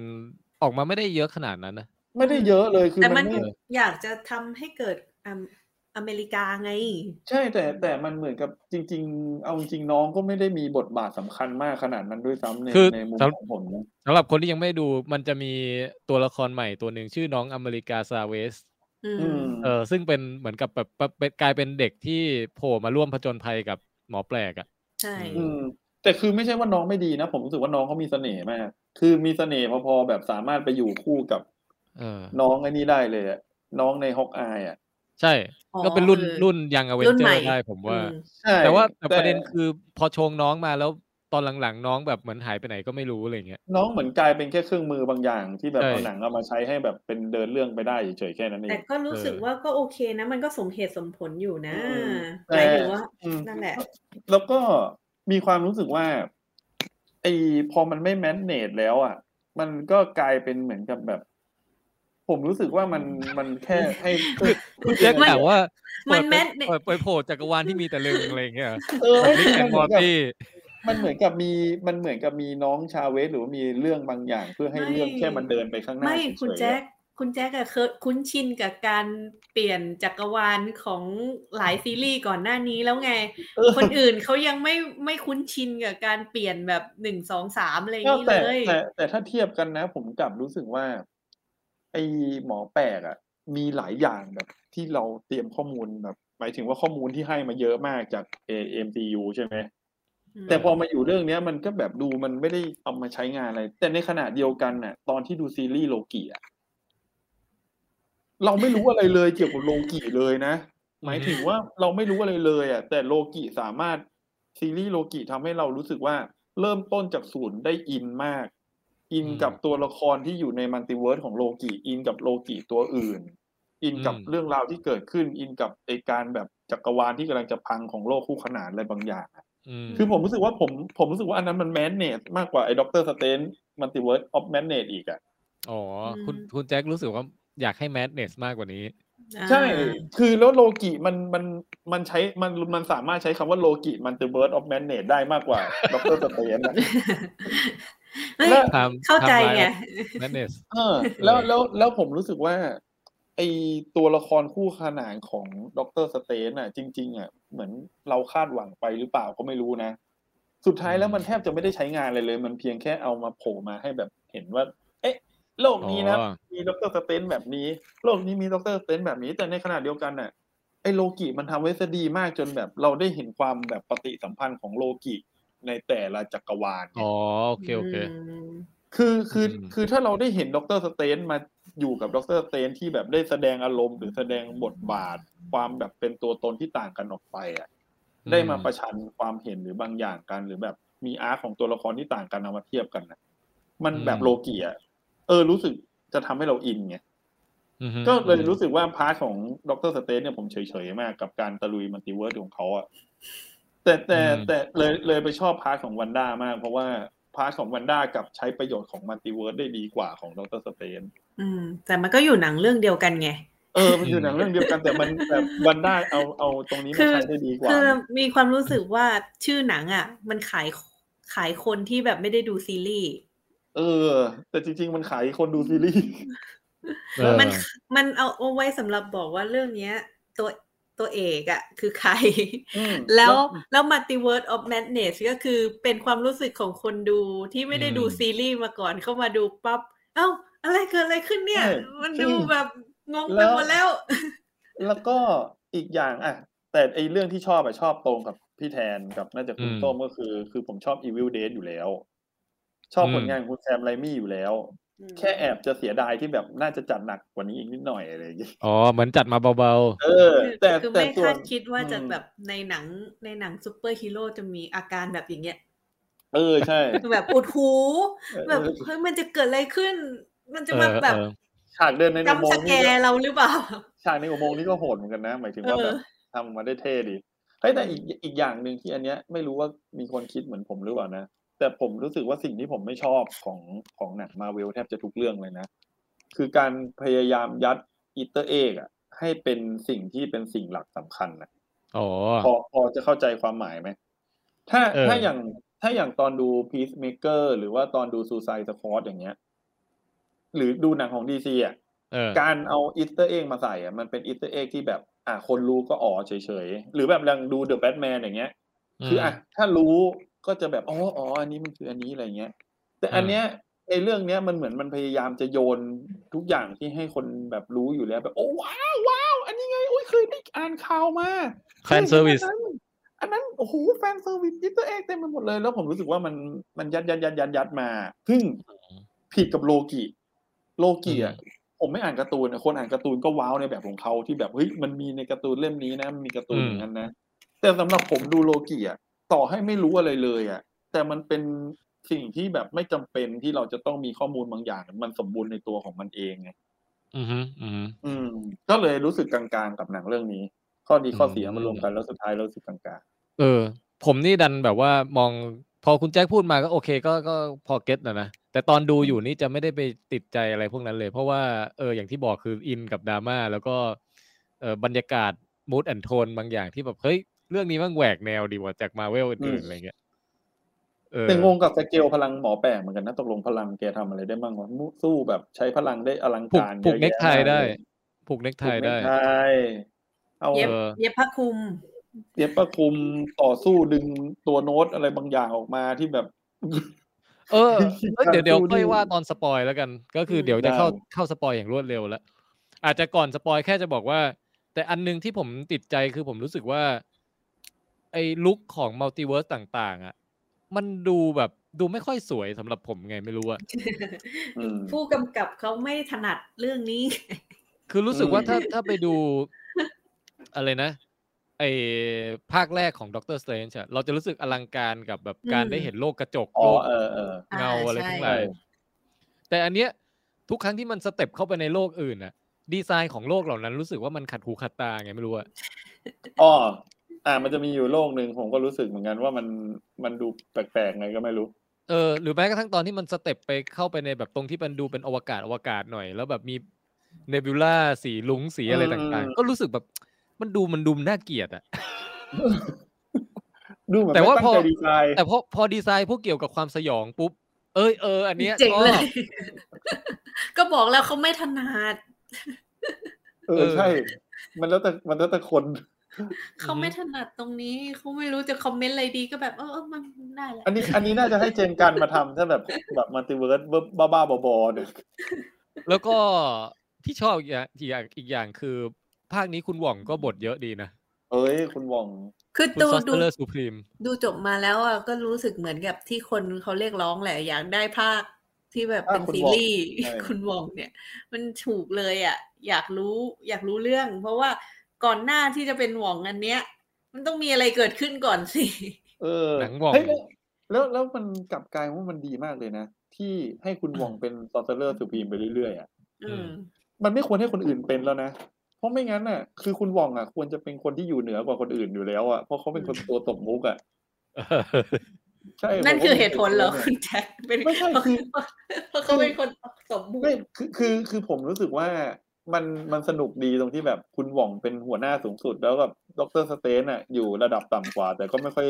Speaker 6: ออกมาไม่ได้เยอะขนาดนั้นนะ
Speaker 3: ไม่ได้เยอะเลยคือ
Speaker 4: แต่
Speaker 3: มั
Speaker 4: มัน น
Speaker 3: ไม่
Speaker 4: อยากจะทำให้เกิดอเมอเมริกาไง
Speaker 3: ใช่แต่แต่มันเหมือนกับจริง ๆ เอาจริงๆน้องก็ไม่ได้มีบทบาทสำคัญมากขนาดนั้นด้วยซ้ำใน
Speaker 6: คือ
Speaker 3: ในมุม
Speaker 6: สำ
Speaker 3: ของผมนะ
Speaker 6: สำหรับคนที่ยังไม่ได้ดูมันจะมีตัวละครใหม่ตัวหนึ่งชื่อน้องอเมริกาซาเวส
Speaker 4: อื
Speaker 3: อื
Speaker 4: ม
Speaker 3: ม
Speaker 6: เออซึ่งเป็นเหมือนกับแบบแบบเป็นกลายเป็นเด็กที่โผล่มาร่วมผจญภัยกับหมอแปลกอะ
Speaker 4: ใช่
Speaker 6: อื
Speaker 3: อืมแต่คือไม่ใช่ว่าน้องไม่ดีนะ ผมรู้สึกว่าน้องเขามีเสน่ห์มาก คือมีเสน่ห์พอๆแบบสามารถไปอยู่คู่กับ
Speaker 6: เออ
Speaker 3: น้องไอ้นี่ได้เลยอะน้องในฮอกอายอ่ะ
Speaker 6: ใช่
Speaker 4: อ๋อ
Speaker 6: ก็เป็นรุ่น
Speaker 4: เออ
Speaker 6: รุ่นยังอเวน
Speaker 4: รุ่น
Speaker 6: เจอ
Speaker 4: ใหม่
Speaker 6: ร์ได้ผมว่า
Speaker 4: อืม
Speaker 3: ใช่
Speaker 6: แต่ว่าแต่ประเด็นคือพอชงน้องมาแล้วตอนหลังๆ น้องแบบเหมือนหายไปไหนก็ไม่รู้อะไรเงี้ย
Speaker 3: น้องเหมือนกลายเป็นแค่เครื่องมือบางอย่าง ที่แบบ
Speaker 6: ใช่
Speaker 3: เอาหนังเอามาใช้ให้แบบเป็นเดินเรื่องไปได้เฉยๆแค่นั้นเอ
Speaker 4: แต่
Speaker 3: ง
Speaker 4: ก็รู้สึกว่าก็โอเคนะ มันก็สมเหตุสมผลอยู่นะ
Speaker 3: อืม
Speaker 4: หมายถึงว่า
Speaker 3: อืม
Speaker 4: นั่นแหละ
Speaker 3: แล้วก็มีความรู้สึกว่าไอ้พอมันไม่แมนเนจแล้วอ่ะ มันก็กลายเป็นเหมือนกับแบบ ผมรู้สึกว่ามันมันแค่ให้คือคือ
Speaker 6: แจ็ค
Speaker 3: ยังไง
Speaker 6: ถามว่า
Speaker 4: มั
Speaker 6: เปิ
Speaker 4: น
Speaker 6: ด
Speaker 4: แม
Speaker 6: ไป
Speaker 4: ทเนี่ย
Speaker 6: เปิดไปโผล่จักรวาลที่มีแต่ลึงอะไรเงี้ย
Speaker 3: เออให้
Speaker 6: ลิก
Speaker 3: มัน
Speaker 6: แอน
Speaker 3: เห
Speaker 6: ม
Speaker 3: มื
Speaker 6: อ
Speaker 3: อนกับมันเหมื
Speaker 6: ร์ตี้
Speaker 3: อนกับมีมันเหมือนกับมีน้องชาเวสหรือว่ามีเรื่องบางอย่าง เพื่อให้
Speaker 4: ไม่
Speaker 3: เรื่องแค่มันเดินไปข้างหน้า
Speaker 4: ไม่
Speaker 3: เฉยๆ
Speaker 4: คุณแจ็ค
Speaker 3: อะ
Speaker 4: คุณแจ็คอะเคยคุ้นชินกับการเปลี่ยนจักรวาลของหลายซีรีส์ก่อนหน้านี้แล้วไง
Speaker 3: เออ
Speaker 4: คนอื่นเขายังไม่ไม่คุ้นชินกับการเปลี่ยนแบบหนึ่งสองสามอะไรอย่างนี้
Speaker 3: แต่
Speaker 4: เลย
Speaker 3: แต่แต่ถ้าเทียบกันนะ ผมกลับรู้สึกว่า ไอหมอแปลกอะมีหลายอย่างแบบ ที่เราเตรียมข้อมูลแบบหมายถึงว่าข้อมูลที่ให้มาเยอะมากจาก AMCU ใช่ไหม แต่พอมาอยู่เรื่องเนี้ยมันก็แบบดูมันไม่ได้เอามาใช้งานอะไร แต่ในขณะเดียวกันน่ะ ตอนที่ดูซีรีส์โลกิอะเราไม่รู้อะไรเลยเกี่ยวกับโลกิเลยนะ หมายถึงว่าเราไม่รู้อะไรเลยอะแต่โลกิสามารถซีรีส์โลกิทำให้เรารู้สึกว่า เริ่มต้นจากศูนย์ได้อินมาก อินกับตัวละครที่อยู่ในมัลติเวิร์สของโลกิอินกับโลกิตัวอื่น อินกับ
Speaker 2: อืม
Speaker 3: เรื่องราวที่เกิดขึ้น อินกับไอการแบบจักรวาลที่กำลังจะพังของโลกคู่ขนานอะไรบางอย่าง
Speaker 2: อืม
Speaker 3: คือผมรู้สึกว่าผมผมรู้สึกว่าอันนั้นมันแมนเนสมากกว่าไอ้ด็อกเตอร์สเตนมัลติเวิร์สออฟแมนเนสอีกอ่ะ
Speaker 2: อ๋อคุณคุณแจ็ครู้สึกว่าอยากให้แมดเนสมากกว่านี้
Speaker 3: ใช่
Speaker 4: อ่า
Speaker 3: คือแล้วโลกิมันมันมันใช้มันมันสามารถใช้คำว่าโลกิมันติเวิร์สออฟแมนเนตได้มากกว่าด็อกเตอร์สเตนนะ
Speaker 4: เฮ้ย
Speaker 3: แล้ว
Speaker 2: ทำ
Speaker 4: เข้าใจไง
Speaker 2: แมดเนส
Speaker 3: เออแล้วแล้วแล้วผมรู้สึกว่าไอตัวละครคู่ขนานของด็อกเตอร์สเตนอ่ะ จริง ๆอ่ะเหมือนเราคาดหวังไปหรือเปล่าก็ไม่รู้นะ สุดท้ายแล้วมันแทบจะไม่ได้ใช้งานอะไรเลย มันเพียงแค่เอามาโผล่มาให้แบบเห็นว่า เอ๊ะ โลกนี้นะ
Speaker 2: อ๋อ
Speaker 3: มีด็อกเตอร์สเตนแบบนี้ โลกนี้มีด็อกเตอร์สเตนแบบนี้ แต่ในขณะเดียวกันน่ะไอโลกิมันทำไว้ซะดีมากจนแบบเราได้เห็นความแบบปฏิสัมพันธ์ของโลกิในแต่ละจักรวาลไง
Speaker 2: อ๋อโอเคโอเค
Speaker 4: ม
Speaker 3: คือคือ
Speaker 2: อืม
Speaker 3: คือถ้าเราได้เห็นด็อกเตอร์สเตนมาอยู่กับด็อกเตอร์สเตนที่แบบได้แสดงอารมณ์หรือแสดงบทบาท ความแบบเป็นตัวตนที่ต่างกันออกไปอ่ะได้มาประชันความเห็นหรือบางอย่างกันหรือแบบมีอาร์ตของตัวละครที่ต่างกันเอามาเทียบกันนะมันแบบโลกีอ่ะเออรู้สึกจะทำให้เราอินไง
Speaker 2: อืม
Speaker 3: ก็เลยรู้สึกว่าพาร์ทของด็อกเตอร์สเตนเนี่ยผมเฉยๆมากกับการตะลุยมัลติเวิร์สของเขาอ่ะแต่แต่แต่เลยเลยไปชอบพาร์ทของวันด้ามาก เพราะว่าพาร์ทของวันด้ากลับใช้ประโยชน์ของมัลติเวิร์สได้ดีกว่าของด็อกเตอร์สเตน
Speaker 4: อืม แต่มันก็อยู่หนังเรื่องเดียวกันไง
Speaker 3: เออ มันอยู่หนังเรื่องเดียวกันแต่มันแบบวันได้เอาเอาตรงนี้
Speaker 4: คือ
Speaker 3: มาใช้ได้ดีกว่า
Speaker 4: คือมีความรู้สึกว่าชื่อหนังอ่ะ มันขายขายคนที่แบบไม่ได้ดูซีรีส์
Speaker 3: เออ แต่จริง ๆ มันขายคนดูซีรีส์
Speaker 2: เออ
Speaker 4: มันมันเอาเอาไว้สำหรับบอกว่าเรื่องเนี้ย ตัวตัวเอกอะคือใคร
Speaker 3: อืม
Speaker 4: แล้วแล้วมัลติเวิร์ of Madness ก็คือเป็นความรู้สึกของคนดูที่ไม่ได้ดูซีรีส์มาก่อนเข้ามาดูปั๊บ เอ้า อะไรเกิดอะไรขึ้นเนี่ย มันดูแบบงงไปหมดแล้ว
Speaker 3: แล้วก็อีกอย่างอ่ะ แต่ไอเรื่องที่ชอบอะชอบตรงกับพี่แทนกับน่าจะคุณต้มก็คือ คือผมชอบ Evil Dead อยู่แล้ว ชอบผลงานของคุณแซมไรมี่อยู่แล้ว แค่แอบจะเสียดายที่แบบน่าจะจัดหนักกว่านี้อีกนิดหน่อยอะไรอย่างเงี้ย
Speaker 2: อ๋อเหมือนจัดมาเบา
Speaker 3: เออ แต่
Speaker 4: คือ
Speaker 3: แต่
Speaker 4: ไม่
Speaker 3: ส่ว
Speaker 4: คาน ดคิดว่าจะ
Speaker 3: อืม
Speaker 4: แบบในหนังในหนังซูเปอร์ฮีโร่จะมีอาการแบบอย่างเงี้ย
Speaker 3: เออใช่
Speaker 4: แบบอุดหู แบบ
Speaker 3: เออ
Speaker 4: เฮ้ยมันจะเกิดอะไรขึ้น มัน
Speaker 2: ๆ
Speaker 4: จะ
Speaker 2: เอ
Speaker 4: มา
Speaker 2: อ
Speaker 4: แบบ
Speaker 2: เออ
Speaker 3: ฉากเดินในอุโม
Speaker 4: จำส
Speaker 3: งค์
Speaker 4: แก
Speaker 3: นี่ก็
Speaker 4: เราหรือเปล่า
Speaker 3: ฉากในอุโมงค์นี่ก็โหดเหมือนกันนะ หมายถึงว่า
Speaker 4: เออ
Speaker 3: แบบทำมาได้เท่ดีเฮ้ยแต่อีกอีกอย่างหนึ่งที่อันเนี้ยไม่รู้ว่ามีคนคิดเหมือนผมหรือเปล่านะ แต่ผมรู้สึกว่าสิ่งที่ผมไม่ชอบของของหนังมาเวลแทบจะทุกเรื่องเลยนะ คือการพยายามยัดอิเตอร์เอกอะให้เป็นสิ่งที่เป็นสิ่งหลักสำคัญนะ
Speaker 2: อ๋อ
Speaker 3: พอพอจะเข้าใจความหมายไหม ถ้า
Speaker 2: เออ
Speaker 3: ถ้าอย่างถ้าอย่างตอนดู Peacemaker หรือว่าตอนดู Suicide Squad อย่างเงี้ย หรือดูหนังของดีซีอะ
Speaker 2: เออ
Speaker 3: การเอาอีสเตอร์เอ็กมาใส่อะมันเป็นอีสเตอร์เอ็กที่แบบ อ่ะคนรู้ก็อ๋อเฉยๆ หรือแบบดังดูเดอะแบทแมนอย่างเงี้ย คืออ่ะถ้ารู้ก็จะแบบอ๋ออ๋ออันนี้มันคืออันนี้อะไรเงี้ย แต่อันเนี้ยในเรื่องเนี้ยมันเหมือนมันพยายามจะโยนทุกอย่างที่ให้คนแบบรู้อยู่แล้วแบบโอ้ว้าวว้าวอันนี้ไงอุ้ยเคยได้อ่านข่าวมา
Speaker 2: Fan service
Speaker 3: อันนั้นอันนั้นโอ้โหแฟนเซอร์วิสยิตเตอร์เอ็กเต็มไปหมดเลย แล้วผมรู้สึกว่ามันมันยัดยัดยัดยัดยัดมาซึ่งผิดกับโลกิโลกิอ่ะ ผมไม่อ่านการ์ตูนอะคนอ่านการ์ตูนก็ว้าวในแบบของเขาที่แบบเฮ้ยมันมีในการ์ตูนเล่มนี้นะมันมีการ์ตูน
Speaker 2: อืม
Speaker 3: อย่างนั้นนะ แต่สำหรับผมดูโลกิอ่ะต่อให้ไม่รู้อะไรเลยอ่ะ แต่มันเป็นสิ่งที่แบบไม่จำเป็นที่เราจะต้องมีข้อมูลบางอย่าง มันสมบูรณ์ในตัวของมันเองไง
Speaker 2: อือฮึอือฮึ
Speaker 3: อืม ก็เลยรู้สึกกลางๆกับหนังเรื่องนี้ ข้อดีข้อเสีย
Speaker 2: อืม
Speaker 3: มันรวมกันแล้วสุดท้ายเรารู้สึกกลาง
Speaker 2: เออ ผมนี่ดันแบบว่ามองพอคุณแจ็คพูดมาก็โอเคก็ก็พอเก็ตนะนะ แต่ตอนดูอยู่นี่จะไม่ได้ไปติดใจอะไรพวกนั้นเลย เพราะว่าเอออย่างที่บอกคืออินกับดราม่าแล้วก็เออบรรยากาศมูดแอนโทนบางอย่างที่แบบ เฮ้ย เรื่องนี้มันแหวกแนวดีกว่าจากมาเวลอื่นๆอะไรเงี้ยเออ
Speaker 3: ๆแต่งงกับสเกลพลังหมอแปลกเหมือนกันนะตกลงพลังแกทำอะไรได้บ้างวะมุสู้แบบใช้พลังได้อลัง
Speaker 2: ผูก
Speaker 3: การ
Speaker 2: ผูก
Speaker 3: ยอะ
Speaker 2: เน็
Speaker 3: แยะ
Speaker 2: กไท
Speaker 3: มาก
Speaker 2: ได้
Speaker 3: เลย
Speaker 2: ผูกเน็กไท
Speaker 3: ถูกหม
Speaker 2: ได้
Speaker 3: ใช่เอา
Speaker 4: เย็บ
Speaker 2: ออ
Speaker 4: เย็บผ้าคลุม
Speaker 3: เย็บประคุมต่อสู้ดึงตัวโน้ตอะไรบางอย่างออกมาที่แบบ
Speaker 2: เออเอ้ยเดี๋ยวเดี๋ยว
Speaker 3: การสู้
Speaker 2: ค่อย
Speaker 3: ดี
Speaker 2: ว่าตอนสปอยแล้วกัน ก็คือ
Speaker 4: อืม
Speaker 2: เดี๋ยวจะเข้า
Speaker 3: ได้
Speaker 2: เข้าสปอยอย่างรวดเร็วแล้วอาจจะก่อนสปอยแค่จะบอกว่า แต่อันหนึงที่ผมติดใจคือผมรู้สึกว่า ไอ้ลุคของมัลติเวิร์สต่าง ๆ อ่ะ มันดูแบบดูไม่ค่อยสวยสำหรับผมไงไม่รู้อะ
Speaker 3: อืม
Speaker 4: ผู้กำกับเขาไม่ถนัดเรื่องนี้
Speaker 2: คือรู้สึกว่า
Speaker 3: อืม
Speaker 2: ถ้าถ้าไปดู อะไรนะ ไอ้ภาคแรกของด็อกเตอร์สเตนเราจะรู้สึกอลังการกับแบบการ
Speaker 4: อืม
Speaker 2: ได้เห็นโลกกระจก
Speaker 3: อ๋
Speaker 2: โล
Speaker 3: อก เออเออ
Speaker 2: เงาอะไรทั้งห
Speaker 3: ใช่
Speaker 2: ลาย แต่อันเนี้ยทุกครั้งที่มันสเต็ปเข้าไปในโลกอื่นอะดีไซน์ของโลกเหล่านั้นรู้สึกว่ามันขัดหูขัดตาไงไม่รู้อะ
Speaker 3: อ๋ออ่า มันจะมีอยู่โลกหนึ่งผมก็รู้สึกเหมือนกันว่ามันมันดูแปลกๆไงก็ไม่รู้
Speaker 2: เออหรือแม้กระทั่งตอนที่มันสเต็ปไปเข้าไปในแบบตรงที่มันดูเป็นอวกาศอวกาศหน่อย แล้วแบบมีเนบิวล่าสีลุงสีอะไรต่าง
Speaker 3: อืม
Speaker 2: ๆ ก็รู้สึกแบบมันดูมันดูน่าเกลียดอะ
Speaker 3: ดูเหมือน
Speaker 2: แต่ว่า
Speaker 3: ไม่
Speaker 2: พอ
Speaker 3: งใจดีไซน์
Speaker 2: แต่พอพอดีไซน์พวกเกี่ยวกับความสยองปุ๊บ เอ้ยเอออันเนี้ย
Speaker 4: เจ๋งเล
Speaker 2: ช
Speaker 4: ย
Speaker 2: อบ
Speaker 4: ก็บอกแล้วเขาไม่ถนัด
Speaker 3: เอ
Speaker 2: เอ
Speaker 3: อ
Speaker 2: อ
Speaker 3: ใช่ มันแล้วแต่มันแล้วแต่คน
Speaker 4: เขาไม่ถนัดตรงนี้เขาไม่รู้จะคอมเมนต์อะไรดีก็แบบเออเออมันได้แหละ
Speaker 3: อันนี้อันนี้น่าจะให้เจมส์กันมาทำถ้าแบบแบบมัลติเวิร์สบ้าๆบอๆเนี่ย
Speaker 2: แล้วก็ที่ชอบอีกอย่างอีกอย่างอีกอย่างคือ ภาคนี้คุณหว่องก็บทเยอะดีนะ
Speaker 3: เอ้ย คุณหว่อง
Speaker 4: คือ
Speaker 2: คุณ
Speaker 4: ดู
Speaker 2: ซอส
Speaker 4: ดู
Speaker 2: เลอร์สูพรีม
Speaker 4: ดูจบมาแล้วอ่ะก็รู้สึกเหมือนกับที่คนเขาเรียกร้องแหละ อยากได้ภาคที่แบบเป็น
Speaker 3: ภาคคุณ
Speaker 4: ซี
Speaker 3: วอง
Speaker 4: รีส์
Speaker 3: ใช่
Speaker 4: คุณวองเนี่ย มันถูกเลยอ่ะ อยากรู้อยากรู้เรื่อง เพราะว่าก่อนหน้าที่จะเป็นวองอันเนี้ย มันต้องมีอะไรเกิดขึ้นก่อนสิ
Speaker 3: เออ
Speaker 2: หนังหว่อง
Speaker 3: เฮ้ยแล้วแล้วมันกลับกลายว่ามันดีมากเลยนะ ที่ให้คุณหว่องเป็นซอสเตอร์เลอร์สุพีมไปเรื่อยๆอ่ะ
Speaker 4: อืม
Speaker 3: มันไม่ควรให้คนอื่นเป็นแล้วนะ เพราะไม่งั้นน่ะ คือคุณหว่องอ่ะ ควรจะเป็นคนที่อยู่เหนือกว่าคนอื่นอยู่แล้วอ่ะเพราะเขาเป็นคนตัวตกมุกอ่ะ
Speaker 2: เออ
Speaker 3: ใช่
Speaker 4: นั่น
Speaker 3: ผมว่า
Speaker 4: คือเหตุผลเหรอ
Speaker 3: นี่ย
Speaker 4: คุณแจ็คเป็น
Speaker 3: ไม่ใช่คือ
Speaker 4: เพราะเขาเป็นคนสมบูร
Speaker 3: ไม่
Speaker 4: ณ์
Speaker 3: คือคือคือผมรู้สึกว่ามันมันสนุกดีตรงที่แบบคุณหว่องเป็นหัวหน้าสูงสุด แล้วแบบดรสเตนอ่ะอยู่ระดับต่ำกว่า แต่ก็ไม่ค่อย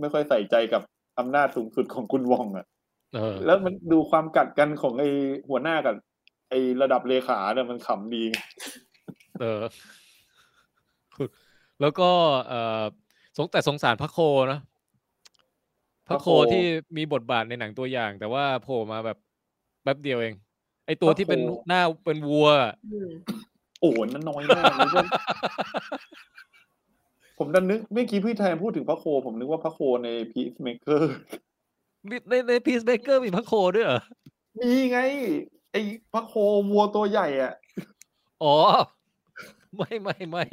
Speaker 3: ไม่ค่อยใส่ใจกับอำนาจสูงสุดของคุณหว่องอ่ะ
Speaker 2: เออ
Speaker 3: แล้วมันดูความกัดกันของไอหัวหน้ากับไอระดับเลขาเนี่ยมันขำดี
Speaker 2: เออ คุณแล้วก็เออสงแต่สงสารพระโคนะพระโค
Speaker 3: พระโค
Speaker 2: ที่มีบทบาทในหนังตัวอย่าง แต่ว่าโผล่มาแบบแป๊บเดียวเอง ไอตัวที่เป็น
Speaker 3: พระโค
Speaker 2: หน้าเป็นวัว
Speaker 4: อืม
Speaker 3: โอ้โหนั่นน้อย มากเลยเว้ยผมดันนึกเมื่อกี้พี่แทนพูดถึงพระโค ผมนึกว่าพระโคในพีซเมเกอร์
Speaker 2: มีในในพีซเบเกอร์มีพระโคด้วยเหรอ
Speaker 3: มีไง ไอพระโควัวตัวใหญ่อ่ะ
Speaker 2: อ๋อ ไม่ไม่ไม่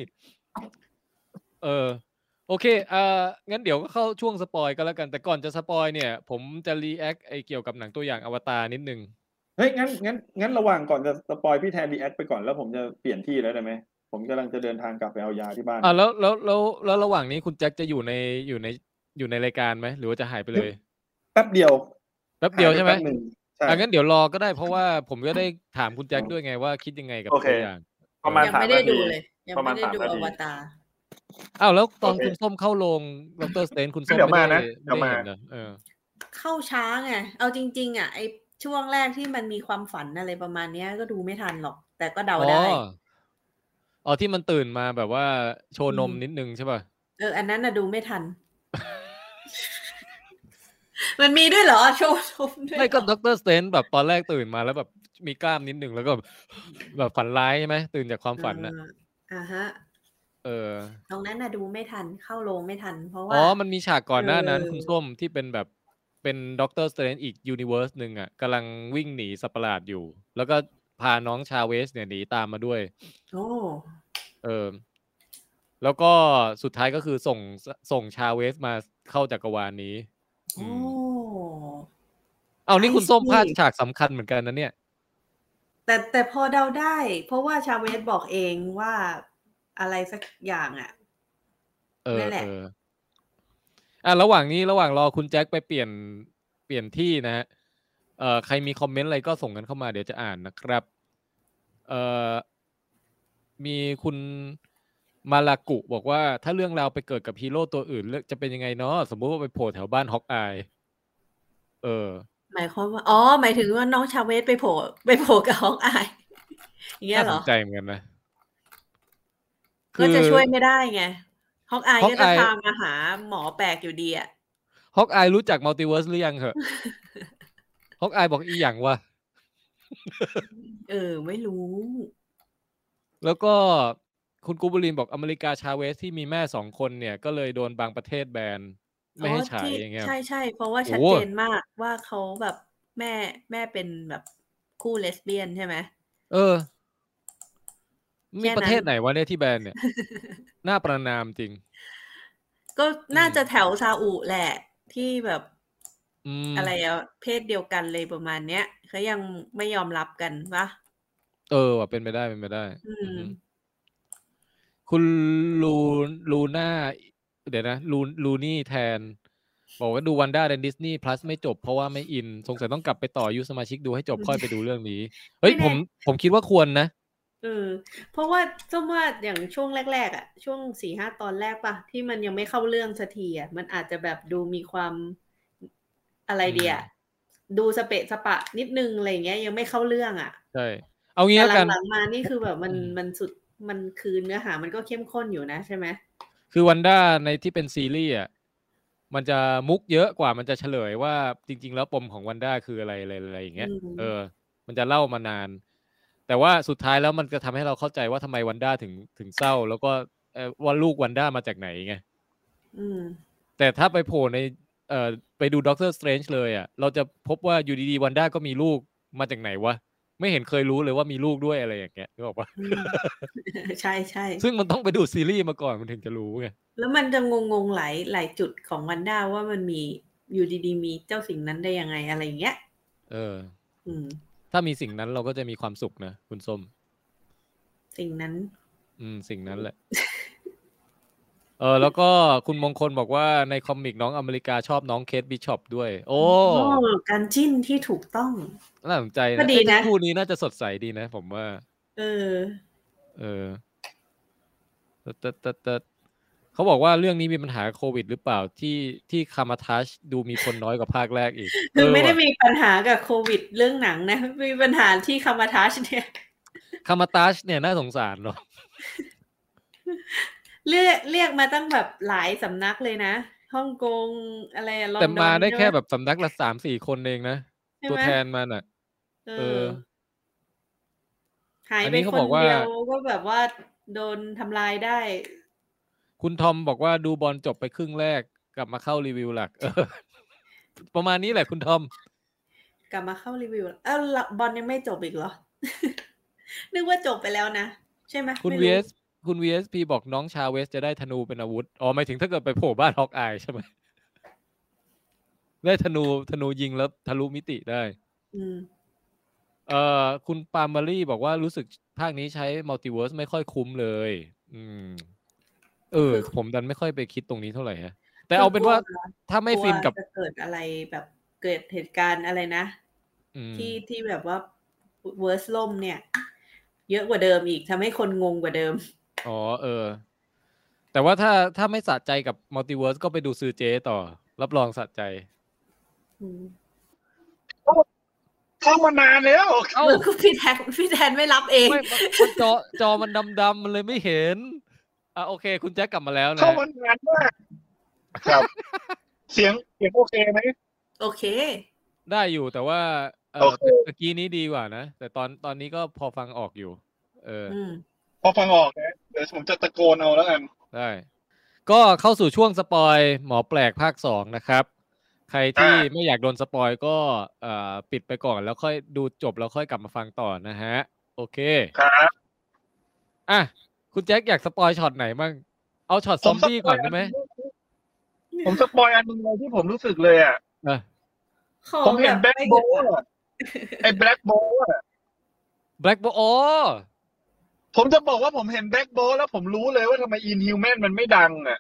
Speaker 2: เออ โอเคเอ่องั้นเดี๋ยวก็เข้าช่วงสปอยก็แล้วกัน แต่ก่อนจะสปอยเนี่ย ผมจะรีแอคไอเกี่ยวกับหนังตัวอย่างอวตารนิดนึง
Speaker 3: เฮ้ยงั้นงั้นงั้นระหว่างก่อนจะสปอยพี่แทนรีแอคไปก่อนแล้วผมจะเปลี่ยนที่แล้วได้ไหมผมกำลังจะเดินทางกลับไปเอายาที่บ้าน
Speaker 2: อ่ะแล้วแล้วแล้วแล้วระหว่างนี้คุณแจ็คจะอยู่ในอยู่ในอยู่ในรายการไหม หรือว่าจะหายไปเลย
Speaker 3: แป๊บเดียว
Speaker 2: แป๊บเดียวใช่ไหม
Speaker 3: าปแป๊บนึ่งใช่
Speaker 2: อ่ะงั้นเดี๋ยวรอก็ได้เพราะว่าผมก็ได้ถามคุณแจ็คด้วยไงว่าคิดยังไงกับ
Speaker 3: โอเค
Speaker 2: ตัวอย่าง
Speaker 3: ประมาณ
Speaker 4: ยัง
Speaker 3: สาม
Speaker 4: ไม่ได้
Speaker 3: นา
Speaker 4: ดู
Speaker 3: ที
Speaker 4: เลยยัง
Speaker 3: ประมา
Speaker 4: ไม่
Speaker 3: ณ
Speaker 4: ได้ดู
Speaker 3: สามนาที
Speaker 4: อวตาร
Speaker 2: อ้าวแล้วตอน
Speaker 3: โอเค
Speaker 2: คุณส้มเข้าโรงดรสเตนคุณส้ม
Speaker 3: เดี๋ยว
Speaker 2: ไม่
Speaker 3: มา
Speaker 2: ได้
Speaker 3: นะเดี๋ยว
Speaker 2: ไม่ได้
Speaker 3: มา
Speaker 2: เห็นเหรอเออ
Speaker 4: เข้าช้าไง เอาจริง ๆ อ่ะไอช่วงแรกที่มันมีความฝันอะไรประมาณเนี้ยก็ดูไม่ทันหรอก แต่ก็เดาได้
Speaker 2: อ๋ออ๋อที่มันตื่นมาแบบว่าโชว์นม
Speaker 4: อืม
Speaker 2: นิดนึงใช่ป่ะ
Speaker 4: เออ อันนั้นน่ะดูไม่ทัน มันมีด้วยเหรอ โชว์ชมด้วยเหรอ
Speaker 2: ไม่ก็ด็อกเตอร์สเตนแบบตอนแรกตื่นมาแล้วแบบมีกล้ามนิดนึงแล้วก็แบบแบบฝันร้ายใช่ไหมตื่นจากความฝัน
Speaker 4: อ่ะ
Speaker 2: อ่ะ
Speaker 4: อ่าฮะ
Speaker 2: เออ
Speaker 4: ตรงนั้นน่ะดูไม่ทัน เข้าโรงไม่ทัน เพราะว่า
Speaker 2: อ๋อมันมีฉากก่อนหน้านั้น
Speaker 4: เออ
Speaker 2: คุณส้มที่เป็นแบบเป็นด็อกเตอร์สเตนอีกยูนิเวอร์สหนึ่งอ่ะกำลังวิ่งหนีสัตว์ประหลาดอยู่ แล้วก็พาน้องชาเวสเนี่ยหนีตามมาด้วย
Speaker 4: โอ้
Speaker 2: เออ แล้วก็สุดท้ายก็คือส่งส่งชาเวสมาเข้าจักรวาลนี้
Speaker 4: โอ้
Speaker 2: ม เอานี่คุณส้ม
Speaker 4: I see
Speaker 2: พลาดฉากสำคัญเหมือนกันนะเนี่ย
Speaker 4: แต่แต่พอเดาได้ เพราะว่าชาเวสบอกเองว่าอะไรสักอย่างอ่ะ
Speaker 2: เออ
Speaker 4: นั่นแหละ
Speaker 2: เอออ่ะระหว่างนี้ระหว่างรอคุณแจ็คไปเปลี่ยนเปลี่ยนที่นะฮะเอ่อใครมีคอมเมนต์อะไรก็ส่งกันเข้ามาเดี๋ยวจะอ่านนะครับ เอ่อมีคุณมาลากุบอกว่า ถ้าเรื่องราวไปเกิดกับฮีโร่ตัวอื่นเลือกจะเป็นยังไงเนาะสมมุติว่าไปโผล่แถวบ้านฮอกอายเออ
Speaker 4: หมายความว่า อ๋อ หมายถึงว่าน้องชาเวสไปโผล่ไปโผล่กับฮอกอาย อย่างเงี้ย
Speaker 2: น่า
Speaker 4: เหร
Speaker 2: ส
Speaker 4: อ
Speaker 2: นใจเหมือนกันนะ
Speaker 4: ก็
Speaker 2: คื
Speaker 4: จะ
Speaker 2: อ
Speaker 4: ช่วยไม่ได้ไงฮอกอายก็จะ
Speaker 2: Hawkeye
Speaker 4: พามาหาหมอแปลกอยู่ดีอะ
Speaker 2: ฮอกอายรู้จักมัลติเวิร์สหรือยังเหอะ ฮอกอายบอกอีหยังวะ
Speaker 4: เออ ไม่รู้
Speaker 2: แล้วก็คุณกูบุรินบอกอเมริกาชาเวสที่มีแม่สองคนเนี่ย ก็เลยโดนบางประเทศแบน ไม่ให้
Speaker 4: อ๋อ
Speaker 2: ฉาย
Speaker 4: ที่
Speaker 2: อย่างเงี้ย
Speaker 4: ใช่ใช่เพราะว่า
Speaker 2: โอ้
Speaker 4: ชัดเจนมากว่าเขาแบบแม่แม่เป็นแบบคู่เลสเบี้ยนใช่ไหม
Speaker 2: เออ มี
Speaker 4: แค่
Speaker 2: ป
Speaker 4: นั้น
Speaker 2: ระเทศไหนวะเนี่ยที่แบ นเนี่ย น่าประนามจริง
Speaker 4: ก็น่า
Speaker 2: อืม
Speaker 4: จะแถวซาอุแหละ ที่แบบ
Speaker 2: อืม
Speaker 4: อะไรอะเพศเดียวกันเลยประมาณเนี้ยเขายังไม่ยอมรับกันปะ
Speaker 2: เออว่ะเป็นไปได้เป็นไปได้
Speaker 4: อื
Speaker 2: อื
Speaker 4: ม
Speaker 2: ม คุณลูลูน่าเดี๋ยวนะลูลูนี่แทน บอกว่าดูวันด้าในดิสนีย์พลัสไม่จบเพราะว่าไม่อิน สงสัยต้องกลับไปต่ออายุสมาชิกดูให้จบค่อยไปดูเรื่องนี้ เฮ้ย
Speaker 4: ไม่แน่
Speaker 2: ผมผมคิดว่าควรนะ
Speaker 4: เออเพราะว่าส้มว่าอย่างช่วงแรก ๆ อ่ะ ช่วงสี่ห้าตอนแรกป่ะ ที่มันยังไม่เข้าเรื่องสักทีอ่ะมันอาจจะแบบดูมีความอะไรเดียดูสเปะสปะนิดนึงอะไรอย่างเงี้ย ยังไม่เข้าเรื่องอ่ะ
Speaker 2: ใช่ เอางี้
Speaker 4: แต่
Speaker 2: แล้วกัน
Speaker 4: หลังๆมานี่คือแบบมัน
Speaker 2: อืม
Speaker 4: มันสุดมันคือเนื้อหา มันก็เข้มข้นอยู่นะใช่ไหม
Speaker 2: คือวันด้าในที่เป็นซีรีส์อ่ะมันจะมุกเยอะกว่ามันจะเฉลยว่าจริง ๆ แล้วปมของวันด้าคืออะไรอะไรอะไรอย่างเงี้ย
Speaker 4: ม
Speaker 2: เออ มันจะเล่ามานาน แต่ว่าสุดท้ายแล้วมันจะทำให้เราเข้าใจว่าทำไมวันด้าถึงถึงเศร้า แล้วก็เอ่อว่าลูกวันด้ามาจากไหนไง
Speaker 4: อืม
Speaker 2: แต่ถ้าไปโผล่ในเอ่อไปดูด็อกเตอร์สเตรนจ์เลยอ่ะ เราจะพบว่าอยู่ดีๆวันด้าก็มีลูกมาจากไหนวะ ไม่เห็นเคยรู้เลยว่ามีลูกด้วยอะไรอย่างเงี้ยนึกออกปะ
Speaker 4: อืม ใช่ใช่
Speaker 2: ซึ่งมันต้องไปดูซีรีส์มาก่อนมันถึงจะรู้ไง
Speaker 4: แล้วมันจะงงงๆหลายหลายจุดของวันด้าว่ามันมีอยู่ดีๆมีเจ้าสิ่งนั้นได้ยังไงอะไรอย่างเงี้ย
Speaker 2: เออ
Speaker 4: อืม
Speaker 2: ถ้ามีสิ่งนั้นเราก็จะมีความสุขนะคุณส้ม
Speaker 4: สิ่งนั้น
Speaker 2: อืม สิ่งนั้นแหละ เออ แล้วก็คุณมงคลบอกว่าในคอมิกน้องอเมริกาชอบน้องเคทบิชอปด้วย โอ้
Speaker 4: โอ้การจิ้นที่ถูกต้อง
Speaker 2: น่าสนใจ
Speaker 4: ก็
Speaker 2: นะ
Speaker 4: ดีนะ
Speaker 2: เอ้ยทั้งคู่นี้น่าจะสดใสดีนะผมว่า
Speaker 4: เออ
Speaker 2: เออตัดตัดตัดตัดเขาบอกว่าเรื่องนี้มีปัญหาโควิดหรือเปล่าที่ที่คามาทัชดูมีคนน้อยกว่าภาคแรกอีก
Speaker 4: คือ ไม่ได้
Speaker 2: เว่ะ
Speaker 4: มีปัญหากับโควิดเรื่องหนังนะ มีปัญหาที่คามาทัชเนี่ย
Speaker 2: คามาทัชเนี่ยน่าสงสารเนาะ
Speaker 4: เรียกเรียกมาตั้งแบบหลายสำนักเลยนะ ฮ่องกงอะไรอะลอนดอน
Speaker 2: แต่มาได้แค่แบบสำนักละสามสี่คนเองนะ
Speaker 4: ใช่ไหม
Speaker 2: ตัวแทนมันอ่ะ
Speaker 4: เอ
Speaker 2: เอ
Speaker 4: อ
Speaker 2: อ
Speaker 4: หาย
Speaker 2: อัน
Speaker 4: ไป
Speaker 2: นี้เขา
Speaker 4: ค
Speaker 2: บ
Speaker 4: น
Speaker 2: อกว่า
Speaker 4: เดียวก็แบบว่าโดนทำลายได้
Speaker 2: คุณทอมบอกว่าดูบอลจบไปครึ่งแรก กลับมาเข้ารีวิวหลัก เออ ประมาณนี้แหละคุณทอม
Speaker 4: กลับมาเข้ารีวิวเอ้าละบอลยังไม่จบอีกเหรอ นึกว่าจบไปแล้วนะ ใช่ไหม
Speaker 2: คุณ
Speaker 4: ไม่รู้
Speaker 2: vs คุณ vsp บอกน้องชาเวสจะได้ธนูเป็นอาวุธ อ๋อหมายถึงถ้าเกิดไปโผล่บ้านฮอกอายใช่ไหม ได้ธนูธนูยิงแล้วทะลุมิติได้
Speaker 4: อืม
Speaker 2: เอ่อคุณปาล์มารีบอกว่ารู้สึกภาคนี้ใช้มัลติเวิร์สไม่ค่อยคุ้มเลย อืม เออ ผมดันไม่ค่อยไปคิดตรงนี้เท่าไหร่ฮะ แต่เอาเป็นว่าถ้าไม่ฟินกับ
Speaker 4: กลัวจะเกิดอะไรแบบเกิดเหตุการณ์อะไรนะ
Speaker 2: อืม
Speaker 4: ที่ที่แบบว่าเวอร์สล่มเนี่ย เยอะกว่าเดิมอีกทำให้คนงงกว่าเดิม
Speaker 2: อ๋อเออ แต่ว่าถ้าถ้าไม่สะใจกับมัลติเวิร์สก็ไปดูซือเจต่อ รับรองสะใจ
Speaker 4: อืม
Speaker 1: เข้ามานานแล้ว
Speaker 2: เอ้า
Speaker 4: แล้วก็พี่แทนพี่แทนไม่รับเอง
Speaker 2: ไม่มันมันจอจอมันดำๆมันเลยไม่เห็น อ่ะโอเค คุณแจ็คกลับมาแล้วนะ
Speaker 1: เข้ามานานมากครับ เสียงเสียงโอเคไหม
Speaker 4: โอเค
Speaker 2: ได้อยู่แต่ว่าเออ
Speaker 1: โอเค
Speaker 2: ตะกี้นี้ดีกว่านะ แต่ตอนตอนนี้ก็พอฟังออกอยู่ เออ
Speaker 4: อืม
Speaker 1: พอฟังออกนะเดี๋ยวผมจะตะโกนเอาแล้วกัน
Speaker 2: ได้ ก็เข้าสู่ช่วงสปอยหมอแปลกภาคสองนะครับ ใครที่
Speaker 1: อ่า
Speaker 2: ไม่อยากโดนสปอยก็เอ่อปิดไปก่อนแล้วค่อยดูจบแล้วค่อยกลับมาฟังต่อนะฮะ โอเค
Speaker 1: ครับ
Speaker 2: อ่ะ คุณแจ็คอยากสปอยช็อตไหนบ้างเอาช็อตซอมบี้ก่อนได้ไหม
Speaker 1: ผมสปอยอันหนึงเลยที่ผมรู้สึกเลยอ่ะ
Speaker 2: อ่ะ
Speaker 4: ขอ
Speaker 1: ผมเห็น
Speaker 4: แบ
Speaker 1: แบ็
Speaker 4: บ
Speaker 1: ค
Speaker 4: ไม่
Speaker 1: โบะไอ้แบ็คโบะ
Speaker 2: Black Bolt อ๋อ
Speaker 1: ผมจะบอกว่าผมเห็นแบ็คโบะแล้วผมรู้เลยว่าทำไมอินฮิวแมนมันไม่ดังอ่ะ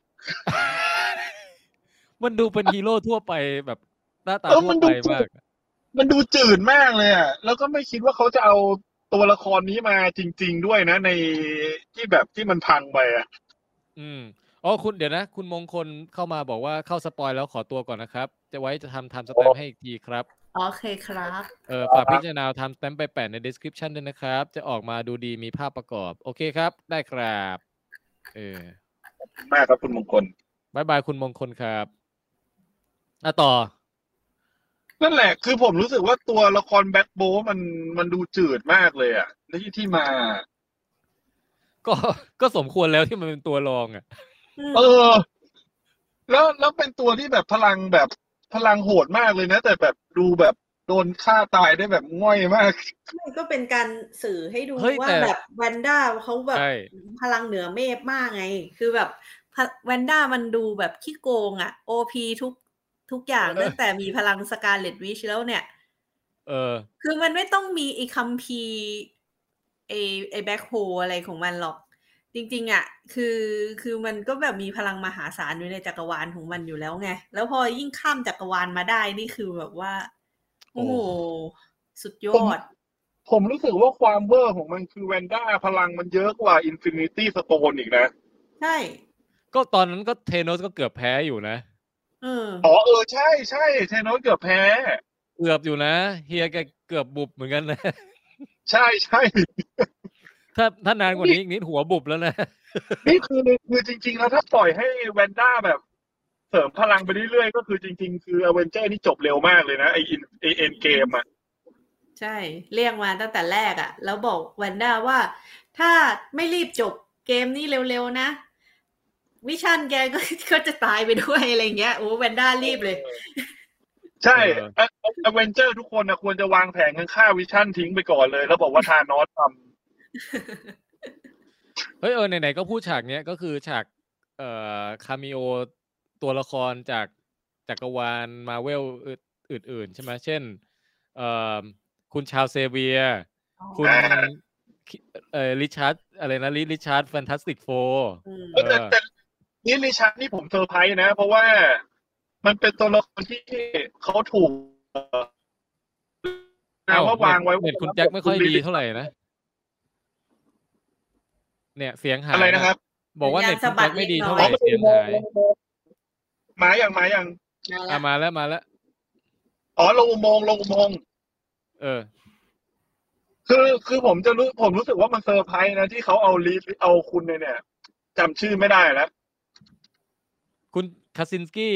Speaker 2: มันดูเป็นฮีโร่ทั่วไปแบบหน้าตา
Speaker 1: เออ
Speaker 2: ทั่ว
Speaker 1: มัน
Speaker 2: ไป
Speaker 1: ดูจื
Speaker 2: มาก
Speaker 1: ดมันดูจืดมากเลยอ่ะ แล้วก็ไม่คิดว่าเขาจะเอาตัวละครนี้มาจริง ๆ ด้วยนะ ในที่แบบที่มันพังไปอ่ะ
Speaker 2: อืมอ๋อคุณเดี๋ยวนะ คุณมงคลเข้ามาบอกว่าเข้าสปอยแล้วขอตัวก่อนนะครับ จะไว้จะทำทำสแตมให้อีกทีครับ
Speaker 4: โอเคครับ
Speaker 2: เออฝากพิจารณาทำสแตมไปแปะใน description ด้วยนะครับ จะออกมาดูดีมีภาพประกอบ โอเคครับ ได้ครับ เออ
Speaker 1: มากครับคุณมงคล
Speaker 2: บายบายคุณมงคลครับอ่ะต่อ
Speaker 1: นั่นแหละ คือผมรู้สึกว่าตัวละครแบ็คโบะมันมันดูจืดมากเลยอ่ะที่ที่มา
Speaker 2: ก็ ก็สมควรแล้วที่มันเป็นตัวรองอ่ะ
Speaker 4: อืม
Speaker 1: เออ แล้วแล้วเป็นตัวที่แบบพลังแบบพลังโหดมากเลยนะ แต่แบบดูแบบโดนฆ่าตายได้แบบง่อยมาก
Speaker 4: มันก็เป็นการสื่อให้ดู
Speaker 2: เฮ้ย
Speaker 4: ว่า
Speaker 2: แต่
Speaker 4: แบบแวนด้าเขาแบบ
Speaker 2: ใช่
Speaker 4: พลังเหนือเมฆมากไง คือแบบพะแวนด้ามันดูแบบขี้โกงอะโอพีทุก ทุกอย่าง
Speaker 2: เออ
Speaker 4: ตั้งแต่มีพลังสกาเลตวิชแล้วเนี่ย
Speaker 2: เออ
Speaker 4: คือมันไม่ต้องมีไอ้คัมภีร์ไอ้ไอ้แบ็คโฮอะไรของมันหรอก จริง ๆ อ่ะ คือคือมันก็แบบมีพลังมหาศาลอยู่ในจักรวาลของมันอยู่แล้วไง แล้วพอยิ่งข้ามจักรวาลมาได้นี่คือแบบว่า โอ้โห
Speaker 2: โอ้
Speaker 4: สุดย
Speaker 1: ผม
Speaker 4: อด
Speaker 1: ผมรู้สึกว่าความเวอร์ของมันคือแวนด้าพลังมันเยอะกว่าอินฟินิตี้สโตนอีกนะ
Speaker 4: ใช่
Speaker 2: ก็ตอนนั้นก็เทโนสก็เกือบแพ้อยู่นะ
Speaker 4: เออ
Speaker 1: อ๋อเออใช่ใช่เทโนสเกือบแพ้
Speaker 2: เกือบอยู่นะเฮียแกเกือบบุบเหมือนกันนะ
Speaker 1: ใช่ใช่
Speaker 2: ถ้าถ้านานกว่า นี้อีกนิดหัวบุบแล้วนะ
Speaker 1: นี่คือคือจริง ๆ แล้วถ้าปล่อยให้แวนด้าแบบ เสริมพลังไปเรื่อยๆ ก็คือจริง ๆ คืออเวนเจอร์นี่จบเร็วมากเลยนะ ไออินไอเอ็นเกมอ่ะ
Speaker 4: ใช่ เรียกมาตั้งแต่แรกอะ่ะ แล้วบอกแวนด้าว่า ถ้าไม่รีบจบเกมนี้เร็วๆนะ วิชันแกก็ ก็จะตายไปด้วยอะไรเงี้ยโอ้แวนด้ารีบเลย
Speaker 1: ใช่
Speaker 2: เออ
Speaker 1: เอเวนเจอร์ทุกคนนะควรจะวางแผนกันฆ่าวิชั่นทิ้งไปก่อนเลย แล้วบอกว่าทานอสท
Speaker 2: เฮ้ยเออไหนๆก็พูดฉากเนี้ยก็คือฉากเอ่อคามิโอตัวละครจากจักรวาลมาเวลอื่นๆ ใช่ไหมเช่นเอ่อคุณชาวเซเวียร์คุณคิเอ่อริชาร์ดอะไรนะริริชาร์ดแฟนตาสติกโฟ
Speaker 4: อืม
Speaker 1: ำแต่
Speaker 2: เออ
Speaker 1: แต่นี่ลิชาร์ดนี่ผมเซอร์ไพรส์นะ เพราะว่ามันเป็นตัวละครที่เขาถูกเอ่อนะว่าวางไว้
Speaker 2: เน็ตคุณแจ็คไม่ค่อยดีเท่าไหร่นะ เนี่ยเสียงหาย
Speaker 1: อะไรนะครับ
Speaker 2: บอกว่าเน็ตคุณแจ็คไม่ดีเท่าไหร่เสียงหาย
Speaker 1: หมาอย่างหมาอย่าง
Speaker 4: นั่นแห
Speaker 2: อ่ะ
Speaker 4: ละ
Speaker 2: มาแล้วมาแล้ว
Speaker 1: อ๋อลงอุโมงค์ลงอุโมงค์
Speaker 2: เออ
Speaker 1: คือคือผมจะรู้ผมรู้สึกว่ามันเซอร์ไพรส์นะ ที่เขาเอาลีฟเอาคุณเนี่ยเนี่ยจำชื่อไม่ได้แล้ว
Speaker 2: คุณคาซินสกี้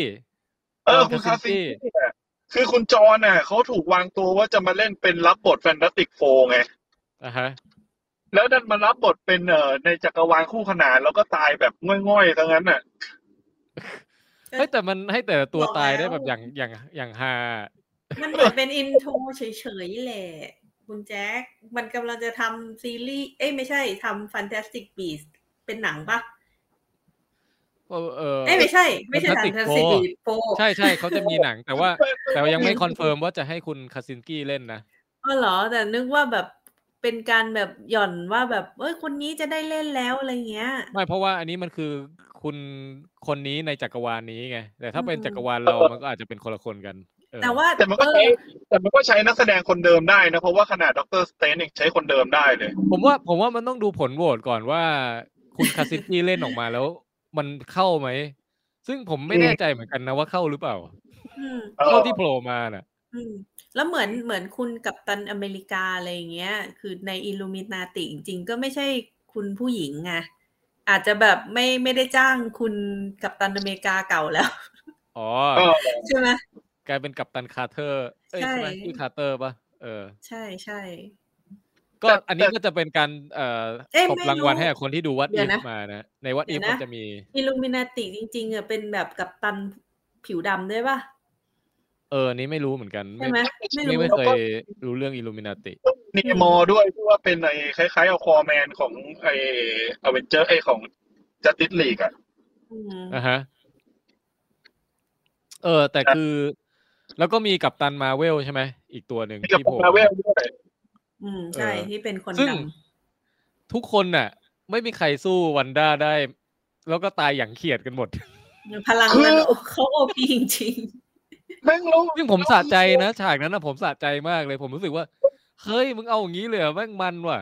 Speaker 1: เออ
Speaker 2: จอห์น
Speaker 1: คุณคา
Speaker 2: Krasinski
Speaker 1: ซินสกี้อะคือคุณจอห์นน่ะเขาถูกวางตัวว่าจะมาเล่นเป็นรับบทแฟนตาติกโฟไง
Speaker 2: อ่ะฮะ
Speaker 1: แล้วดันมารับบทเป็นเอ่อในจักรวาลคู่ขนานแล้วก็ตายแบบง่อยๆทั้งนั้นน่ะ
Speaker 2: เฮ้ยแต่มันให้แต่ละตัว
Speaker 4: บอก
Speaker 2: ตายได้
Speaker 4: แล้ว
Speaker 2: แบบอย่างอย่างอย่างฮา
Speaker 4: มันเหมือนเป็นอินโทรเฉยๆแหละ คุณแจ็ค มันกำลังจะทำซีรีส์ เอ้ยไม่ใช่ทำ Fantastic Beasts เป็นหนังปะ
Speaker 2: เออเออ
Speaker 4: เอ้ยไม่ใช่ ไม่ใช่
Speaker 2: Fantastic
Speaker 4: Fantastic
Speaker 2: Four
Speaker 4: Beasts โป
Speaker 2: ใช่ใช่เขาจะมีหนัง แต่ว่า แต่ว่ายังไม่คอนเฟิร์มว่าจะให้คุณคาซินสกี้เล่นนะ
Speaker 4: อ๋อเหรอ แต่นึกว่าแบบเป็นการแบบหย่อนว่าแบบเอ้ยคนนี้จะได้เล่นแล้วอะไรเงี้ย
Speaker 2: ไม่เพราะว่าอันนี้มันคือคุณคนนี้ในจักรวาลนี้ไง แต่ถ้าเป็น
Speaker 4: อืม
Speaker 2: จักรวาลเรา มันก็อาจจะเป็นคนละคนกันเออ
Speaker 4: แต่ว่า
Speaker 1: แต่มันก็
Speaker 4: เอ
Speaker 1: ใช้
Speaker 4: อ
Speaker 1: แต่มันก็ใช้นักแสดงคนเดิมได้นะเพราะว่าขนาดด็อกเตอร์สเตนเองใช้คนเดิมได้เลย
Speaker 2: ผมว่าผมว่ามันต้องดูผลโหวตก่อนว่า คุณคาซินสกี้เล่นออกมาแล้ว มันเข้าไหม ซึ่งผมไม่แน่ใจเหมือนกันนะว่าเข้าหรือเปล่า
Speaker 4: อืม
Speaker 1: เออ
Speaker 2: เข้าที่โผล่มาน่ะ
Speaker 4: อืมแล้วเหมือนเหมือนคุณกัปตันอเมริกาอะไรอย่างเงี้ย คือในอิลูมินาติจริงๆ ก็ไม่ใช่คุณผู้หญิงไงอาจจะแบบไม่ไม่ได้จ้างคุณกัปตันอเมริกาเก่าแล้ว
Speaker 2: อ๋อ
Speaker 1: เออ
Speaker 4: ใช่ไหม
Speaker 2: กลายเป็นกัปตันคาร์เทอร์ เอ้ย
Speaker 4: ใช่
Speaker 2: ใช่ไหมชื่อคาร์เตอร์ป่ะ เออ
Speaker 4: ใช่ใช่
Speaker 2: ก็
Speaker 1: แต่
Speaker 2: อันนี้
Speaker 1: แต่
Speaker 2: ก็จะเป็นการเอ่อ
Speaker 4: เอ้ย
Speaker 2: ตบ
Speaker 4: ไม่
Speaker 2: รางวัล
Speaker 4: รู้
Speaker 2: ให้กับคนที่ดูวัด
Speaker 4: เดี๋
Speaker 2: อีฟ
Speaker 4: ยวนะ
Speaker 2: มานะ ในวัด
Speaker 4: เดี๋
Speaker 2: อีฟ
Speaker 4: ยว
Speaker 2: มัน
Speaker 4: นะ
Speaker 2: จะมี
Speaker 4: อิลูมินาติจริงๆอ่ะเป็นแบบกัปตันผิวดำด้วยป่ะ
Speaker 2: เอออันนี้ไม่รู้เหมือนกัน
Speaker 4: ใช่ไหมไม่
Speaker 2: ไม่
Speaker 4: รู้
Speaker 2: ไม่เคยรู้เรื่องอิลูมินาติ
Speaker 1: เนมอร์ด้วยที่ว่าเป็นไอ้คล้ายๆเอาคอแมนของไอ้อเวนเจอร์ไอ้ของจัสติสลีกอะ
Speaker 4: อืม
Speaker 2: อ่ะฮะ เออ แต่คือ แล้วก็มีกัปตันมาเวลใช่ไหม อีกตัวหนึ่ง
Speaker 1: กับ
Speaker 2: ที่โผล่
Speaker 1: มาเวล
Speaker 2: มา
Speaker 1: ด้วย
Speaker 4: อืมใช่
Speaker 2: เออ
Speaker 4: ที่เป็นคน
Speaker 2: ซึ่ง
Speaker 4: ด
Speaker 2: ทุกคนน่ะ ไม่มีใครสู้วันด้าได้ แล้วก็ตายอย่างเขียดกันหมด
Speaker 4: ำพลังมัน เขาโอพีจริง
Speaker 1: แม่งรู้
Speaker 2: ซึ่งผมสะใจ นะฉากนั้นนะผมสะใจมากเลย ผมรู้สึกว่า เฮ้ย มึงเอาอย่างนี้เลยเหรอแม่งมันว่ะ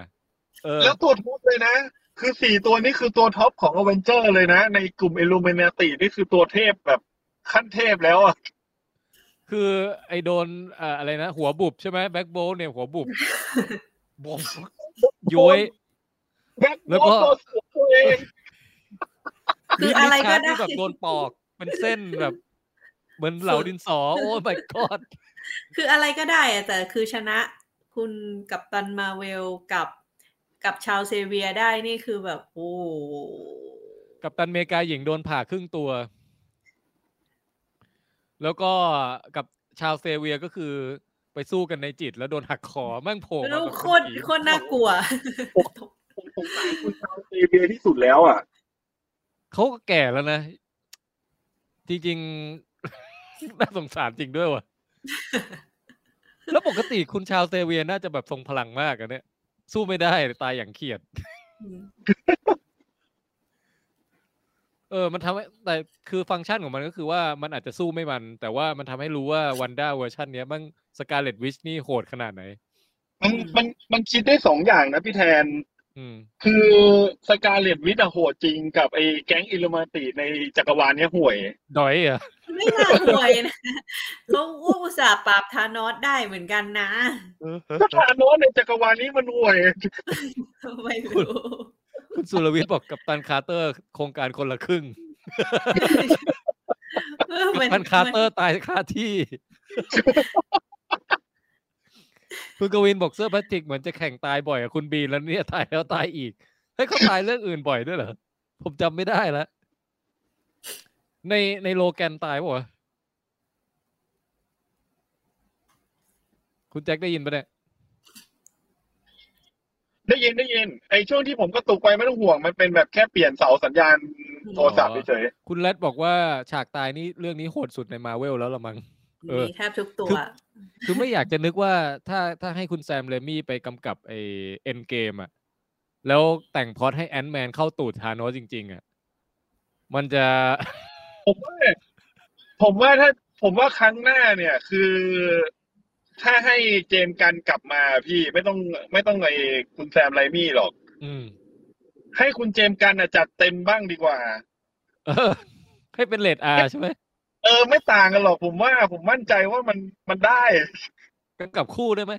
Speaker 2: เออ
Speaker 1: แล้วตัวท็อปเลยนะ คือสี่ตัวนี้คือตัวท็อปของอเวนเจอร์เลยนะ ในกลุ่มเอลูเมนาตินี่คือตัวเทพแบบขั้นเทพแล้วอ่ะ
Speaker 2: คือไอโดนเอ่ออะไรนะ หัวบุบใช่ไหมแบ็กโบเนี่ย หัว บุบ บุบย้วย
Speaker 1: แบ็ค
Speaker 2: แล้ว
Speaker 1: โบ
Speaker 2: ก็
Speaker 1: ตัวสวยตัวเอง
Speaker 4: ๆ คืออะไรก็
Speaker 2: ลิ้นชา
Speaker 4: ได้
Speaker 2: ที่แบบโดนปอกเป็นเส้นแบบ เหมือนเหลาดินสอ โอ้ my god
Speaker 4: คืออะไรก็ได้อะแต่คือชนะคุณกับตันมาเวลกับกับชาวเซเวียได้นี่คือแบบโอ้โห
Speaker 2: กับตันอเมริกาหญิงโดนผ่าครึ่งตัว แล้วก็กับชาวเซเวียก็คือไปสู้กันในจิต แล้วโดนหักคอแม่งโผล่มา
Speaker 4: แล้ว
Speaker 2: แบบ
Speaker 4: โคตร
Speaker 2: ผี
Speaker 4: โคตรน่ากลัว
Speaker 1: ผมสงสารคุณชาวเซเบียที่สุดแล้วอ่ะ
Speaker 2: เขาก็แก่แล้วนะ จริง น่าสงสารจริงด้วย ว่ะ แล้วปกติคุณชาวเซเวียน่าจะแบบทรงพลังมากอะเนี่ย สู้ไม่ได้ตายอย่างเขียด
Speaker 4: อืม
Speaker 2: เออ มันทำให้แต่คือฟังก์ชันของมันก็คือว่ามันอาจจะสู้ไม่มัน แต่ว่ามันทำให้รู้ว่าวันด้าเวอร์ชันเนี้ยมันสกาเลตวิชนี่โหดขนาดไหน
Speaker 1: มันมันมันคิดได้สองอย่างนะพี่แทน
Speaker 2: อืม
Speaker 1: คือสกาเลตวิทย์อะโหดจริงกับไอ้แก๊งอิลลูมาติในจักรวาลเนี้ยห่วย
Speaker 2: ดอยเหรอ่ะ
Speaker 4: ไม่น่าห่วยนะเขาอ้วกอุตส่าห์ปราบธานอสได้เหมือนกันนะ
Speaker 1: ก็ทานโนสในจักรวาลนี้มันห่วย
Speaker 4: ไม่รู้
Speaker 2: คุณสุรวิทย์บอกกับตันคาร์เตอร์ โครงการคนละครึ่ง
Speaker 4: เออมั
Speaker 2: กัปตันคาร์เตอร์ตายคาที่ คุณกวินบอกเสื้อพลาสติกเหมือนจะแข่งตายบ่อยกับคุณบีนแล้วเนี่ยตายแล้วตายอีก เฮ้ยเขาตายเรื่องอื่นบ่อยด้วยเหรอ ผมจำไม่ได้ละ ในในโลแกนตายปะวะคุณแจ็คได้ยินปะเนี่ย
Speaker 1: ได้ยินได้ยินไอ้ช่วงที่ผมก็ตุกไปไม่ต้องห่วง มันเป็นแบบแค่เปลี่ยนเสาสัญญาณโทรศัพท์เฉย
Speaker 2: คุณแรดบอกว่าฉากตายนี่เรื่องนี้โหดสุดในมาเวลแล้วละมั้ง เออ
Speaker 4: มีแทบทุกตัว
Speaker 2: คือไม่อยากจะนึกว่าถ้าถ้าให้คุณแซมเรมี่ไปกำกับไอเอ็นเกมอะแล้วแต่งพล็อตให้แอนด์แมนเข้าตูดธานอสจริง ๆอะมันจะ
Speaker 1: ๆผมว่าผมว่าถ้าผมว่าครั้งหน้าเนี่ย คือ ถ้าให้เจมส์กันกลับมาพี่ไม่ต้องไม่ต้องไอ้คุณแซมไรมี่หรอก
Speaker 2: อืม
Speaker 1: ให้คุณเจมส์กันน่ะจัดเต็มบ้างดีกว่า
Speaker 2: เออ ให้เป็นเลดอาใช่ไหม
Speaker 1: เออ ไม่ต่างกันหรอกผมว่า ผมมั่นใจว่ามันมันได้
Speaker 2: กำกับคู่ได้ไหม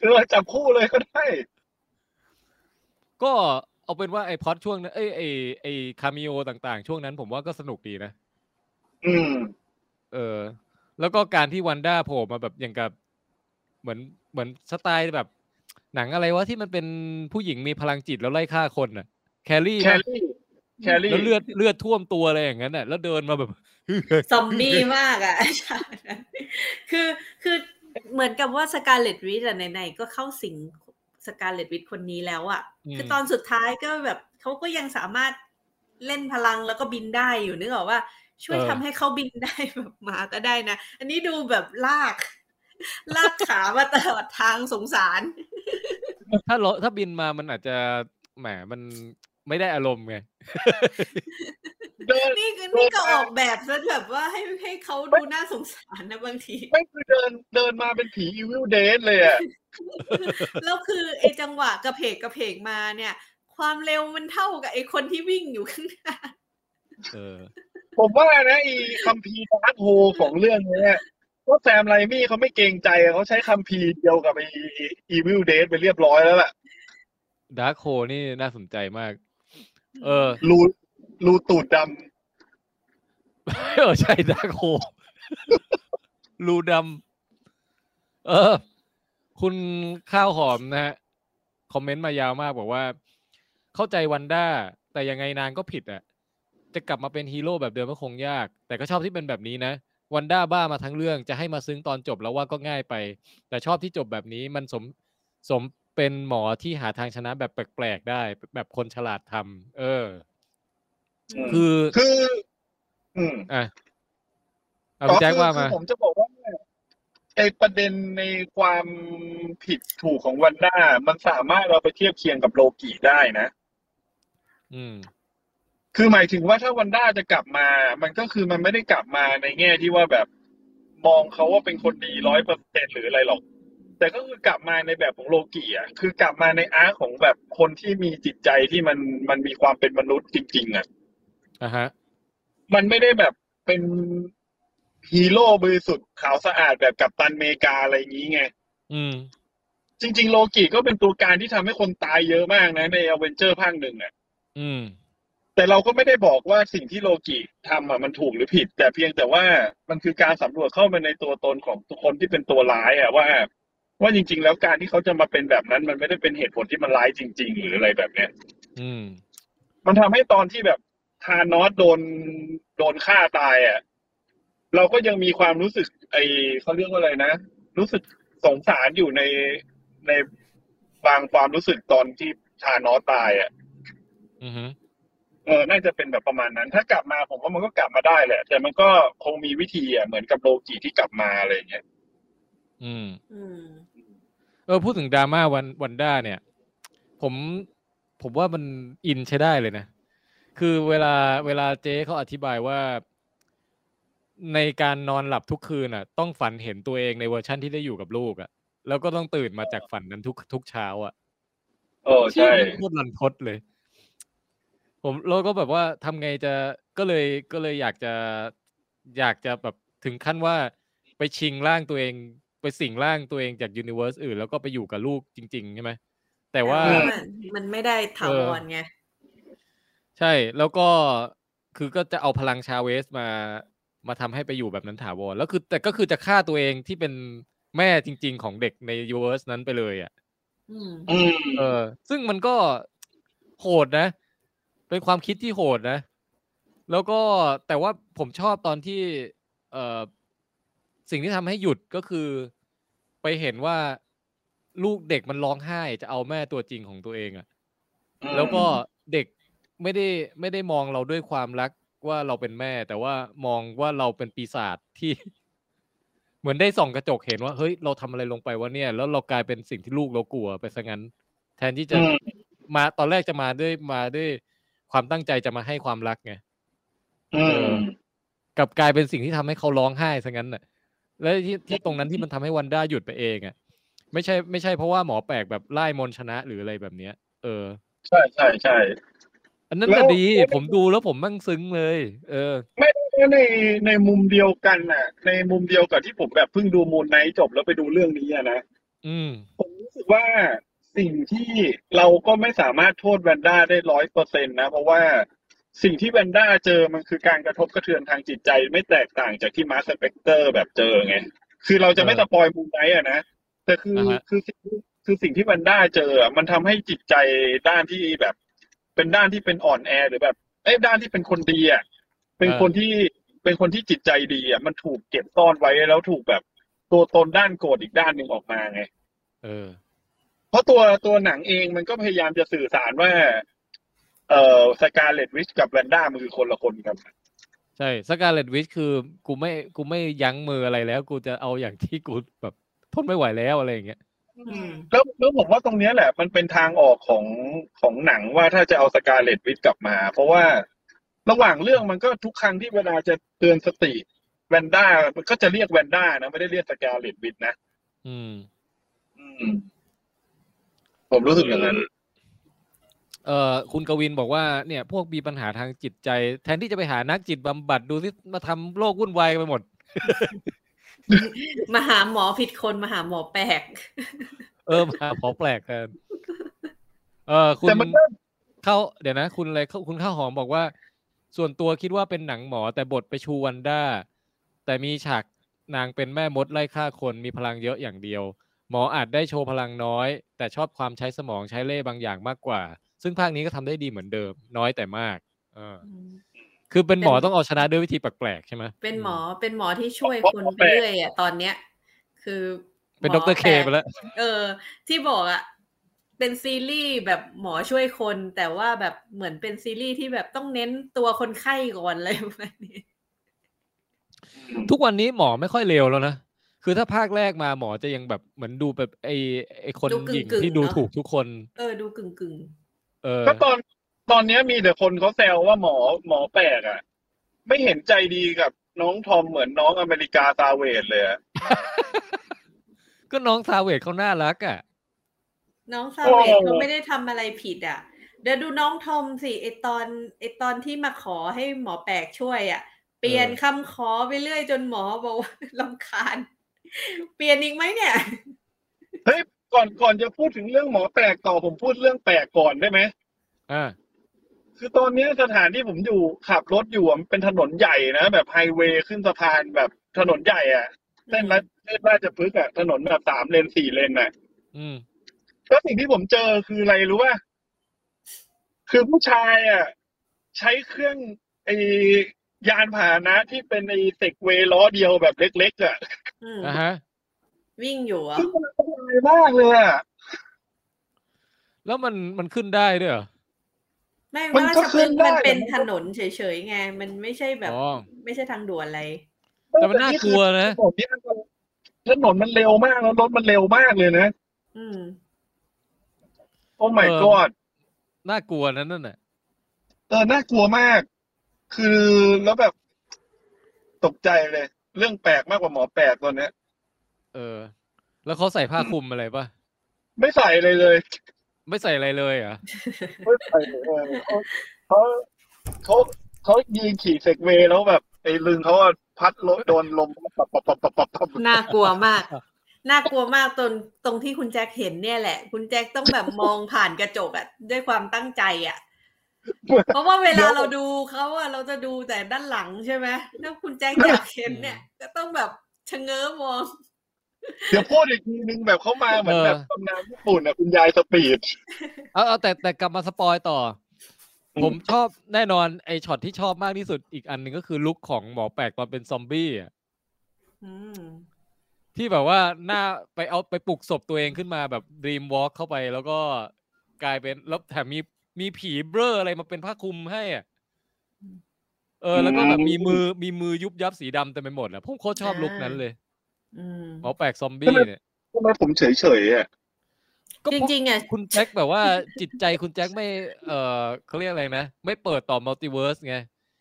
Speaker 1: เออจับคู่เลยก็ได้
Speaker 2: ก็เอาเป็นว่าไอพล็อตช่วงนั้นเอ้ยไอไอคาเมิโอต่างๆ ช่วงนั้นผมว่าก็สนุกดีนะ
Speaker 1: อืม
Speaker 2: เออ แล้วก็การที่วันด้าโผล่มาแบบอย่างกับ เหมือนเหมือนสไตล์แบบ หนังอะไรวะที่มันเป็นผู้หญิงมีพลังจิตแล้วไล่ฆ่าคนน่ะ แคลรี่
Speaker 1: แค
Speaker 2: ปะ
Speaker 1: รี่แครี่
Speaker 2: แล้วเลือดเลือดท่วมตัวอะไรอย่างนั้นน่ะ แล้วเดินมาแบบ
Speaker 4: ซอมบี้มากอะ่ะ คือคือเหมือนกับว่าสกาเลตวิทอะไหนๆก็เข้าสิงสกาเลตวิทคนนี้แล้วอะ่ะ
Speaker 2: อืม
Speaker 4: คือตอนสุดท้ายก็แบบเขาก็ยังสามารถเล่นพลังแล้วก็บินได้อยู่นึกออกว่า ช่วยทำให้เขาบินได้แบบหมาก็ได้นะ อันนี้ดูแบบลาก ลากขามาตลอดทางสงสาร
Speaker 2: ถ้าเราถ้าบินมามันอาจจะแหมมันไม่ได้อารมณ์ไง
Speaker 1: เดิน
Speaker 4: นี่คือนี่ก็ออกแบบซะแบบว่าให้ให้เขาดูน่าสงสารนะบางที
Speaker 1: ไม่คือเดินเดินมาเป็นผีอีวิลเดนเลยอ่ะ
Speaker 4: แล้วคือไอ้จังหวะกระเพกกระเพกมาเนี่ย ความเร็วมันเท่ากับไอ้คนที่วิ่งอยู่ข้างหน้า
Speaker 2: เออ
Speaker 1: ผมว่านะอีคัมภีร์ดาร์กโฮของเรื่องเนี้ยก็แซมไรมี่เขาไม่เกรงใจอะเขาใช้คัมภีร์เดียวกับไออีวิลเดนไปเรียบร้อยแล้วล่ะ
Speaker 2: ดาร์คโคนี่น่าสนใจมาก เออ
Speaker 1: รูรูตูดด
Speaker 2: เออใช่ดาร์คโค รูดำเออ คุณข้าวหอมนะฮะ คอมเมนต์มายาวมากบอกว่า เข้าใจวันด้า แต่ยังไงนางก็ผิดอ่ะ จะกลับมาเป็นฮีโร่แบบเดิมก็คงยาก แต่ก็ชอบที่เป็นแบบนี้นะ วันด้าบ้ามาทั้งเรื่องจะให้มาซึ้งตอนจบแล้วว่าก็ง่ายไป แต่ชอบที่จบแบบนี้มันสมสมเป็นหมอที่หาทางชนะแบบแปลกๆได้ แบบคนฉลาดทำเออ
Speaker 1: ำ
Speaker 2: คือ
Speaker 1: คือ อืม
Speaker 2: อ่ะเอาพี่แจ็คว่า
Speaker 1: ก็คือ
Speaker 2: มา
Speaker 1: คือผมจะบอกว่าไอประเด็นในความผิดถูกของวันด้า มันสามารถเราไปเทียบเคียงกับโลกิได้นะ
Speaker 2: อืม
Speaker 1: คือหมายถึงว่าถ้าวันด้าจะกลับมา มันก็คือมันไม่ได้กลับมาในแง่ที่ว่าแบบมองเขาว่าเป็นคนดีร้อยเปอร์เซ็นหรืออะไรหรอก แต่ก็คือกลับมาในแบบของโลกีอ่ะ คือกลับมาในอาร์ตของแบบคนที่มีจิตใจที่มันมันมีความเป็นมนุษย์จริง ๆ อ่ะ
Speaker 2: อ่ะฮะ
Speaker 1: มันไม่ได้แบบเป็นฮีโร่บริสุทธิ์ขาวสะอาดแบบกัปตันอเมริกาอะไรอย่างนี้ไง
Speaker 2: อืม
Speaker 1: จริง ๆ โลกีก็เป็นตัวการที่ทำให้คนตายเยอะมากนะในอเวนเจอร์ภาคหนึ่งอ่ะ
Speaker 2: อืม
Speaker 1: แต่เราก็ไม่ได้บอกว่าสิ่งที่โลกิทำอ่ะมันถูกหรือผิด แต่เพียงแต่ว่ามันคือการสำรวจเข้ามาในตัวตนของทุกคนที่เป็นตัวร้ายอ่ะว่า ว่าจริง ๆ แล้วการที่เขาจะมาเป็นแบบนั้น มันไม่ได้เป็นเหตุผลที่มันร้ายจริง ๆ หรืออะไรแบบเนี้ย
Speaker 2: อืม
Speaker 1: มันทำให้ตอนที่แบบทานอสโดนโดนฆ่าตายอ่ะเราก็ยังมีความรู้สึก ไอเขาเรียกว่าอะไรนะ รู้สึกสงสารอยู่ในในบางความรู้สึกตอนที่ทานอสตายอ่ะ
Speaker 2: อือฮึ
Speaker 1: เออน่าจะเป็นแบบประมาณนั้น ถ้ากลับมาผมว่ามันก็กลับมาได้แหละ แต่มันก็คงมีวิธีอ่ะเหมือนกับโลกีที่กลับมาอะไรอย่างเงี้ย
Speaker 2: อืม
Speaker 4: อืม
Speaker 2: เออพูดถึงดราม่าวันวันด้าเนี่ย ผมผมว่ามันอินใช้ได้เลยนะ คือเวลาเวลาเจ๊เขาอธิบายว่า ในการนอนหลับทุกคืนอ่ะ ต้องฝันเห็นตัวเองในเวอร์ชั่นที่ได้อยู่กับลูกอ่ะ แล้วก็ต้องตื่นมาจากฝันนั้นทุกทุกเช้าอ่ะ
Speaker 1: เออใช่
Speaker 2: ไม่โคตรลันทดเลย ผมเราก็แบบว่าทำไงจะก็เลยก็เลยอยากจะอยากจะแบบถึงขั้นว่าไปชิงร่างตัวเอง ไปสิงร่างตัวเองจากยูนิเวอร์สอื่น แล้วก็ไปอยู่กับลูกจริง ๆ ใช่ไหมแต่ว่า
Speaker 4: เออมันมันไม่ได้ถาวรไง
Speaker 2: ใช่ แล้วก็คือก็จะเอาพลังชาเวสมามาทำให้ไปอยู่แบบนั้นถาวรแล้วคือ แต่ก็คือจะฆ่าตัวเองที่เป็นแม่จริง ๆ ของเด็กในยูเวอร์สนั้นไปเลยอ่ะ
Speaker 4: อืม
Speaker 1: อืม
Speaker 2: เออซึ่งมันก็โหดนะ เป็นความคิดที่โหดนะ แล้วก็แต่ว่าผมชอบตอนที่ เออสิ่งที่ทำให้หยุดก็คือ ไปเห็นว่าลูกเด็กมันร้องไห้จะเอาแม่ตัวจริงของตัวเองอะแล้วก็เด็กไม่ได้ไม่ได้มองเราด้วยความรักว่าเราเป็นแม่ แต่ว่ามองว่าเราเป็นปีศาจที่ เหมือนได้ส่องกระจกเห็นว่าเฮ้ยเราทำอะไรลงไปวะเนี่ย แล้วเรากลายเป็นสิ่งที่ลูกเรากลัวไปซะงั้น แทนที่จะ
Speaker 1: อืม
Speaker 2: มาตอนแรกจะมาด้วยมาด้วยความตั้งใจจะมาให้ความรักไง
Speaker 1: อื
Speaker 2: เอ
Speaker 1: ม
Speaker 2: อ กลับกลายเป็นสิ่งที่ทำให้เขาร้องไห้ซะงั้นน่ะ และที่ที่ตรงนั้นที่มันทำให้วันด้าหยุดไปเองอ่ะไม่ใช่ไม่ใช่เพราะว่าหมอแปลกแบบไล่มนต์ชนะหรืออะไรแบบเนี้ย เออ
Speaker 1: ใช่ใช่ใช่
Speaker 2: อันนั้น
Speaker 1: แล้
Speaker 2: น่ะ
Speaker 1: ว
Speaker 2: ดี
Speaker 1: แล้ว
Speaker 2: ผมดูแล้วผมมั่งซึ้งเลย เออ
Speaker 1: ไม่ไม่ในในมุมเดียวกันน่ะ ในมุมเดียวกับที่ผมแบบเพิ่งดูมูนไนท์จบแล้วไปดูเรื่องนี้อะนะ
Speaker 2: อืม
Speaker 1: ผมรู้สึกว่าสิ่งที่เราก็ไม่สามารถโทษแวนด้าได้ร้อยเปอร์เซ็นต์นะ เพราะว่าสิ่งที่แวนด้าเจอมันคือการกระทบกระเทือนทางจิตใจไม่แตกต่างจากที่มาร์คสเปกเตอร์แบบเจอไง คือเราจะไม่สปอยมูนไนท์อะนะ แต่คือ
Speaker 2: อ่าฮะ
Speaker 1: คือสิ่งที่คือสิ่งที่แวนด้าเจออะมันทำให้จิตใจด้านที่แบบ เป็นด้านที่เป็นอ่อนแอหรือแบบเอ้ยด้านที่เป็นคนดีอะเป็นคนที่เป็นคนที่จิตใจดีอะมันถูกเก็บซ่อนไว้แล้วถูกแบบตัวตนด้านโกรธอีกด้านหนึ่งออกมาไง
Speaker 2: เออ
Speaker 1: เพราะตัวตัวหนังเองมันก็พยายามจะสื่อสารว่า เอ่อสกาเลตวิชกับแวนด้ามันคือคนละคนกัน
Speaker 2: ใช่สกาเลตวิชคือกูไม่กูไม่ยั้งมืออะไรแล้ว กูจะเอาอย่างที่กูแบบทนไม่ไหวแล้วอะไรอย่างเงี้ย
Speaker 4: อืม
Speaker 1: แล้วแล้วผมว่าตรงเนี้ยแหละ มันเป็นทางออกของของหนังว่าถ้าจะเอาสกาเลตวิชกลับมา เพราะว่าระหว่างเรื่องมันก็ทุกครั้งที่เวลาจะเตือนสติแวนด้ามันก็จะเรียกแวนด้านะไม่ได้เรียกสกาเลตวิชนะ
Speaker 2: อืม
Speaker 1: อืม ผมรู้สึกอย่างนั้น
Speaker 2: เอ่อคุณกวินบอกว่าเนี่ยพวกมีปัญหาทางจิตใจ แทนที่จะไปหานักจิตบำบัดดูสิมาทำโรควุ่นวายกันไปหมด
Speaker 4: มาหาหมอผิดคนมาหาหมอแปลก
Speaker 2: เออมาหมอแปลกแทนเออคุณ
Speaker 1: แต่มันก็
Speaker 2: เข้าเดี๋ยวนะ คุณอะไรเข้าคุณข้าวหอมบอกว่า ส่วนตัวคิดว่าเป็นหนังหมอแต่บทไปชูวันด้า แต่มีฉากนางเป็นแม่มดไล่ฆ่าคนมีพลังเยอะอย่างเดียว หมออาจได้โชว์พลังน้อย แต่ชอบความใช้สมองใช้เล่ห์บางอย่างมากกว่า ซึ่งภาคนี้ก็ทำได้ดีเหมือนเดิม น้อยแต่มากเออ คือเป็นหมอ
Speaker 4: เป็น
Speaker 2: ต้องเอาชนะด้วยวิธีแปลกๆใช่ไหม
Speaker 4: เป็นหมอเป็นหมอที่ช่วยคนไปเรื่อยอ่ะตอนเนี้ย คือหม
Speaker 2: เป็นด็อกเตอร์เค
Speaker 4: แปลก
Speaker 2: ไปแล้ว
Speaker 4: เออ ที่บอกอะเป็นซีรีส์แบบหมอช่วยคน แต่ว่าแบบเหมือนเป็นซีรีส์ที่แบบต้องเน้นตัวคนไข้ก่อนอะไรประมาณนี้
Speaker 2: ทุกวันนี้หมอไม่ค่อยเลวแล้วนะ คือถ้าภาคแรกมาหมอจะยังแบบเหมือนดูแบบไอไอคน
Speaker 4: ดูกึ่งๆ
Speaker 2: หญิงที่ดู
Speaker 4: เนอะ
Speaker 2: ถูกทุกคน
Speaker 4: เออ ดูกึ่งกึ่ง
Speaker 2: เออ
Speaker 1: ก็ตอนตอนเนี้ยมีแต่คนเขาแซวว่าหมอหมอแปลกอ่ะ ไม่เห็นใจดีกับน้องทอมเหมือนน้องอเมริกาซาเวดเลยอะ
Speaker 2: ก็น้องซาเวดเขาน่ารักอ่ะ
Speaker 4: ๆน้องซาเวตเขาไม่ได้ทำอะไรผิดอะเดี๋ยวดูน้องทอมสิไอตอนไอตอนที่มาขอให้หมอแปลกช่วยอะเปลี่ยนคำขอไปเรื่อยจนหมอบอกว่า ลำคาญ เปลี่ยนอีกไหมเนี่ย
Speaker 1: เฮ้ยก่อนก่อนจะพูดถึงเรื่องหมอแปลกต่อผมพูดเรื่องแปลกก่อนได้ไหม
Speaker 2: อ่า
Speaker 1: คือตอนเนี้ยสถานที่ผมอยู่ขับรถอยู่อะมันเป็นถนนใหญ่นะ แบบไฮเวย์ขึ้นสะพานแบบถนนใหญ่อ่ะเส้นรัชเส้นราชพฤกษ์อ่ะถนนแบบสามเลนสี่เลนอ่ะ
Speaker 2: อืม
Speaker 1: แล้วสิ่งที่ผมเจอคืออะไรรู้ป่ะ คือผู้ชายอ่ะใช้เครื่องไอยานพาหนะที่เป็นไอเซกเวย์ล้อเดียวแบบเล็กๆอ่ะ
Speaker 4: อืม
Speaker 2: อ่ะฮะ
Speaker 4: วิ่งอยู่เหรอ่ะ
Speaker 1: ซึ่งมันอันตรายมากเลยอ่ะ
Speaker 2: แล้วมันมันขึ้นได้ด้วยเหรอ
Speaker 4: ไม่
Speaker 1: มัน
Speaker 4: ว่า
Speaker 1: ก็
Speaker 4: จะ
Speaker 1: ขึ้
Speaker 4: เป็น
Speaker 1: นได้
Speaker 4: มันเป็น
Speaker 1: แต่มันก็
Speaker 4: ถนนเฉยๆไง มันไม่ใช่แบบ
Speaker 2: อ๋อ
Speaker 4: ไม่ใช่ทางด่วนอะไร
Speaker 2: แต่มันน่ากลัวนะ
Speaker 1: ถนนนี่มันถนนมันเร็วมากแล้วรถมันเร็วมากเลยนะ
Speaker 4: อืม
Speaker 1: โอ้ my
Speaker 2: เออ
Speaker 1: god
Speaker 2: น่ากลัวนะนั่นน่ะ
Speaker 1: เออน่ากลัวมาก คือแล้วแบบตกใจเลย เรื่องแปลกมากกว่าหมอแปลกตอนเนี้ย
Speaker 2: เออ แล้วเขาใส่ผ้าคลุมอะไรปะ
Speaker 1: ไม่ใส่เลยเลย
Speaker 2: ไม่ใส่อะไรเลยเหรอ่ะ
Speaker 1: ไม่ใส่เลยเออเขาเขาเขายืนขี่เซกเวย์แล้วแบบไอ้ลึงเขาอะพัดรถโดนลมปับปับปับปับปับปับ
Speaker 4: น่ากลัวมาก น่ากลัวมากตรงตรงที่คุณแจ็คเห็นเนี่ยแหละ คุณแจ็คต้องแบบมองผ่านกระจกอะด้วยความตั้งใจอะเพราะว่าเวลาเราดูเขาอะเราจะดูแต่ด้านหลังใช่ไหมถ้าคุณแจ็คอยากเห็นเนี่ยก็ต้องแบบชะเง้อมอง
Speaker 1: เดี๋ยวพูดอีกทีนึงแบบเขามาเหมือนแบบตำนานญี่ปุ่นอะคุณยายสปีด
Speaker 2: เอาเอาแต่แต่กลับมาสปอยต่ออ
Speaker 1: ม
Speaker 2: ผมชอบแน่นอนไอช็อตที่ชอบมากที่สุดอีกอันหนึ่งก็คือลุคของหมอแปลกตอนเป็นซอมบี้อ่ะ
Speaker 4: อืม
Speaker 2: ที่แบบว่าหน้าไปเอาไปปลุกศพตัวเองขึ้นมาแบบด e ีมวอล์กเข้าไปแล้วก็กลายเป็นแล้วแถมมีมีผีเบลออะไรมาเป็นผ้าคลุมให้อ่ะเออ แล้วก็แบบมีมือมีมือยุบยับสีดำเต็มไปหมดอ่ะผมโคตรชอบลุกนั้นเลย
Speaker 4: อืม
Speaker 2: หมอแปลกซอมบี้เนี่ย
Speaker 1: ทำไมผมเฉยเฉยๆอะ
Speaker 2: ก็
Speaker 4: จ
Speaker 2: พวก
Speaker 4: ริงๆอะ
Speaker 2: คุณแจ็คแบบว่า จิตใจคุณแจ็คไม่ เออเขาเรียกอะไรนะ ไม่เปิดต่อมัลติเวิร์สไง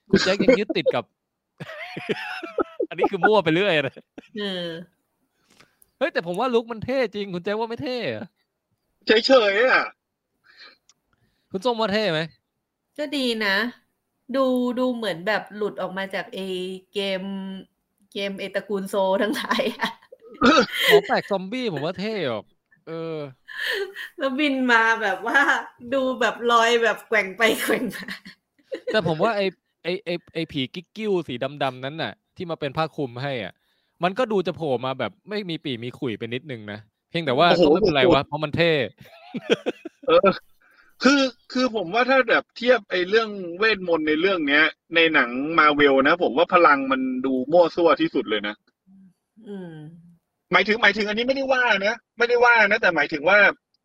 Speaker 2: คุณแจ็คยังยึดติดกับ อันนี้คือมั่วไปเรื่อยนะ
Speaker 4: เออ
Speaker 2: เฮ้ยแต่ผมว่าลุกมันเท่จริง คุณแจ็คว่าไม่เท่เหรอ
Speaker 1: เฉยเฉยๆอะ
Speaker 2: คุณส้มว่าเท่ไหม
Speaker 4: ก็ดีนะ ดูดูเหมือนแบบหลุดออกมาจากเอเกม เกมเอตระกูลโซทั้งหลายอะ
Speaker 2: หมอแปลกซอมบี้ผมว่าเท่หรอกเออ
Speaker 4: แล้วบินมาแบบว่า ดูแบบลอยแบบแกว่งไปแกว่งมา
Speaker 2: แต่ผมว่าไอไอไอไอผีกิ๊กกิ้วสีดำๆนั้นน่ะ ที่มาเป็นผ้าคลุมให้อ่ะ มันก็ดูจะโผล่มาแบบไม่มีปีกมีขุยไปนิดนึงนะ เพียงแต่ว่าก็ไม่เป็นไรวะเพราะมันเท่
Speaker 1: เออ คือคือผมว่าถ้าแบบเทียบไอ้เรื่องเวทมนต์ในเรื่องเนี้ย ในหนังมาเวลนะ ผมว่าพลังมันดูมั่วซั่วที่สุดเลยนะ
Speaker 4: อืม
Speaker 1: หมายถึงหมายถึงอันนี้ไม่ได้ว่านะไม่ได้ว่านะแต่หมายถึงว่า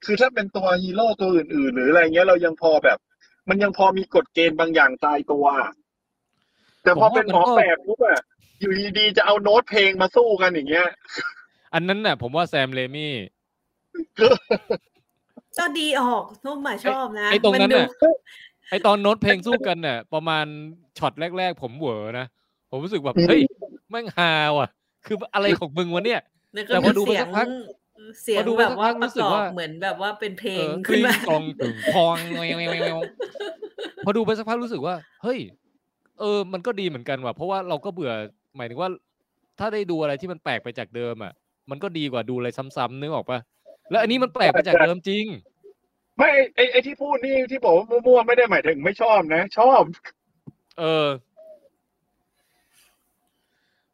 Speaker 1: คือถ้าเป็นตัวฮีโร่ตัวอื่น ๆ หรืออะไรเงี้ยเรายังพอแบบ มันยังพอมีกฎเกณฑ์บางอย่างตายตัวอะแต่พอเป็นหมอแปลกปุ๊บอะอยู่ดีๆจะเอาโน้ตเพลงมาสู้กันอย่างเงี้ย
Speaker 2: อันนั้นน่ะ ผมว่าแซมเลมี่
Speaker 4: ก็ดีออกนุ่มมาชอบนะ
Speaker 2: ไอ้ตรงนั้น
Speaker 4: มัดู
Speaker 2: น่ะ ไอตอนโน้ตเพลงสู้กันน่ะ ประมาณช็อตแรก ๆ ผมเหวอนะ ผมรู้สึกแบบเฮ้ยแม่งฮาว่ะ คืออะไรของมึงวะเนี่ย
Speaker 4: แล้ว
Speaker 2: แต่พ
Speaker 4: ก็
Speaker 2: อดู
Speaker 4: ดู
Speaker 2: ไป
Speaker 4: เสีย
Speaker 2: สั
Speaker 4: ง
Speaker 2: กพัก
Speaker 4: เสีย
Speaker 2: พ
Speaker 4: ง
Speaker 2: อดูไป
Speaker 4: แบ
Speaker 2: สัก
Speaker 4: บ
Speaker 2: พั
Speaker 4: ว่าก ป
Speaker 2: รู้
Speaker 4: ระ
Speaker 2: สึ
Speaker 4: ก
Speaker 2: ก
Speaker 4: อบ
Speaker 2: ว่า
Speaker 4: เหมือนแบบว่าเป็นเพลง
Speaker 2: ออ
Speaker 4: ขึ้นมา
Speaker 2: กลิ้งกองถึงพองแวงแวงแวงแวง พอดูไปสักพักรู้สึกว่า เฮ้ย เออ มันก็ดีเหมือนกันว่ะ เพราะว่าเราก็เบื่อ หมายถึงว่า ถ้าได้ดูอะไรที่มันแปลกไปจากเดิมอ่ะ มันก็ดีกว่าดูอะไรซ้ำๆนึกออกปะแล้วอันนี้มันแปลกไปจากเดิมจริง
Speaker 1: ไม่ไอ้ไอ้ไอ้ที่พูดนี่ที่บอกว่ามั่วๆไม่ได้หมายถึงไม่ชอบนะ ชอบ
Speaker 2: เออ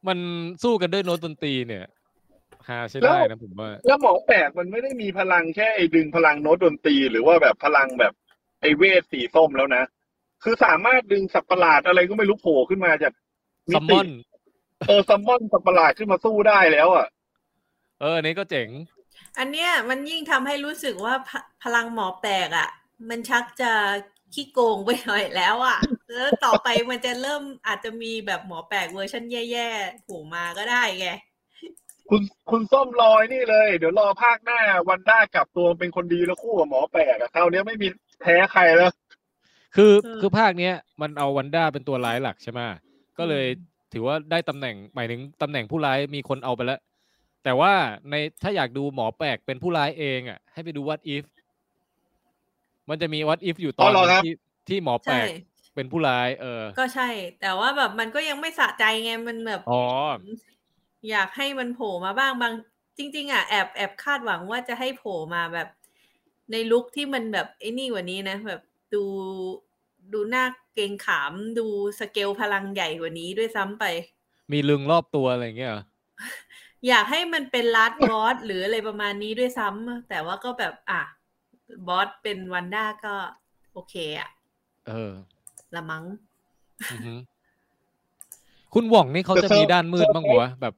Speaker 2: มันสู้กันด้วยโน้ตดนตรีเนี่ยหาใช้ได้นะผมว่า
Speaker 1: แล้วหมอแปลกมันไม่ได้มีพลังแค่ไอ้ดึงพลังโน้ตดนตรีหรือว่าแบบพลังแบบไอ้เวทสีส้มแล้วนะคือสามารถดึงสัตว์ประหลาดอะไรก็ไม่รู้โผล่ขึ้นมาจาก
Speaker 2: ซั
Speaker 1: มิ
Speaker 2: มมอ
Speaker 1: ติ
Speaker 2: น
Speaker 1: เออซัมมอนสัตว์ประหลาดขึ้นมาสู้ได้แล้วอ่ะ
Speaker 2: เอออันนี้ก็เจ๋ง
Speaker 4: อันเนี้ยมันยิ่งทำให้รู้สึกว่าพพลังหมอแปลกอะ่ะ มันชักจะขี้โกงไปหน่อยแล้วอะ่ะ แล้วต่อไปมันจะเริ่มอาจจะมีแบบหมอแปลกเวอร์ชันแย่ๆโผล่มาก็ได้ไง
Speaker 1: คุณคุณส้มรอยนี่เลย เดี๋ยวรอภาคหน้าวันด้ากลับตัวเป็นคนดีแล้วคู่กับหมอแปลกอะคราวเนี้ยไม่มีแพ้ใครแล้ว
Speaker 2: คือคือภาคเนี้ยมันเอาวันด้าเป็นตัวร้ายหลักใช่ไหมก็เลยถือว่าได้ตำแหน่งหมายถึงตำแหน่งผู้ร้ายมีคนเอาไปแล้ว แต่ว่าในถ้าอยากดูหมอแปลกเป็นผู้ร้ายเองอ่ะ ให้ไปดู what if มันจะมี what if อยู่ตอน
Speaker 1: อ๋อเหรอครับ
Speaker 2: ที่ที่หมอแปล
Speaker 4: ใช่
Speaker 2: กเป็นผู้ร้าย เออ
Speaker 4: ก็ใช่ แต่ว่าแบบมันก็ยังไม่สะใจไงมันแบบ
Speaker 2: อ๋อ
Speaker 4: อยากให้มันโผล่มาบ้างบาง จริง ๆ อ่ะแอบแอบคาดหวังว่าจะให้โผล่มาแบบ ในลุคที่มันแบบไอ้นี่กว่านี้นะ แบบดูดูหน้าเกรงขามดูสเกลพลังใหญ่กว่านี้ด้วยซ้ำไป
Speaker 2: มีลึงรอบตัวอะไรอย่างเงี้ยเหรอ
Speaker 4: อยากให้มันเป็นลัดบอส หรืออะไรประมาณนี้ด้วยซ้ำแต่ว่าก็แบบ อ่ะ บอสเป็นวันด้าก็ โอเคอะ
Speaker 2: เออ
Speaker 4: ละมัง้ง
Speaker 2: อือหือคุณหว่องนี่เขาจะมีด้านมืดบ้างเหรอวะแบบ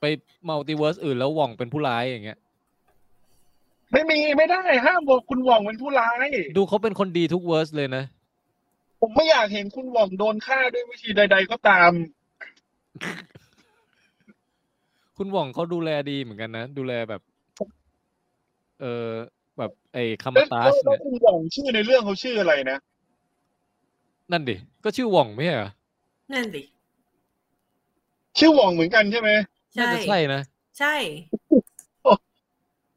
Speaker 2: ไปมัลติเวิร์สอื่นแล้วหว่องเป็นผู้ร้ายอย่างเงี้ย
Speaker 1: ไม่มีไม่ได้ห้ามบอกคุณหว่องเป็นผู้ร้าย
Speaker 2: ดูเขาเป็นคนดีทุกเวิร์สเลยนะ
Speaker 1: ผมไม่อยากเห็นคุณหว่องโดนฆ่าด้วยวิธีใด ๆ ก็ตาม
Speaker 2: คุณหว่องเขาดูแลดีเหมือนกันนะ ดูแลแบบ เออแบบไอ้คามา
Speaker 1: แล้ว
Speaker 2: ตาส
Speaker 1: แล้ว
Speaker 2: เนี่ย
Speaker 1: คุณหว่องชื่อในเรื่องเขาชื่ออะไรนะ
Speaker 2: นั่นดิ ก็ชื่อหว่องไม่ใช่เหรอ
Speaker 4: นั่นสิ
Speaker 1: ชื่อหว่องเหมือนกันใช่ไหม
Speaker 2: น่า
Speaker 4: ใช่
Speaker 2: จะใช่นะ
Speaker 4: ใช่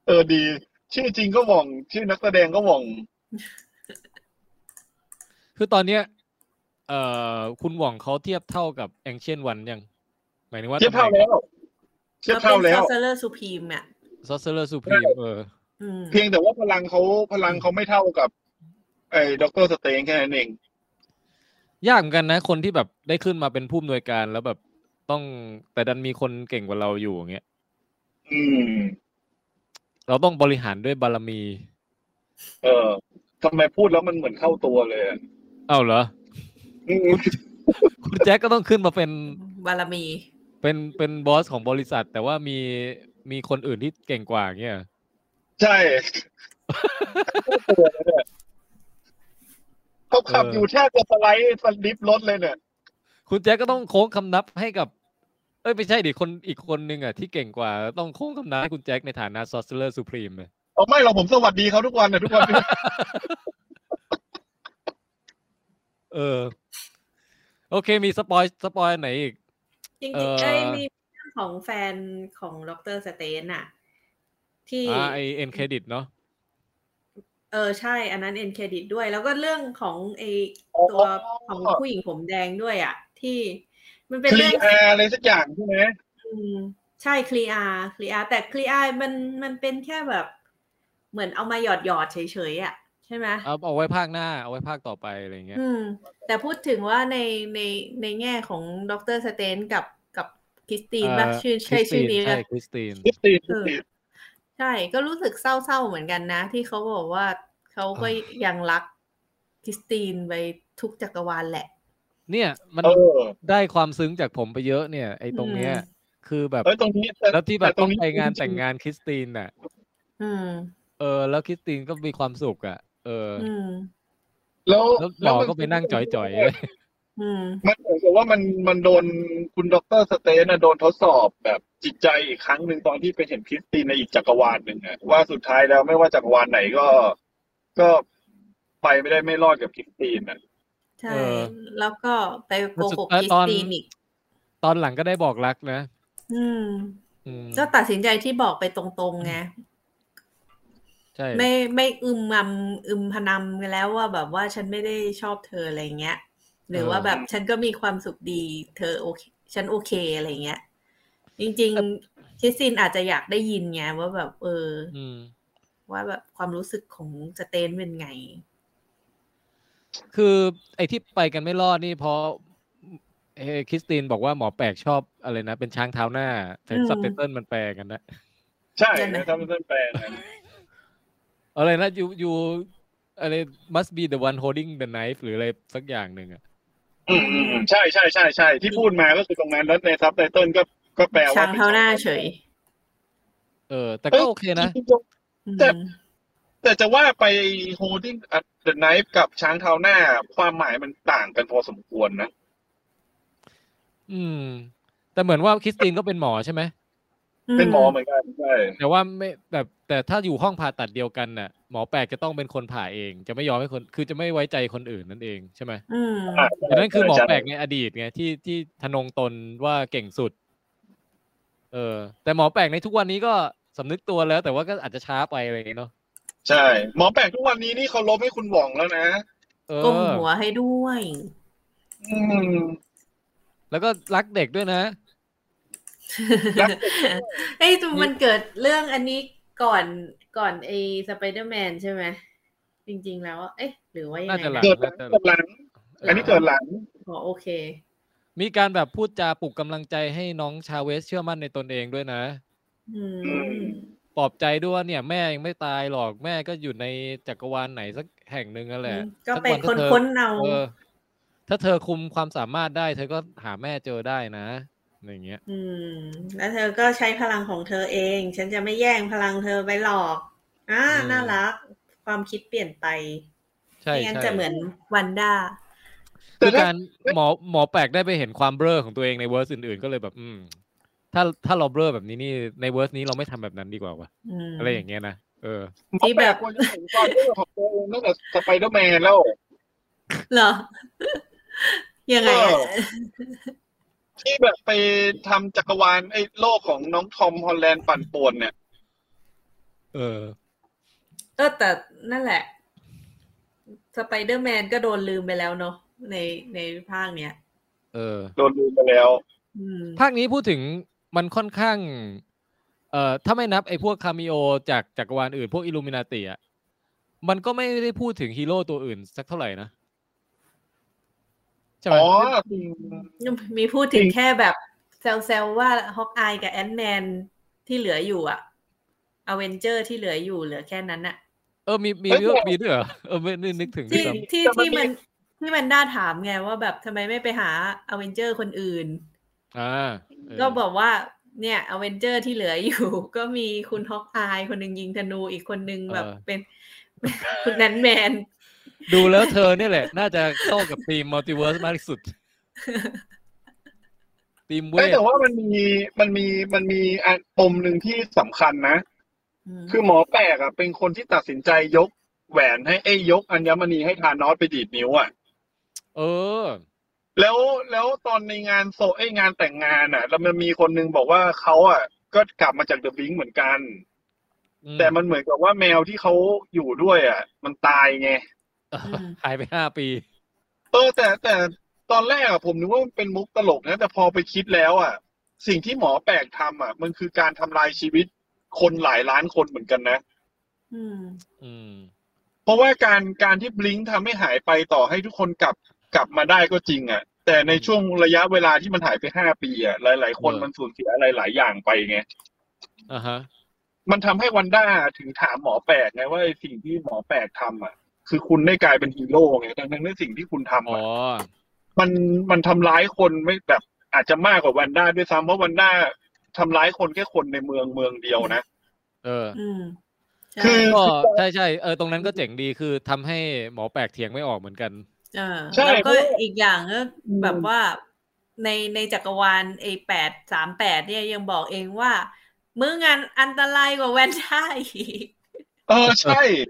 Speaker 1: เออดี ชื่อจริงก็หว่อง ชื่อนักแสดงก็หว่อง
Speaker 2: คือตอนเนี้ย เอ่อ คุณหว่องเขาเทียบเท่ากับแองเชียนวันยัง หมายถึงว่า
Speaker 1: เทียบเท่าแล้ว เทียบเท่าแล้ว
Speaker 4: เซอร์เลอร์ซูพีมอ่ะ
Speaker 2: ซอสเซอร์สูพีมเออ
Speaker 4: อืม
Speaker 1: เพียงแต่ว่าพลังเขาพลังเขาไม่เท่ากับ ไอ้ด็อกเตอร์สเตนแค่นั้นเอง
Speaker 2: ยากเหมือนกันนะ คนที่แบบได้ขึ้นมาเป็นผู้อำนวยการแล้วแบบต้องแต่ดันมีคนเก่งกว่าเราอยู่อย่างเงี้ย
Speaker 1: อืม
Speaker 2: เราต้องบริหารด้วยบารมี
Speaker 1: เออทำไมพูดแล้วมันเหมือนเข้าตัวเลยอะ
Speaker 2: เอ้าเหรอ
Speaker 1: อืม
Speaker 2: คุณแจ็คก็ต้องขึ้นมาเป็น
Speaker 4: บารมี
Speaker 2: เป็นเป็นบอสของบริษัท แต่ว่ามีมีคนอื่นที่เก่งกว่าอย่างเงี้ยเหรอ
Speaker 1: ใช่ เข้าตัวเลยเนี่ยเขาขับอยู่แทบจะสไลด์สลิปรถเลยเนี่ย
Speaker 2: คุณแจ็คก็ต้องโค้งคำนับให้กับ เอ้ยไม่ใช่ดิคนอีกคนนึงอ่ะที่เก่งกว่า ต้องโค้งคำนับให้คุณแจ็คในฐานะซอสเลอร์สุพรีมเลย
Speaker 1: เอาไม่เราผมสวัสดีเขาทุกวันนะทุกวัน
Speaker 2: เออ โอเคมีสปอยสปอยไหนอีก
Speaker 4: จริง
Speaker 2: เอ่อ
Speaker 4: ๆไอ้ยมีเรื่องของแฟนของดรสเตนอะที่
Speaker 2: อ่าไอเอ็นเครดิตเนาะ
Speaker 4: เออใช่ อันนั้นเอ็นเครดิตด้วย แล้วก็เรื่องของไอ
Speaker 1: อ๋อ
Speaker 4: ตัวของผู้หญิงผมแดงด้วยอะที่มันเป็น
Speaker 1: คลี
Speaker 4: เรื่อง
Speaker 1: อาร์อะไรสักอย่างใช่ไหม
Speaker 4: อืมใช่คลีอาคลีอาแต่คลีอามันมันเป็นแค่แบบ เหมือนเอามาหยอดหยอดๆเฉยๆอ่ะใช่ไหม
Speaker 2: เอาเอาไว้ภาคหน้า เอาไว้ภาคต่อไปอะไรเงี้ย
Speaker 4: อืม แต่พูดถึงว่าในในในแง่ของดรสเตนกับกับคริสตินป่ะชื่อใช่ชื่อนี้
Speaker 2: ใช่
Speaker 4: ป่ะ
Speaker 2: คริสติน
Speaker 1: คริสติน
Speaker 4: เออใช่ก็รู้สึกเศร้าๆเหมือนกันนะ ที่เขาบอกว่าเขาก็ยังรักคริสตินไปทุกจักรวาลแหละ
Speaker 2: เนี่ยมัน
Speaker 1: เออ
Speaker 2: ได้ความซึ้งจากผมไปเยอะเนี่ย ไอตรงเนี้ย
Speaker 4: อืม
Speaker 2: คือแบบ
Speaker 1: เอ้ยตรงนี้ต่
Speaker 2: แล้วที่แบบต้อง
Speaker 1: นี้
Speaker 2: ไปงานแต่งงานคริสตินน่ะ
Speaker 4: อืม
Speaker 2: เออแล้วคริสตินก็มีความสุขอ่ะ เอออ
Speaker 4: อืม
Speaker 1: แล้ว
Speaker 2: แล้วหมอก็ไปนั่งจ่อยๆเลย
Speaker 4: อืม
Speaker 1: มันเหมือนกับว่ามันมันโดนคุณด็อกเตอร์สเตนนะโดนทดสอบแบบจิตใจอีกครั้งหนึ่งตอนที่ไปเห็นคริสตินในอีกจักรวาลหนึ่งอะว่าสุดท้ายแล้วไม่ว่าจักรวาลไหนก็ก็ไปไม่ได้ไม่รอดกับคริสตินอะ
Speaker 4: ใช่
Speaker 2: เออ
Speaker 4: แล้วก็ไปโกหก
Speaker 2: แล้ว
Speaker 4: คริ
Speaker 2: ต
Speaker 4: ส
Speaker 2: อน
Speaker 4: ตินอีก
Speaker 2: ตอนหลังก็ได้บอกรักนะ
Speaker 4: อืม
Speaker 2: อืม
Speaker 4: ก็ตัดสินใจที่บอกไปตรงๆไง
Speaker 2: ใช่
Speaker 4: ไม่ไม่อึมงำอึมพนำกันแล้วว่าแบบว่าฉันไม่ได้ชอบเธออะไรเงี้ย หรือว่าแบบฉันก็มีความสุขดี เธอโอเค ฉันโอเคอะไรเงี้ย จริงๆคริสตินอาจจะอยากได้ยินไงว่าแบบ เออ
Speaker 2: อืม
Speaker 4: ว่าแบบความรู้สึกของสเตนเป็นไง
Speaker 2: คือไอ้ที่ไปกันไม่รอดนี่เพราะเอ่อคริสตินบอกว่าหมอแปลกชอบอะไรนะ เป็นช้างเท้าหน้าแต่
Speaker 4: อืม
Speaker 2: ซับไตเติลมันแปลกันนะ
Speaker 1: ใช่
Speaker 4: ใช่ไหม
Speaker 1: นะครับมันเป็นแปลงนะ
Speaker 2: อะไรนะยูยูอะไร must be the one holding the knife หรืออะไรสักอย่างหนึ่งอะ
Speaker 1: อืมอืมอืมใช่ใช่ใช่ใช่ที่พูดมาก็คือตรงนั้นแล้วในซับไตเติลก็ก็แปลว่า
Speaker 4: ช้างเท้าหน้าเฉย
Speaker 2: เออ แต่ก็โอเคนะ
Speaker 1: จริงๆ
Speaker 4: อืม
Speaker 1: แต่ แต่จะว่าไปโฮลดิ้งเดอะไนฟ์กับช้างเท้าหน้า ความหมายมันต่างกันพอสมควรนะ
Speaker 2: อืม แต่เหมือนว่าคริสตินก็เป็นหมอใช่ไหม
Speaker 1: เป็นหมอเหมือนกันใช่
Speaker 2: แต่ว่าไม่แบบแต่ถ้าอยู่ห้องผ่าตัดเดียวกันน่ะ หมอแปลกจะต้องเป็นคนผ่าเอง จะไม่ยอมให้คนคือจะไม่ไว้ใจคนอื่นนั่นเองใช่ไหม
Speaker 4: อืม
Speaker 2: แต่นั่นคือหมอแปลก
Speaker 1: ใช่
Speaker 2: ในอดีตไงที่ที่ทะนงตนว่าเก่งสุด เออ แต่หมอแปลกในทุกวันนี้ก็สำนึกตัวแล้ว แต่ว่าก็อาจจะช้าไปอะไรอย่างเงี้ยเนาะ
Speaker 1: ใช่ หมอแปลกทุกวันนี้นี่เขาลบให้คุณหว่องแล้วนะ
Speaker 2: เอ
Speaker 4: ก้ม
Speaker 2: อ
Speaker 4: หัวให้ด้วย
Speaker 1: อืม
Speaker 2: แล้วก็รักเด็กด้วยนะ
Speaker 1: แล้ว
Speaker 4: เอ้ยแต่มันเกิดเรื่องอันนี้ก่อนก่อนไอ้สไปเดอร์แมนใช่ไหมจริง ๆ แล้วอะเอ๊ะหรือว่ายัง
Speaker 2: น่า
Speaker 4: ไง
Speaker 2: จะหลัง
Speaker 4: นะ
Speaker 1: เกิดหลังเกิดหลัง อันนี้เกิดหลัง
Speaker 4: อ๋อโอเค
Speaker 2: มีการแบบพูดจาปลุกกำลังใจให้น้องชาเวสเชื่อมั่นในตนเองด้วยนะ
Speaker 4: อื
Speaker 1: อื
Speaker 4: ม
Speaker 1: ม
Speaker 2: ปลอบใจด้วยว่าเนี่ยแม่ยังไม่ตายหรอกแม่ก็อยู่ในจักรวาลไหนสักแห่งหนึ่งนั่นแหละ
Speaker 4: อืมก็
Speaker 2: สั
Speaker 4: ไป
Speaker 2: วัถ้า
Speaker 4: ค้น
Speaker 2: เธอ
Speaker 4: ค้นๆเอา
Speaker 2: เออ ถ้าเธอคุมความสามารถได้ เธอก็หาแม่เจอได้นะอะไรอย่างเงี้ย
Speaker 4: อืม แล้วเธอก็ใช้พลังของเธอเอง ฉันจะไม่แย่งพลังเธอไปหรอกอ่า
Speaker 2: อืม
Speaker 4: น่ารัก ความคิดเปลี่ยนไป
Speaker 2: ใช่
Speaker 4: ไม่งั้น
Speaker 2: ใช่
Speaker 4: จะเหมือนวันด้า
Speaker 1: แต่
Speaker 2: คือ
Speaker 1: ถ้า
Speaker 2: การหมอหมอแปลกได้ไปเห็นความเบลอของตัวเองในเวอร์สอื่นๆ ก็เลยแบบ อืม ถ้าถ้าเราเบลอแบบนี้นี่ในเวอร์สนี้เราไม่ทำแบบนั้นดีกว่าวะ
Speaker 4: ม
Speaker 2: อะไรอย่างเงี้ยนะเออ
Speaker 1: หม
Speaker 4: ที่
Speaker 1: อแป
Speaker 4: แบ
Speaker 1: ล
Speaker 4: บ
Speaker 1: กควรจะเห็นความเบลอของตัวเองตั้งแต่สไปเดอร์แมนแล้ว
Speaker 4: เหรอ ยังไงอะ
Speaker 1: เออ ที่แบบไปทำจักรวาลไอ้โลกของน้องทอมฮอลแลนด์ปั่นป่วนเนี่ย
Speaker 2: เออ
Speaker 4: เออแต่นั่นแหละ สไปเดอร์แมนก็โดนลืมไปแล้วเนาะในในภาคเนี้ย
Speaker 2: เออ
Speaker 1: โดนลืมไปแล้ว
Speaker 4: อืม
Speaker 2: ภาคนี้พูดถึงมันค่อนข้าง เอ่อ ถ้าไม่นับไอ้พวกคาเมิโอจากจักรวาลอื่น พวกอิลูมินาติอ่ะ มันก็ไม่ได้พูดถึงฮีโร่ตัวอื่นสักเท่าไหร่นะ ใช่ไหม
Speaker 1: อ๋อ
Speaker 4: มีพูดถึ
Speaker 1: จ
Speaker 4: ง
Speaker 1: ริง
Speaker 4: แค่แบบแซวๆว่าฮอกอายกับแอนแมนที่เหลืออยู่อะอเวนเจอร์ที่เหลืออยู่เหลือแค่นั้นอะ
Speaker 2: เออ มี มี
Speaker 1: เอ้ย
Speaker 2: เรื่อง
Speaker 1: แต่
Speaker 2: มีด้วยเหรอเออไม่ได้นึกถึงด้วย
Speaker 4: ที่
Speaker 2: ซ้
Speaker 4: ที่
Speaker 1: แต่มัน
Speaker 4: ที่มัน
Speaker 1: มี
Speaker 4: ที่มันน่าถามไงว่าแบบทำไมไม่ไปหาอเวนเจอร์คนอื่น
Speaker 2: ำอ่าเออ
Speaker 4: ก็บอกว่าเนี่ยอเวนเจอร์ที่เหลืออยู่ ก็มีคุณฮอกอายคนหนึ่งยิงธนูอีกคนหนึ่งแบบเป็น คุณแอนแมน
Speaker 2: ดูแล้วเธอเนี่ยแหละ น่าจะเข้ากับทีมมัลติเวิร์สมากที่สุด ทีมเว
Speaker 1: เอ้ย
Speaker 2: ท
Speaker 1: แต่ว่ามันมีมันมีมันมีอันปมหนึ่งที่สำคัญนะ คือหมอแปลกอ่ะเป็นคนที่ตัดสินใจยกแหวนให้เอ้ยยกอัญมณีให้ทานอสไปดีดนิ้วอ่ะ
Speaker 2: เออ
Speaker 1: แล้วแล้วตอนในงานโซไอ้ยงานแต่งงานอ่ะ แล้วมันมีคนนึงบอกว่าเขาอ่ะ ก็กลับมาจากเดอะบิงเหมือนกัน
Speaker 2: อืม
Speaker 1: แต่มันเหมือนกับว่าแมวที่เขาอยู่ด้วยอ่ะ มันตายไง
Speaker 2: เออ หายไปห้าปี
Speaker 1: เออแต่แต่ตอนแรกอะผมนึกว่ามันเป็นมุกตลกนะ แต่พอไปคิดแล้วอะสิ่งที่หมอแปลกทำอะมันคือการทำลายชีวิตคนหลายล้านคนเหมือนกันนะ
Speaker 4: อืม
Speaker 2: อืม
Speaker 1: เพราะว่าการการที่บลิงทำให้หายไปต่อให้ทุกคนกลับกลับมาได้ก็จริงอะแต่ในช่วงระยะเวลาที่มันหายไปห้าปีอะหลาย ๆ คน
Speaker 2: เออ
Speaker 1: มันสูญเสียอะไรหลายอย่างไปไง
Speaker 2: อ่าฮะ
Speaker 1: มันทำให้วันด้าถึงถามหมอแปลกไงว่าไอ้สิ่งที่หมอแปลกทำอะคือคุณได้กลายเป็นฮีโร่ไงทั้งๆที่สิ่งที่คุณทำ
Speaker 2: อ๋
Speaker 1: อะ
Speaker 2: อ
Speaker 1: มันมันทำร้ายคนไม่แบบอาจจะมากกว่าวันด้าด้วยซ้ำเพราะวันด้าทำร้ายคนแค่คนในเมืองเมืองเดียวนะ
Speaker 2: เออ
Speaker 4: อืมใช่
Speaker 1: คือ
Speaker 2: ก็ใช่ใช่เออตรงนั้นก็เจ๋งดีคือทำให้หมอแปลกเถียงไม่ออกเหมือนกัน
Speaker 4: เออ
Speaker 1: ใช่
Speaker 4: แล้วก็
Speaker 1: เพราะว่า
Speaker 4: อีกอย่างก็
Speaker 1: อืม
Speaker 4: แบบว่าในในจักรวาลไอแปดสามแปดเนี่ยยังบอกเองว่า มื้องานอันตรายกว่าแวนด้าอีก
Speaker 1: เออใช่
Speaker 2: เ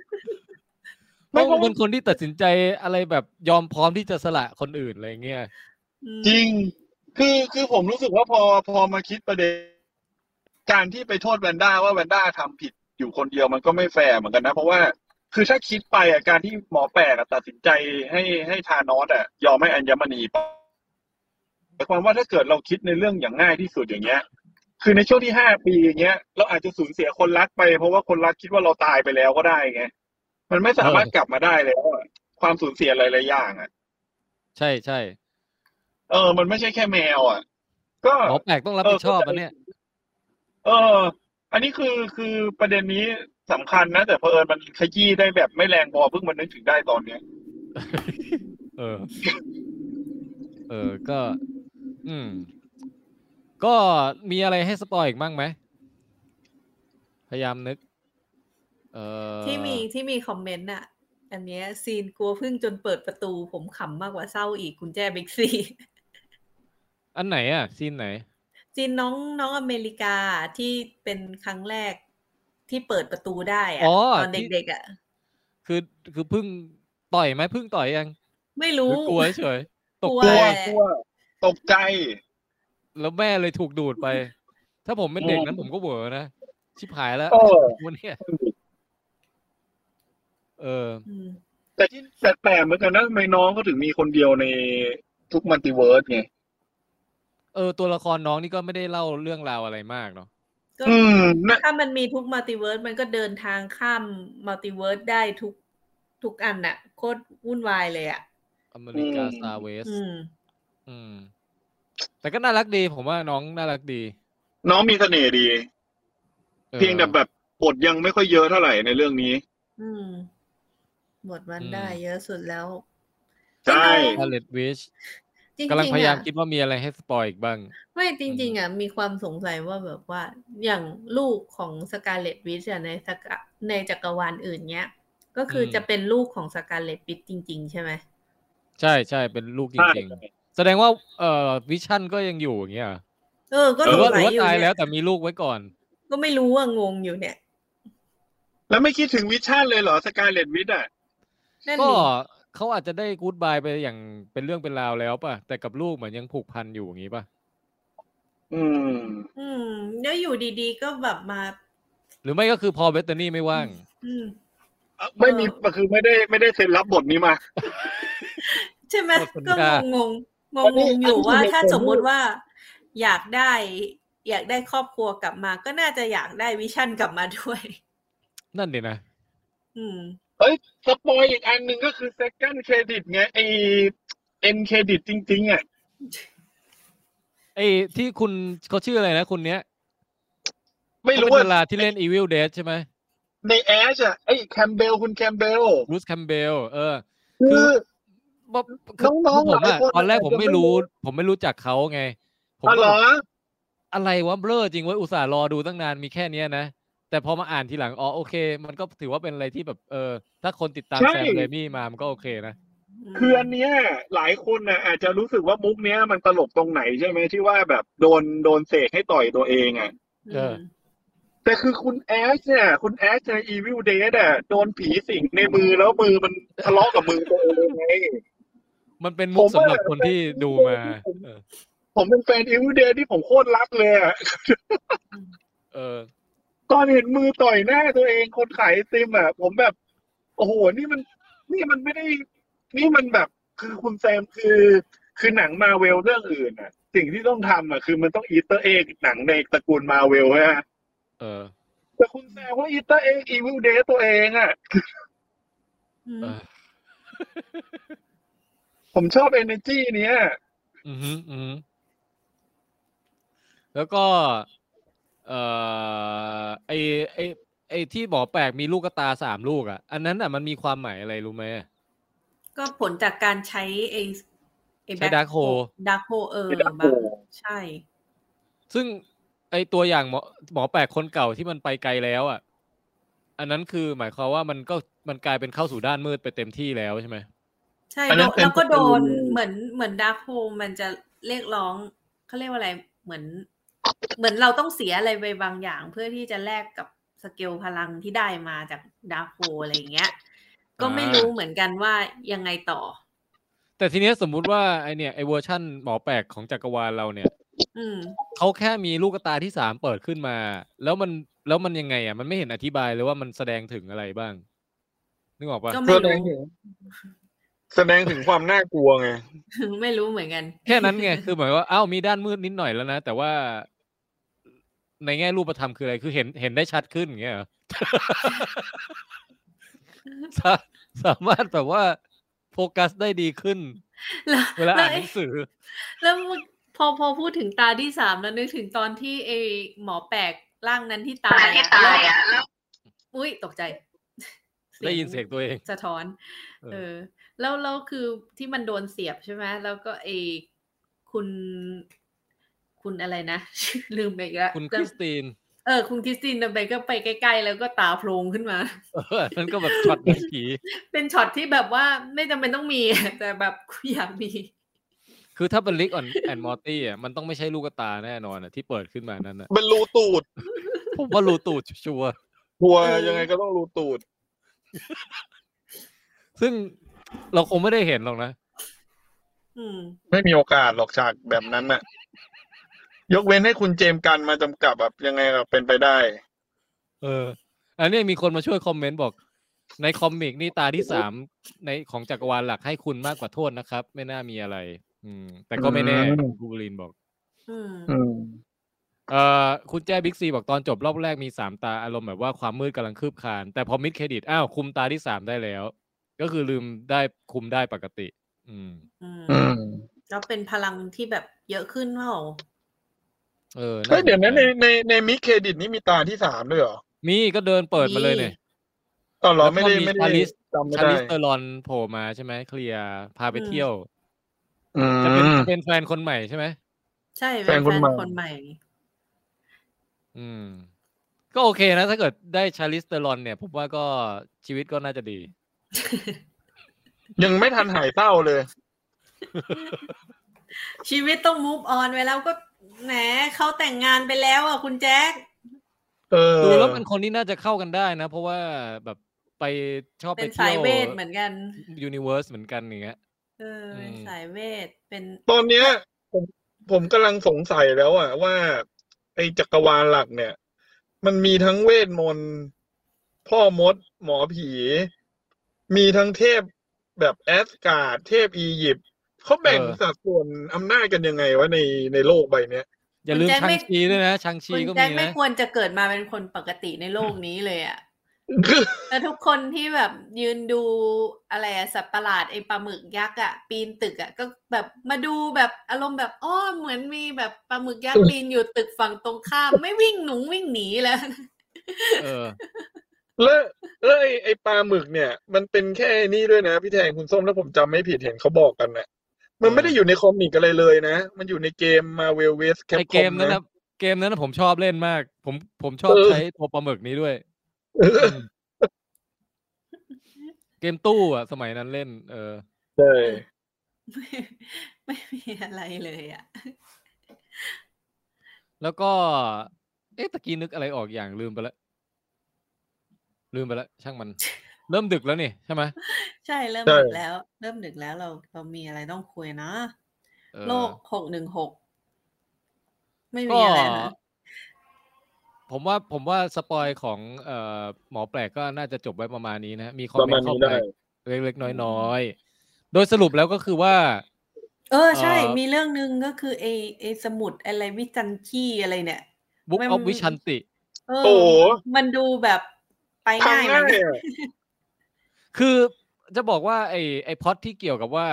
Speaker 2: พ
Speaker 1: ไม่
Speaker 2: ราะ
Speaker 1: เพ
Speaker 2: ว่า
Speaker 1: ราะ
Speaker 2: เป็
Speaker 1: ว่าน
Speaker 2: คนที่ตัดสินใจอะไรแบบยอมพร้อมที่จะสละคนอื่นอะไรเงี้ย
Speaker 4: อืม
Speaker 1: จริง คือคือผมรู้สึกว่าพอพอมาคิดประเด็น การที่ไปโทษแวนด้าว่าแวนด้าทำผิดอยู่คนเดียวมันก็ไม่แฟร์เหมือนกันนะ เพราะว่าคือถ้าคิดไปอ่ะการที่หมอแปลกอะตัดสินใจให้ให้ทานอสอ่ะ ยอมให้อัญมณีไปหมายความว่าถ้าเกิดเราคิดในเรื่องอย่างง่ายที่สุดอย่างเงี้ย คือในช่วงที่ห้าปีอย่างเงี้ยเราอาจจะสูญเสียคนรักไป เพราะว่าคนรักคิดว่าเราตายไปแล้วก็ได้ไงมันไม่สามารถกลับมาได้แล้วอะความสูญเสียหลายๆอย่างอ่ะ
Speaker 2: ใช่ใช่
Speaker 1: เออ มันไม่ใช่แค่แมวอ่ะ ก็
Speaker 2: หมอแปลกต้องรับผิดชอบอันเนี้ย
Speaker 1: เออ อันนี้คือคือประเด็นนี้สำคัญนะ แต่เผอิญมันขยี้ได้แบบไม่แรงพอเพิ่งมันนึกถึงได้ตอนเนี้ย
Speaker 2: เออ เออก็ อืม ก็มีอะไรให้สปอยอีกบ้างไหมพยายามนึก เออ
Speaker 4: ที่มีที่มีคอมเมนต์อ่ะ อันเนี้ยซีนกลัวพึ่งจนเปิดประตูผมขำมากกว่าเศร้าอีกกุญแจเบกซี่
Speaker 2: อันไหนอ่ะซีนไหน
Speaker 4: จีนน้องน้องอเมริกาที่เป็นครั้งแรกที่เปิดประตูได้อะ
Speaker 2: อ๋อ
Speaker 4: ตอน
Speaker 2: ที่
Speaker 4: เด็กๆอ่ะ
Speaker 2: คือคือเพึ่งต่อยไหมเพึ่งต่อยยัง
Speaker 4: ไม่
Speaker 2: ห
Speaker 4: รู้
Speaker 2: รือกลัวเฉยๆตก
Speaker 4: ก
Speaker 2: ใจ
Speaker 4: ลัแป
Speaker 1: กลัว
Speaker 4: ลก
Speaker 1: กลัว ตกใจ
Speaker 2: แล้วแม่เลยถูกดูดไป ถ้าผมเป็นเด็กนั้นผมก็เวอนะ ชิบหายแล้ว
Speaker 1: เออ
Speaker 2: วันเนี้ยเออ
Speaker 4: อืม
Speaker 1: แต่ที่แต่แปลกเหมือนกันนะทำไมน้องก็ถึงมีคนเดียวในทุกมัลติเวิร์สไง
Speaker 2: เออ ตัวละครน้องนี่ก็ไม่ได้เล่าเรื่องราวอะไรมากเนาะ
Speaker 4: ก็
Speaker 1: อืมนะ
Speaker 4: ถ้ามันมีทุกมัลติเวิร์สมันก็เดินทางข้ามมัลติเวิร์สได้ทุกทุกอันน่ะ โคตรวุ่นวายเลยอ่ะ
Speaker 2: อเมริกาซาเวส
Speaker 4: อืม
Speaker 2: อืม แต่ก็น่ารักดี ผมว่าน้องน่ารักดี
Speaker 1: น้องมีเสน่ห์ดี
Speaker 2: ออ
Speaker 1: เพียงแต่แบบบทยังไม่ค่อยเยอะเท่าไหร่ในเรื่องนี้
Speaker 4: อืมหมดมัน
Speaker 2: อืม
Speaker 4: ได้เยอะสุดแล้ว
Speaker 1: ใช่
Speaker 4: จริงๆอะ
Speaker 2: Scarlet Witch
Speaker 4: จริงๆ
Speaker 2: กำลังพยายาม
Speaker 4: อะ
Speaker 2: คิดว่ามีอะไรให้สปอยอีกบ้าง
Speaker 4: ไม่จริง ๆอ่ะมีความสงสัยว่าแบบว่าอย่างลูกของสกาเลตวิชในสกาในจักรวาลอื่นเนี้ย ก็คืออ
Speaker 2: ม
Speaker 4: จะเป็นลูกของสกาเลตวิชจริง ๆ ใช่ไหม
Speaker 2: ใช่ใช่เป็นลูกจริงๆ แสดงว่าเอ่อวิชั่นก็ยังอยู่อย่างเงี้ยเหรอ
Speaker 4: เออ ก็
Speaker 2: ห
Speaker 4: ส
Speaker 2: รือง ว่าห
Speaker 4: สั
Speaker 2: รือย ว่า
Speaker 4: อยู่
Speaker 2: ตาย
Speaker 4: เนี่
Speaker 2: แล้
Speaker 4: ยว
Speaker 2: แต่มีลูกไว้ก่อน
Speaker 4: ก็ไม่รู้อ่ะงงอยู่เนี่ย
Speaker 1: แล้วไม่คิดถึงวิชั่นเลยเหรอสกายเลดวิทอ่ะ
Speaker 4: นั่น
Speaker 2: ก็
Speaker 4: ดิ
Speaker 2: เขาอาจจะได้กู๊ดบายไปอย่างเป็นเรื่องเป็นราวแล้วป่ะ แต่กับลูกเหมือนยังผูกพันอยู่อย่างงี้ป่ะ
Speaker 1: อืม
Speaker 4: อืมแล้วอยู่ดีๆ ก็แบบมา
Speaker 2: หรือไม่ก็คือพอเบตเตอรี่ไม่ว่าง
Speaker 4: อืม
Speaker 1: ไม่มีคือไม่ได้ไม่ได้เซ็นรับบทนี้มา
Speaker 4: ใช่ไหม
Speaker 2: ขอบคุณ
Speaker 4: ก็ง
Speaker 2: ค่ะ
Speaker 4: งงงง
Speaker 1: อัน
Speaker 4: ง
Speaker 1: นี้
Speaker 4: งอยู่
Speaker 1: อันนี้
Speaker 4: ว่าถ้า
Speaker 1: เหตุผล
Speaker 4: สมมุติว่า อยากได้ อยากได้ครอบครัวกลับมา ก็น่าจะอยากได้วิชั่นกลับมาด้วย
Speaker 2: นั่นดินะ
Speaker 4: อืม
Speaker 1: สปอยอีกอันหนึ่งก็คือ second credit ไงไอเอ็นเครดิตจริงๆอ่ะ
Speaker 2: ไอ้ที่คุณเขาชื่ออะไรนะคุณเนี้ย
Speaker 1: ไม่รู้
Speaker 2: เขาเป็
Speaker 1: ว่าน
Speaker 2: ดาราที่เล่น Evil Dead ใช่ไหม
Speaker 1: ในแอชอ่ะไอแคมเบลคุณแคมเบล
Speaker 2: รูสแคมเบลเออ
Speaker 1: คือ
Speaker 2: ว่า
Speaker 1: น้องๆ
Speaker 2: ผม
Speaker 1: หลาย
Speaker 2: อะ
Speaker 1: คน
Speaker 2: ตอนแรกผมไม่รู้
Speaker 1: อาจจะไม่รู้
Speaker 2: ผมไม่รู้จักเขาไง ผม
Speaker 1: อ๋อ
Speaker 2: ก็
Speaker 1: เหรอ
Speaker 2: แบบอะไรวะเบลอจริงเว้ยอุตส่าห์รอดูตั้งนานมีแค่เนี้ยนะ แต่พอมาอ่านทีหลังอ๋อโอเค มันก็ถือว่าเป็นอะไรที่แบบเออ ถ้าคนติดตาม
Speaker 1: ใช่
Speaker 2: แซมเรมี่มามันก็โอเคนะ
Speaker 1: คืออันเนี้ยหลายคนน่ะอาจจะรู้สึกว่ามุกเนี้ยมันตลกตรงไหนใช่ไหมที่ว่าแบบโดนโดนเสกให้ต่อยตัวเองอ่ะ
Speaker 2: เออ
Speaker 1: แต่คือคุณแอชเนี่ยคุณแอชในอีวิลเดดอ่ะโดนผีสิงในมือแล้วมือมันทะเลาะกับมือตัวเองไง
Speaker 2: มันเป็นมุก
Speaker 1: ผมว่า
Speaker 2: สำหรับคนที่ดูมาเออ
Speaker 1: ผมเป็นแฟนอีวิลเดดที่ผมโคตรรักเลยอ่ะ
Speaker 2: เออ
Speaker 1: ตอนเห็นมือต่อยหน้าตัวเองคนขายไอติมอ่ะผมแบบ โอ้โหนี่มัน นี่มันไม่ได้ นี่มันแบบคือคุณแซมคือ คือหนังมาเวลเรื่องอื่นอ่ะ สิ่งที่ต้องทำอ่ะคือมันต้องอีเตอร์เอกหนังในตระกูลมาเวลฮะ
Speaker 2: เออ
Speaker 1: แต่คุณแซมว่าอีเตอร์เอกอีวิลเดตัวเองอ่ะ
Speaker 4: อืม
Speaker 2: เออ
Speaker 1: ผมชอบเอเนจีเนี้ย
Speaker 2: อือฮึอือฮึแล้วก็เอ่อไอไอไอที่หมอแปลกมีลูกกระตาสามลูกอ่ะ อันนั้นอ่ะมันมีความหมายอะไรรู้ไหม
Speaker 4: ก็ผลจากการใช้ไอ้
Speaker 2: ใช้ dark hole
Speaker 4: ดาร์โฮเออ
Speaker 1: ที่ดับ
Speaker 4: แบบ
Speaker 1: โบ
Speaker 4: ใช่
Speaker 2: ซึ่งไอตัวอย่างหมอหมอแปลกคนเก่าที่มันไปไกลแล้วอ่ะ อันนั้นคือหมายความว่ามันก็มันกลายเป็นเข้าสู่ด้านมืดไปเต็มที่แล้วใช่ไหม
Speaker 4: ใช่
Speaker 1: อันนั้
Speaker 4: แล้ว
Speaker 1: นเป็น
Speaker 4: แล้วก็โดน
Speaker 1: ประตู
Speaker 4: เหมือนเหมือนดาร์โฮมันจะเรียกร้องเขาเรียกว่าอะไรเหมือน เหมือนเราต้องเสียอะไรไปบางอย่าง เพื่อที่จะแลกกับสเกลพลังที่ได้มาจากดาร์โฮอะไรอย่างเงี้ย ก็ไม่รู้เหมือนกันว่ายังไงต่อ
Speaker 2: แต่ทีเนี้ยสมมุติว่าไอเนี่ยไอเวอร์ชั่นหมอแปลกของจักรวาลเราเนี่ย
Speaker 4: อืม
Speaker 2: เขาแค่มีลูกตาที่สามเปิดขึ้นมา แล้วมันแล้วมันยังไงอ่ะ มันไม่เห็นอธิบายเลยว่ามันแสดงถึงอะไรบ้าง นึกออกปะ
Speaker 4: ก็ไม่รู้
Speaker 1: แสดงถึงความน่ากลัวไง
Speaker 4: ไม่รู้เหมือนกัน
Speaker 2: แค่นั้นไง คือหมายว่าอ้าวมีด้านมืดนิดหน่อยแล้วนะ แต่ว่า ในแง่รูปธรรมคืออะไร คือเห็นเห็นได้ชัดขึ้นอย่างเงี้ยเหรอ สาสามารถแบบว่าโฟกัสได้ดีขึ้น
Speaker 4: แล้ว
Speaker 2: เวลา
Speaker 4: แล้
Speaker 2: อ่า
Speaker 4: วน
Speaker 2: ห
Speaker 4: ไอ้
Speaker 2: นังสือ
Speaker 4: แล้วมึงพอพอพูดถึงตาที่สามแล้วนึกถึงตอนที่ไอหมอแปลกร่างนั้นที่ตายที่ตายอ่ะแล้วอุ้ยตกใจ
Speaker 2: ได้ยินเสียงตัวเอง
Speaker 4: สะท้อน
Speaker 2: เออ
Speaker 4: เออ แล้วแล้วคือที่มันโดนเสียบใช่ไหมแล้วก็ไอคุณ คุณอะไรนะ ลืมไปอีกแล้ว
Speaker 2: คุณคริสติน
Speaker 4: เออคุณคริสตินเดินไปก็ไปใกล้ๆแล้วก็ตาโพลงขึ้นมา
Speaker 2: เอออันนั่นก็แบบช็อตหนังผี
Speaker 4: เป็นช็อตที่แบบว่าไม่จำเป็นต้องมี แต่แบบกูอยากมี
Speaker 2: คือถ้าเป็นลิกออนแอนมอร์ตี้อ่ะมันต้องไม่ใช่ลูกตาแน่นอนอ่ะที่เปิดขึ้นมานั้นอ่ะ
Speaker 1: เป็นรูตูด
Speaker 2: ผมว่ารูตูดชัวร์
Speaker 1: ทัวร์ยังไงก็ต้องรูตูด
Speaker 2: ๆซึ่งเราคงไม่ได้เห็นหรอกนะ
Speaker 4: อืม
Speaker 1: ไม่มีโอกาสหรอกฉากแบบนั้นน่ะ ยกเว้นให้คุณเจมส์กันมาจำกับแบบยังไงก็เป็นไปได้
Speaker 2: เออ อันนี้มีคนมาช่วยคอมเมนต์บอก ในคอมิกนี่ตาที่สามในของจักรวาลหลักให้คุณมากกว่าโทษนะครับ ไม่น่ามีอะไร อืม แต่ก็ไม่แน่
Speaker 1: อืม
Speaker 2: กูบลินบอก
Speaker 4: อืม
Speaker 1: อืม
Speaker 2: เอ่อคุณแจ้บิ๊กซีบอกตอนจบรอบแรกมีสามตาอารมณ์แบบว่าความมืดกำลังคืบคลาน แต่พอมิดเครดิตอ้าวคุมตาที่สามได้แล้ว ก็คือลืมได้คุมได้ปกติ อืม
Speaker 4: อื
Speaker 1: อื
Speaker 4: ม
Speaker 1: ม
Speaker 4: แล้วเป็นพลังที่แบบเยอะขึ้นเปล่า
Speaker 2: เออ
Speaker 1: เฮ้ยเดี๋ยวนั้น
Speaker 2: ส
Speaker 1: ใน
Speaker 2: ใจ
Speaker 1: ในในมิกเครดิตนี่มีตาที่สามด้วยเหรอ
Speaker 2: มีก็เดินเปิดมาเลยเนี่ย
Speaker 1: ตอนหรอ
Speaker 2: แล้วก็
Speaker 1: ไม่ได้
Speaker 2: มี
Speaker 1: ไม่
Speaker 2: ชา
Speaker 1: ได้
Speaker 2: ลิส
Speaker 1: จำไม่
Speaker 2: ชา
Speaker 1: ได้
Speaker 2: ลิสเตอรอนโผล่มาใช่ไหมเคลียร์พาไป
Speaker 4: อืม
Speaker 2: เที่ยว
Speaker 1: อื
Speaker 2: จะเป็น
Speaker 1: ม
Speaker 2: จะเป็นแฟนคนใหม่ใช่ไหม
Speaker 4: ใช่เป็น
Speaker 1: แฟน
Speaker 4: แฟ
Speaker 1: ค
Speaker 4: น
Speaker 1: นใหม่
Speaker 4: คนใหม่
Speaker 2: อืม ก็โอเคนะ ถ้าเกิดได้ชาลิสเตอรอนเนี่ยผมว่าก็ชีวิตก็น่าจะดี
Speaker 1: ยังไม่ทันหายเศร้าเลย
Speaker 4: ชีวิตต้องมูฟออนไปแล้วก็แหมเขาแต่งงานไปแล้วอ่ะคุณแจ๊ค
Speaker 1: เออ
Speaker 2: ดูแล้วเป็นคนที่น่าจะเข้ากันได้นะ เพราะว่าแบบไปชอบไป
Speaker 4: เป็น
Speaker 2: เที่
Speaker 4: สาย
Speaker 2: ยว
Speaker 4: เวทเหมือนกัน
Speaker 2: ยูนิเวิร์สเหมือนกันอย่างเงี้ย
Speaker 4: เออเป็น
Speaker 2: อืม
Speaker 4: สายเวทเป็น
Speaker 1: ตอนเนี้ยผมผมกำลังสงสัยแล้วอะว่า ไอ้จักรวาลหลักเนี่ย มันมีทั้งเวทมนต์พ่อมด หมอผี มีทั้งเทพแบบแอสการ์ดเทพอียิปต์เขาแบ่ง
Speaker 2: เออ
Speaker 1: สัดส่วนอำนาจกันยังไงวะในในโลกใบเนี้ย
Speaker 2: อย่าลืม
Speaker 4: คุณแจ็ค
Speaker 2: ชัง
Speaker 4: ไม่
Speaker 2: ชีด้วยนะ ชังชี
Speaker 4: คุณ
Speaker 2: ก็
Speaker 4: แจ๊ค
Speaker 2: มี
Speaker 4: ไม่
Speaker 2: นะ
Speaker 4: ควรจะเกิดมาเป็นคนปกติในโลกนี้เลยอ่ะ แล้วทุกคนที่แบบยืนดูอะไรอะสัตว์ประหลาดไอ้ปลาหมึกยักษ์อะปีนตึกอะก็แบบมาดูแบบอารมณ์แบบอ้อเหมือนมีแบบปลาหมึกยั กษ์ปีนอยู่ตึกฝั่งตรงข้าม ไม่วิ่งหนุงวิ่งหนีแล้ว
Speaker 2: เออ
Speaker 1: แล้วแล้วไอ้ไอ้ปลาหมึกเนี่ย มันเป็นแค่นี่ด้วยนะพี่แทงคุณส้มแล้วผมจำไม่ผิดเห็นเขาบอกกันนะมันไม่ได้อยู่ในคอมิกอะไรเลยนะ มันอยู่ในเกม Marvel vs
Speaker 2: ไอ
Speaker 1: Capcom
Speaker 2: เกมนั้น
Speaker 1: นะ
Speaker 2: นะเกมนั้นนะผมชอบเล่นมาก ผมผมชอบ
Speaker 1: เออ
Speaker 2: ใช้ตัวปลาหมึกนี้ด้วย
Speaker 1: เออ
Speaker 2: เกมตู้อ่ะ สมัยนั้นเล่น เออ
Speaker 1: ใช่
Speaker 4: ไม่ ไม่มีอะไรเลยอะ
Speaker 2: แล้วก็ เอ๊ะตะกี้นึกอะไรออกอย่างลืมไปละลืมไปละช่างมัน เริ่มดึกแล้วนี่ใช่ไหม
Speaker 4: ใช่เริ่ม
Speaker 1: ใช่
Speaker 4: ดึกแล้ว เริ่มดึกแล้วเราเรามีอะไรต้องคุยนะ
Speaker 2: เออ
Speaker 4: โลกหกหนึ่งหกไม่
Speaker 2: ก็
Speaker 4: มีอะไรนะ
Speaker 2: ผมว่าผมว่าสปอยของเอ่อหมอแปลกก็น่าจะจบไว้ประมาณนี้นะมีคอม
Speaker 1: ประ
Speaker 2: เม
Speaker 1: มาน ณ
Speaker 2: ต์เข้า
Speaker 1: นี้
Speaker 2: ไป
Speaker 1: ได้
Speaker 2: เล็กๆน้อยๆโดยสรุปแล้วก็คือว่า
Speaker 4: เออใช่
Speaker 2: เอ่อ
Speaker 4: มีเรื่องหนึ่งก็คือไอไอสมุดอะไรวิจันขี้อะไรเนี่ย
Speaker 2: บุ๊ก
Speaker 4: มั
Speaker 2: อน อฟวิชันติ
Speaker 4: เอ
Speaker 1: โอ้โห
Speaker 4: อ มันดูแบบไป
Speaker 1: พัง
Speaker 4: ง่าย
Speaker 1: ง่าย
Speaker 4: เหมือนกัน
Speaker 1: อ่ะ
Speaker 2: คือจะบอกว่าไอ้ไอ้พล็อดที่เกี่ยวกับว่า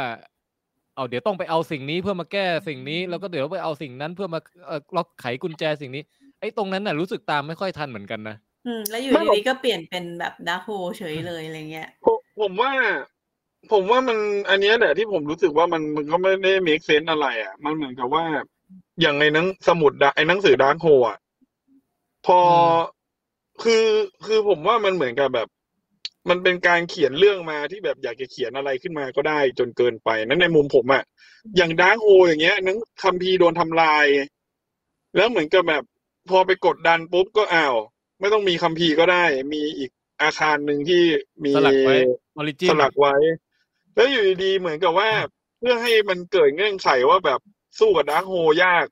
Speaker 2: เอาเดี๋ยวต้องไปเอาสิ่งนี้เพื่อมาแก้สิ่งนี้ แล้วก็เดี๋ยวไปเอาสิ่งนั้นเพื่อมาเอ่อล็อกไขกุญแจสิ่งนี้ ไอ้ตรงนั้นน่ะรู้สึกตามไม่ค่อยทันเหมือนกันนะ
Speaker 4: อืมแล้วอยู่ดีๆก็เปลี่ยนเป็นแบบดาร์คโฮเฉยเลยอะไรเงี้ย
Speaker 1: ผมผมว่า ผมว่ามันอันเนี้ยแหละที่ผมรู้สึกว่ามันมันก็ไม่ได้ make sense อะไร อ่ะ มันเหมือนกับว่า อย่างในหนังสมุดดะไอ้หนังสือดาร์กโฮอ่ะ พออ
Speaker 2: ม
Speaker 1: คือคือผมว่ามันเหมือนกับแบบ มันเป็นการเขียนเรื่องมาที่แบบอยากจะเขียนอะไรขึ้นมาก็ได้จนเกินไป นั้นในมุมผมอะอย่างดาร์กโฮอย่างเงี้ยหนังคัมภีร์โดนทำลาย แล้วเหมือนกับแบบ พอไปกดดันปุ๊บก็อ้าว ไม่ต้องมีคัมภีร์ก็ได้ มีอีกอาคารหนึ่งที่มี
Speaker 2: สลักไว้ ออริจิน
Speaker 1: สลักไว้ แล้วอยู่ดีๆเหมือนกับว่า เพื่อให้มันเกิดเงื่อนไขว่าแบบสู้กับดาร์กโฮยาก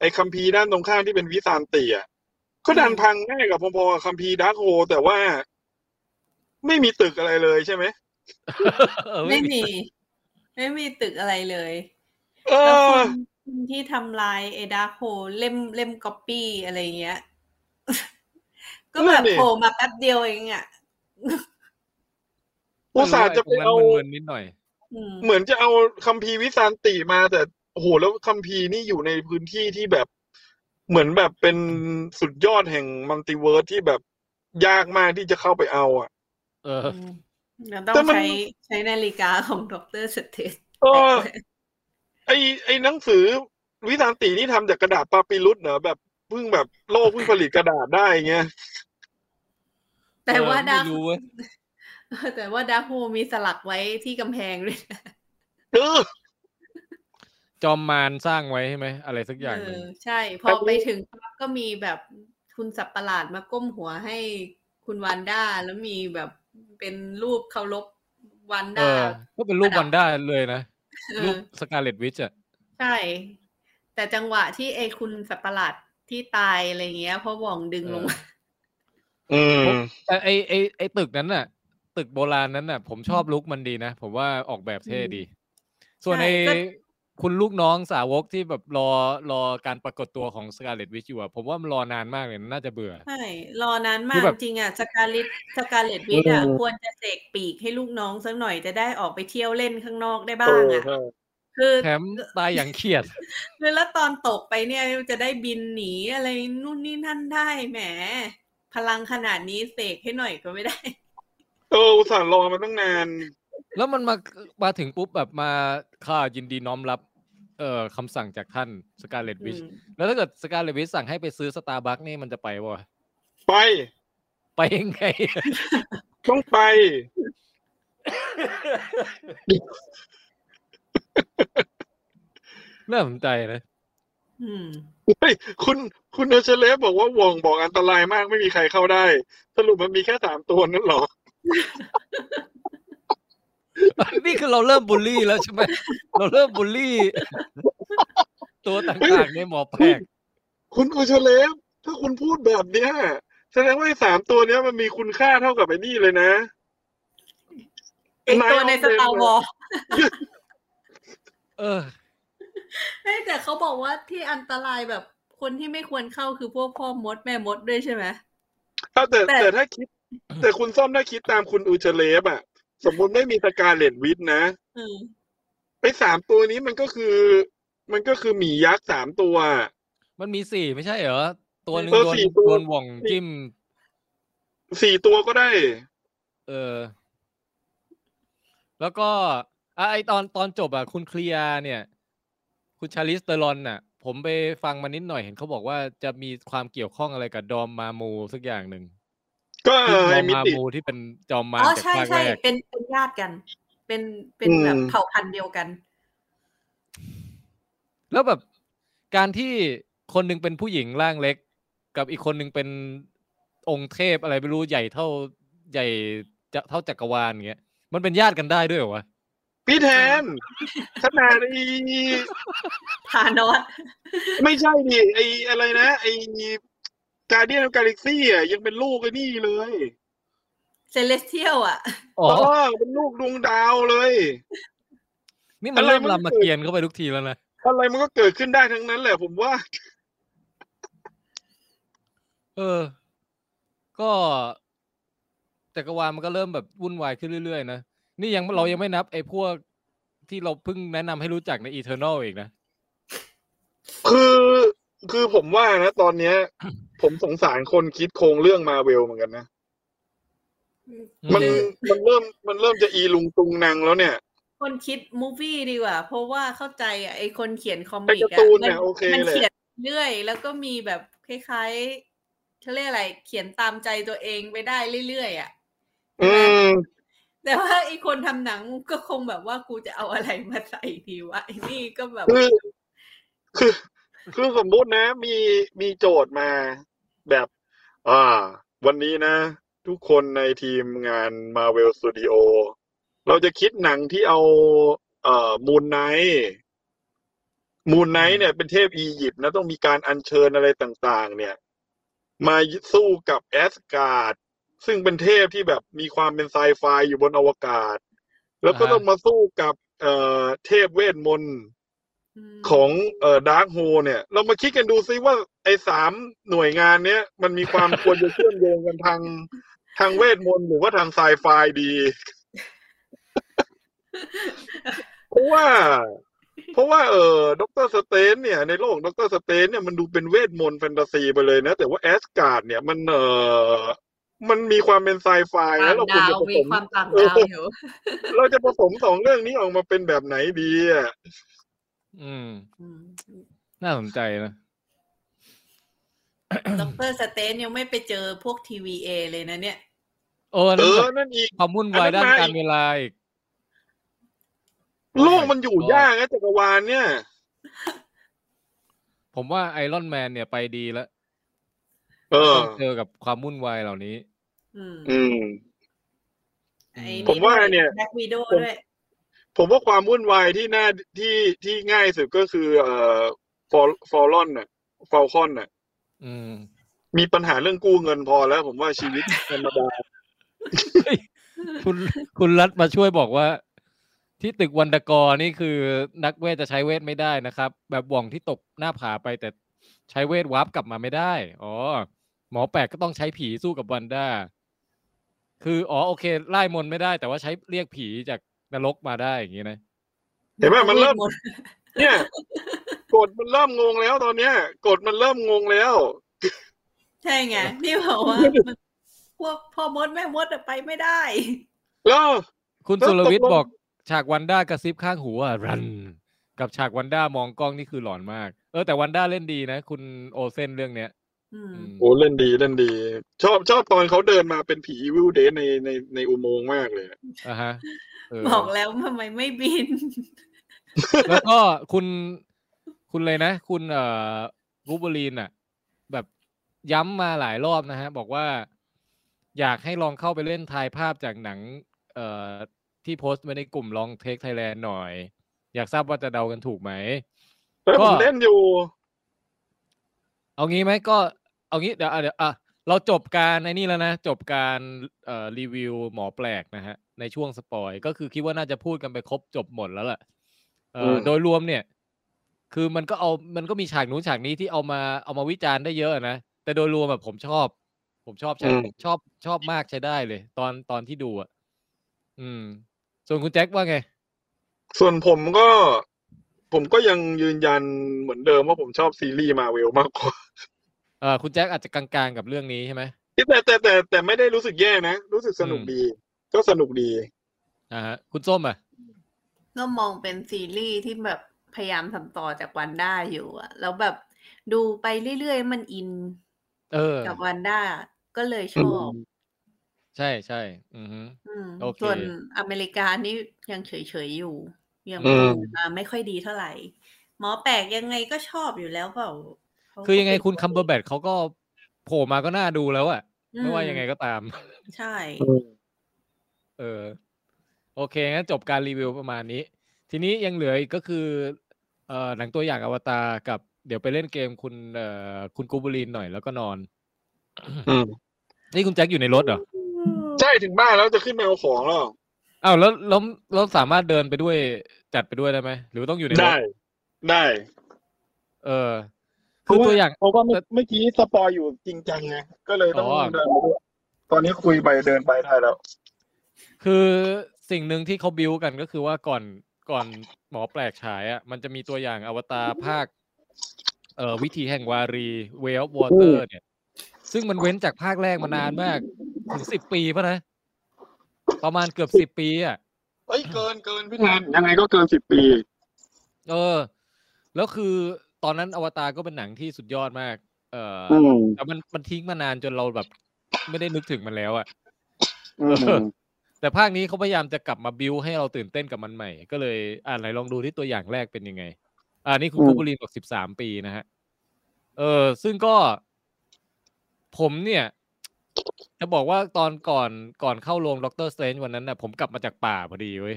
Speaker 1: ไอ้คัมภีร์ด้านตรงข้ามที่เป็นวิสานเตียก็ดันพังง่ายกับพอๆกับคัมภีร์ดาร์กโฮแต่ว่า ไม่มีตึกอะไรเลยใช่ไหม
Speaker 2: เออ
Speaker 4: ไม่
Speaker 2: ไม่มี
Speaker 4: มี ไม่มีตึกอะไรเลย
Speaker 1: เอ
Speaker 4: แล้วค
Speaker 1: อน
Speaker 4: คนที่ทำลายไอดาร์คโฮเล่มเล่มก๊อปปี้อะไรเงี้ย ก็แบบโผล่มาแป๊บเดียวเองอ่ะ
Speaker 1: อุตส่าห์จะ
Speaker 2: ต
Speaker 1: ไป
Speaker 2: รงนั้น
Speaker 1: เอา
Speaker 2: มึนๆนิดหน่อย
Speaker 4: อืม
Speaker 1: เหมือนจะเอาคัมภีร์วิสานติมาแต่โอ้โหแล้วคัมภีร์นี่อยู่ในพื้นที่ที่แบบเหมือนแบบเป็นสุดยอดแห่งมัลติเวิร์สที่แบบยากมากที่จะเข้าไปเอาอ่ะ
Speaker 2: เออ
Speaker 4: อืมเราต้อ
Speaker 1: แต่
Speaker 4: ง
Speaker 1: มัน
Speaker 4: ใช้ใช้นาฬิกาของดรสเตส
Speaker 1: เออ ไอไอหนังสือวิสานตินี่ทำจากกระดาษปาปิรุสเหรอแบบเพิ่งแบบโลกเพิ่งผลิตกระดาษได้เงี้ย
Speaker 4: แต่ว่า
Speaker 2: เออไม่
Speaker 4: ดาร์ค
Speaker 2: รู้เว้ย
Speaker 4: แต่ว่าดาร์คโฮมีสลักไว้ที่กำแพงด้วยนะ
Speaker 1: เออ
Speaker 2: จอมมารสร้างไว้ใช่ไหมอะไรสักอย่างหนึ่ง
Speaker 4: เออใช่ พ
Speaker 1: แต่
Speaker 4: อ
Speaker 1: รู้
Speaker 4: ไปถึงปั๊บก็มีแบบคุณสับประหลาดมาก้มหัวให้คุณวานด้า แล้วมีแบบเป็นรูปเคารพวาน
Speaker 2: เอ
Speaker 4: ด้า
Speaker 2: อ ก็เป็นรูป
Speaker 4: ประดับ
Speaker 2: วันด้าเลยนะ
Speaker 4: เอ
Speaker 2: รู
Speaker 4: อ
Speaker 2: ปสกาเลตวิชอ่ะ
Speaker 4: ใช่ แต่จังหวะที่ไอ้คุณสับประหลาดที่ตายอะไรเงี้ยพ่อหว่องดึงลงมา
Speaker 1: อืม
Speaker 2: แต่ไอไอไอตึกนั้นน่ะ ตึกโบราณนั้นน่ะ ผมชอบลุกมันดีนะ ผมว่าออกแบบเท่ดี ส่วนไอ
Speaker 4: ใช่ก็
Speaker 2: คุณลูกน้องสาวกที่แบบรอรอการปรากฏตัวของสกาเลตวิชอยู่อะผมว่ามันรอนานมากเลยน่าจะเบื่อ
Speaker 4: ใช่ รอนานมา
Speaker 2: คื
Speaker 4: ก
Speaker 2: อแบบ
Speaker 4: จริงอ่ะสกาลิตสกาเลตวิทย์อ่ะ
Speaker 1: อืม
Speaker 4: ควรจะเสกปีกให้ลูกน้องสักหน่อยจะได้ออกไปเที่ยวเล่นข้างนอกได้
Speaker 1: เอ
Speaker 4: บ้าง
Speaker 1: อ
Speaker 4: อ่ะ
Speaker 1: ใช่
Speaker 4: คือ
Speaker 2: แถมตายอย่างเครียด
Speaker 4: คือแล้วตอนตกไปเนี่ยจะได้บินหนีอะไรนู่นนี่นั่นได้แหม พลังขนาดนี้เสกให้หน่อยก็ไม่ได้
Speaker 1: เอออุตส่าห์รอมาตั้งนาน
Speaker 2: แล้วมันมามาถึงปุ๊บแบบมาข้ายินดีน้อมรับ เอ่อคำสั่งจากท่านสกาเลตวิช
Speaker 4: อืม
Speaker 2: แล้วถ้าเกิดสกาเลตวิชสั่งให้ไปซื้อสตาร์บัคนี่มันจะไปวะ
Speaker 1: ไป
Speaker 2: ไปยังไง
Speaker 1: ต้องไป
Speaker 2: น่าสนใจนะ
Speaker 4: อืม
Speaker 1: เฮ้ยคุณคุณเดชเลฟบอกว่าหวงบอกอันตรายมากไม่มีใครเข้าได้ สรุปมันมีแค่สามตัวนั่นเหรอ
Speaker 2: นี่คือเราเริ่มบูลลี่แล้วใช่ไหม เราเริ่มบูลลี่ ตัวต่างๆในหมอแปลก
Speaker 1: คุณเดชเลฟถ้าคุณพูดแบบเนี้ยแสดงว่าไอ้สามตัวเนี้ยมันมีคุณค่าเท่ากับไอ้นี่เลยนะ
Speaker 4: ไอตัวในสตาร์วอล
Speaker 2: เออ
Speaker 4: แต่เขาบอกว่าที่อันตรายแบบคนที่ไม่ควรเข้าคือพวกพ่อมดแม่มดด้วยใช่ไหม
Speaker 1: ถ้าแต่
Speaker 4: แต่
Speaker 1: แต่ถ้าคิด แต่คุณส้มถ้าคิดตามคุณอูเชเลฟอะสมมติไม่มีสกาเลตวิทนะ
Speaker 4: เออ
Speaker 1: ไอ้สามตัวนี้มันก็คือ มันก็คือหมียักษ์สามตัว
Speaker 2: มันมีสี่ไม่ใช่เหรอ ตัวหนึ่ง
Speaker 1: เออ
Speaker 2: โดน
Speaker 1: สี่ตัว
Speaker 2: โดนหว่องจิ้ม
Speaker 1: สี่ตัวก็ได้
Speaker 2: เออ แล้วก็อ่ะไอตอนตอนจบอ่ะ คุณเคลียร์เนี่ย คุณชาลิสเตอรอนน่ะ ผมไปฟังมานิดหน่อยเห็นเขาบอกว่าจะมีความเกี่ยวข้องอะไรกับดอมมามูสักอย่างหนึ่ง
Speaker 1: ก็
Speaker 2: ซึ่งด
Speaker 1: ไอ้
Speaker 2: อม
Speaker 1: มิ
Speaker 2: มา
Speaker 1: ติ
Speaker 2: มูที่เป็นจอมมาร
Speaker 4: อ๋อ
Speaker 2: จาก
Speaker 4: ใช่
Speaker 2: ภาค
Speaker 4: ใช่
Speaker 2: แรก
Speaker 4: เป็นเป็นญาติกัน เป็นเป็นแบบ
Speaker 1: อืม
Speaker 4: เผ่าพันธุ์เดียวกัน
Speaker 2: แล้วแบบการที่คนหนึ่งเป็นผู้หญิงร่างเล็ก กับอีกคนหนึ่งเป็นองค์เทพอะไรไม่รู้ใหญ่เท่าใหญ่จะเท่าจักรวาลอย่างเงี้ยมันเป็นญาติกันได้ด้วยเหรอวะ
Speaker 1: พี่แทนขนาดไอ้
Speaker 4: ทานอส
Speaker 1: ไม่ใช่ดิไอ้อะไรนะไอ้การเดียนกาแล็กซี่อะยังเป็นลูกไอ้นี่เลย
Speaker 4: เซเลสเทียลอ่ะ
Speaker 2: อ๋อ
Speaker 1: เอเป็นลูกดวงดาวเลย
Speaker 2: นี่มัน
Speaker 1: อะไร
Speaker 2: เริ่ม
Speaker 1: มัน
Speaker 2: รามเกียรติ์เข้าไปทุกทีแล้วนะ
Speaker 1: อะไรมันก็เกิดขึ้นได้ทั้งนั้นแหละผมว่า
Speaker 2: เออ ก็จักรวาลมันก็เริ่มแบบวุ่นวายขึ้นเรื่อยๆนะนี่ยังเรายังไม่นับไอ้พวกที่เราเพิ่งแนะนำให้รู้จักในอีเทอร์นอลอีกนะ
Speaker 1: คือคือผมว่านะ ตอนเนี้ย ผมสงสารคนคิดโครงเรื่องมาเวลเหมือนกันนะ
Speaker 2: อื
Speaker 1: มัน
Speaker 2: ม
Speaker 1: มันเริ่มมันเริ่มจะอีลุงตุงนังแล้วเนี่ย
Speaker 4: คนคิดมูฟวี่ดีกว่า เพราะว่าเข้าใจอะไอคนเขียนคอมิก
Speaker 1: ไอ้การ์
Speaker 4: อะ
Speaker 1: ตูนเนี่ย
Speaker 4: มั
Speaker 1: โอเค
Speaker 4: มั
Speaker 1: เลย
Speaker 4: เขียนเรื่อย แล้วก็มีแบบคล้ายๆเขาเรียกอะไร เขียนตามใจตัวเองไปได้เรื่อยๆอ่ะ
Speaker 1: อืม
Speaker 4: แต่ว่าไอคนทำหนังก็คงแบบว่ากูจะเอาอะไรมาใส่ดีวะไอนี่ก็แบบ
Speaker 1: คือคือ คือสมมุตินะ มีมีโจทย์มาแบบ อ่า วันนี้นะ ทุกคนในทีมงาน Marvel Studio เราจะคิดหนังที่เอา เอ่อมูนไนท์มูนไนท์เนี่ยเป็นเทพอียิปต์นะ ต้องมีการอัญเชิญอะไรต่าง ๆ เนี่ย มาสู้กับแอสการ์ดซึ่งเป็นเทพที่แบบมีความเป็นไซไฟอยู่บนอวกาศ แล้วก็ต้องมาสู้กับ เอ่อเทพเวทมนต์
Speaker 4: ม
Speaker 1: ของเอ่อดาร์กโฮเนี่ย เรามาคิดกันดูซิว่าไอ้สามหน่วยงานเนี้ย มันมีความ ควรจะเชื่อมโยงกัน ทางทางเวทมนต์หรือว่าทางไซไฟดี เพราะว่า เพราะว่าเออด็อกเตอร์สเตนเนี่ย ในโลกด็อกเตอร์สเตนเนี่ยมันดูเป็นเวทมนต์แฟนตาซีไปเลยนะ แต่ว่าแอสการ์ดเนี่ยมันเออมันมีความเป็นไซไฟ
Speaker 4: ต่า
Speaker 1: นะ
Speaker 4: ง
Speaker 1: เราควร
Speaker 4: ดา
Speaker 1: จะ
Speaker 4: ว
Speaker 1: ผ
Speaker 4: มี
Speaker 1: สม
Speaker 4: ความต่าง
Speaker 1: เออ
Speaker 4: ดาวอยู่
Speaker 1: เราจะผสมสองเรื่องนี้ออกมาเป็นแบบไหนดีอ่ะ
Speaker 2: อืม น่าสนใจนะ
Speaker 4: ด็อกเตอร์สเตนยังไม่ไปเจอพวกทีวีเอเลยนะเนี่ย
Speaker 2: เออ
Speaker 1: เอ
Speaker 2: นั่น
Speaker 1: อ
Speaker 2: แบบ
Speaker 1: นั่นอีก
Speaker 2: ความวุ่นวายด้าน
Speaker 1: อันนั้นมา
Speaker 2: การเวลาอีก
Speaker 1: โลกมันอยู่ยากนะจักรวาลเนี่ย
Speaker 2: ผมว่าไอรอนแมนเนี่ยไปดีแล้ว
Speaker 1: เออ
Speaker 2: ต้องเจอกับความวุ่นวายเหล่านี้
Speaker 4: อืม
Speaker 1: อืม
Speaker 4: ไอ้
Speaker 1: ผมว่าเนี่ย
Speaker 4: แบ็กวีโดด้วย
Speaker 1: ผมว่าความวุ่นวายที่น่าที่ที่ง่ายสุดก็คือ เอ่อฟอลฟอลอนน่ะฟอลคอนน่ะ
Speaker 2: อืม
Speaker 1: มีปัญหาเรื่องกู้เงินพอแล้ว ผมว่าชีวิตธรรมดา
Speaker 2: คุณคุณรัฐมาช่วยบอกว่า ที่ตึกวันดกรนี่คือนักเวทจะใช้เวทไม่ได้นะครับ แบบหว่องที่ตกหน้าผาไปแต่ใช้เวทวาร์ปกลับมาไม่ได้ อ๋อ หมอแปลกก็ต้องใช้ผีสู้กับวันด้าคืออ๋อโอเคไล่มนต์ไม่ได้ แต่ว่าใช้เรียกผีจากนรกมาได้อย่างนี้นะ
Speaker 1: เห็นไหมมันเริ่ม เนี่ยกฎมันเริ่มงงแล้วตอนเนี้ยกฎมันเริ่มงงแล้ว
Speaker 4: ใช่ไงนี่บอกว่า มันพวกพ่อมดแม่มดอะไปไม่ได้
Speaker 1: แล้ว
Speaker 2: คุณ
Speaker 1: แล้ว
Speaker 2: สุรวิท
Speaker 1: ต
Speaker 2: ย์
Speaker 1: กลง
Speaker 2: บอกฉากวันด้ากระซิบข้างหูว่ารัน กับฉากวันด้ามองกล้องนี่คือหลอนมาก เออแต่วันด้าเล่นดีนะ คุณโอเซนเรื่องเนี้ย
Speaker 4: อืม
Speaker 2: อืม
Speaker 1: โอ้เล่นดีเล่นดี ชอบชอบตอนเขาเดินมาเป็นผีวิวเดในในในอุโมงค์มากเลย
Speaker 2: อ่ะฮะเออ
Speaker 4: บอกแล้วทำไมไม่บิน
Speaker 2: แล้วก็คุณคุณเลยนะ คุณเอ่อรูบลีนอ่ะ แบบย้ำมาหลายรอบนะฮะ บอกว่าอยากให้ลองเข้าไปเล่นทายภาพจากหนัง เอ่อที่โพสต์ไว้ในกลุ่มลองเทคไทยแลนด์หน่อย อยากทราบว่าจะเดากันถูกไหม
Speaker 1: เฮ้ย
Speaker 2: ก็
Speaker 1: ผมเล่นอยู่
Speaker 2: เอางี้ไหมก็เอางี้เดี๋ยวอ่ะเดี๋ยวอ่ะเราจบการในนี่แล้วนะ จบการเอ่อรีวิวหมอแปลกนะฮะ ในช่วงสปอยก็คือคิดว่าน่าจะพูดกันไปครบจบหมดแล้วล่ะเอ่อ
Speaker 1: อื
Speaker 2: อ
Speaker 1: ม
Speaker 2: โดยรวมเนี่ย คือมันก็เอามันก็มีฉากนู้นฉากนี้ที่เอามาเอามาวิจารณ์ได้เยอะนะ แต่โดยรวมแบบผมชอบ ผมชอบใช้
Speaker 1: อืม
Speaker 2: ชอบชอบมากใช้ได้เลย ตอนตอนที่ดูอ่ะอืม ส่วนคุณแจ็คว่าไง
Speaker 1: ส่วนผมก็ ผมก็ยังยืนยันเหมือนเดิมว่าผมชอบซีรีส์มาเวลมากกว่า
Speaker 2: เอ่อคุณแจ็คอาจจะกลางๆกับเรื่องนี้ใช่ไหม
Speaker 1: แต่แต่แต่แต่ไม่ได้รู้สึกแย่นะ รู้สึกสนุก
Speaker 2: อืม
Speaker 1: ดี ก็สนุกดี
Speaker 2: อ่าฮะคุณส้มอ่ะ
Speaker 4: ก็มองเป็นซีรีส์ที่แบบพยายามทำต่อจากวันด้าอยู่อะแล้วแบบดูไปเรื่อยๆ มันอิน
Speaker 2: เออ
Speaker 4: กับวันด้าก็เลยชอบ
Speaker 2: ใช่ใช่อือฮึ
Speaker 4: อืม
Speaker 2: โอเค
Speaker 4: ส่วนอเมริกานี่ยังเฉยๆอยู่ ยัง
Speaker 1: อืม
Speaker 4: ดูมาไม่ค่อยดีเท่าไหร่ หมอแปลกยังไงก็ชอบอยู่แล้วเปล่าเขา
Speaker 2: คือยังไง
Speaker 4: เป็น
Speaker 2: คุณคัมเบอร์แบทเขาก็โผล่มาก็น่าดูแล้วอะ
Speaker 4: อื
Speaker 2: ไม่ว่ายังไงก็ตาม
Speaker 4: ใช่
Speaker 2: เออ โอเคงั้นจบการรีวิวประมาณนี้ ทีนี้ยังเหลืออีกก็คือเอ่อหนังตัวอย่างอวตารกับเดี๋ยวไปเล่นเกมคุณเอ่อคุณกูบูลินหน่อยแล้วก็นอน
Speaker 1: อืม
Speaker 2: นี่คุณแจ็คอยู่ในรถเหรอ
Speaker 1: ใช่ถึงบ้านแล้วจะขึ้นไปเอาของแล้ว
Speaker 2: อ้าวแล้วแล้วแล้วสามารถเดินไปด้วยจัดไปด้วยได้ไหมหรือว่าต้องอยู่ในรถ
Speaker 1: ได้ ได้
Speaker 2: เออ คือตัวอย่าง
Speaker 1: เพราะว่าเมื่อเมื่อกี้สปอยอยู่จริงจังไงก็เลยต้อง
Speaker 2: อ๋อ
Speaker 1: เดินไปด้วยตอนนี้คุยไปเดินไปได้แล้ว
Speaker 2: คือสิ่งหนึ่งที่เขาบิวกันก็คือว่าก่อนก่อนหมอแปลกฉายอ่ะมันจะมีตัวอย่างอวตารภาค เอ่อวิธีแห่งวารีเวลวอเตอร์เนี่ย ซึ่งมันเว้นจากภาคแรกมานานมาก ถึงสิบปีป่ะนะ ประมาณเกือบสิบปีอ่ะ
Speaker 1: เอ้ยเกินเกินพี่แทนยังไงก็เกินสิบปี
Speaker 2: เออ แล้วคือตอนนั้นอวตารก็เป็นหนังที่สุดยอดมาก เออ
Speaker 1: อืม
Speaker 2: แต่มันมันทิ้งมานานจนเราแบบ ไม่ได้นึกถึงมันแล้วอ่ะ
Speaker 1: อืม
Speaker 2: แต่ภาคนี้เขาพยายามจะกลับมาบิวให้เราตื่นเต้นกับมันใหม่ ก็เลยอ่านไหนลองดูที่ตัวอย่างแรกเป็นยังไง อ่านี่คุณคูบรีนบอกสิบสามปีนะฮะ เออ ซึ่งก็ ผมเนี่ย จะบอกว่าตอนก่อนก่อนเข้าโรงด็อกเตอร์สเตนวันนั้นน่ะ ผมกลับมาจากป่าพอดีเว้ย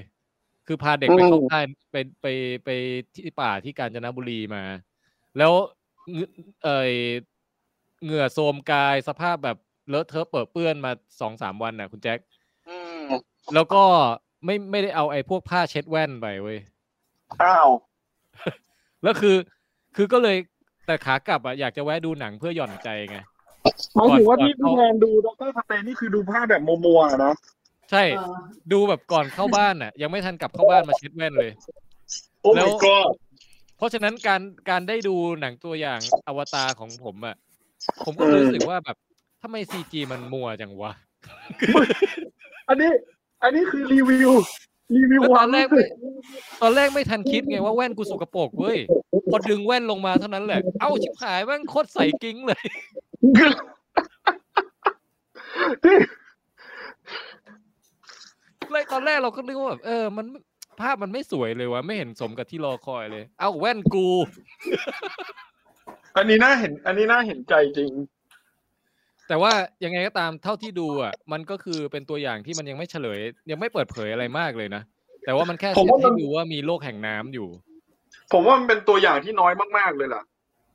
Speaker 2: คือพาเด็กไปเข้าค่ายไปไปไปที่ป่าที่กาญจนบุรีมา แล้วเหงื่อเอยเหงื่อโทรมกายสภาพแบบเลอะเทอะเปื้อะเปื้อนมาสองสามวันน่ะ คุณแจ็ค
Speaker 1: อืม
Speaker 2: แล้วก็ไม่ไม่ได้เอาไอ้พวกผ้าเช็ดแว่นไปเว้ย
Speaker 1: อ้าว
Speaker 2: แล้วคือ คือก็เลยแต่ขากลับอ่ะอยากจะแวะดูหนังเพื่อหย่อนใจไง
Speaker 1: หมายถึงว่า
Speaker 2: ก่อน
Speaker 1: ที่
Speaker 2: ก่อน
Speaker 1: พี่แทนดูดรสเตนนี่คือดูภาพแบบมัวๆอะนะ
Speaker 2: ใช่ดูแบบก่อนเข้าบ้านอ่ะ ยังไม่ทันกลับเข้าบ้านมาเช็ดแว่นเลย
Speaker 1: โอ้
Speaker 2: แล้ว
Speaker 1: my god
Speaker 2: เพราะฉะนั้นการการได้ดูหนังตัวอย่างอวตารของผมอ่ะผมก็รู้สึกว่าแบบทำไมซีจีมันมัวจังวะ
Speaker 1: อันนี้ อันนี้คือรีวิว รีวิว
Speaker 2: แล้วต
Speaker 1: วั
Speaker 2: อน
Speaker 1: น
Speaker 2: แรกไม่ ตอนแรกไม่ทันคิดไงว่าแว่นกูสกปรกเว้ยพอดึงแว่นลงมาเท่านั้นแหละเอ้าชิบหายแม่งโคตรใส่กิ้งเลย
Speaker 1: ที่
Speaker 2: เลยตอนแรกเราก็นึกว่าแบบเออมันภาพมันไม่สวยเลยวะไม่เห็นสมกับที่รอคอยเลย เอาแว่นกู
Speaker 1: อันนี้น่าเห็น อันนี้น่าเห็นใจจริง
Speaker 2: แต่ว่ายังไงก็ตามเท่าที่ดูอ่ะ มันก็คือเป็นตัวอย่างที่มันยังไม่เฉลย ยังไม่เปิดเผยอะไรมากเลยนะ แต่ว่ามันแค่
Speaker 1: ผม
Speaker 2: เซต
Speaker 1: ว่ามัน
Speaker 2: ให้ดูว่ามีโลกแห่งน้ำอยู่
Speaker 1: ผมว่ามันเป็นตัวอย่างที่น้อยมากๆเลยล่ะ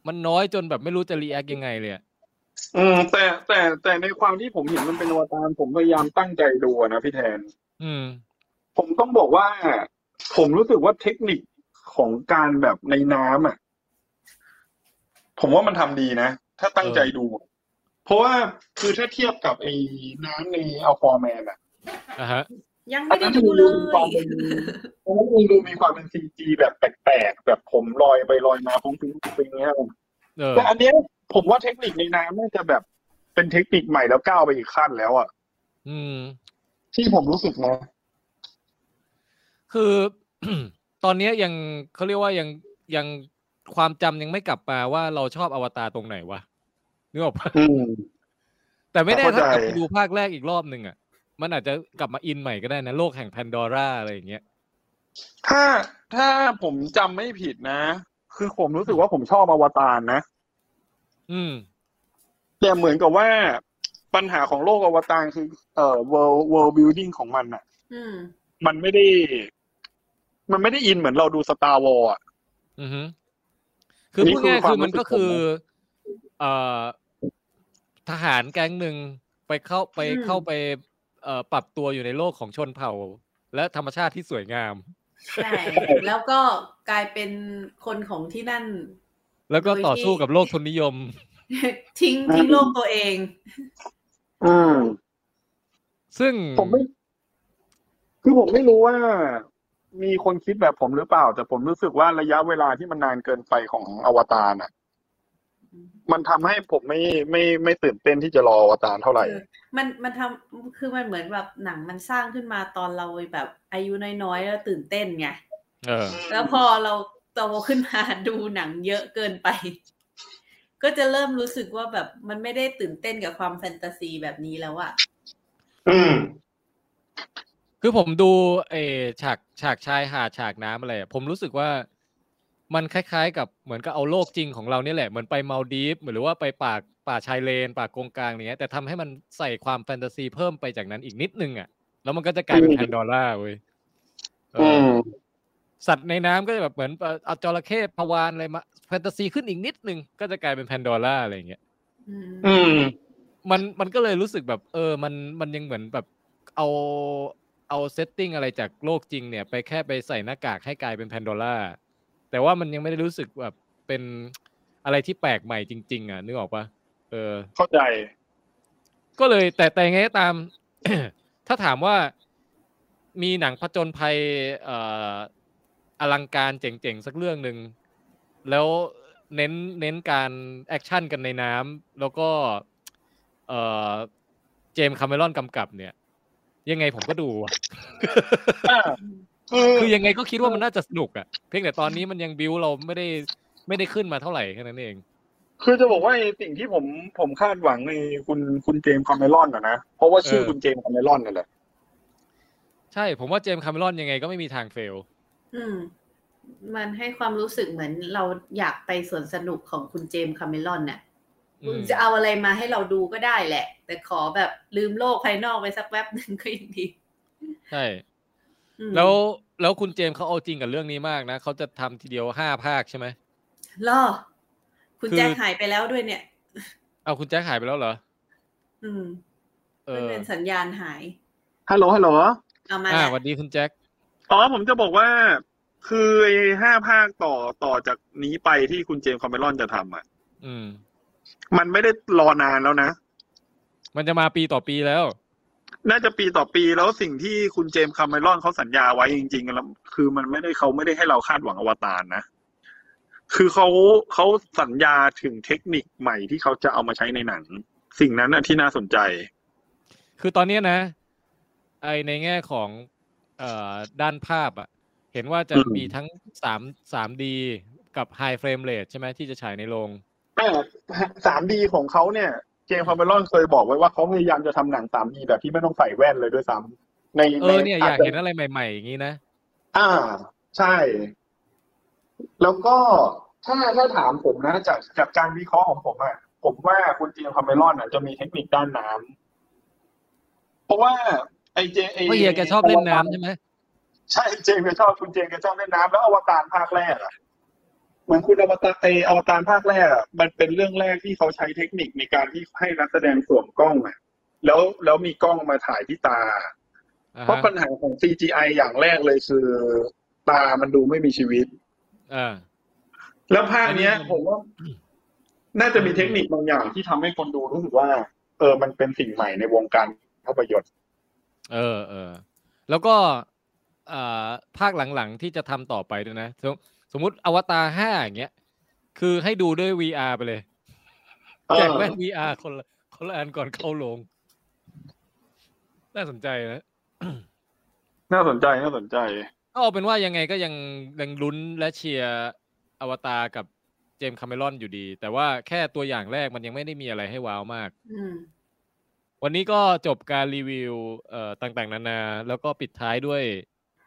Speaker 2: มันน้อยจนแบบไม่รู้จะรีแอคยังไงเลยอะ
Speaker 1: อืมแต่แต่แต่ในความที่ผมเห็นมันเป็นอวตารผมพยายามตั้งใจดูอะนะพี่แทน
Speaker 2: อืม
Speaker 1: ผมต้องบอกว่า ผมรู้สึกว่าเทคนิคของการแบบในน้ำอ่ะ ผมว่ามันทำดีนะ ถ้าตั้งใจดู เพราะว่าคือถ้าเทียบกับไอ้น้ำในอัลฟอร์แมนอ่ะ
Speaker 2: อ่ะฮะ
Speaker 4: ยัง
Speaker 1: อั
Speaker 4: ไม่
Speaker 1: น
Speaker 4: ได้
Speaker 1: นั้น
Speaker 4: ดู
Speaker 1: มัน
Speaker 4: เล
Speaker 1: ดูมีความ
Speaker 4: ย
Speaker 1: เป็นอันนั้นมันดูมีความเป็นซีจีแบบแปลกๆ แบบผมลอยไปลอยมาฟุ้งฟิ้งฟิ้งเงี้ย
Speaker 2: เออ
Speaker 1: แต่อันเนี้ยผมว่าเทคนิคในน้ำน่าจะแบบเป็นเทคนิคใหม่แล้วก้าวไปอีกขั้นแล้วอ่ะ
Speaker 2: อืม
Speaker 1: ที่ผมรู้สึกนะ
Speaker 2: คือ ตอนเนี้ยยังเขาเรียกว่ายังยังความจำยังไม่กลับมาว่าเราชอบอวตารตรงไหนวะนึกออกปะ
Speaker 1: อืม
Speaker 2: แต่ไม่แน่
Speaker 1: เข้าใจ
Speaker 2: ถ้ากลับไปดูภาคแรกอีกรอบหนึ่งอ่ะ มันอาจจะกลับมาอินใหม่ก็ได้นะ โลกแห่งแพนดอร่าอะไรอย่างเงี้ย
Speaker 1: ถ้าถ้าผมจำไม่ผิดนะ คือผมรู้สึกว่าผมชอบอวตารนะ
Speaker 2: อืม
Speaker 1: แต่เหมือนกับว่าปัญหาของโลกอวตารคือเอ่อ world world building ของมันอะ
Speaker 4: อืม
Speaker 1: มันไม่ได้ มันไม่ได้อินเหมือนเราดูสตาร์วอลอะ
Speaker 2: อือฮึคือ
Speaker 1: นี่
Speaker 2: พูดง่ายๆ
Speaker 1: คือ
Speaker 2: คือมัน
Speaker 1: ความรู้สึก
Speaker 2: ก็คือ
Speaker 1: ผมนะ
Speaker 2: เอ่อ ทหารแก๊งหนึ่งไปเข้าไป
Speaker 4: อืม
Speaker 2: เข้าไป เอ่อ ปรับตัวอยู่ในโลกของชนเผ่า และธรรมชาติที่สวยงาม
Speaker 4: ใช่ แล้วก็กลายเป็นคนของที่นั่น
Speaker 2: แล้วก็
Speaker 4: โดย
Speaker 2: ต่อสู้
Speaker 4: ที่
Speaker 2: กับโลกทุนนิยม
Speaker 4: ทิ้งทิ้งโลกตัวเอง
Speaker 1: อืม
Speaker 2: ซึ่ง
Speaker 1: ผมไม่ คือผมไม่รู้ว่า มีคนคิดแบบผมหรือเปล่า แต่ผมรู้สึกว่าระยะเวลาที่มันนานเกินไปของอวตารน่ะ มันทำให้ผมไม่ไม่ไม่ตื่นเต้นที่จะรออวตารเท่าไหร่
Speaker 4: มันมันทำคือมันเหมือนแบบหนังมันสร้างขึ้นมาตอนเราแบบอายุน้อยๆ แล้วตื่นเต้นไง
Speaker 2: เออ
Speaker 4: แล้วพอเราโตขึ้นมา ดูหนังเยอะเกินไป ก็จะเริ่มรู้สึกว่าแบบมันไม่ได้ตื่นเต้นกับความแฟนตาซีแบบนี้แล้วอะ
Speaker 1: อืม
Speaker 2: คือผมดูเออฉากฉากชายหาดฉากน้ำอะไรอะผมรู้สึกว่ามันคล้ายๆ กับเหมือนกับเอาโลกจริงของเราเนี่ยแหละ เหมือนไปมาลดีฟหรือว่าไปป่าป่าชายเลน ป่ากงกลางอย่างเนี้ย แต่ทำให้มันใส่ความแฟนตาซีเพิ่มไปจากนั้นอีกนิดนึงอ่ะ แล้วมันก็จะกลายเป็น
Speaker 1: อืม
Speaker 2: แพนดอร่าเว้ยเออ
Speaker 1: อืม
Speaker 2: สัตว์ในน้ำก็จะแบบเหมือนเอ่อเอาจระเข้พะวานอะไรมาแฟนตาซีขึ้นอีกนิดนึง ก็จะกลายเป็นแพนดอร่าอะไรอย่างเงี้ย
Speaker 4: อืม
Speaker 1: อืม
Speaker 2: มันมันก็เลยรู้สึกแบบ เออ มันมันยังเหมือนแบบเอาเอาเซตติ้งอะไรจากโลกจริงเนี่ย ไปแค่ไปใส่หน้ากากให้กลายเป็นแพนโดล่าแต่ว่ามันยังไม่ได้รู้สึกแบบเป็นอะไรที่แปลกใหม่จริง ๆ อ่ะ นึกออกปะเออ
Speaker 1: เข้าใจ
Speaker 2: ก็เลยแต่แต่ยังไงก็ตาม ถ้าถามว่ามีหนังผจญภัยเอ่ออลังการเจ๋งๆ สักเรื่องหนึ่งแล้วเน้นเน้นการแอคชั่นกันในน้ำแล้วก็เอ่อเจมส์คาเมรอนกำกับเนี่ย ยังไงผมก็ดูอะ
Speaker 1: อ่าคือ
Speaker 2: คือยังไงก็คิดว่ามันน่าจะสนุกอะเพียงแต่ตอนนี้มันยังบิวเราไม่ได้ไม่ได้ขึ้นมาเท่าไหร่แค่นั้นเอง
Speaker 1: คือจะบอกว่าไอ้สิ่งที่ผมผมคาดหวังในคุณคุณเจมส์คาเมรอนอะนะ เพราะว่าชื่อ
Speaker 2: เออ
Speaker 1: คุณเจมส์คาเมรอนนั่นแหละ
Speaker 2: ใช่ผมว่าเจมส์คาเมรอนยังไงก็ไม่มีทางเฟล
Speaker 4: อืม มันให้ความรู้สึกเหมือนเราอยากไปสวนสนุกของคุณเจมส์คาเมลอนน่ะ
Speaker 2: อืม
Speaker 4: คุณจะเอาอะไรมาให้เราดูก็ได้แหละ แต่ขอแบบลืมโลกภายนอกไปสักแป๊บหนึ่งก็ยังดี
Speaker 2: ใช่
Speaker 4: อืม
Speaker 2: แล้วแล้วคุณเจมส์เขาเอาจริงกับเรื่องนี้มากนะเขาจะทำทีเดียวห้าภาคใช่ไหม
Speaker 4: เหรอคุณ
Speaker 2: คือ
Speaker 4: แจ็คหายไปแล้วด้วยเนี่ย
Speaker 2: เอาคุณแจ็คหายไปแล้วเหรอ
Speaker 4: อืม
Speaker 2: เอ
Speaker 4: มัน
Speaker 2: อ
Speaker 4: เป็นสัญญาณหาย
Speaker 1: ฮัลโหลฮัลโหล
Speaker 4: เอามา
Speaker 2: อ่า
Speaker 4: แล้ว
Speaker 2: สวัสดีคุณแจ็ค
Speaker 1: อ๋อผมจะบอกว่า คือไอ้ห้าภาคต่อต่อจากนี้ไปที่คุณเจมส์คาเมรอนจะทำอ่ะ
Speaker 2: อืม
Speaker 1: มันไม่ได้รอนานแล้วนะ
Speaker 2: มันจะมาปีต่อปีแล้ว
Speaker 1: น่าจะปีต่อปีแล้วสิ่งที่คุณเจมส์คาเมรอนเขาสัญญาไว้จริงๆแล้วคือมันไม่ได้เขาไม่ได้ให้เราคาดหวังอวตารนะ คือเขาเขาสัญญาถึงเทคนิคใหม่ที่เขาจะเอามาใช้ในหนัง สิ่งนั้นนะที่น่าสนใจ
Speaker 2: คือตอนเนี้ยนะ ไอในแง่ของเอ่อด้านภาพอะเห็นว่าจะ
Speaker 1: อืม
Speaker 2: มีทั้งสามสามดีกับไฮเฟรมเรทใช่ไหมที่จะฉายในโรง
Speaker 1: แต่สามดีของเขาเนี่ย เจมส์คาเมรอนเคยบอกไว้ว่าเขาพยายามจะทำหนังสามดีแบบที่ไม่ต้องใส่แว่นเลยด้วยซ้ำใน
Speaker 2: เออเนี่ย
Speaker 1: ใ
Speaker 2: อยากเห็นอะไรใหม่ๆอย่างนี้นะ
Speaker 1: อ่า ใช่ แล้วก็ถ้าถ้าถามผมนะจากจากการวิเคราะห์ของผมอะผมว่าคุณเจมส์คาเมรอนอะจะมีเทคนิคด้านน้ำเพราะว่าไอเจไอ
Speaker 2: เพราะเฮียแกชอบเล่นน้ำใช่ไหม
Speaker 1: ใช่เจมส์แกชอบคุณเจมส์แกชอบเล่นน้ำแล้วอวตารภาคแรกอะเหมือนคุณอวตารไออวตารภาคแรกอะมันเป็นเรื่องแรกที่เขาใช้เทคนิคในการที่ให้นักแสดงสวมกล้องอะแล้วแล้วมีกล้องมาถ่ายที่ตา
Speaker 2: อ่า
Speaker 1: เพราะ
Speaker 2: ฮะ
Speaker 1: ปัญหาของ CGI อย่างแรกเลยคือตามันดูไม่มีชีวิต
Speaker 2: อ่า
Speaker 1: แล้วภาคเนี้ย
Speaker 2: อันนี้
Speaker 1: ผมว่า น่าจะมีเทคนิคบางอย่างที่ทำให้คนดูรู้สึกว่า เออมันเป็นสิ่งใหม่ในวงการภาพยนตร์
Speaker 2: เออเออแล้วก็อ่าภาคหลังๆที่จะทำต่อไปด้วยนะสมสมมติอวตารห้าอย่างเงี้ยคือให้ดูด้วย VR ไปเลย
Speaker 1: เอ
Speaker 2: แจก
Speaker 1: อ
Speaker 2: แว่น VR คนละคนละอันก่อนเข้าโรงน่าสนใจนะ
Speaker 1: น่าสนใจน่าสนใจ
Speaker 2: ก็เอาเป็นว่ายังไงก็ยังยังลุ้นและเชียร์อวตารกับเจมส์คาเมรอนอยู่ดี แต่ว่าแค่ตัวอย่างแรกมันยังไม่ได้มีอะไรให้ว้าวมาก
Speaker 4: อืม
Speaker 2: วันนี้ก็จบการรีวิวเอ่อต่างๆ นานา แล้วก็ปิดท้ายด้วย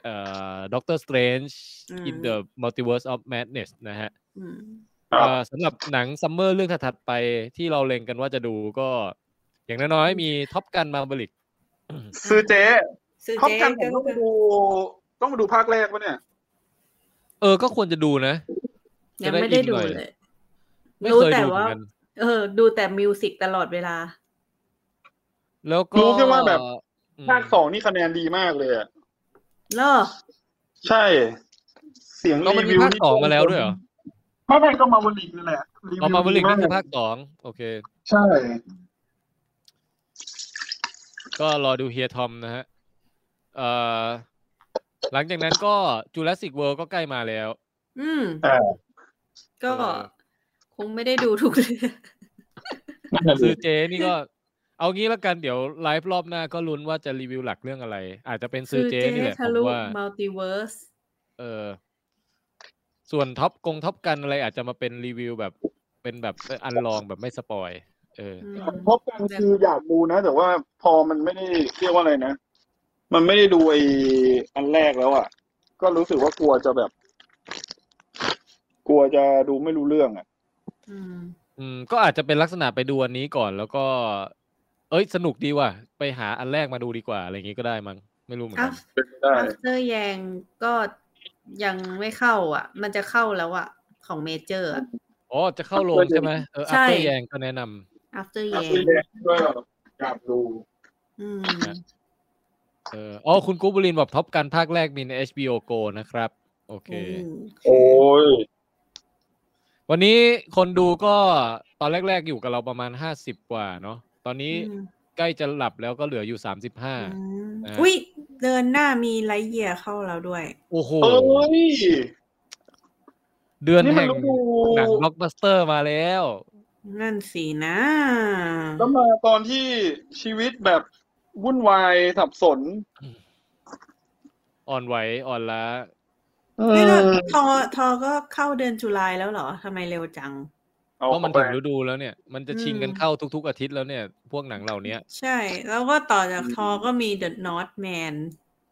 Speaker 2: เอ่อด็อกเตอร์สเตรนจ์
Speaker 4: อืม
Speaker 2: in the multiverse of madness นะฮะ
Speaker 4: อืม
Speaker 1: ครับ
Speaker 2: เอ่อสำหรับหนังซัมเมอร์เรื่องถัดๆไปที่เราเล็งกันว่าจะดูก็ อย่างน้อยๆมีท็อปกันมาบริก
Speaker 1: ซื้อเจ๊
Speaker 4: ซื้อ
Speaker 1: ท็อป
Speaker 4: เจ๊
Speaker 1: กันผ
Speaker 4: ก็
Speaker 1: มต้องไป
Speaker 4: คือ
Speaker 1: ดูต้องมาดูภาคแรกปะเนี่ย
Speaker 2: เออ ก็ควรจะดูนะ
Speaker 4: ยังไม่ได้ดูเลย
Speaker 2: ไม่
Speaker 4: รู้
Speaker 2: เคย
Speaker 4: แต่
Speaker 2: ดูเหมือ
Speaker 4: ว่า
Speaker 2: นกัน
Speaker 4: เออ ดูแต่มิวสิกตลอดเวลา
Speaker 2: แล้วก็
Speaker 1: รู้แค่ว่าแบบ
Speaker 2: อืม
Speaker 1: ภาคสองนี่คะแนนดีมากเลยอะ
Speaker 4: เล่อ
Speaker 1: ใช่ เสียง
Speaker 2: เรามันมี
Speaker 1: รีวิว
Speaker 2: ภาคสองมาแล้วด้วยเหรอ
Speaker 1: ไม่ไม่ก็มาบริกนี่แหละรีวิว
Speaker 2: เอามาบริก
Speaker 1: ดี
Speaker 2: นี่คือภาคสองโอเค
Speaker 1: ใช่
Speaker 2: ก็รอดูเฮียทอมนะฮะเอ่อหลังจากนั้นก็จูเลสิกเวิลด์ก็ใกล้มาแล้ว
Speaker 4: อืม
Speaker 1: เออ
Speaker 4: ก็
Speaker 2: เออ
Speaker 4: คงไม่ได้ดูทุกเรื่อง
Speaker 2: ซื้อเจนี่ก็ เอางี้ละกันเดี๋ยวไลฟ์รอบหน้าก็ลุ้นว่าจะรีวิวหลักเรื่องอะไร อาจจะเป็นซื้อเจนี่แหละผ
Speaker 4: ทะ
Speaker 2: ม
Speaker 4: ลุ
Speaker 2: ว่า
Speaker 4: มัลติเวิร์ส
Speaker 2: เออ ส่วนท็อปกงท็อปกันอะไรอาจจะมาเป็นรีวิวแบบ เป็นแบบอันลองแบบไม่สปอย เออ
Speaker 1: พบกันคืออยากดูนะ แต่ว่าพอมันไม่ได้เรียกว่าอะไรนะ มันไม่ได้ดูไออันแรกแล้วอ่ะ ก็รู้สึกว่ากลัวจะแบบ กลัวจะดูไม่รู้เรื่องอ่ะ
Speaker 4: อืม
Speaker 2: อืม ก็อาจจะเป็นลักษณะไปดูอันนี้ก่อน แล้วก็ เอ้ย สนุกดีว่ะ ไปหาอันแรกมาดูดีกว่า อะไรอย่างงี้ก็ได้มั้ง ไม่รู้เหมือนกัน
Speaker 4: Af-
Speaker 1: เป็นไปได้
Speaker 4: after แยงก็ยังไม่เข้า อ่ะ มันจะเข้าแล้วอ่ะ ของเมเจอร์
Speaker 2: อ๋อ จะเข้าโรงใช่ไหมเออ
Speaker 4: ใช่
Speaker 2: after แยงก็แนะนำ
Speaker 4: after
Speaker 1: อัพ
Speaker 4: Yang
Speaker 1: เดทก็อยากดู
Speaker 4: อืม
Speaker 2: เออ อ๋อ คุณกูบุรินทร์บอกท็อปกันภาคแรกมีใน HBO Go นะครับ โอเค
Speaker 1: โอ้ย
Speaker 2: วันนี้คนดูก็ตอนแรก ๆ อยู่กับเราประมาณห้าสิบกว่าเนาะ ตอนนี้ ใกล้จะหลับแล้วก็เหลืออยู่สามสิบห้า
Speaker 4: อืม
Speaker 2: นะ
Speaker 4: อุ้ยเดินหน้ามีไลท์เยียร์เข้าแล้วด้วย
Speaker 2: โอ้โห
Speaker 1: โอ้ย
Speaker 2: เดือน
Speaker 1: นี่มั
Speaker 2: แห่
Speaker 1: น
Speaker 2: ง
Speaker 1: ฤดู
Speaker 2: หนังบล็อกบัสเตอร์มาแล้ว
Speaker 4: นั่นสินะ
Speaker 1: แล้วมาตอนที่ชีวิตแบบวุ่นวายสับสน
Speaker 2: อ่อนไหว อ่อนล้า
Speaker 4: ไม่
Speaker 1: เอ
Speaker 4: ก็
Speaker 1: อ
Speaker 4: ทอทอก็เข้าเดือนจุลายแล้วเหรอทำไมเร็วจัง
Speaker 1: เอา
Speaker 2: เพราะมัน
Speaker 1: ไป
Speaker 2: ถึงฤดูแล้วเนี่ย มันจะชิงกัน
Speaker 4: อืม
Speaker 2: เข้าทุก ๆ อาทิตย์แล้วเนี่ย พวกหนังเหล่าเนี้ย
Speaker 4: ใช่ แล้วก็ต่อจากทอก็มี The Northman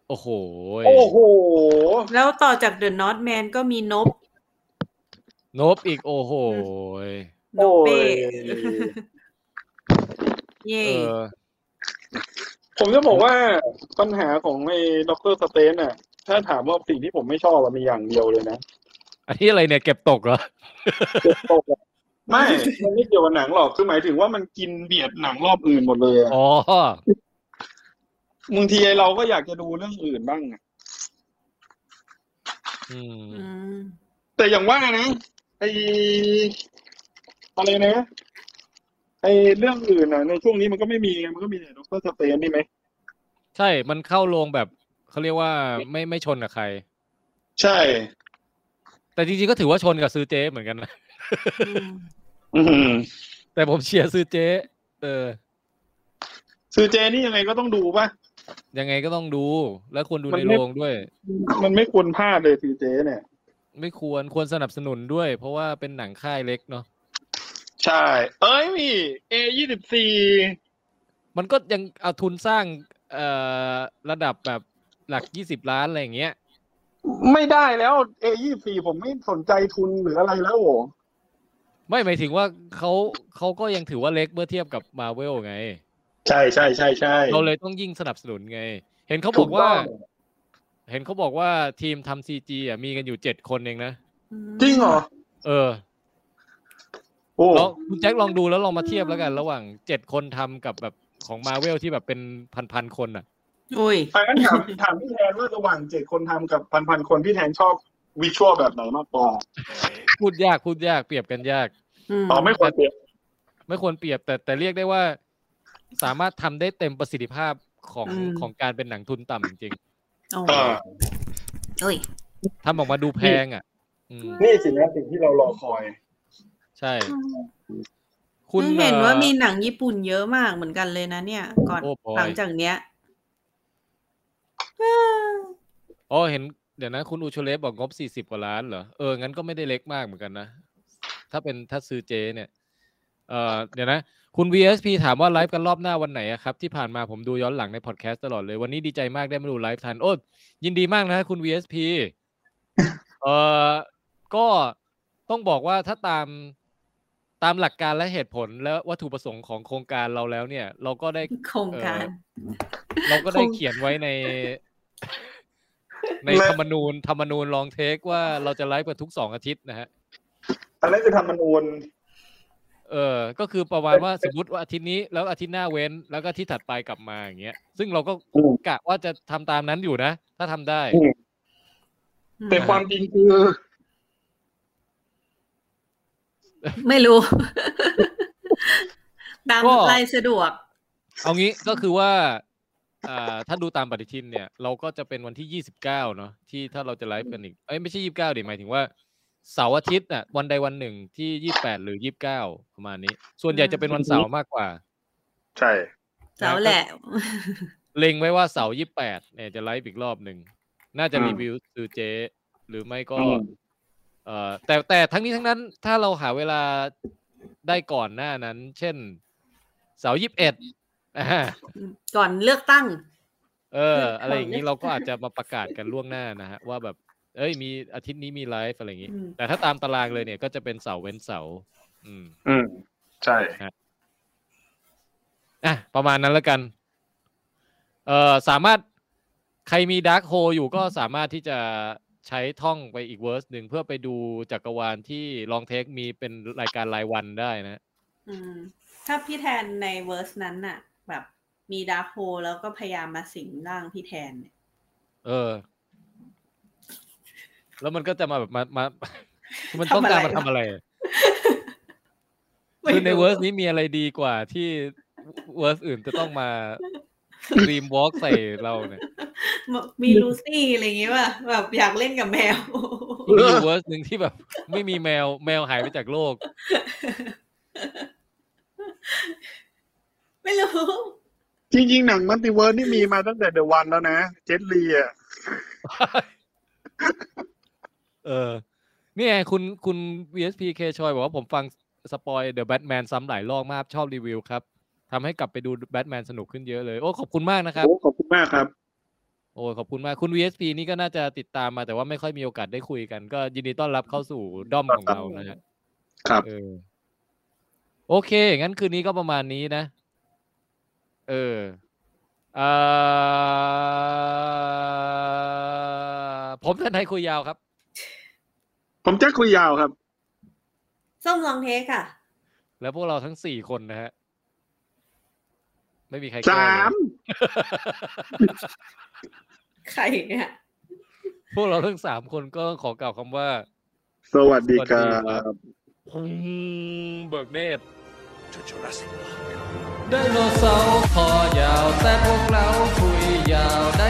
Speaker 2: โอ้โห
Speaker 1: โอ้โห
Speaker 4: แล้วต่อจาก The Northman ก็มีนบ
Speaker 2: นบอีกโอ้โห
Speaker 4: นบเป้
Speaker 1: โอ้ย
Speaker 4: เย่
Speaker 2: เออ
Speaker 1: ผมจะบอกว่าปัญหาของไอ้ด็อกเตอร์สเตนน่ะ ถ้าถามว่าสิ่งที่ผมไม่ชอบอะมีอย่างเดียวเลยนะ
Speaker 2: อันนี้อะไรเนี่ยเก็บตกเหรอ
Speaker 1: ไม่ มันไม่เกี่ยวกับหนังหรอก คือหมายถึงว่ามันกินเบียดหนังรอบอื่นหมดเลยอะ
Speaker 2: อ๋อ
Speaker 1: บางทีไอ้เราก็อยากจะดูเรื่องอื่นบ้างอะ
Speaker 2: อืม
Speaker 4: อืม
Speaker 1: แต่อย่างว่านะไออะไรนะไอเรื่องอื่นอ่ะ ในช่วงนี้มันก็ไม่มีไงมันก็มีแต่ด็อกเตอร์สเตนนี่ไหม
Speaker 2: ใช่ มันเข้าโรงแบบเขาเรียกว่าไม่ไม่ชนกับใคร
Speaker 1: ใช่
Speaker 2: แต่จริงๆก็ถือว่าชนกับซื้อเจ๊เหมือนกันนะ
Speaker 4: อืม
Speaker 1: อืม
Speaker 2: แต่ผมเชียร์ซื้อเจ๊ เออ
Speaker 1: ซื้อเจนี่ยังไงก็ต้องดูป่ะ
Speaker 2: ยังไงก็ต้องดู แล้วควรดู
Speaker 1: มัน
Speaker 2: ใน
Speaker 1: ไม่
Speaker 2: โรงด้วย
Speaker 1: มันไม่ควรพลาดเลยซื้อเจเนี่ย
Speaker 2: ไม่ควรควรสนับสนุนด้วย เพราะว่าเป็นหนังค่ายเล็กเนาะ
Speaker 1: ใช่ เอ้ยเอยี่สิบสี่
Speaker 2: มันก็ยังเอาทุนสร้างเอ่อระดับแบบหลักยี่สิบล้านอะไรอย่างเงี้ย
Speaker 1: ไม่ได้แล้วเอยี่สี่ผมไม่สนใจทุนหรืออะไรแล้วโห
Speaker 2: ไม่หมายถึงว่าเขาเขาก็ยังถือว่าเล็กเมื่อเทียบกับมาเวลไง
Speaker 1: ใช่ใช่ใช่ใช่
Speaker 2: เราเลยต้องยิ่งสนับสนุนไง เห็นเขาบอกว่า
Speaker 1: ถูกต้อง
Speaker 2: เห็นเขาบอกว่าทีมทำซีจีอ่ะมีกันอยู่เจ็ดคนเองนะ
Speaker 1: จริงเหรอ
Speaker 2: เออ
Speaker 1: โอ้
Speaker 2: แล้วคุณแจ็คลองดูแล้วลองมาเทียบแล้วกัน ระหว่างเจ็ดคนทำกับแบบของมาเวลที่แบบเป็นพันๆคนอ่ะ
Speaker 4: อุ้ย
Speaker 1: ถ้างั้นถามถามพี่แทนว่าระหว่างเจ็ดคนทำกับพันพันๆคนพี่แทนชอบวิชวลแบบไหนมากกว่า
Speaker 2: พูดยากพูดยากเปรียบกันยาก
Speaker 4: อืม
Speaker 1: อ๋อไม่ควรเปรียบ
Speaker 2: ไม่ควรเปรียบแต่แต่เรียกได้ว่าสามารถทำได้เต็มประสิทธิภาพของของการเป็นหนังทุนต่ำจริง
Speaker 4: โอ้
Speaker 1: อ่า
Speaker 4: อุ้ย
Speaker 2: ๆทำออกมาดูแพงอ่ะ อืม
Speaker 1: นี่สินะสิ่งที่เรารอคอย
Speaker 2: ใช่
Speaker 4: คุ
Speaker 2: คุณ
Speaker 4: ณเห็นว่ามี
Speaker 2: อ่อ
Speaker 4: หนังญี่ปุ่นเยอะมากเหมือนกันเลยนะเนี่ย ก่อน
Speaker 2: โอ้ boy
Speaker 4: หลังจากเนี้ย
Speaker 2: อ๋อเห็นเดี๋ยวนะ คุณอูโชเลฟบอกงบสี่สิบกว่าล้านเหรอ เออ งั้นก็ไม่ได้เล็กมากเหมือนกันนะ ถ้าเป็นถ้าซื้อเจเนี่ย เออเดี๋ยวนะ คุณ VSP ถามว่าไลฟ์กันรอบหน้าวันไหนอะครับ ที่ผ่านมาผมดูย้อนหลังในพอดแคสต์ตลอดเลย วันนี้ดีใจมากได้มาดูไลฟ์ทัน โอ้ยินดีมากนะคุณ VSP เอ่อก็ต้องบอกว่าถ้าตามตามหลักการและเหตุผลและวัตถุประสงค์ของโครงการเราแล้วเนี่ย เราก็ได้
Speaker 4: โครงการ
Speaker 2: เราก็ได้
Speaker 4: คง
Speaker 2: เขียนไว้ใน ใน
Speaker 7: และ
Speaker 2: ธรรมนูญธรรมนูญลองเทคว่าเราจะไลฟ์กันทุกสองอาทิตย์นะฮะ
Speaker 7: อันนั้นคือธรรมนูญ
Speaker 2: เออ ก็คือประมาณว่าสมมติว่าอาทิตย์นี้แล้วอาทิตย์หน้าเว้น แล้วก็อาทิตย์ถัดไปกลับมาอย่างเงี้ย ซึ่งเราก็
Speaker 7: อืม
Speaker 2: กะว่าจะทำตามนั้นอยู่นะ ถ้าทำได้
Speaker 7: อืม
Speaker 8: แต่ความจริงคือ
Speaker 4: ไม่รู้ ตาม
Speaker 2: ก็
Speaker 4: รายสะดวก
Speaker 2: เอางี้ก็คือว่าอ่าถ้าดูตามปฏิทินเนี่ย เราก็จะเป็นวันที่ยี่สิบเก้าเนาะที่ถ้าเราจะไลฟ์กันอีกเอ้ยไม่ใช่ยี่สิบเก้าดิหมายถึงว่าเสาร์อาทิตย์อ่ะวันใดวันหนึ่งที่ยี่แปดหรือยี่บเก้าประมาณนี้ ส่วนใหญ่จะเป็นวันเสาร์มากกว่า
Speaker 7: ใช่
Speaker 4: เสาแหละ
Speaker 2: เล็งไว้ว่าเสาร์ยี่แปดเนี่ยจะไลฟ์อีกรอบหนึ่ง น่าจะ
Speaker 8: อืม
Speaker 2: รีวิวซือเจ หรือไม่ก็
Speaker 7: อืม
Speaker 2: เอ่อแต่แต่ทั้งนี้ทั้งนั้นถ้าเราหาเวลาได้ก่อนหน้านั้น เช่น เสาร์ยี่สิบเอ็ด
Speaker 4: ก่อนเลือกตั้ง
Speaker 2: เออ อะไรอย่างนี้
Speaker 4: เลือกก่อน
Speaker 2: เราก็อาจจะมาประกาศกันล่วงหน้านะฮะ ว่าแบบ เอ้ยมีอาทิตย์นี้มีไลฟ์อะไรอย่างนี้
Speaker 4: อืม
Speaker 2: แต่ถ้าตามตารางเลยเนี่ยก็จะเป็นเสาร์เว้นเสาร์อืม
Speaker 8: อืม ใช่
Speaker 2: อ่ะประมาณนั้นแล้วกัน เอ่อสามารถใครมีดาร์ h โฮอยู่ก็สามารถที่จะใช้ท่องไปอีกเวอร์สหนึ่งเพื่อไปดูจักรวาลที่ลองเทคมีเป็นรายการรายวันได้นะ
Speaker 4: อืม ถ้าพี่แทนในเวอร์สนั้นน่ะ แบบมีดาร์คโฮลแล้วก็พยายามมาสิงร่างพี่แทนเนี่ย
Speaker 2: เออ แล้วมันก็จะมาแบบมามา มันต้องการมาทำอะไรอะคือในเวอร์สนี้มีอะไรดีกว่าที่เวอร์สอื่นจะต้องมารีมวอล์กใส่เรา เนี่ย
Speaker 4: มีลูซี่อะไรอย่างงี้ป่ะแบบอยากเล่นกับแมว
Speaker 2: มีเวอร์สหนึ่งที่แบบ ไม่มีแมวแมวหายไปจากโลก
Speaker 4: ไม่รู้
Speaker 1: จริงๆ หนังมัลติเวิร์สนี่มีมาตั้งแต่เดอะวันแล้วนะ เจ็ตลีอ่ะ
Speaker 2: เออนี่ไงคุณคุณ VSPK ชอยบอกว่าผมฟังสปอยเดอะแบทแมนซ้ำหลายรอบมากชอบรีวิวครับทำให้กลับไปดูแบทแมนสนุกขึ้นเยอะเลย โอ้ ขอบคุณมากนะครับ
Speaker 1: โอ้ขอบคุณมากครับ
Speaker 2: โอ้ยขอบคุณมาก คุณ VSP นี่ก็น่าจะติดตามมาแต่ว่าไม่ค่อยมีโอกาสได้คุยกัน ก็ยินดีต้อนรับเข้าสู่ด้อมของเรานะฮะ
Speaker 1: ครับ
Speaker 2: เออโอเค งั้นคืนนี้ก็ประมาณนี้นะ เอออ่าผมทนายคุยยาวครับ
Speaker 1: ผมแจ็คคุยยาวครับ
Speaker 4: ส้มลองเทคค่ะ
Speaker 2: แล้วพวกเราทั้งสี่คนนะฮะ ไม่มีใคร
Speaker 1: สา
Speaker 2: แก้เลย
Speaker 1: ม
Speaker 4: ใครเนี่ย
Speaker 2: พวกเราทั้งสามคนก็ขอกล่าวคำว่า
Speaker 1: สวัสดีครั
Speaker 2: สวัสดีครับ
Speaker 1: บ
Speaker 2: เบิกเนตรไดโนเสาร์คอยาวแต่พวกเราคุยยาวได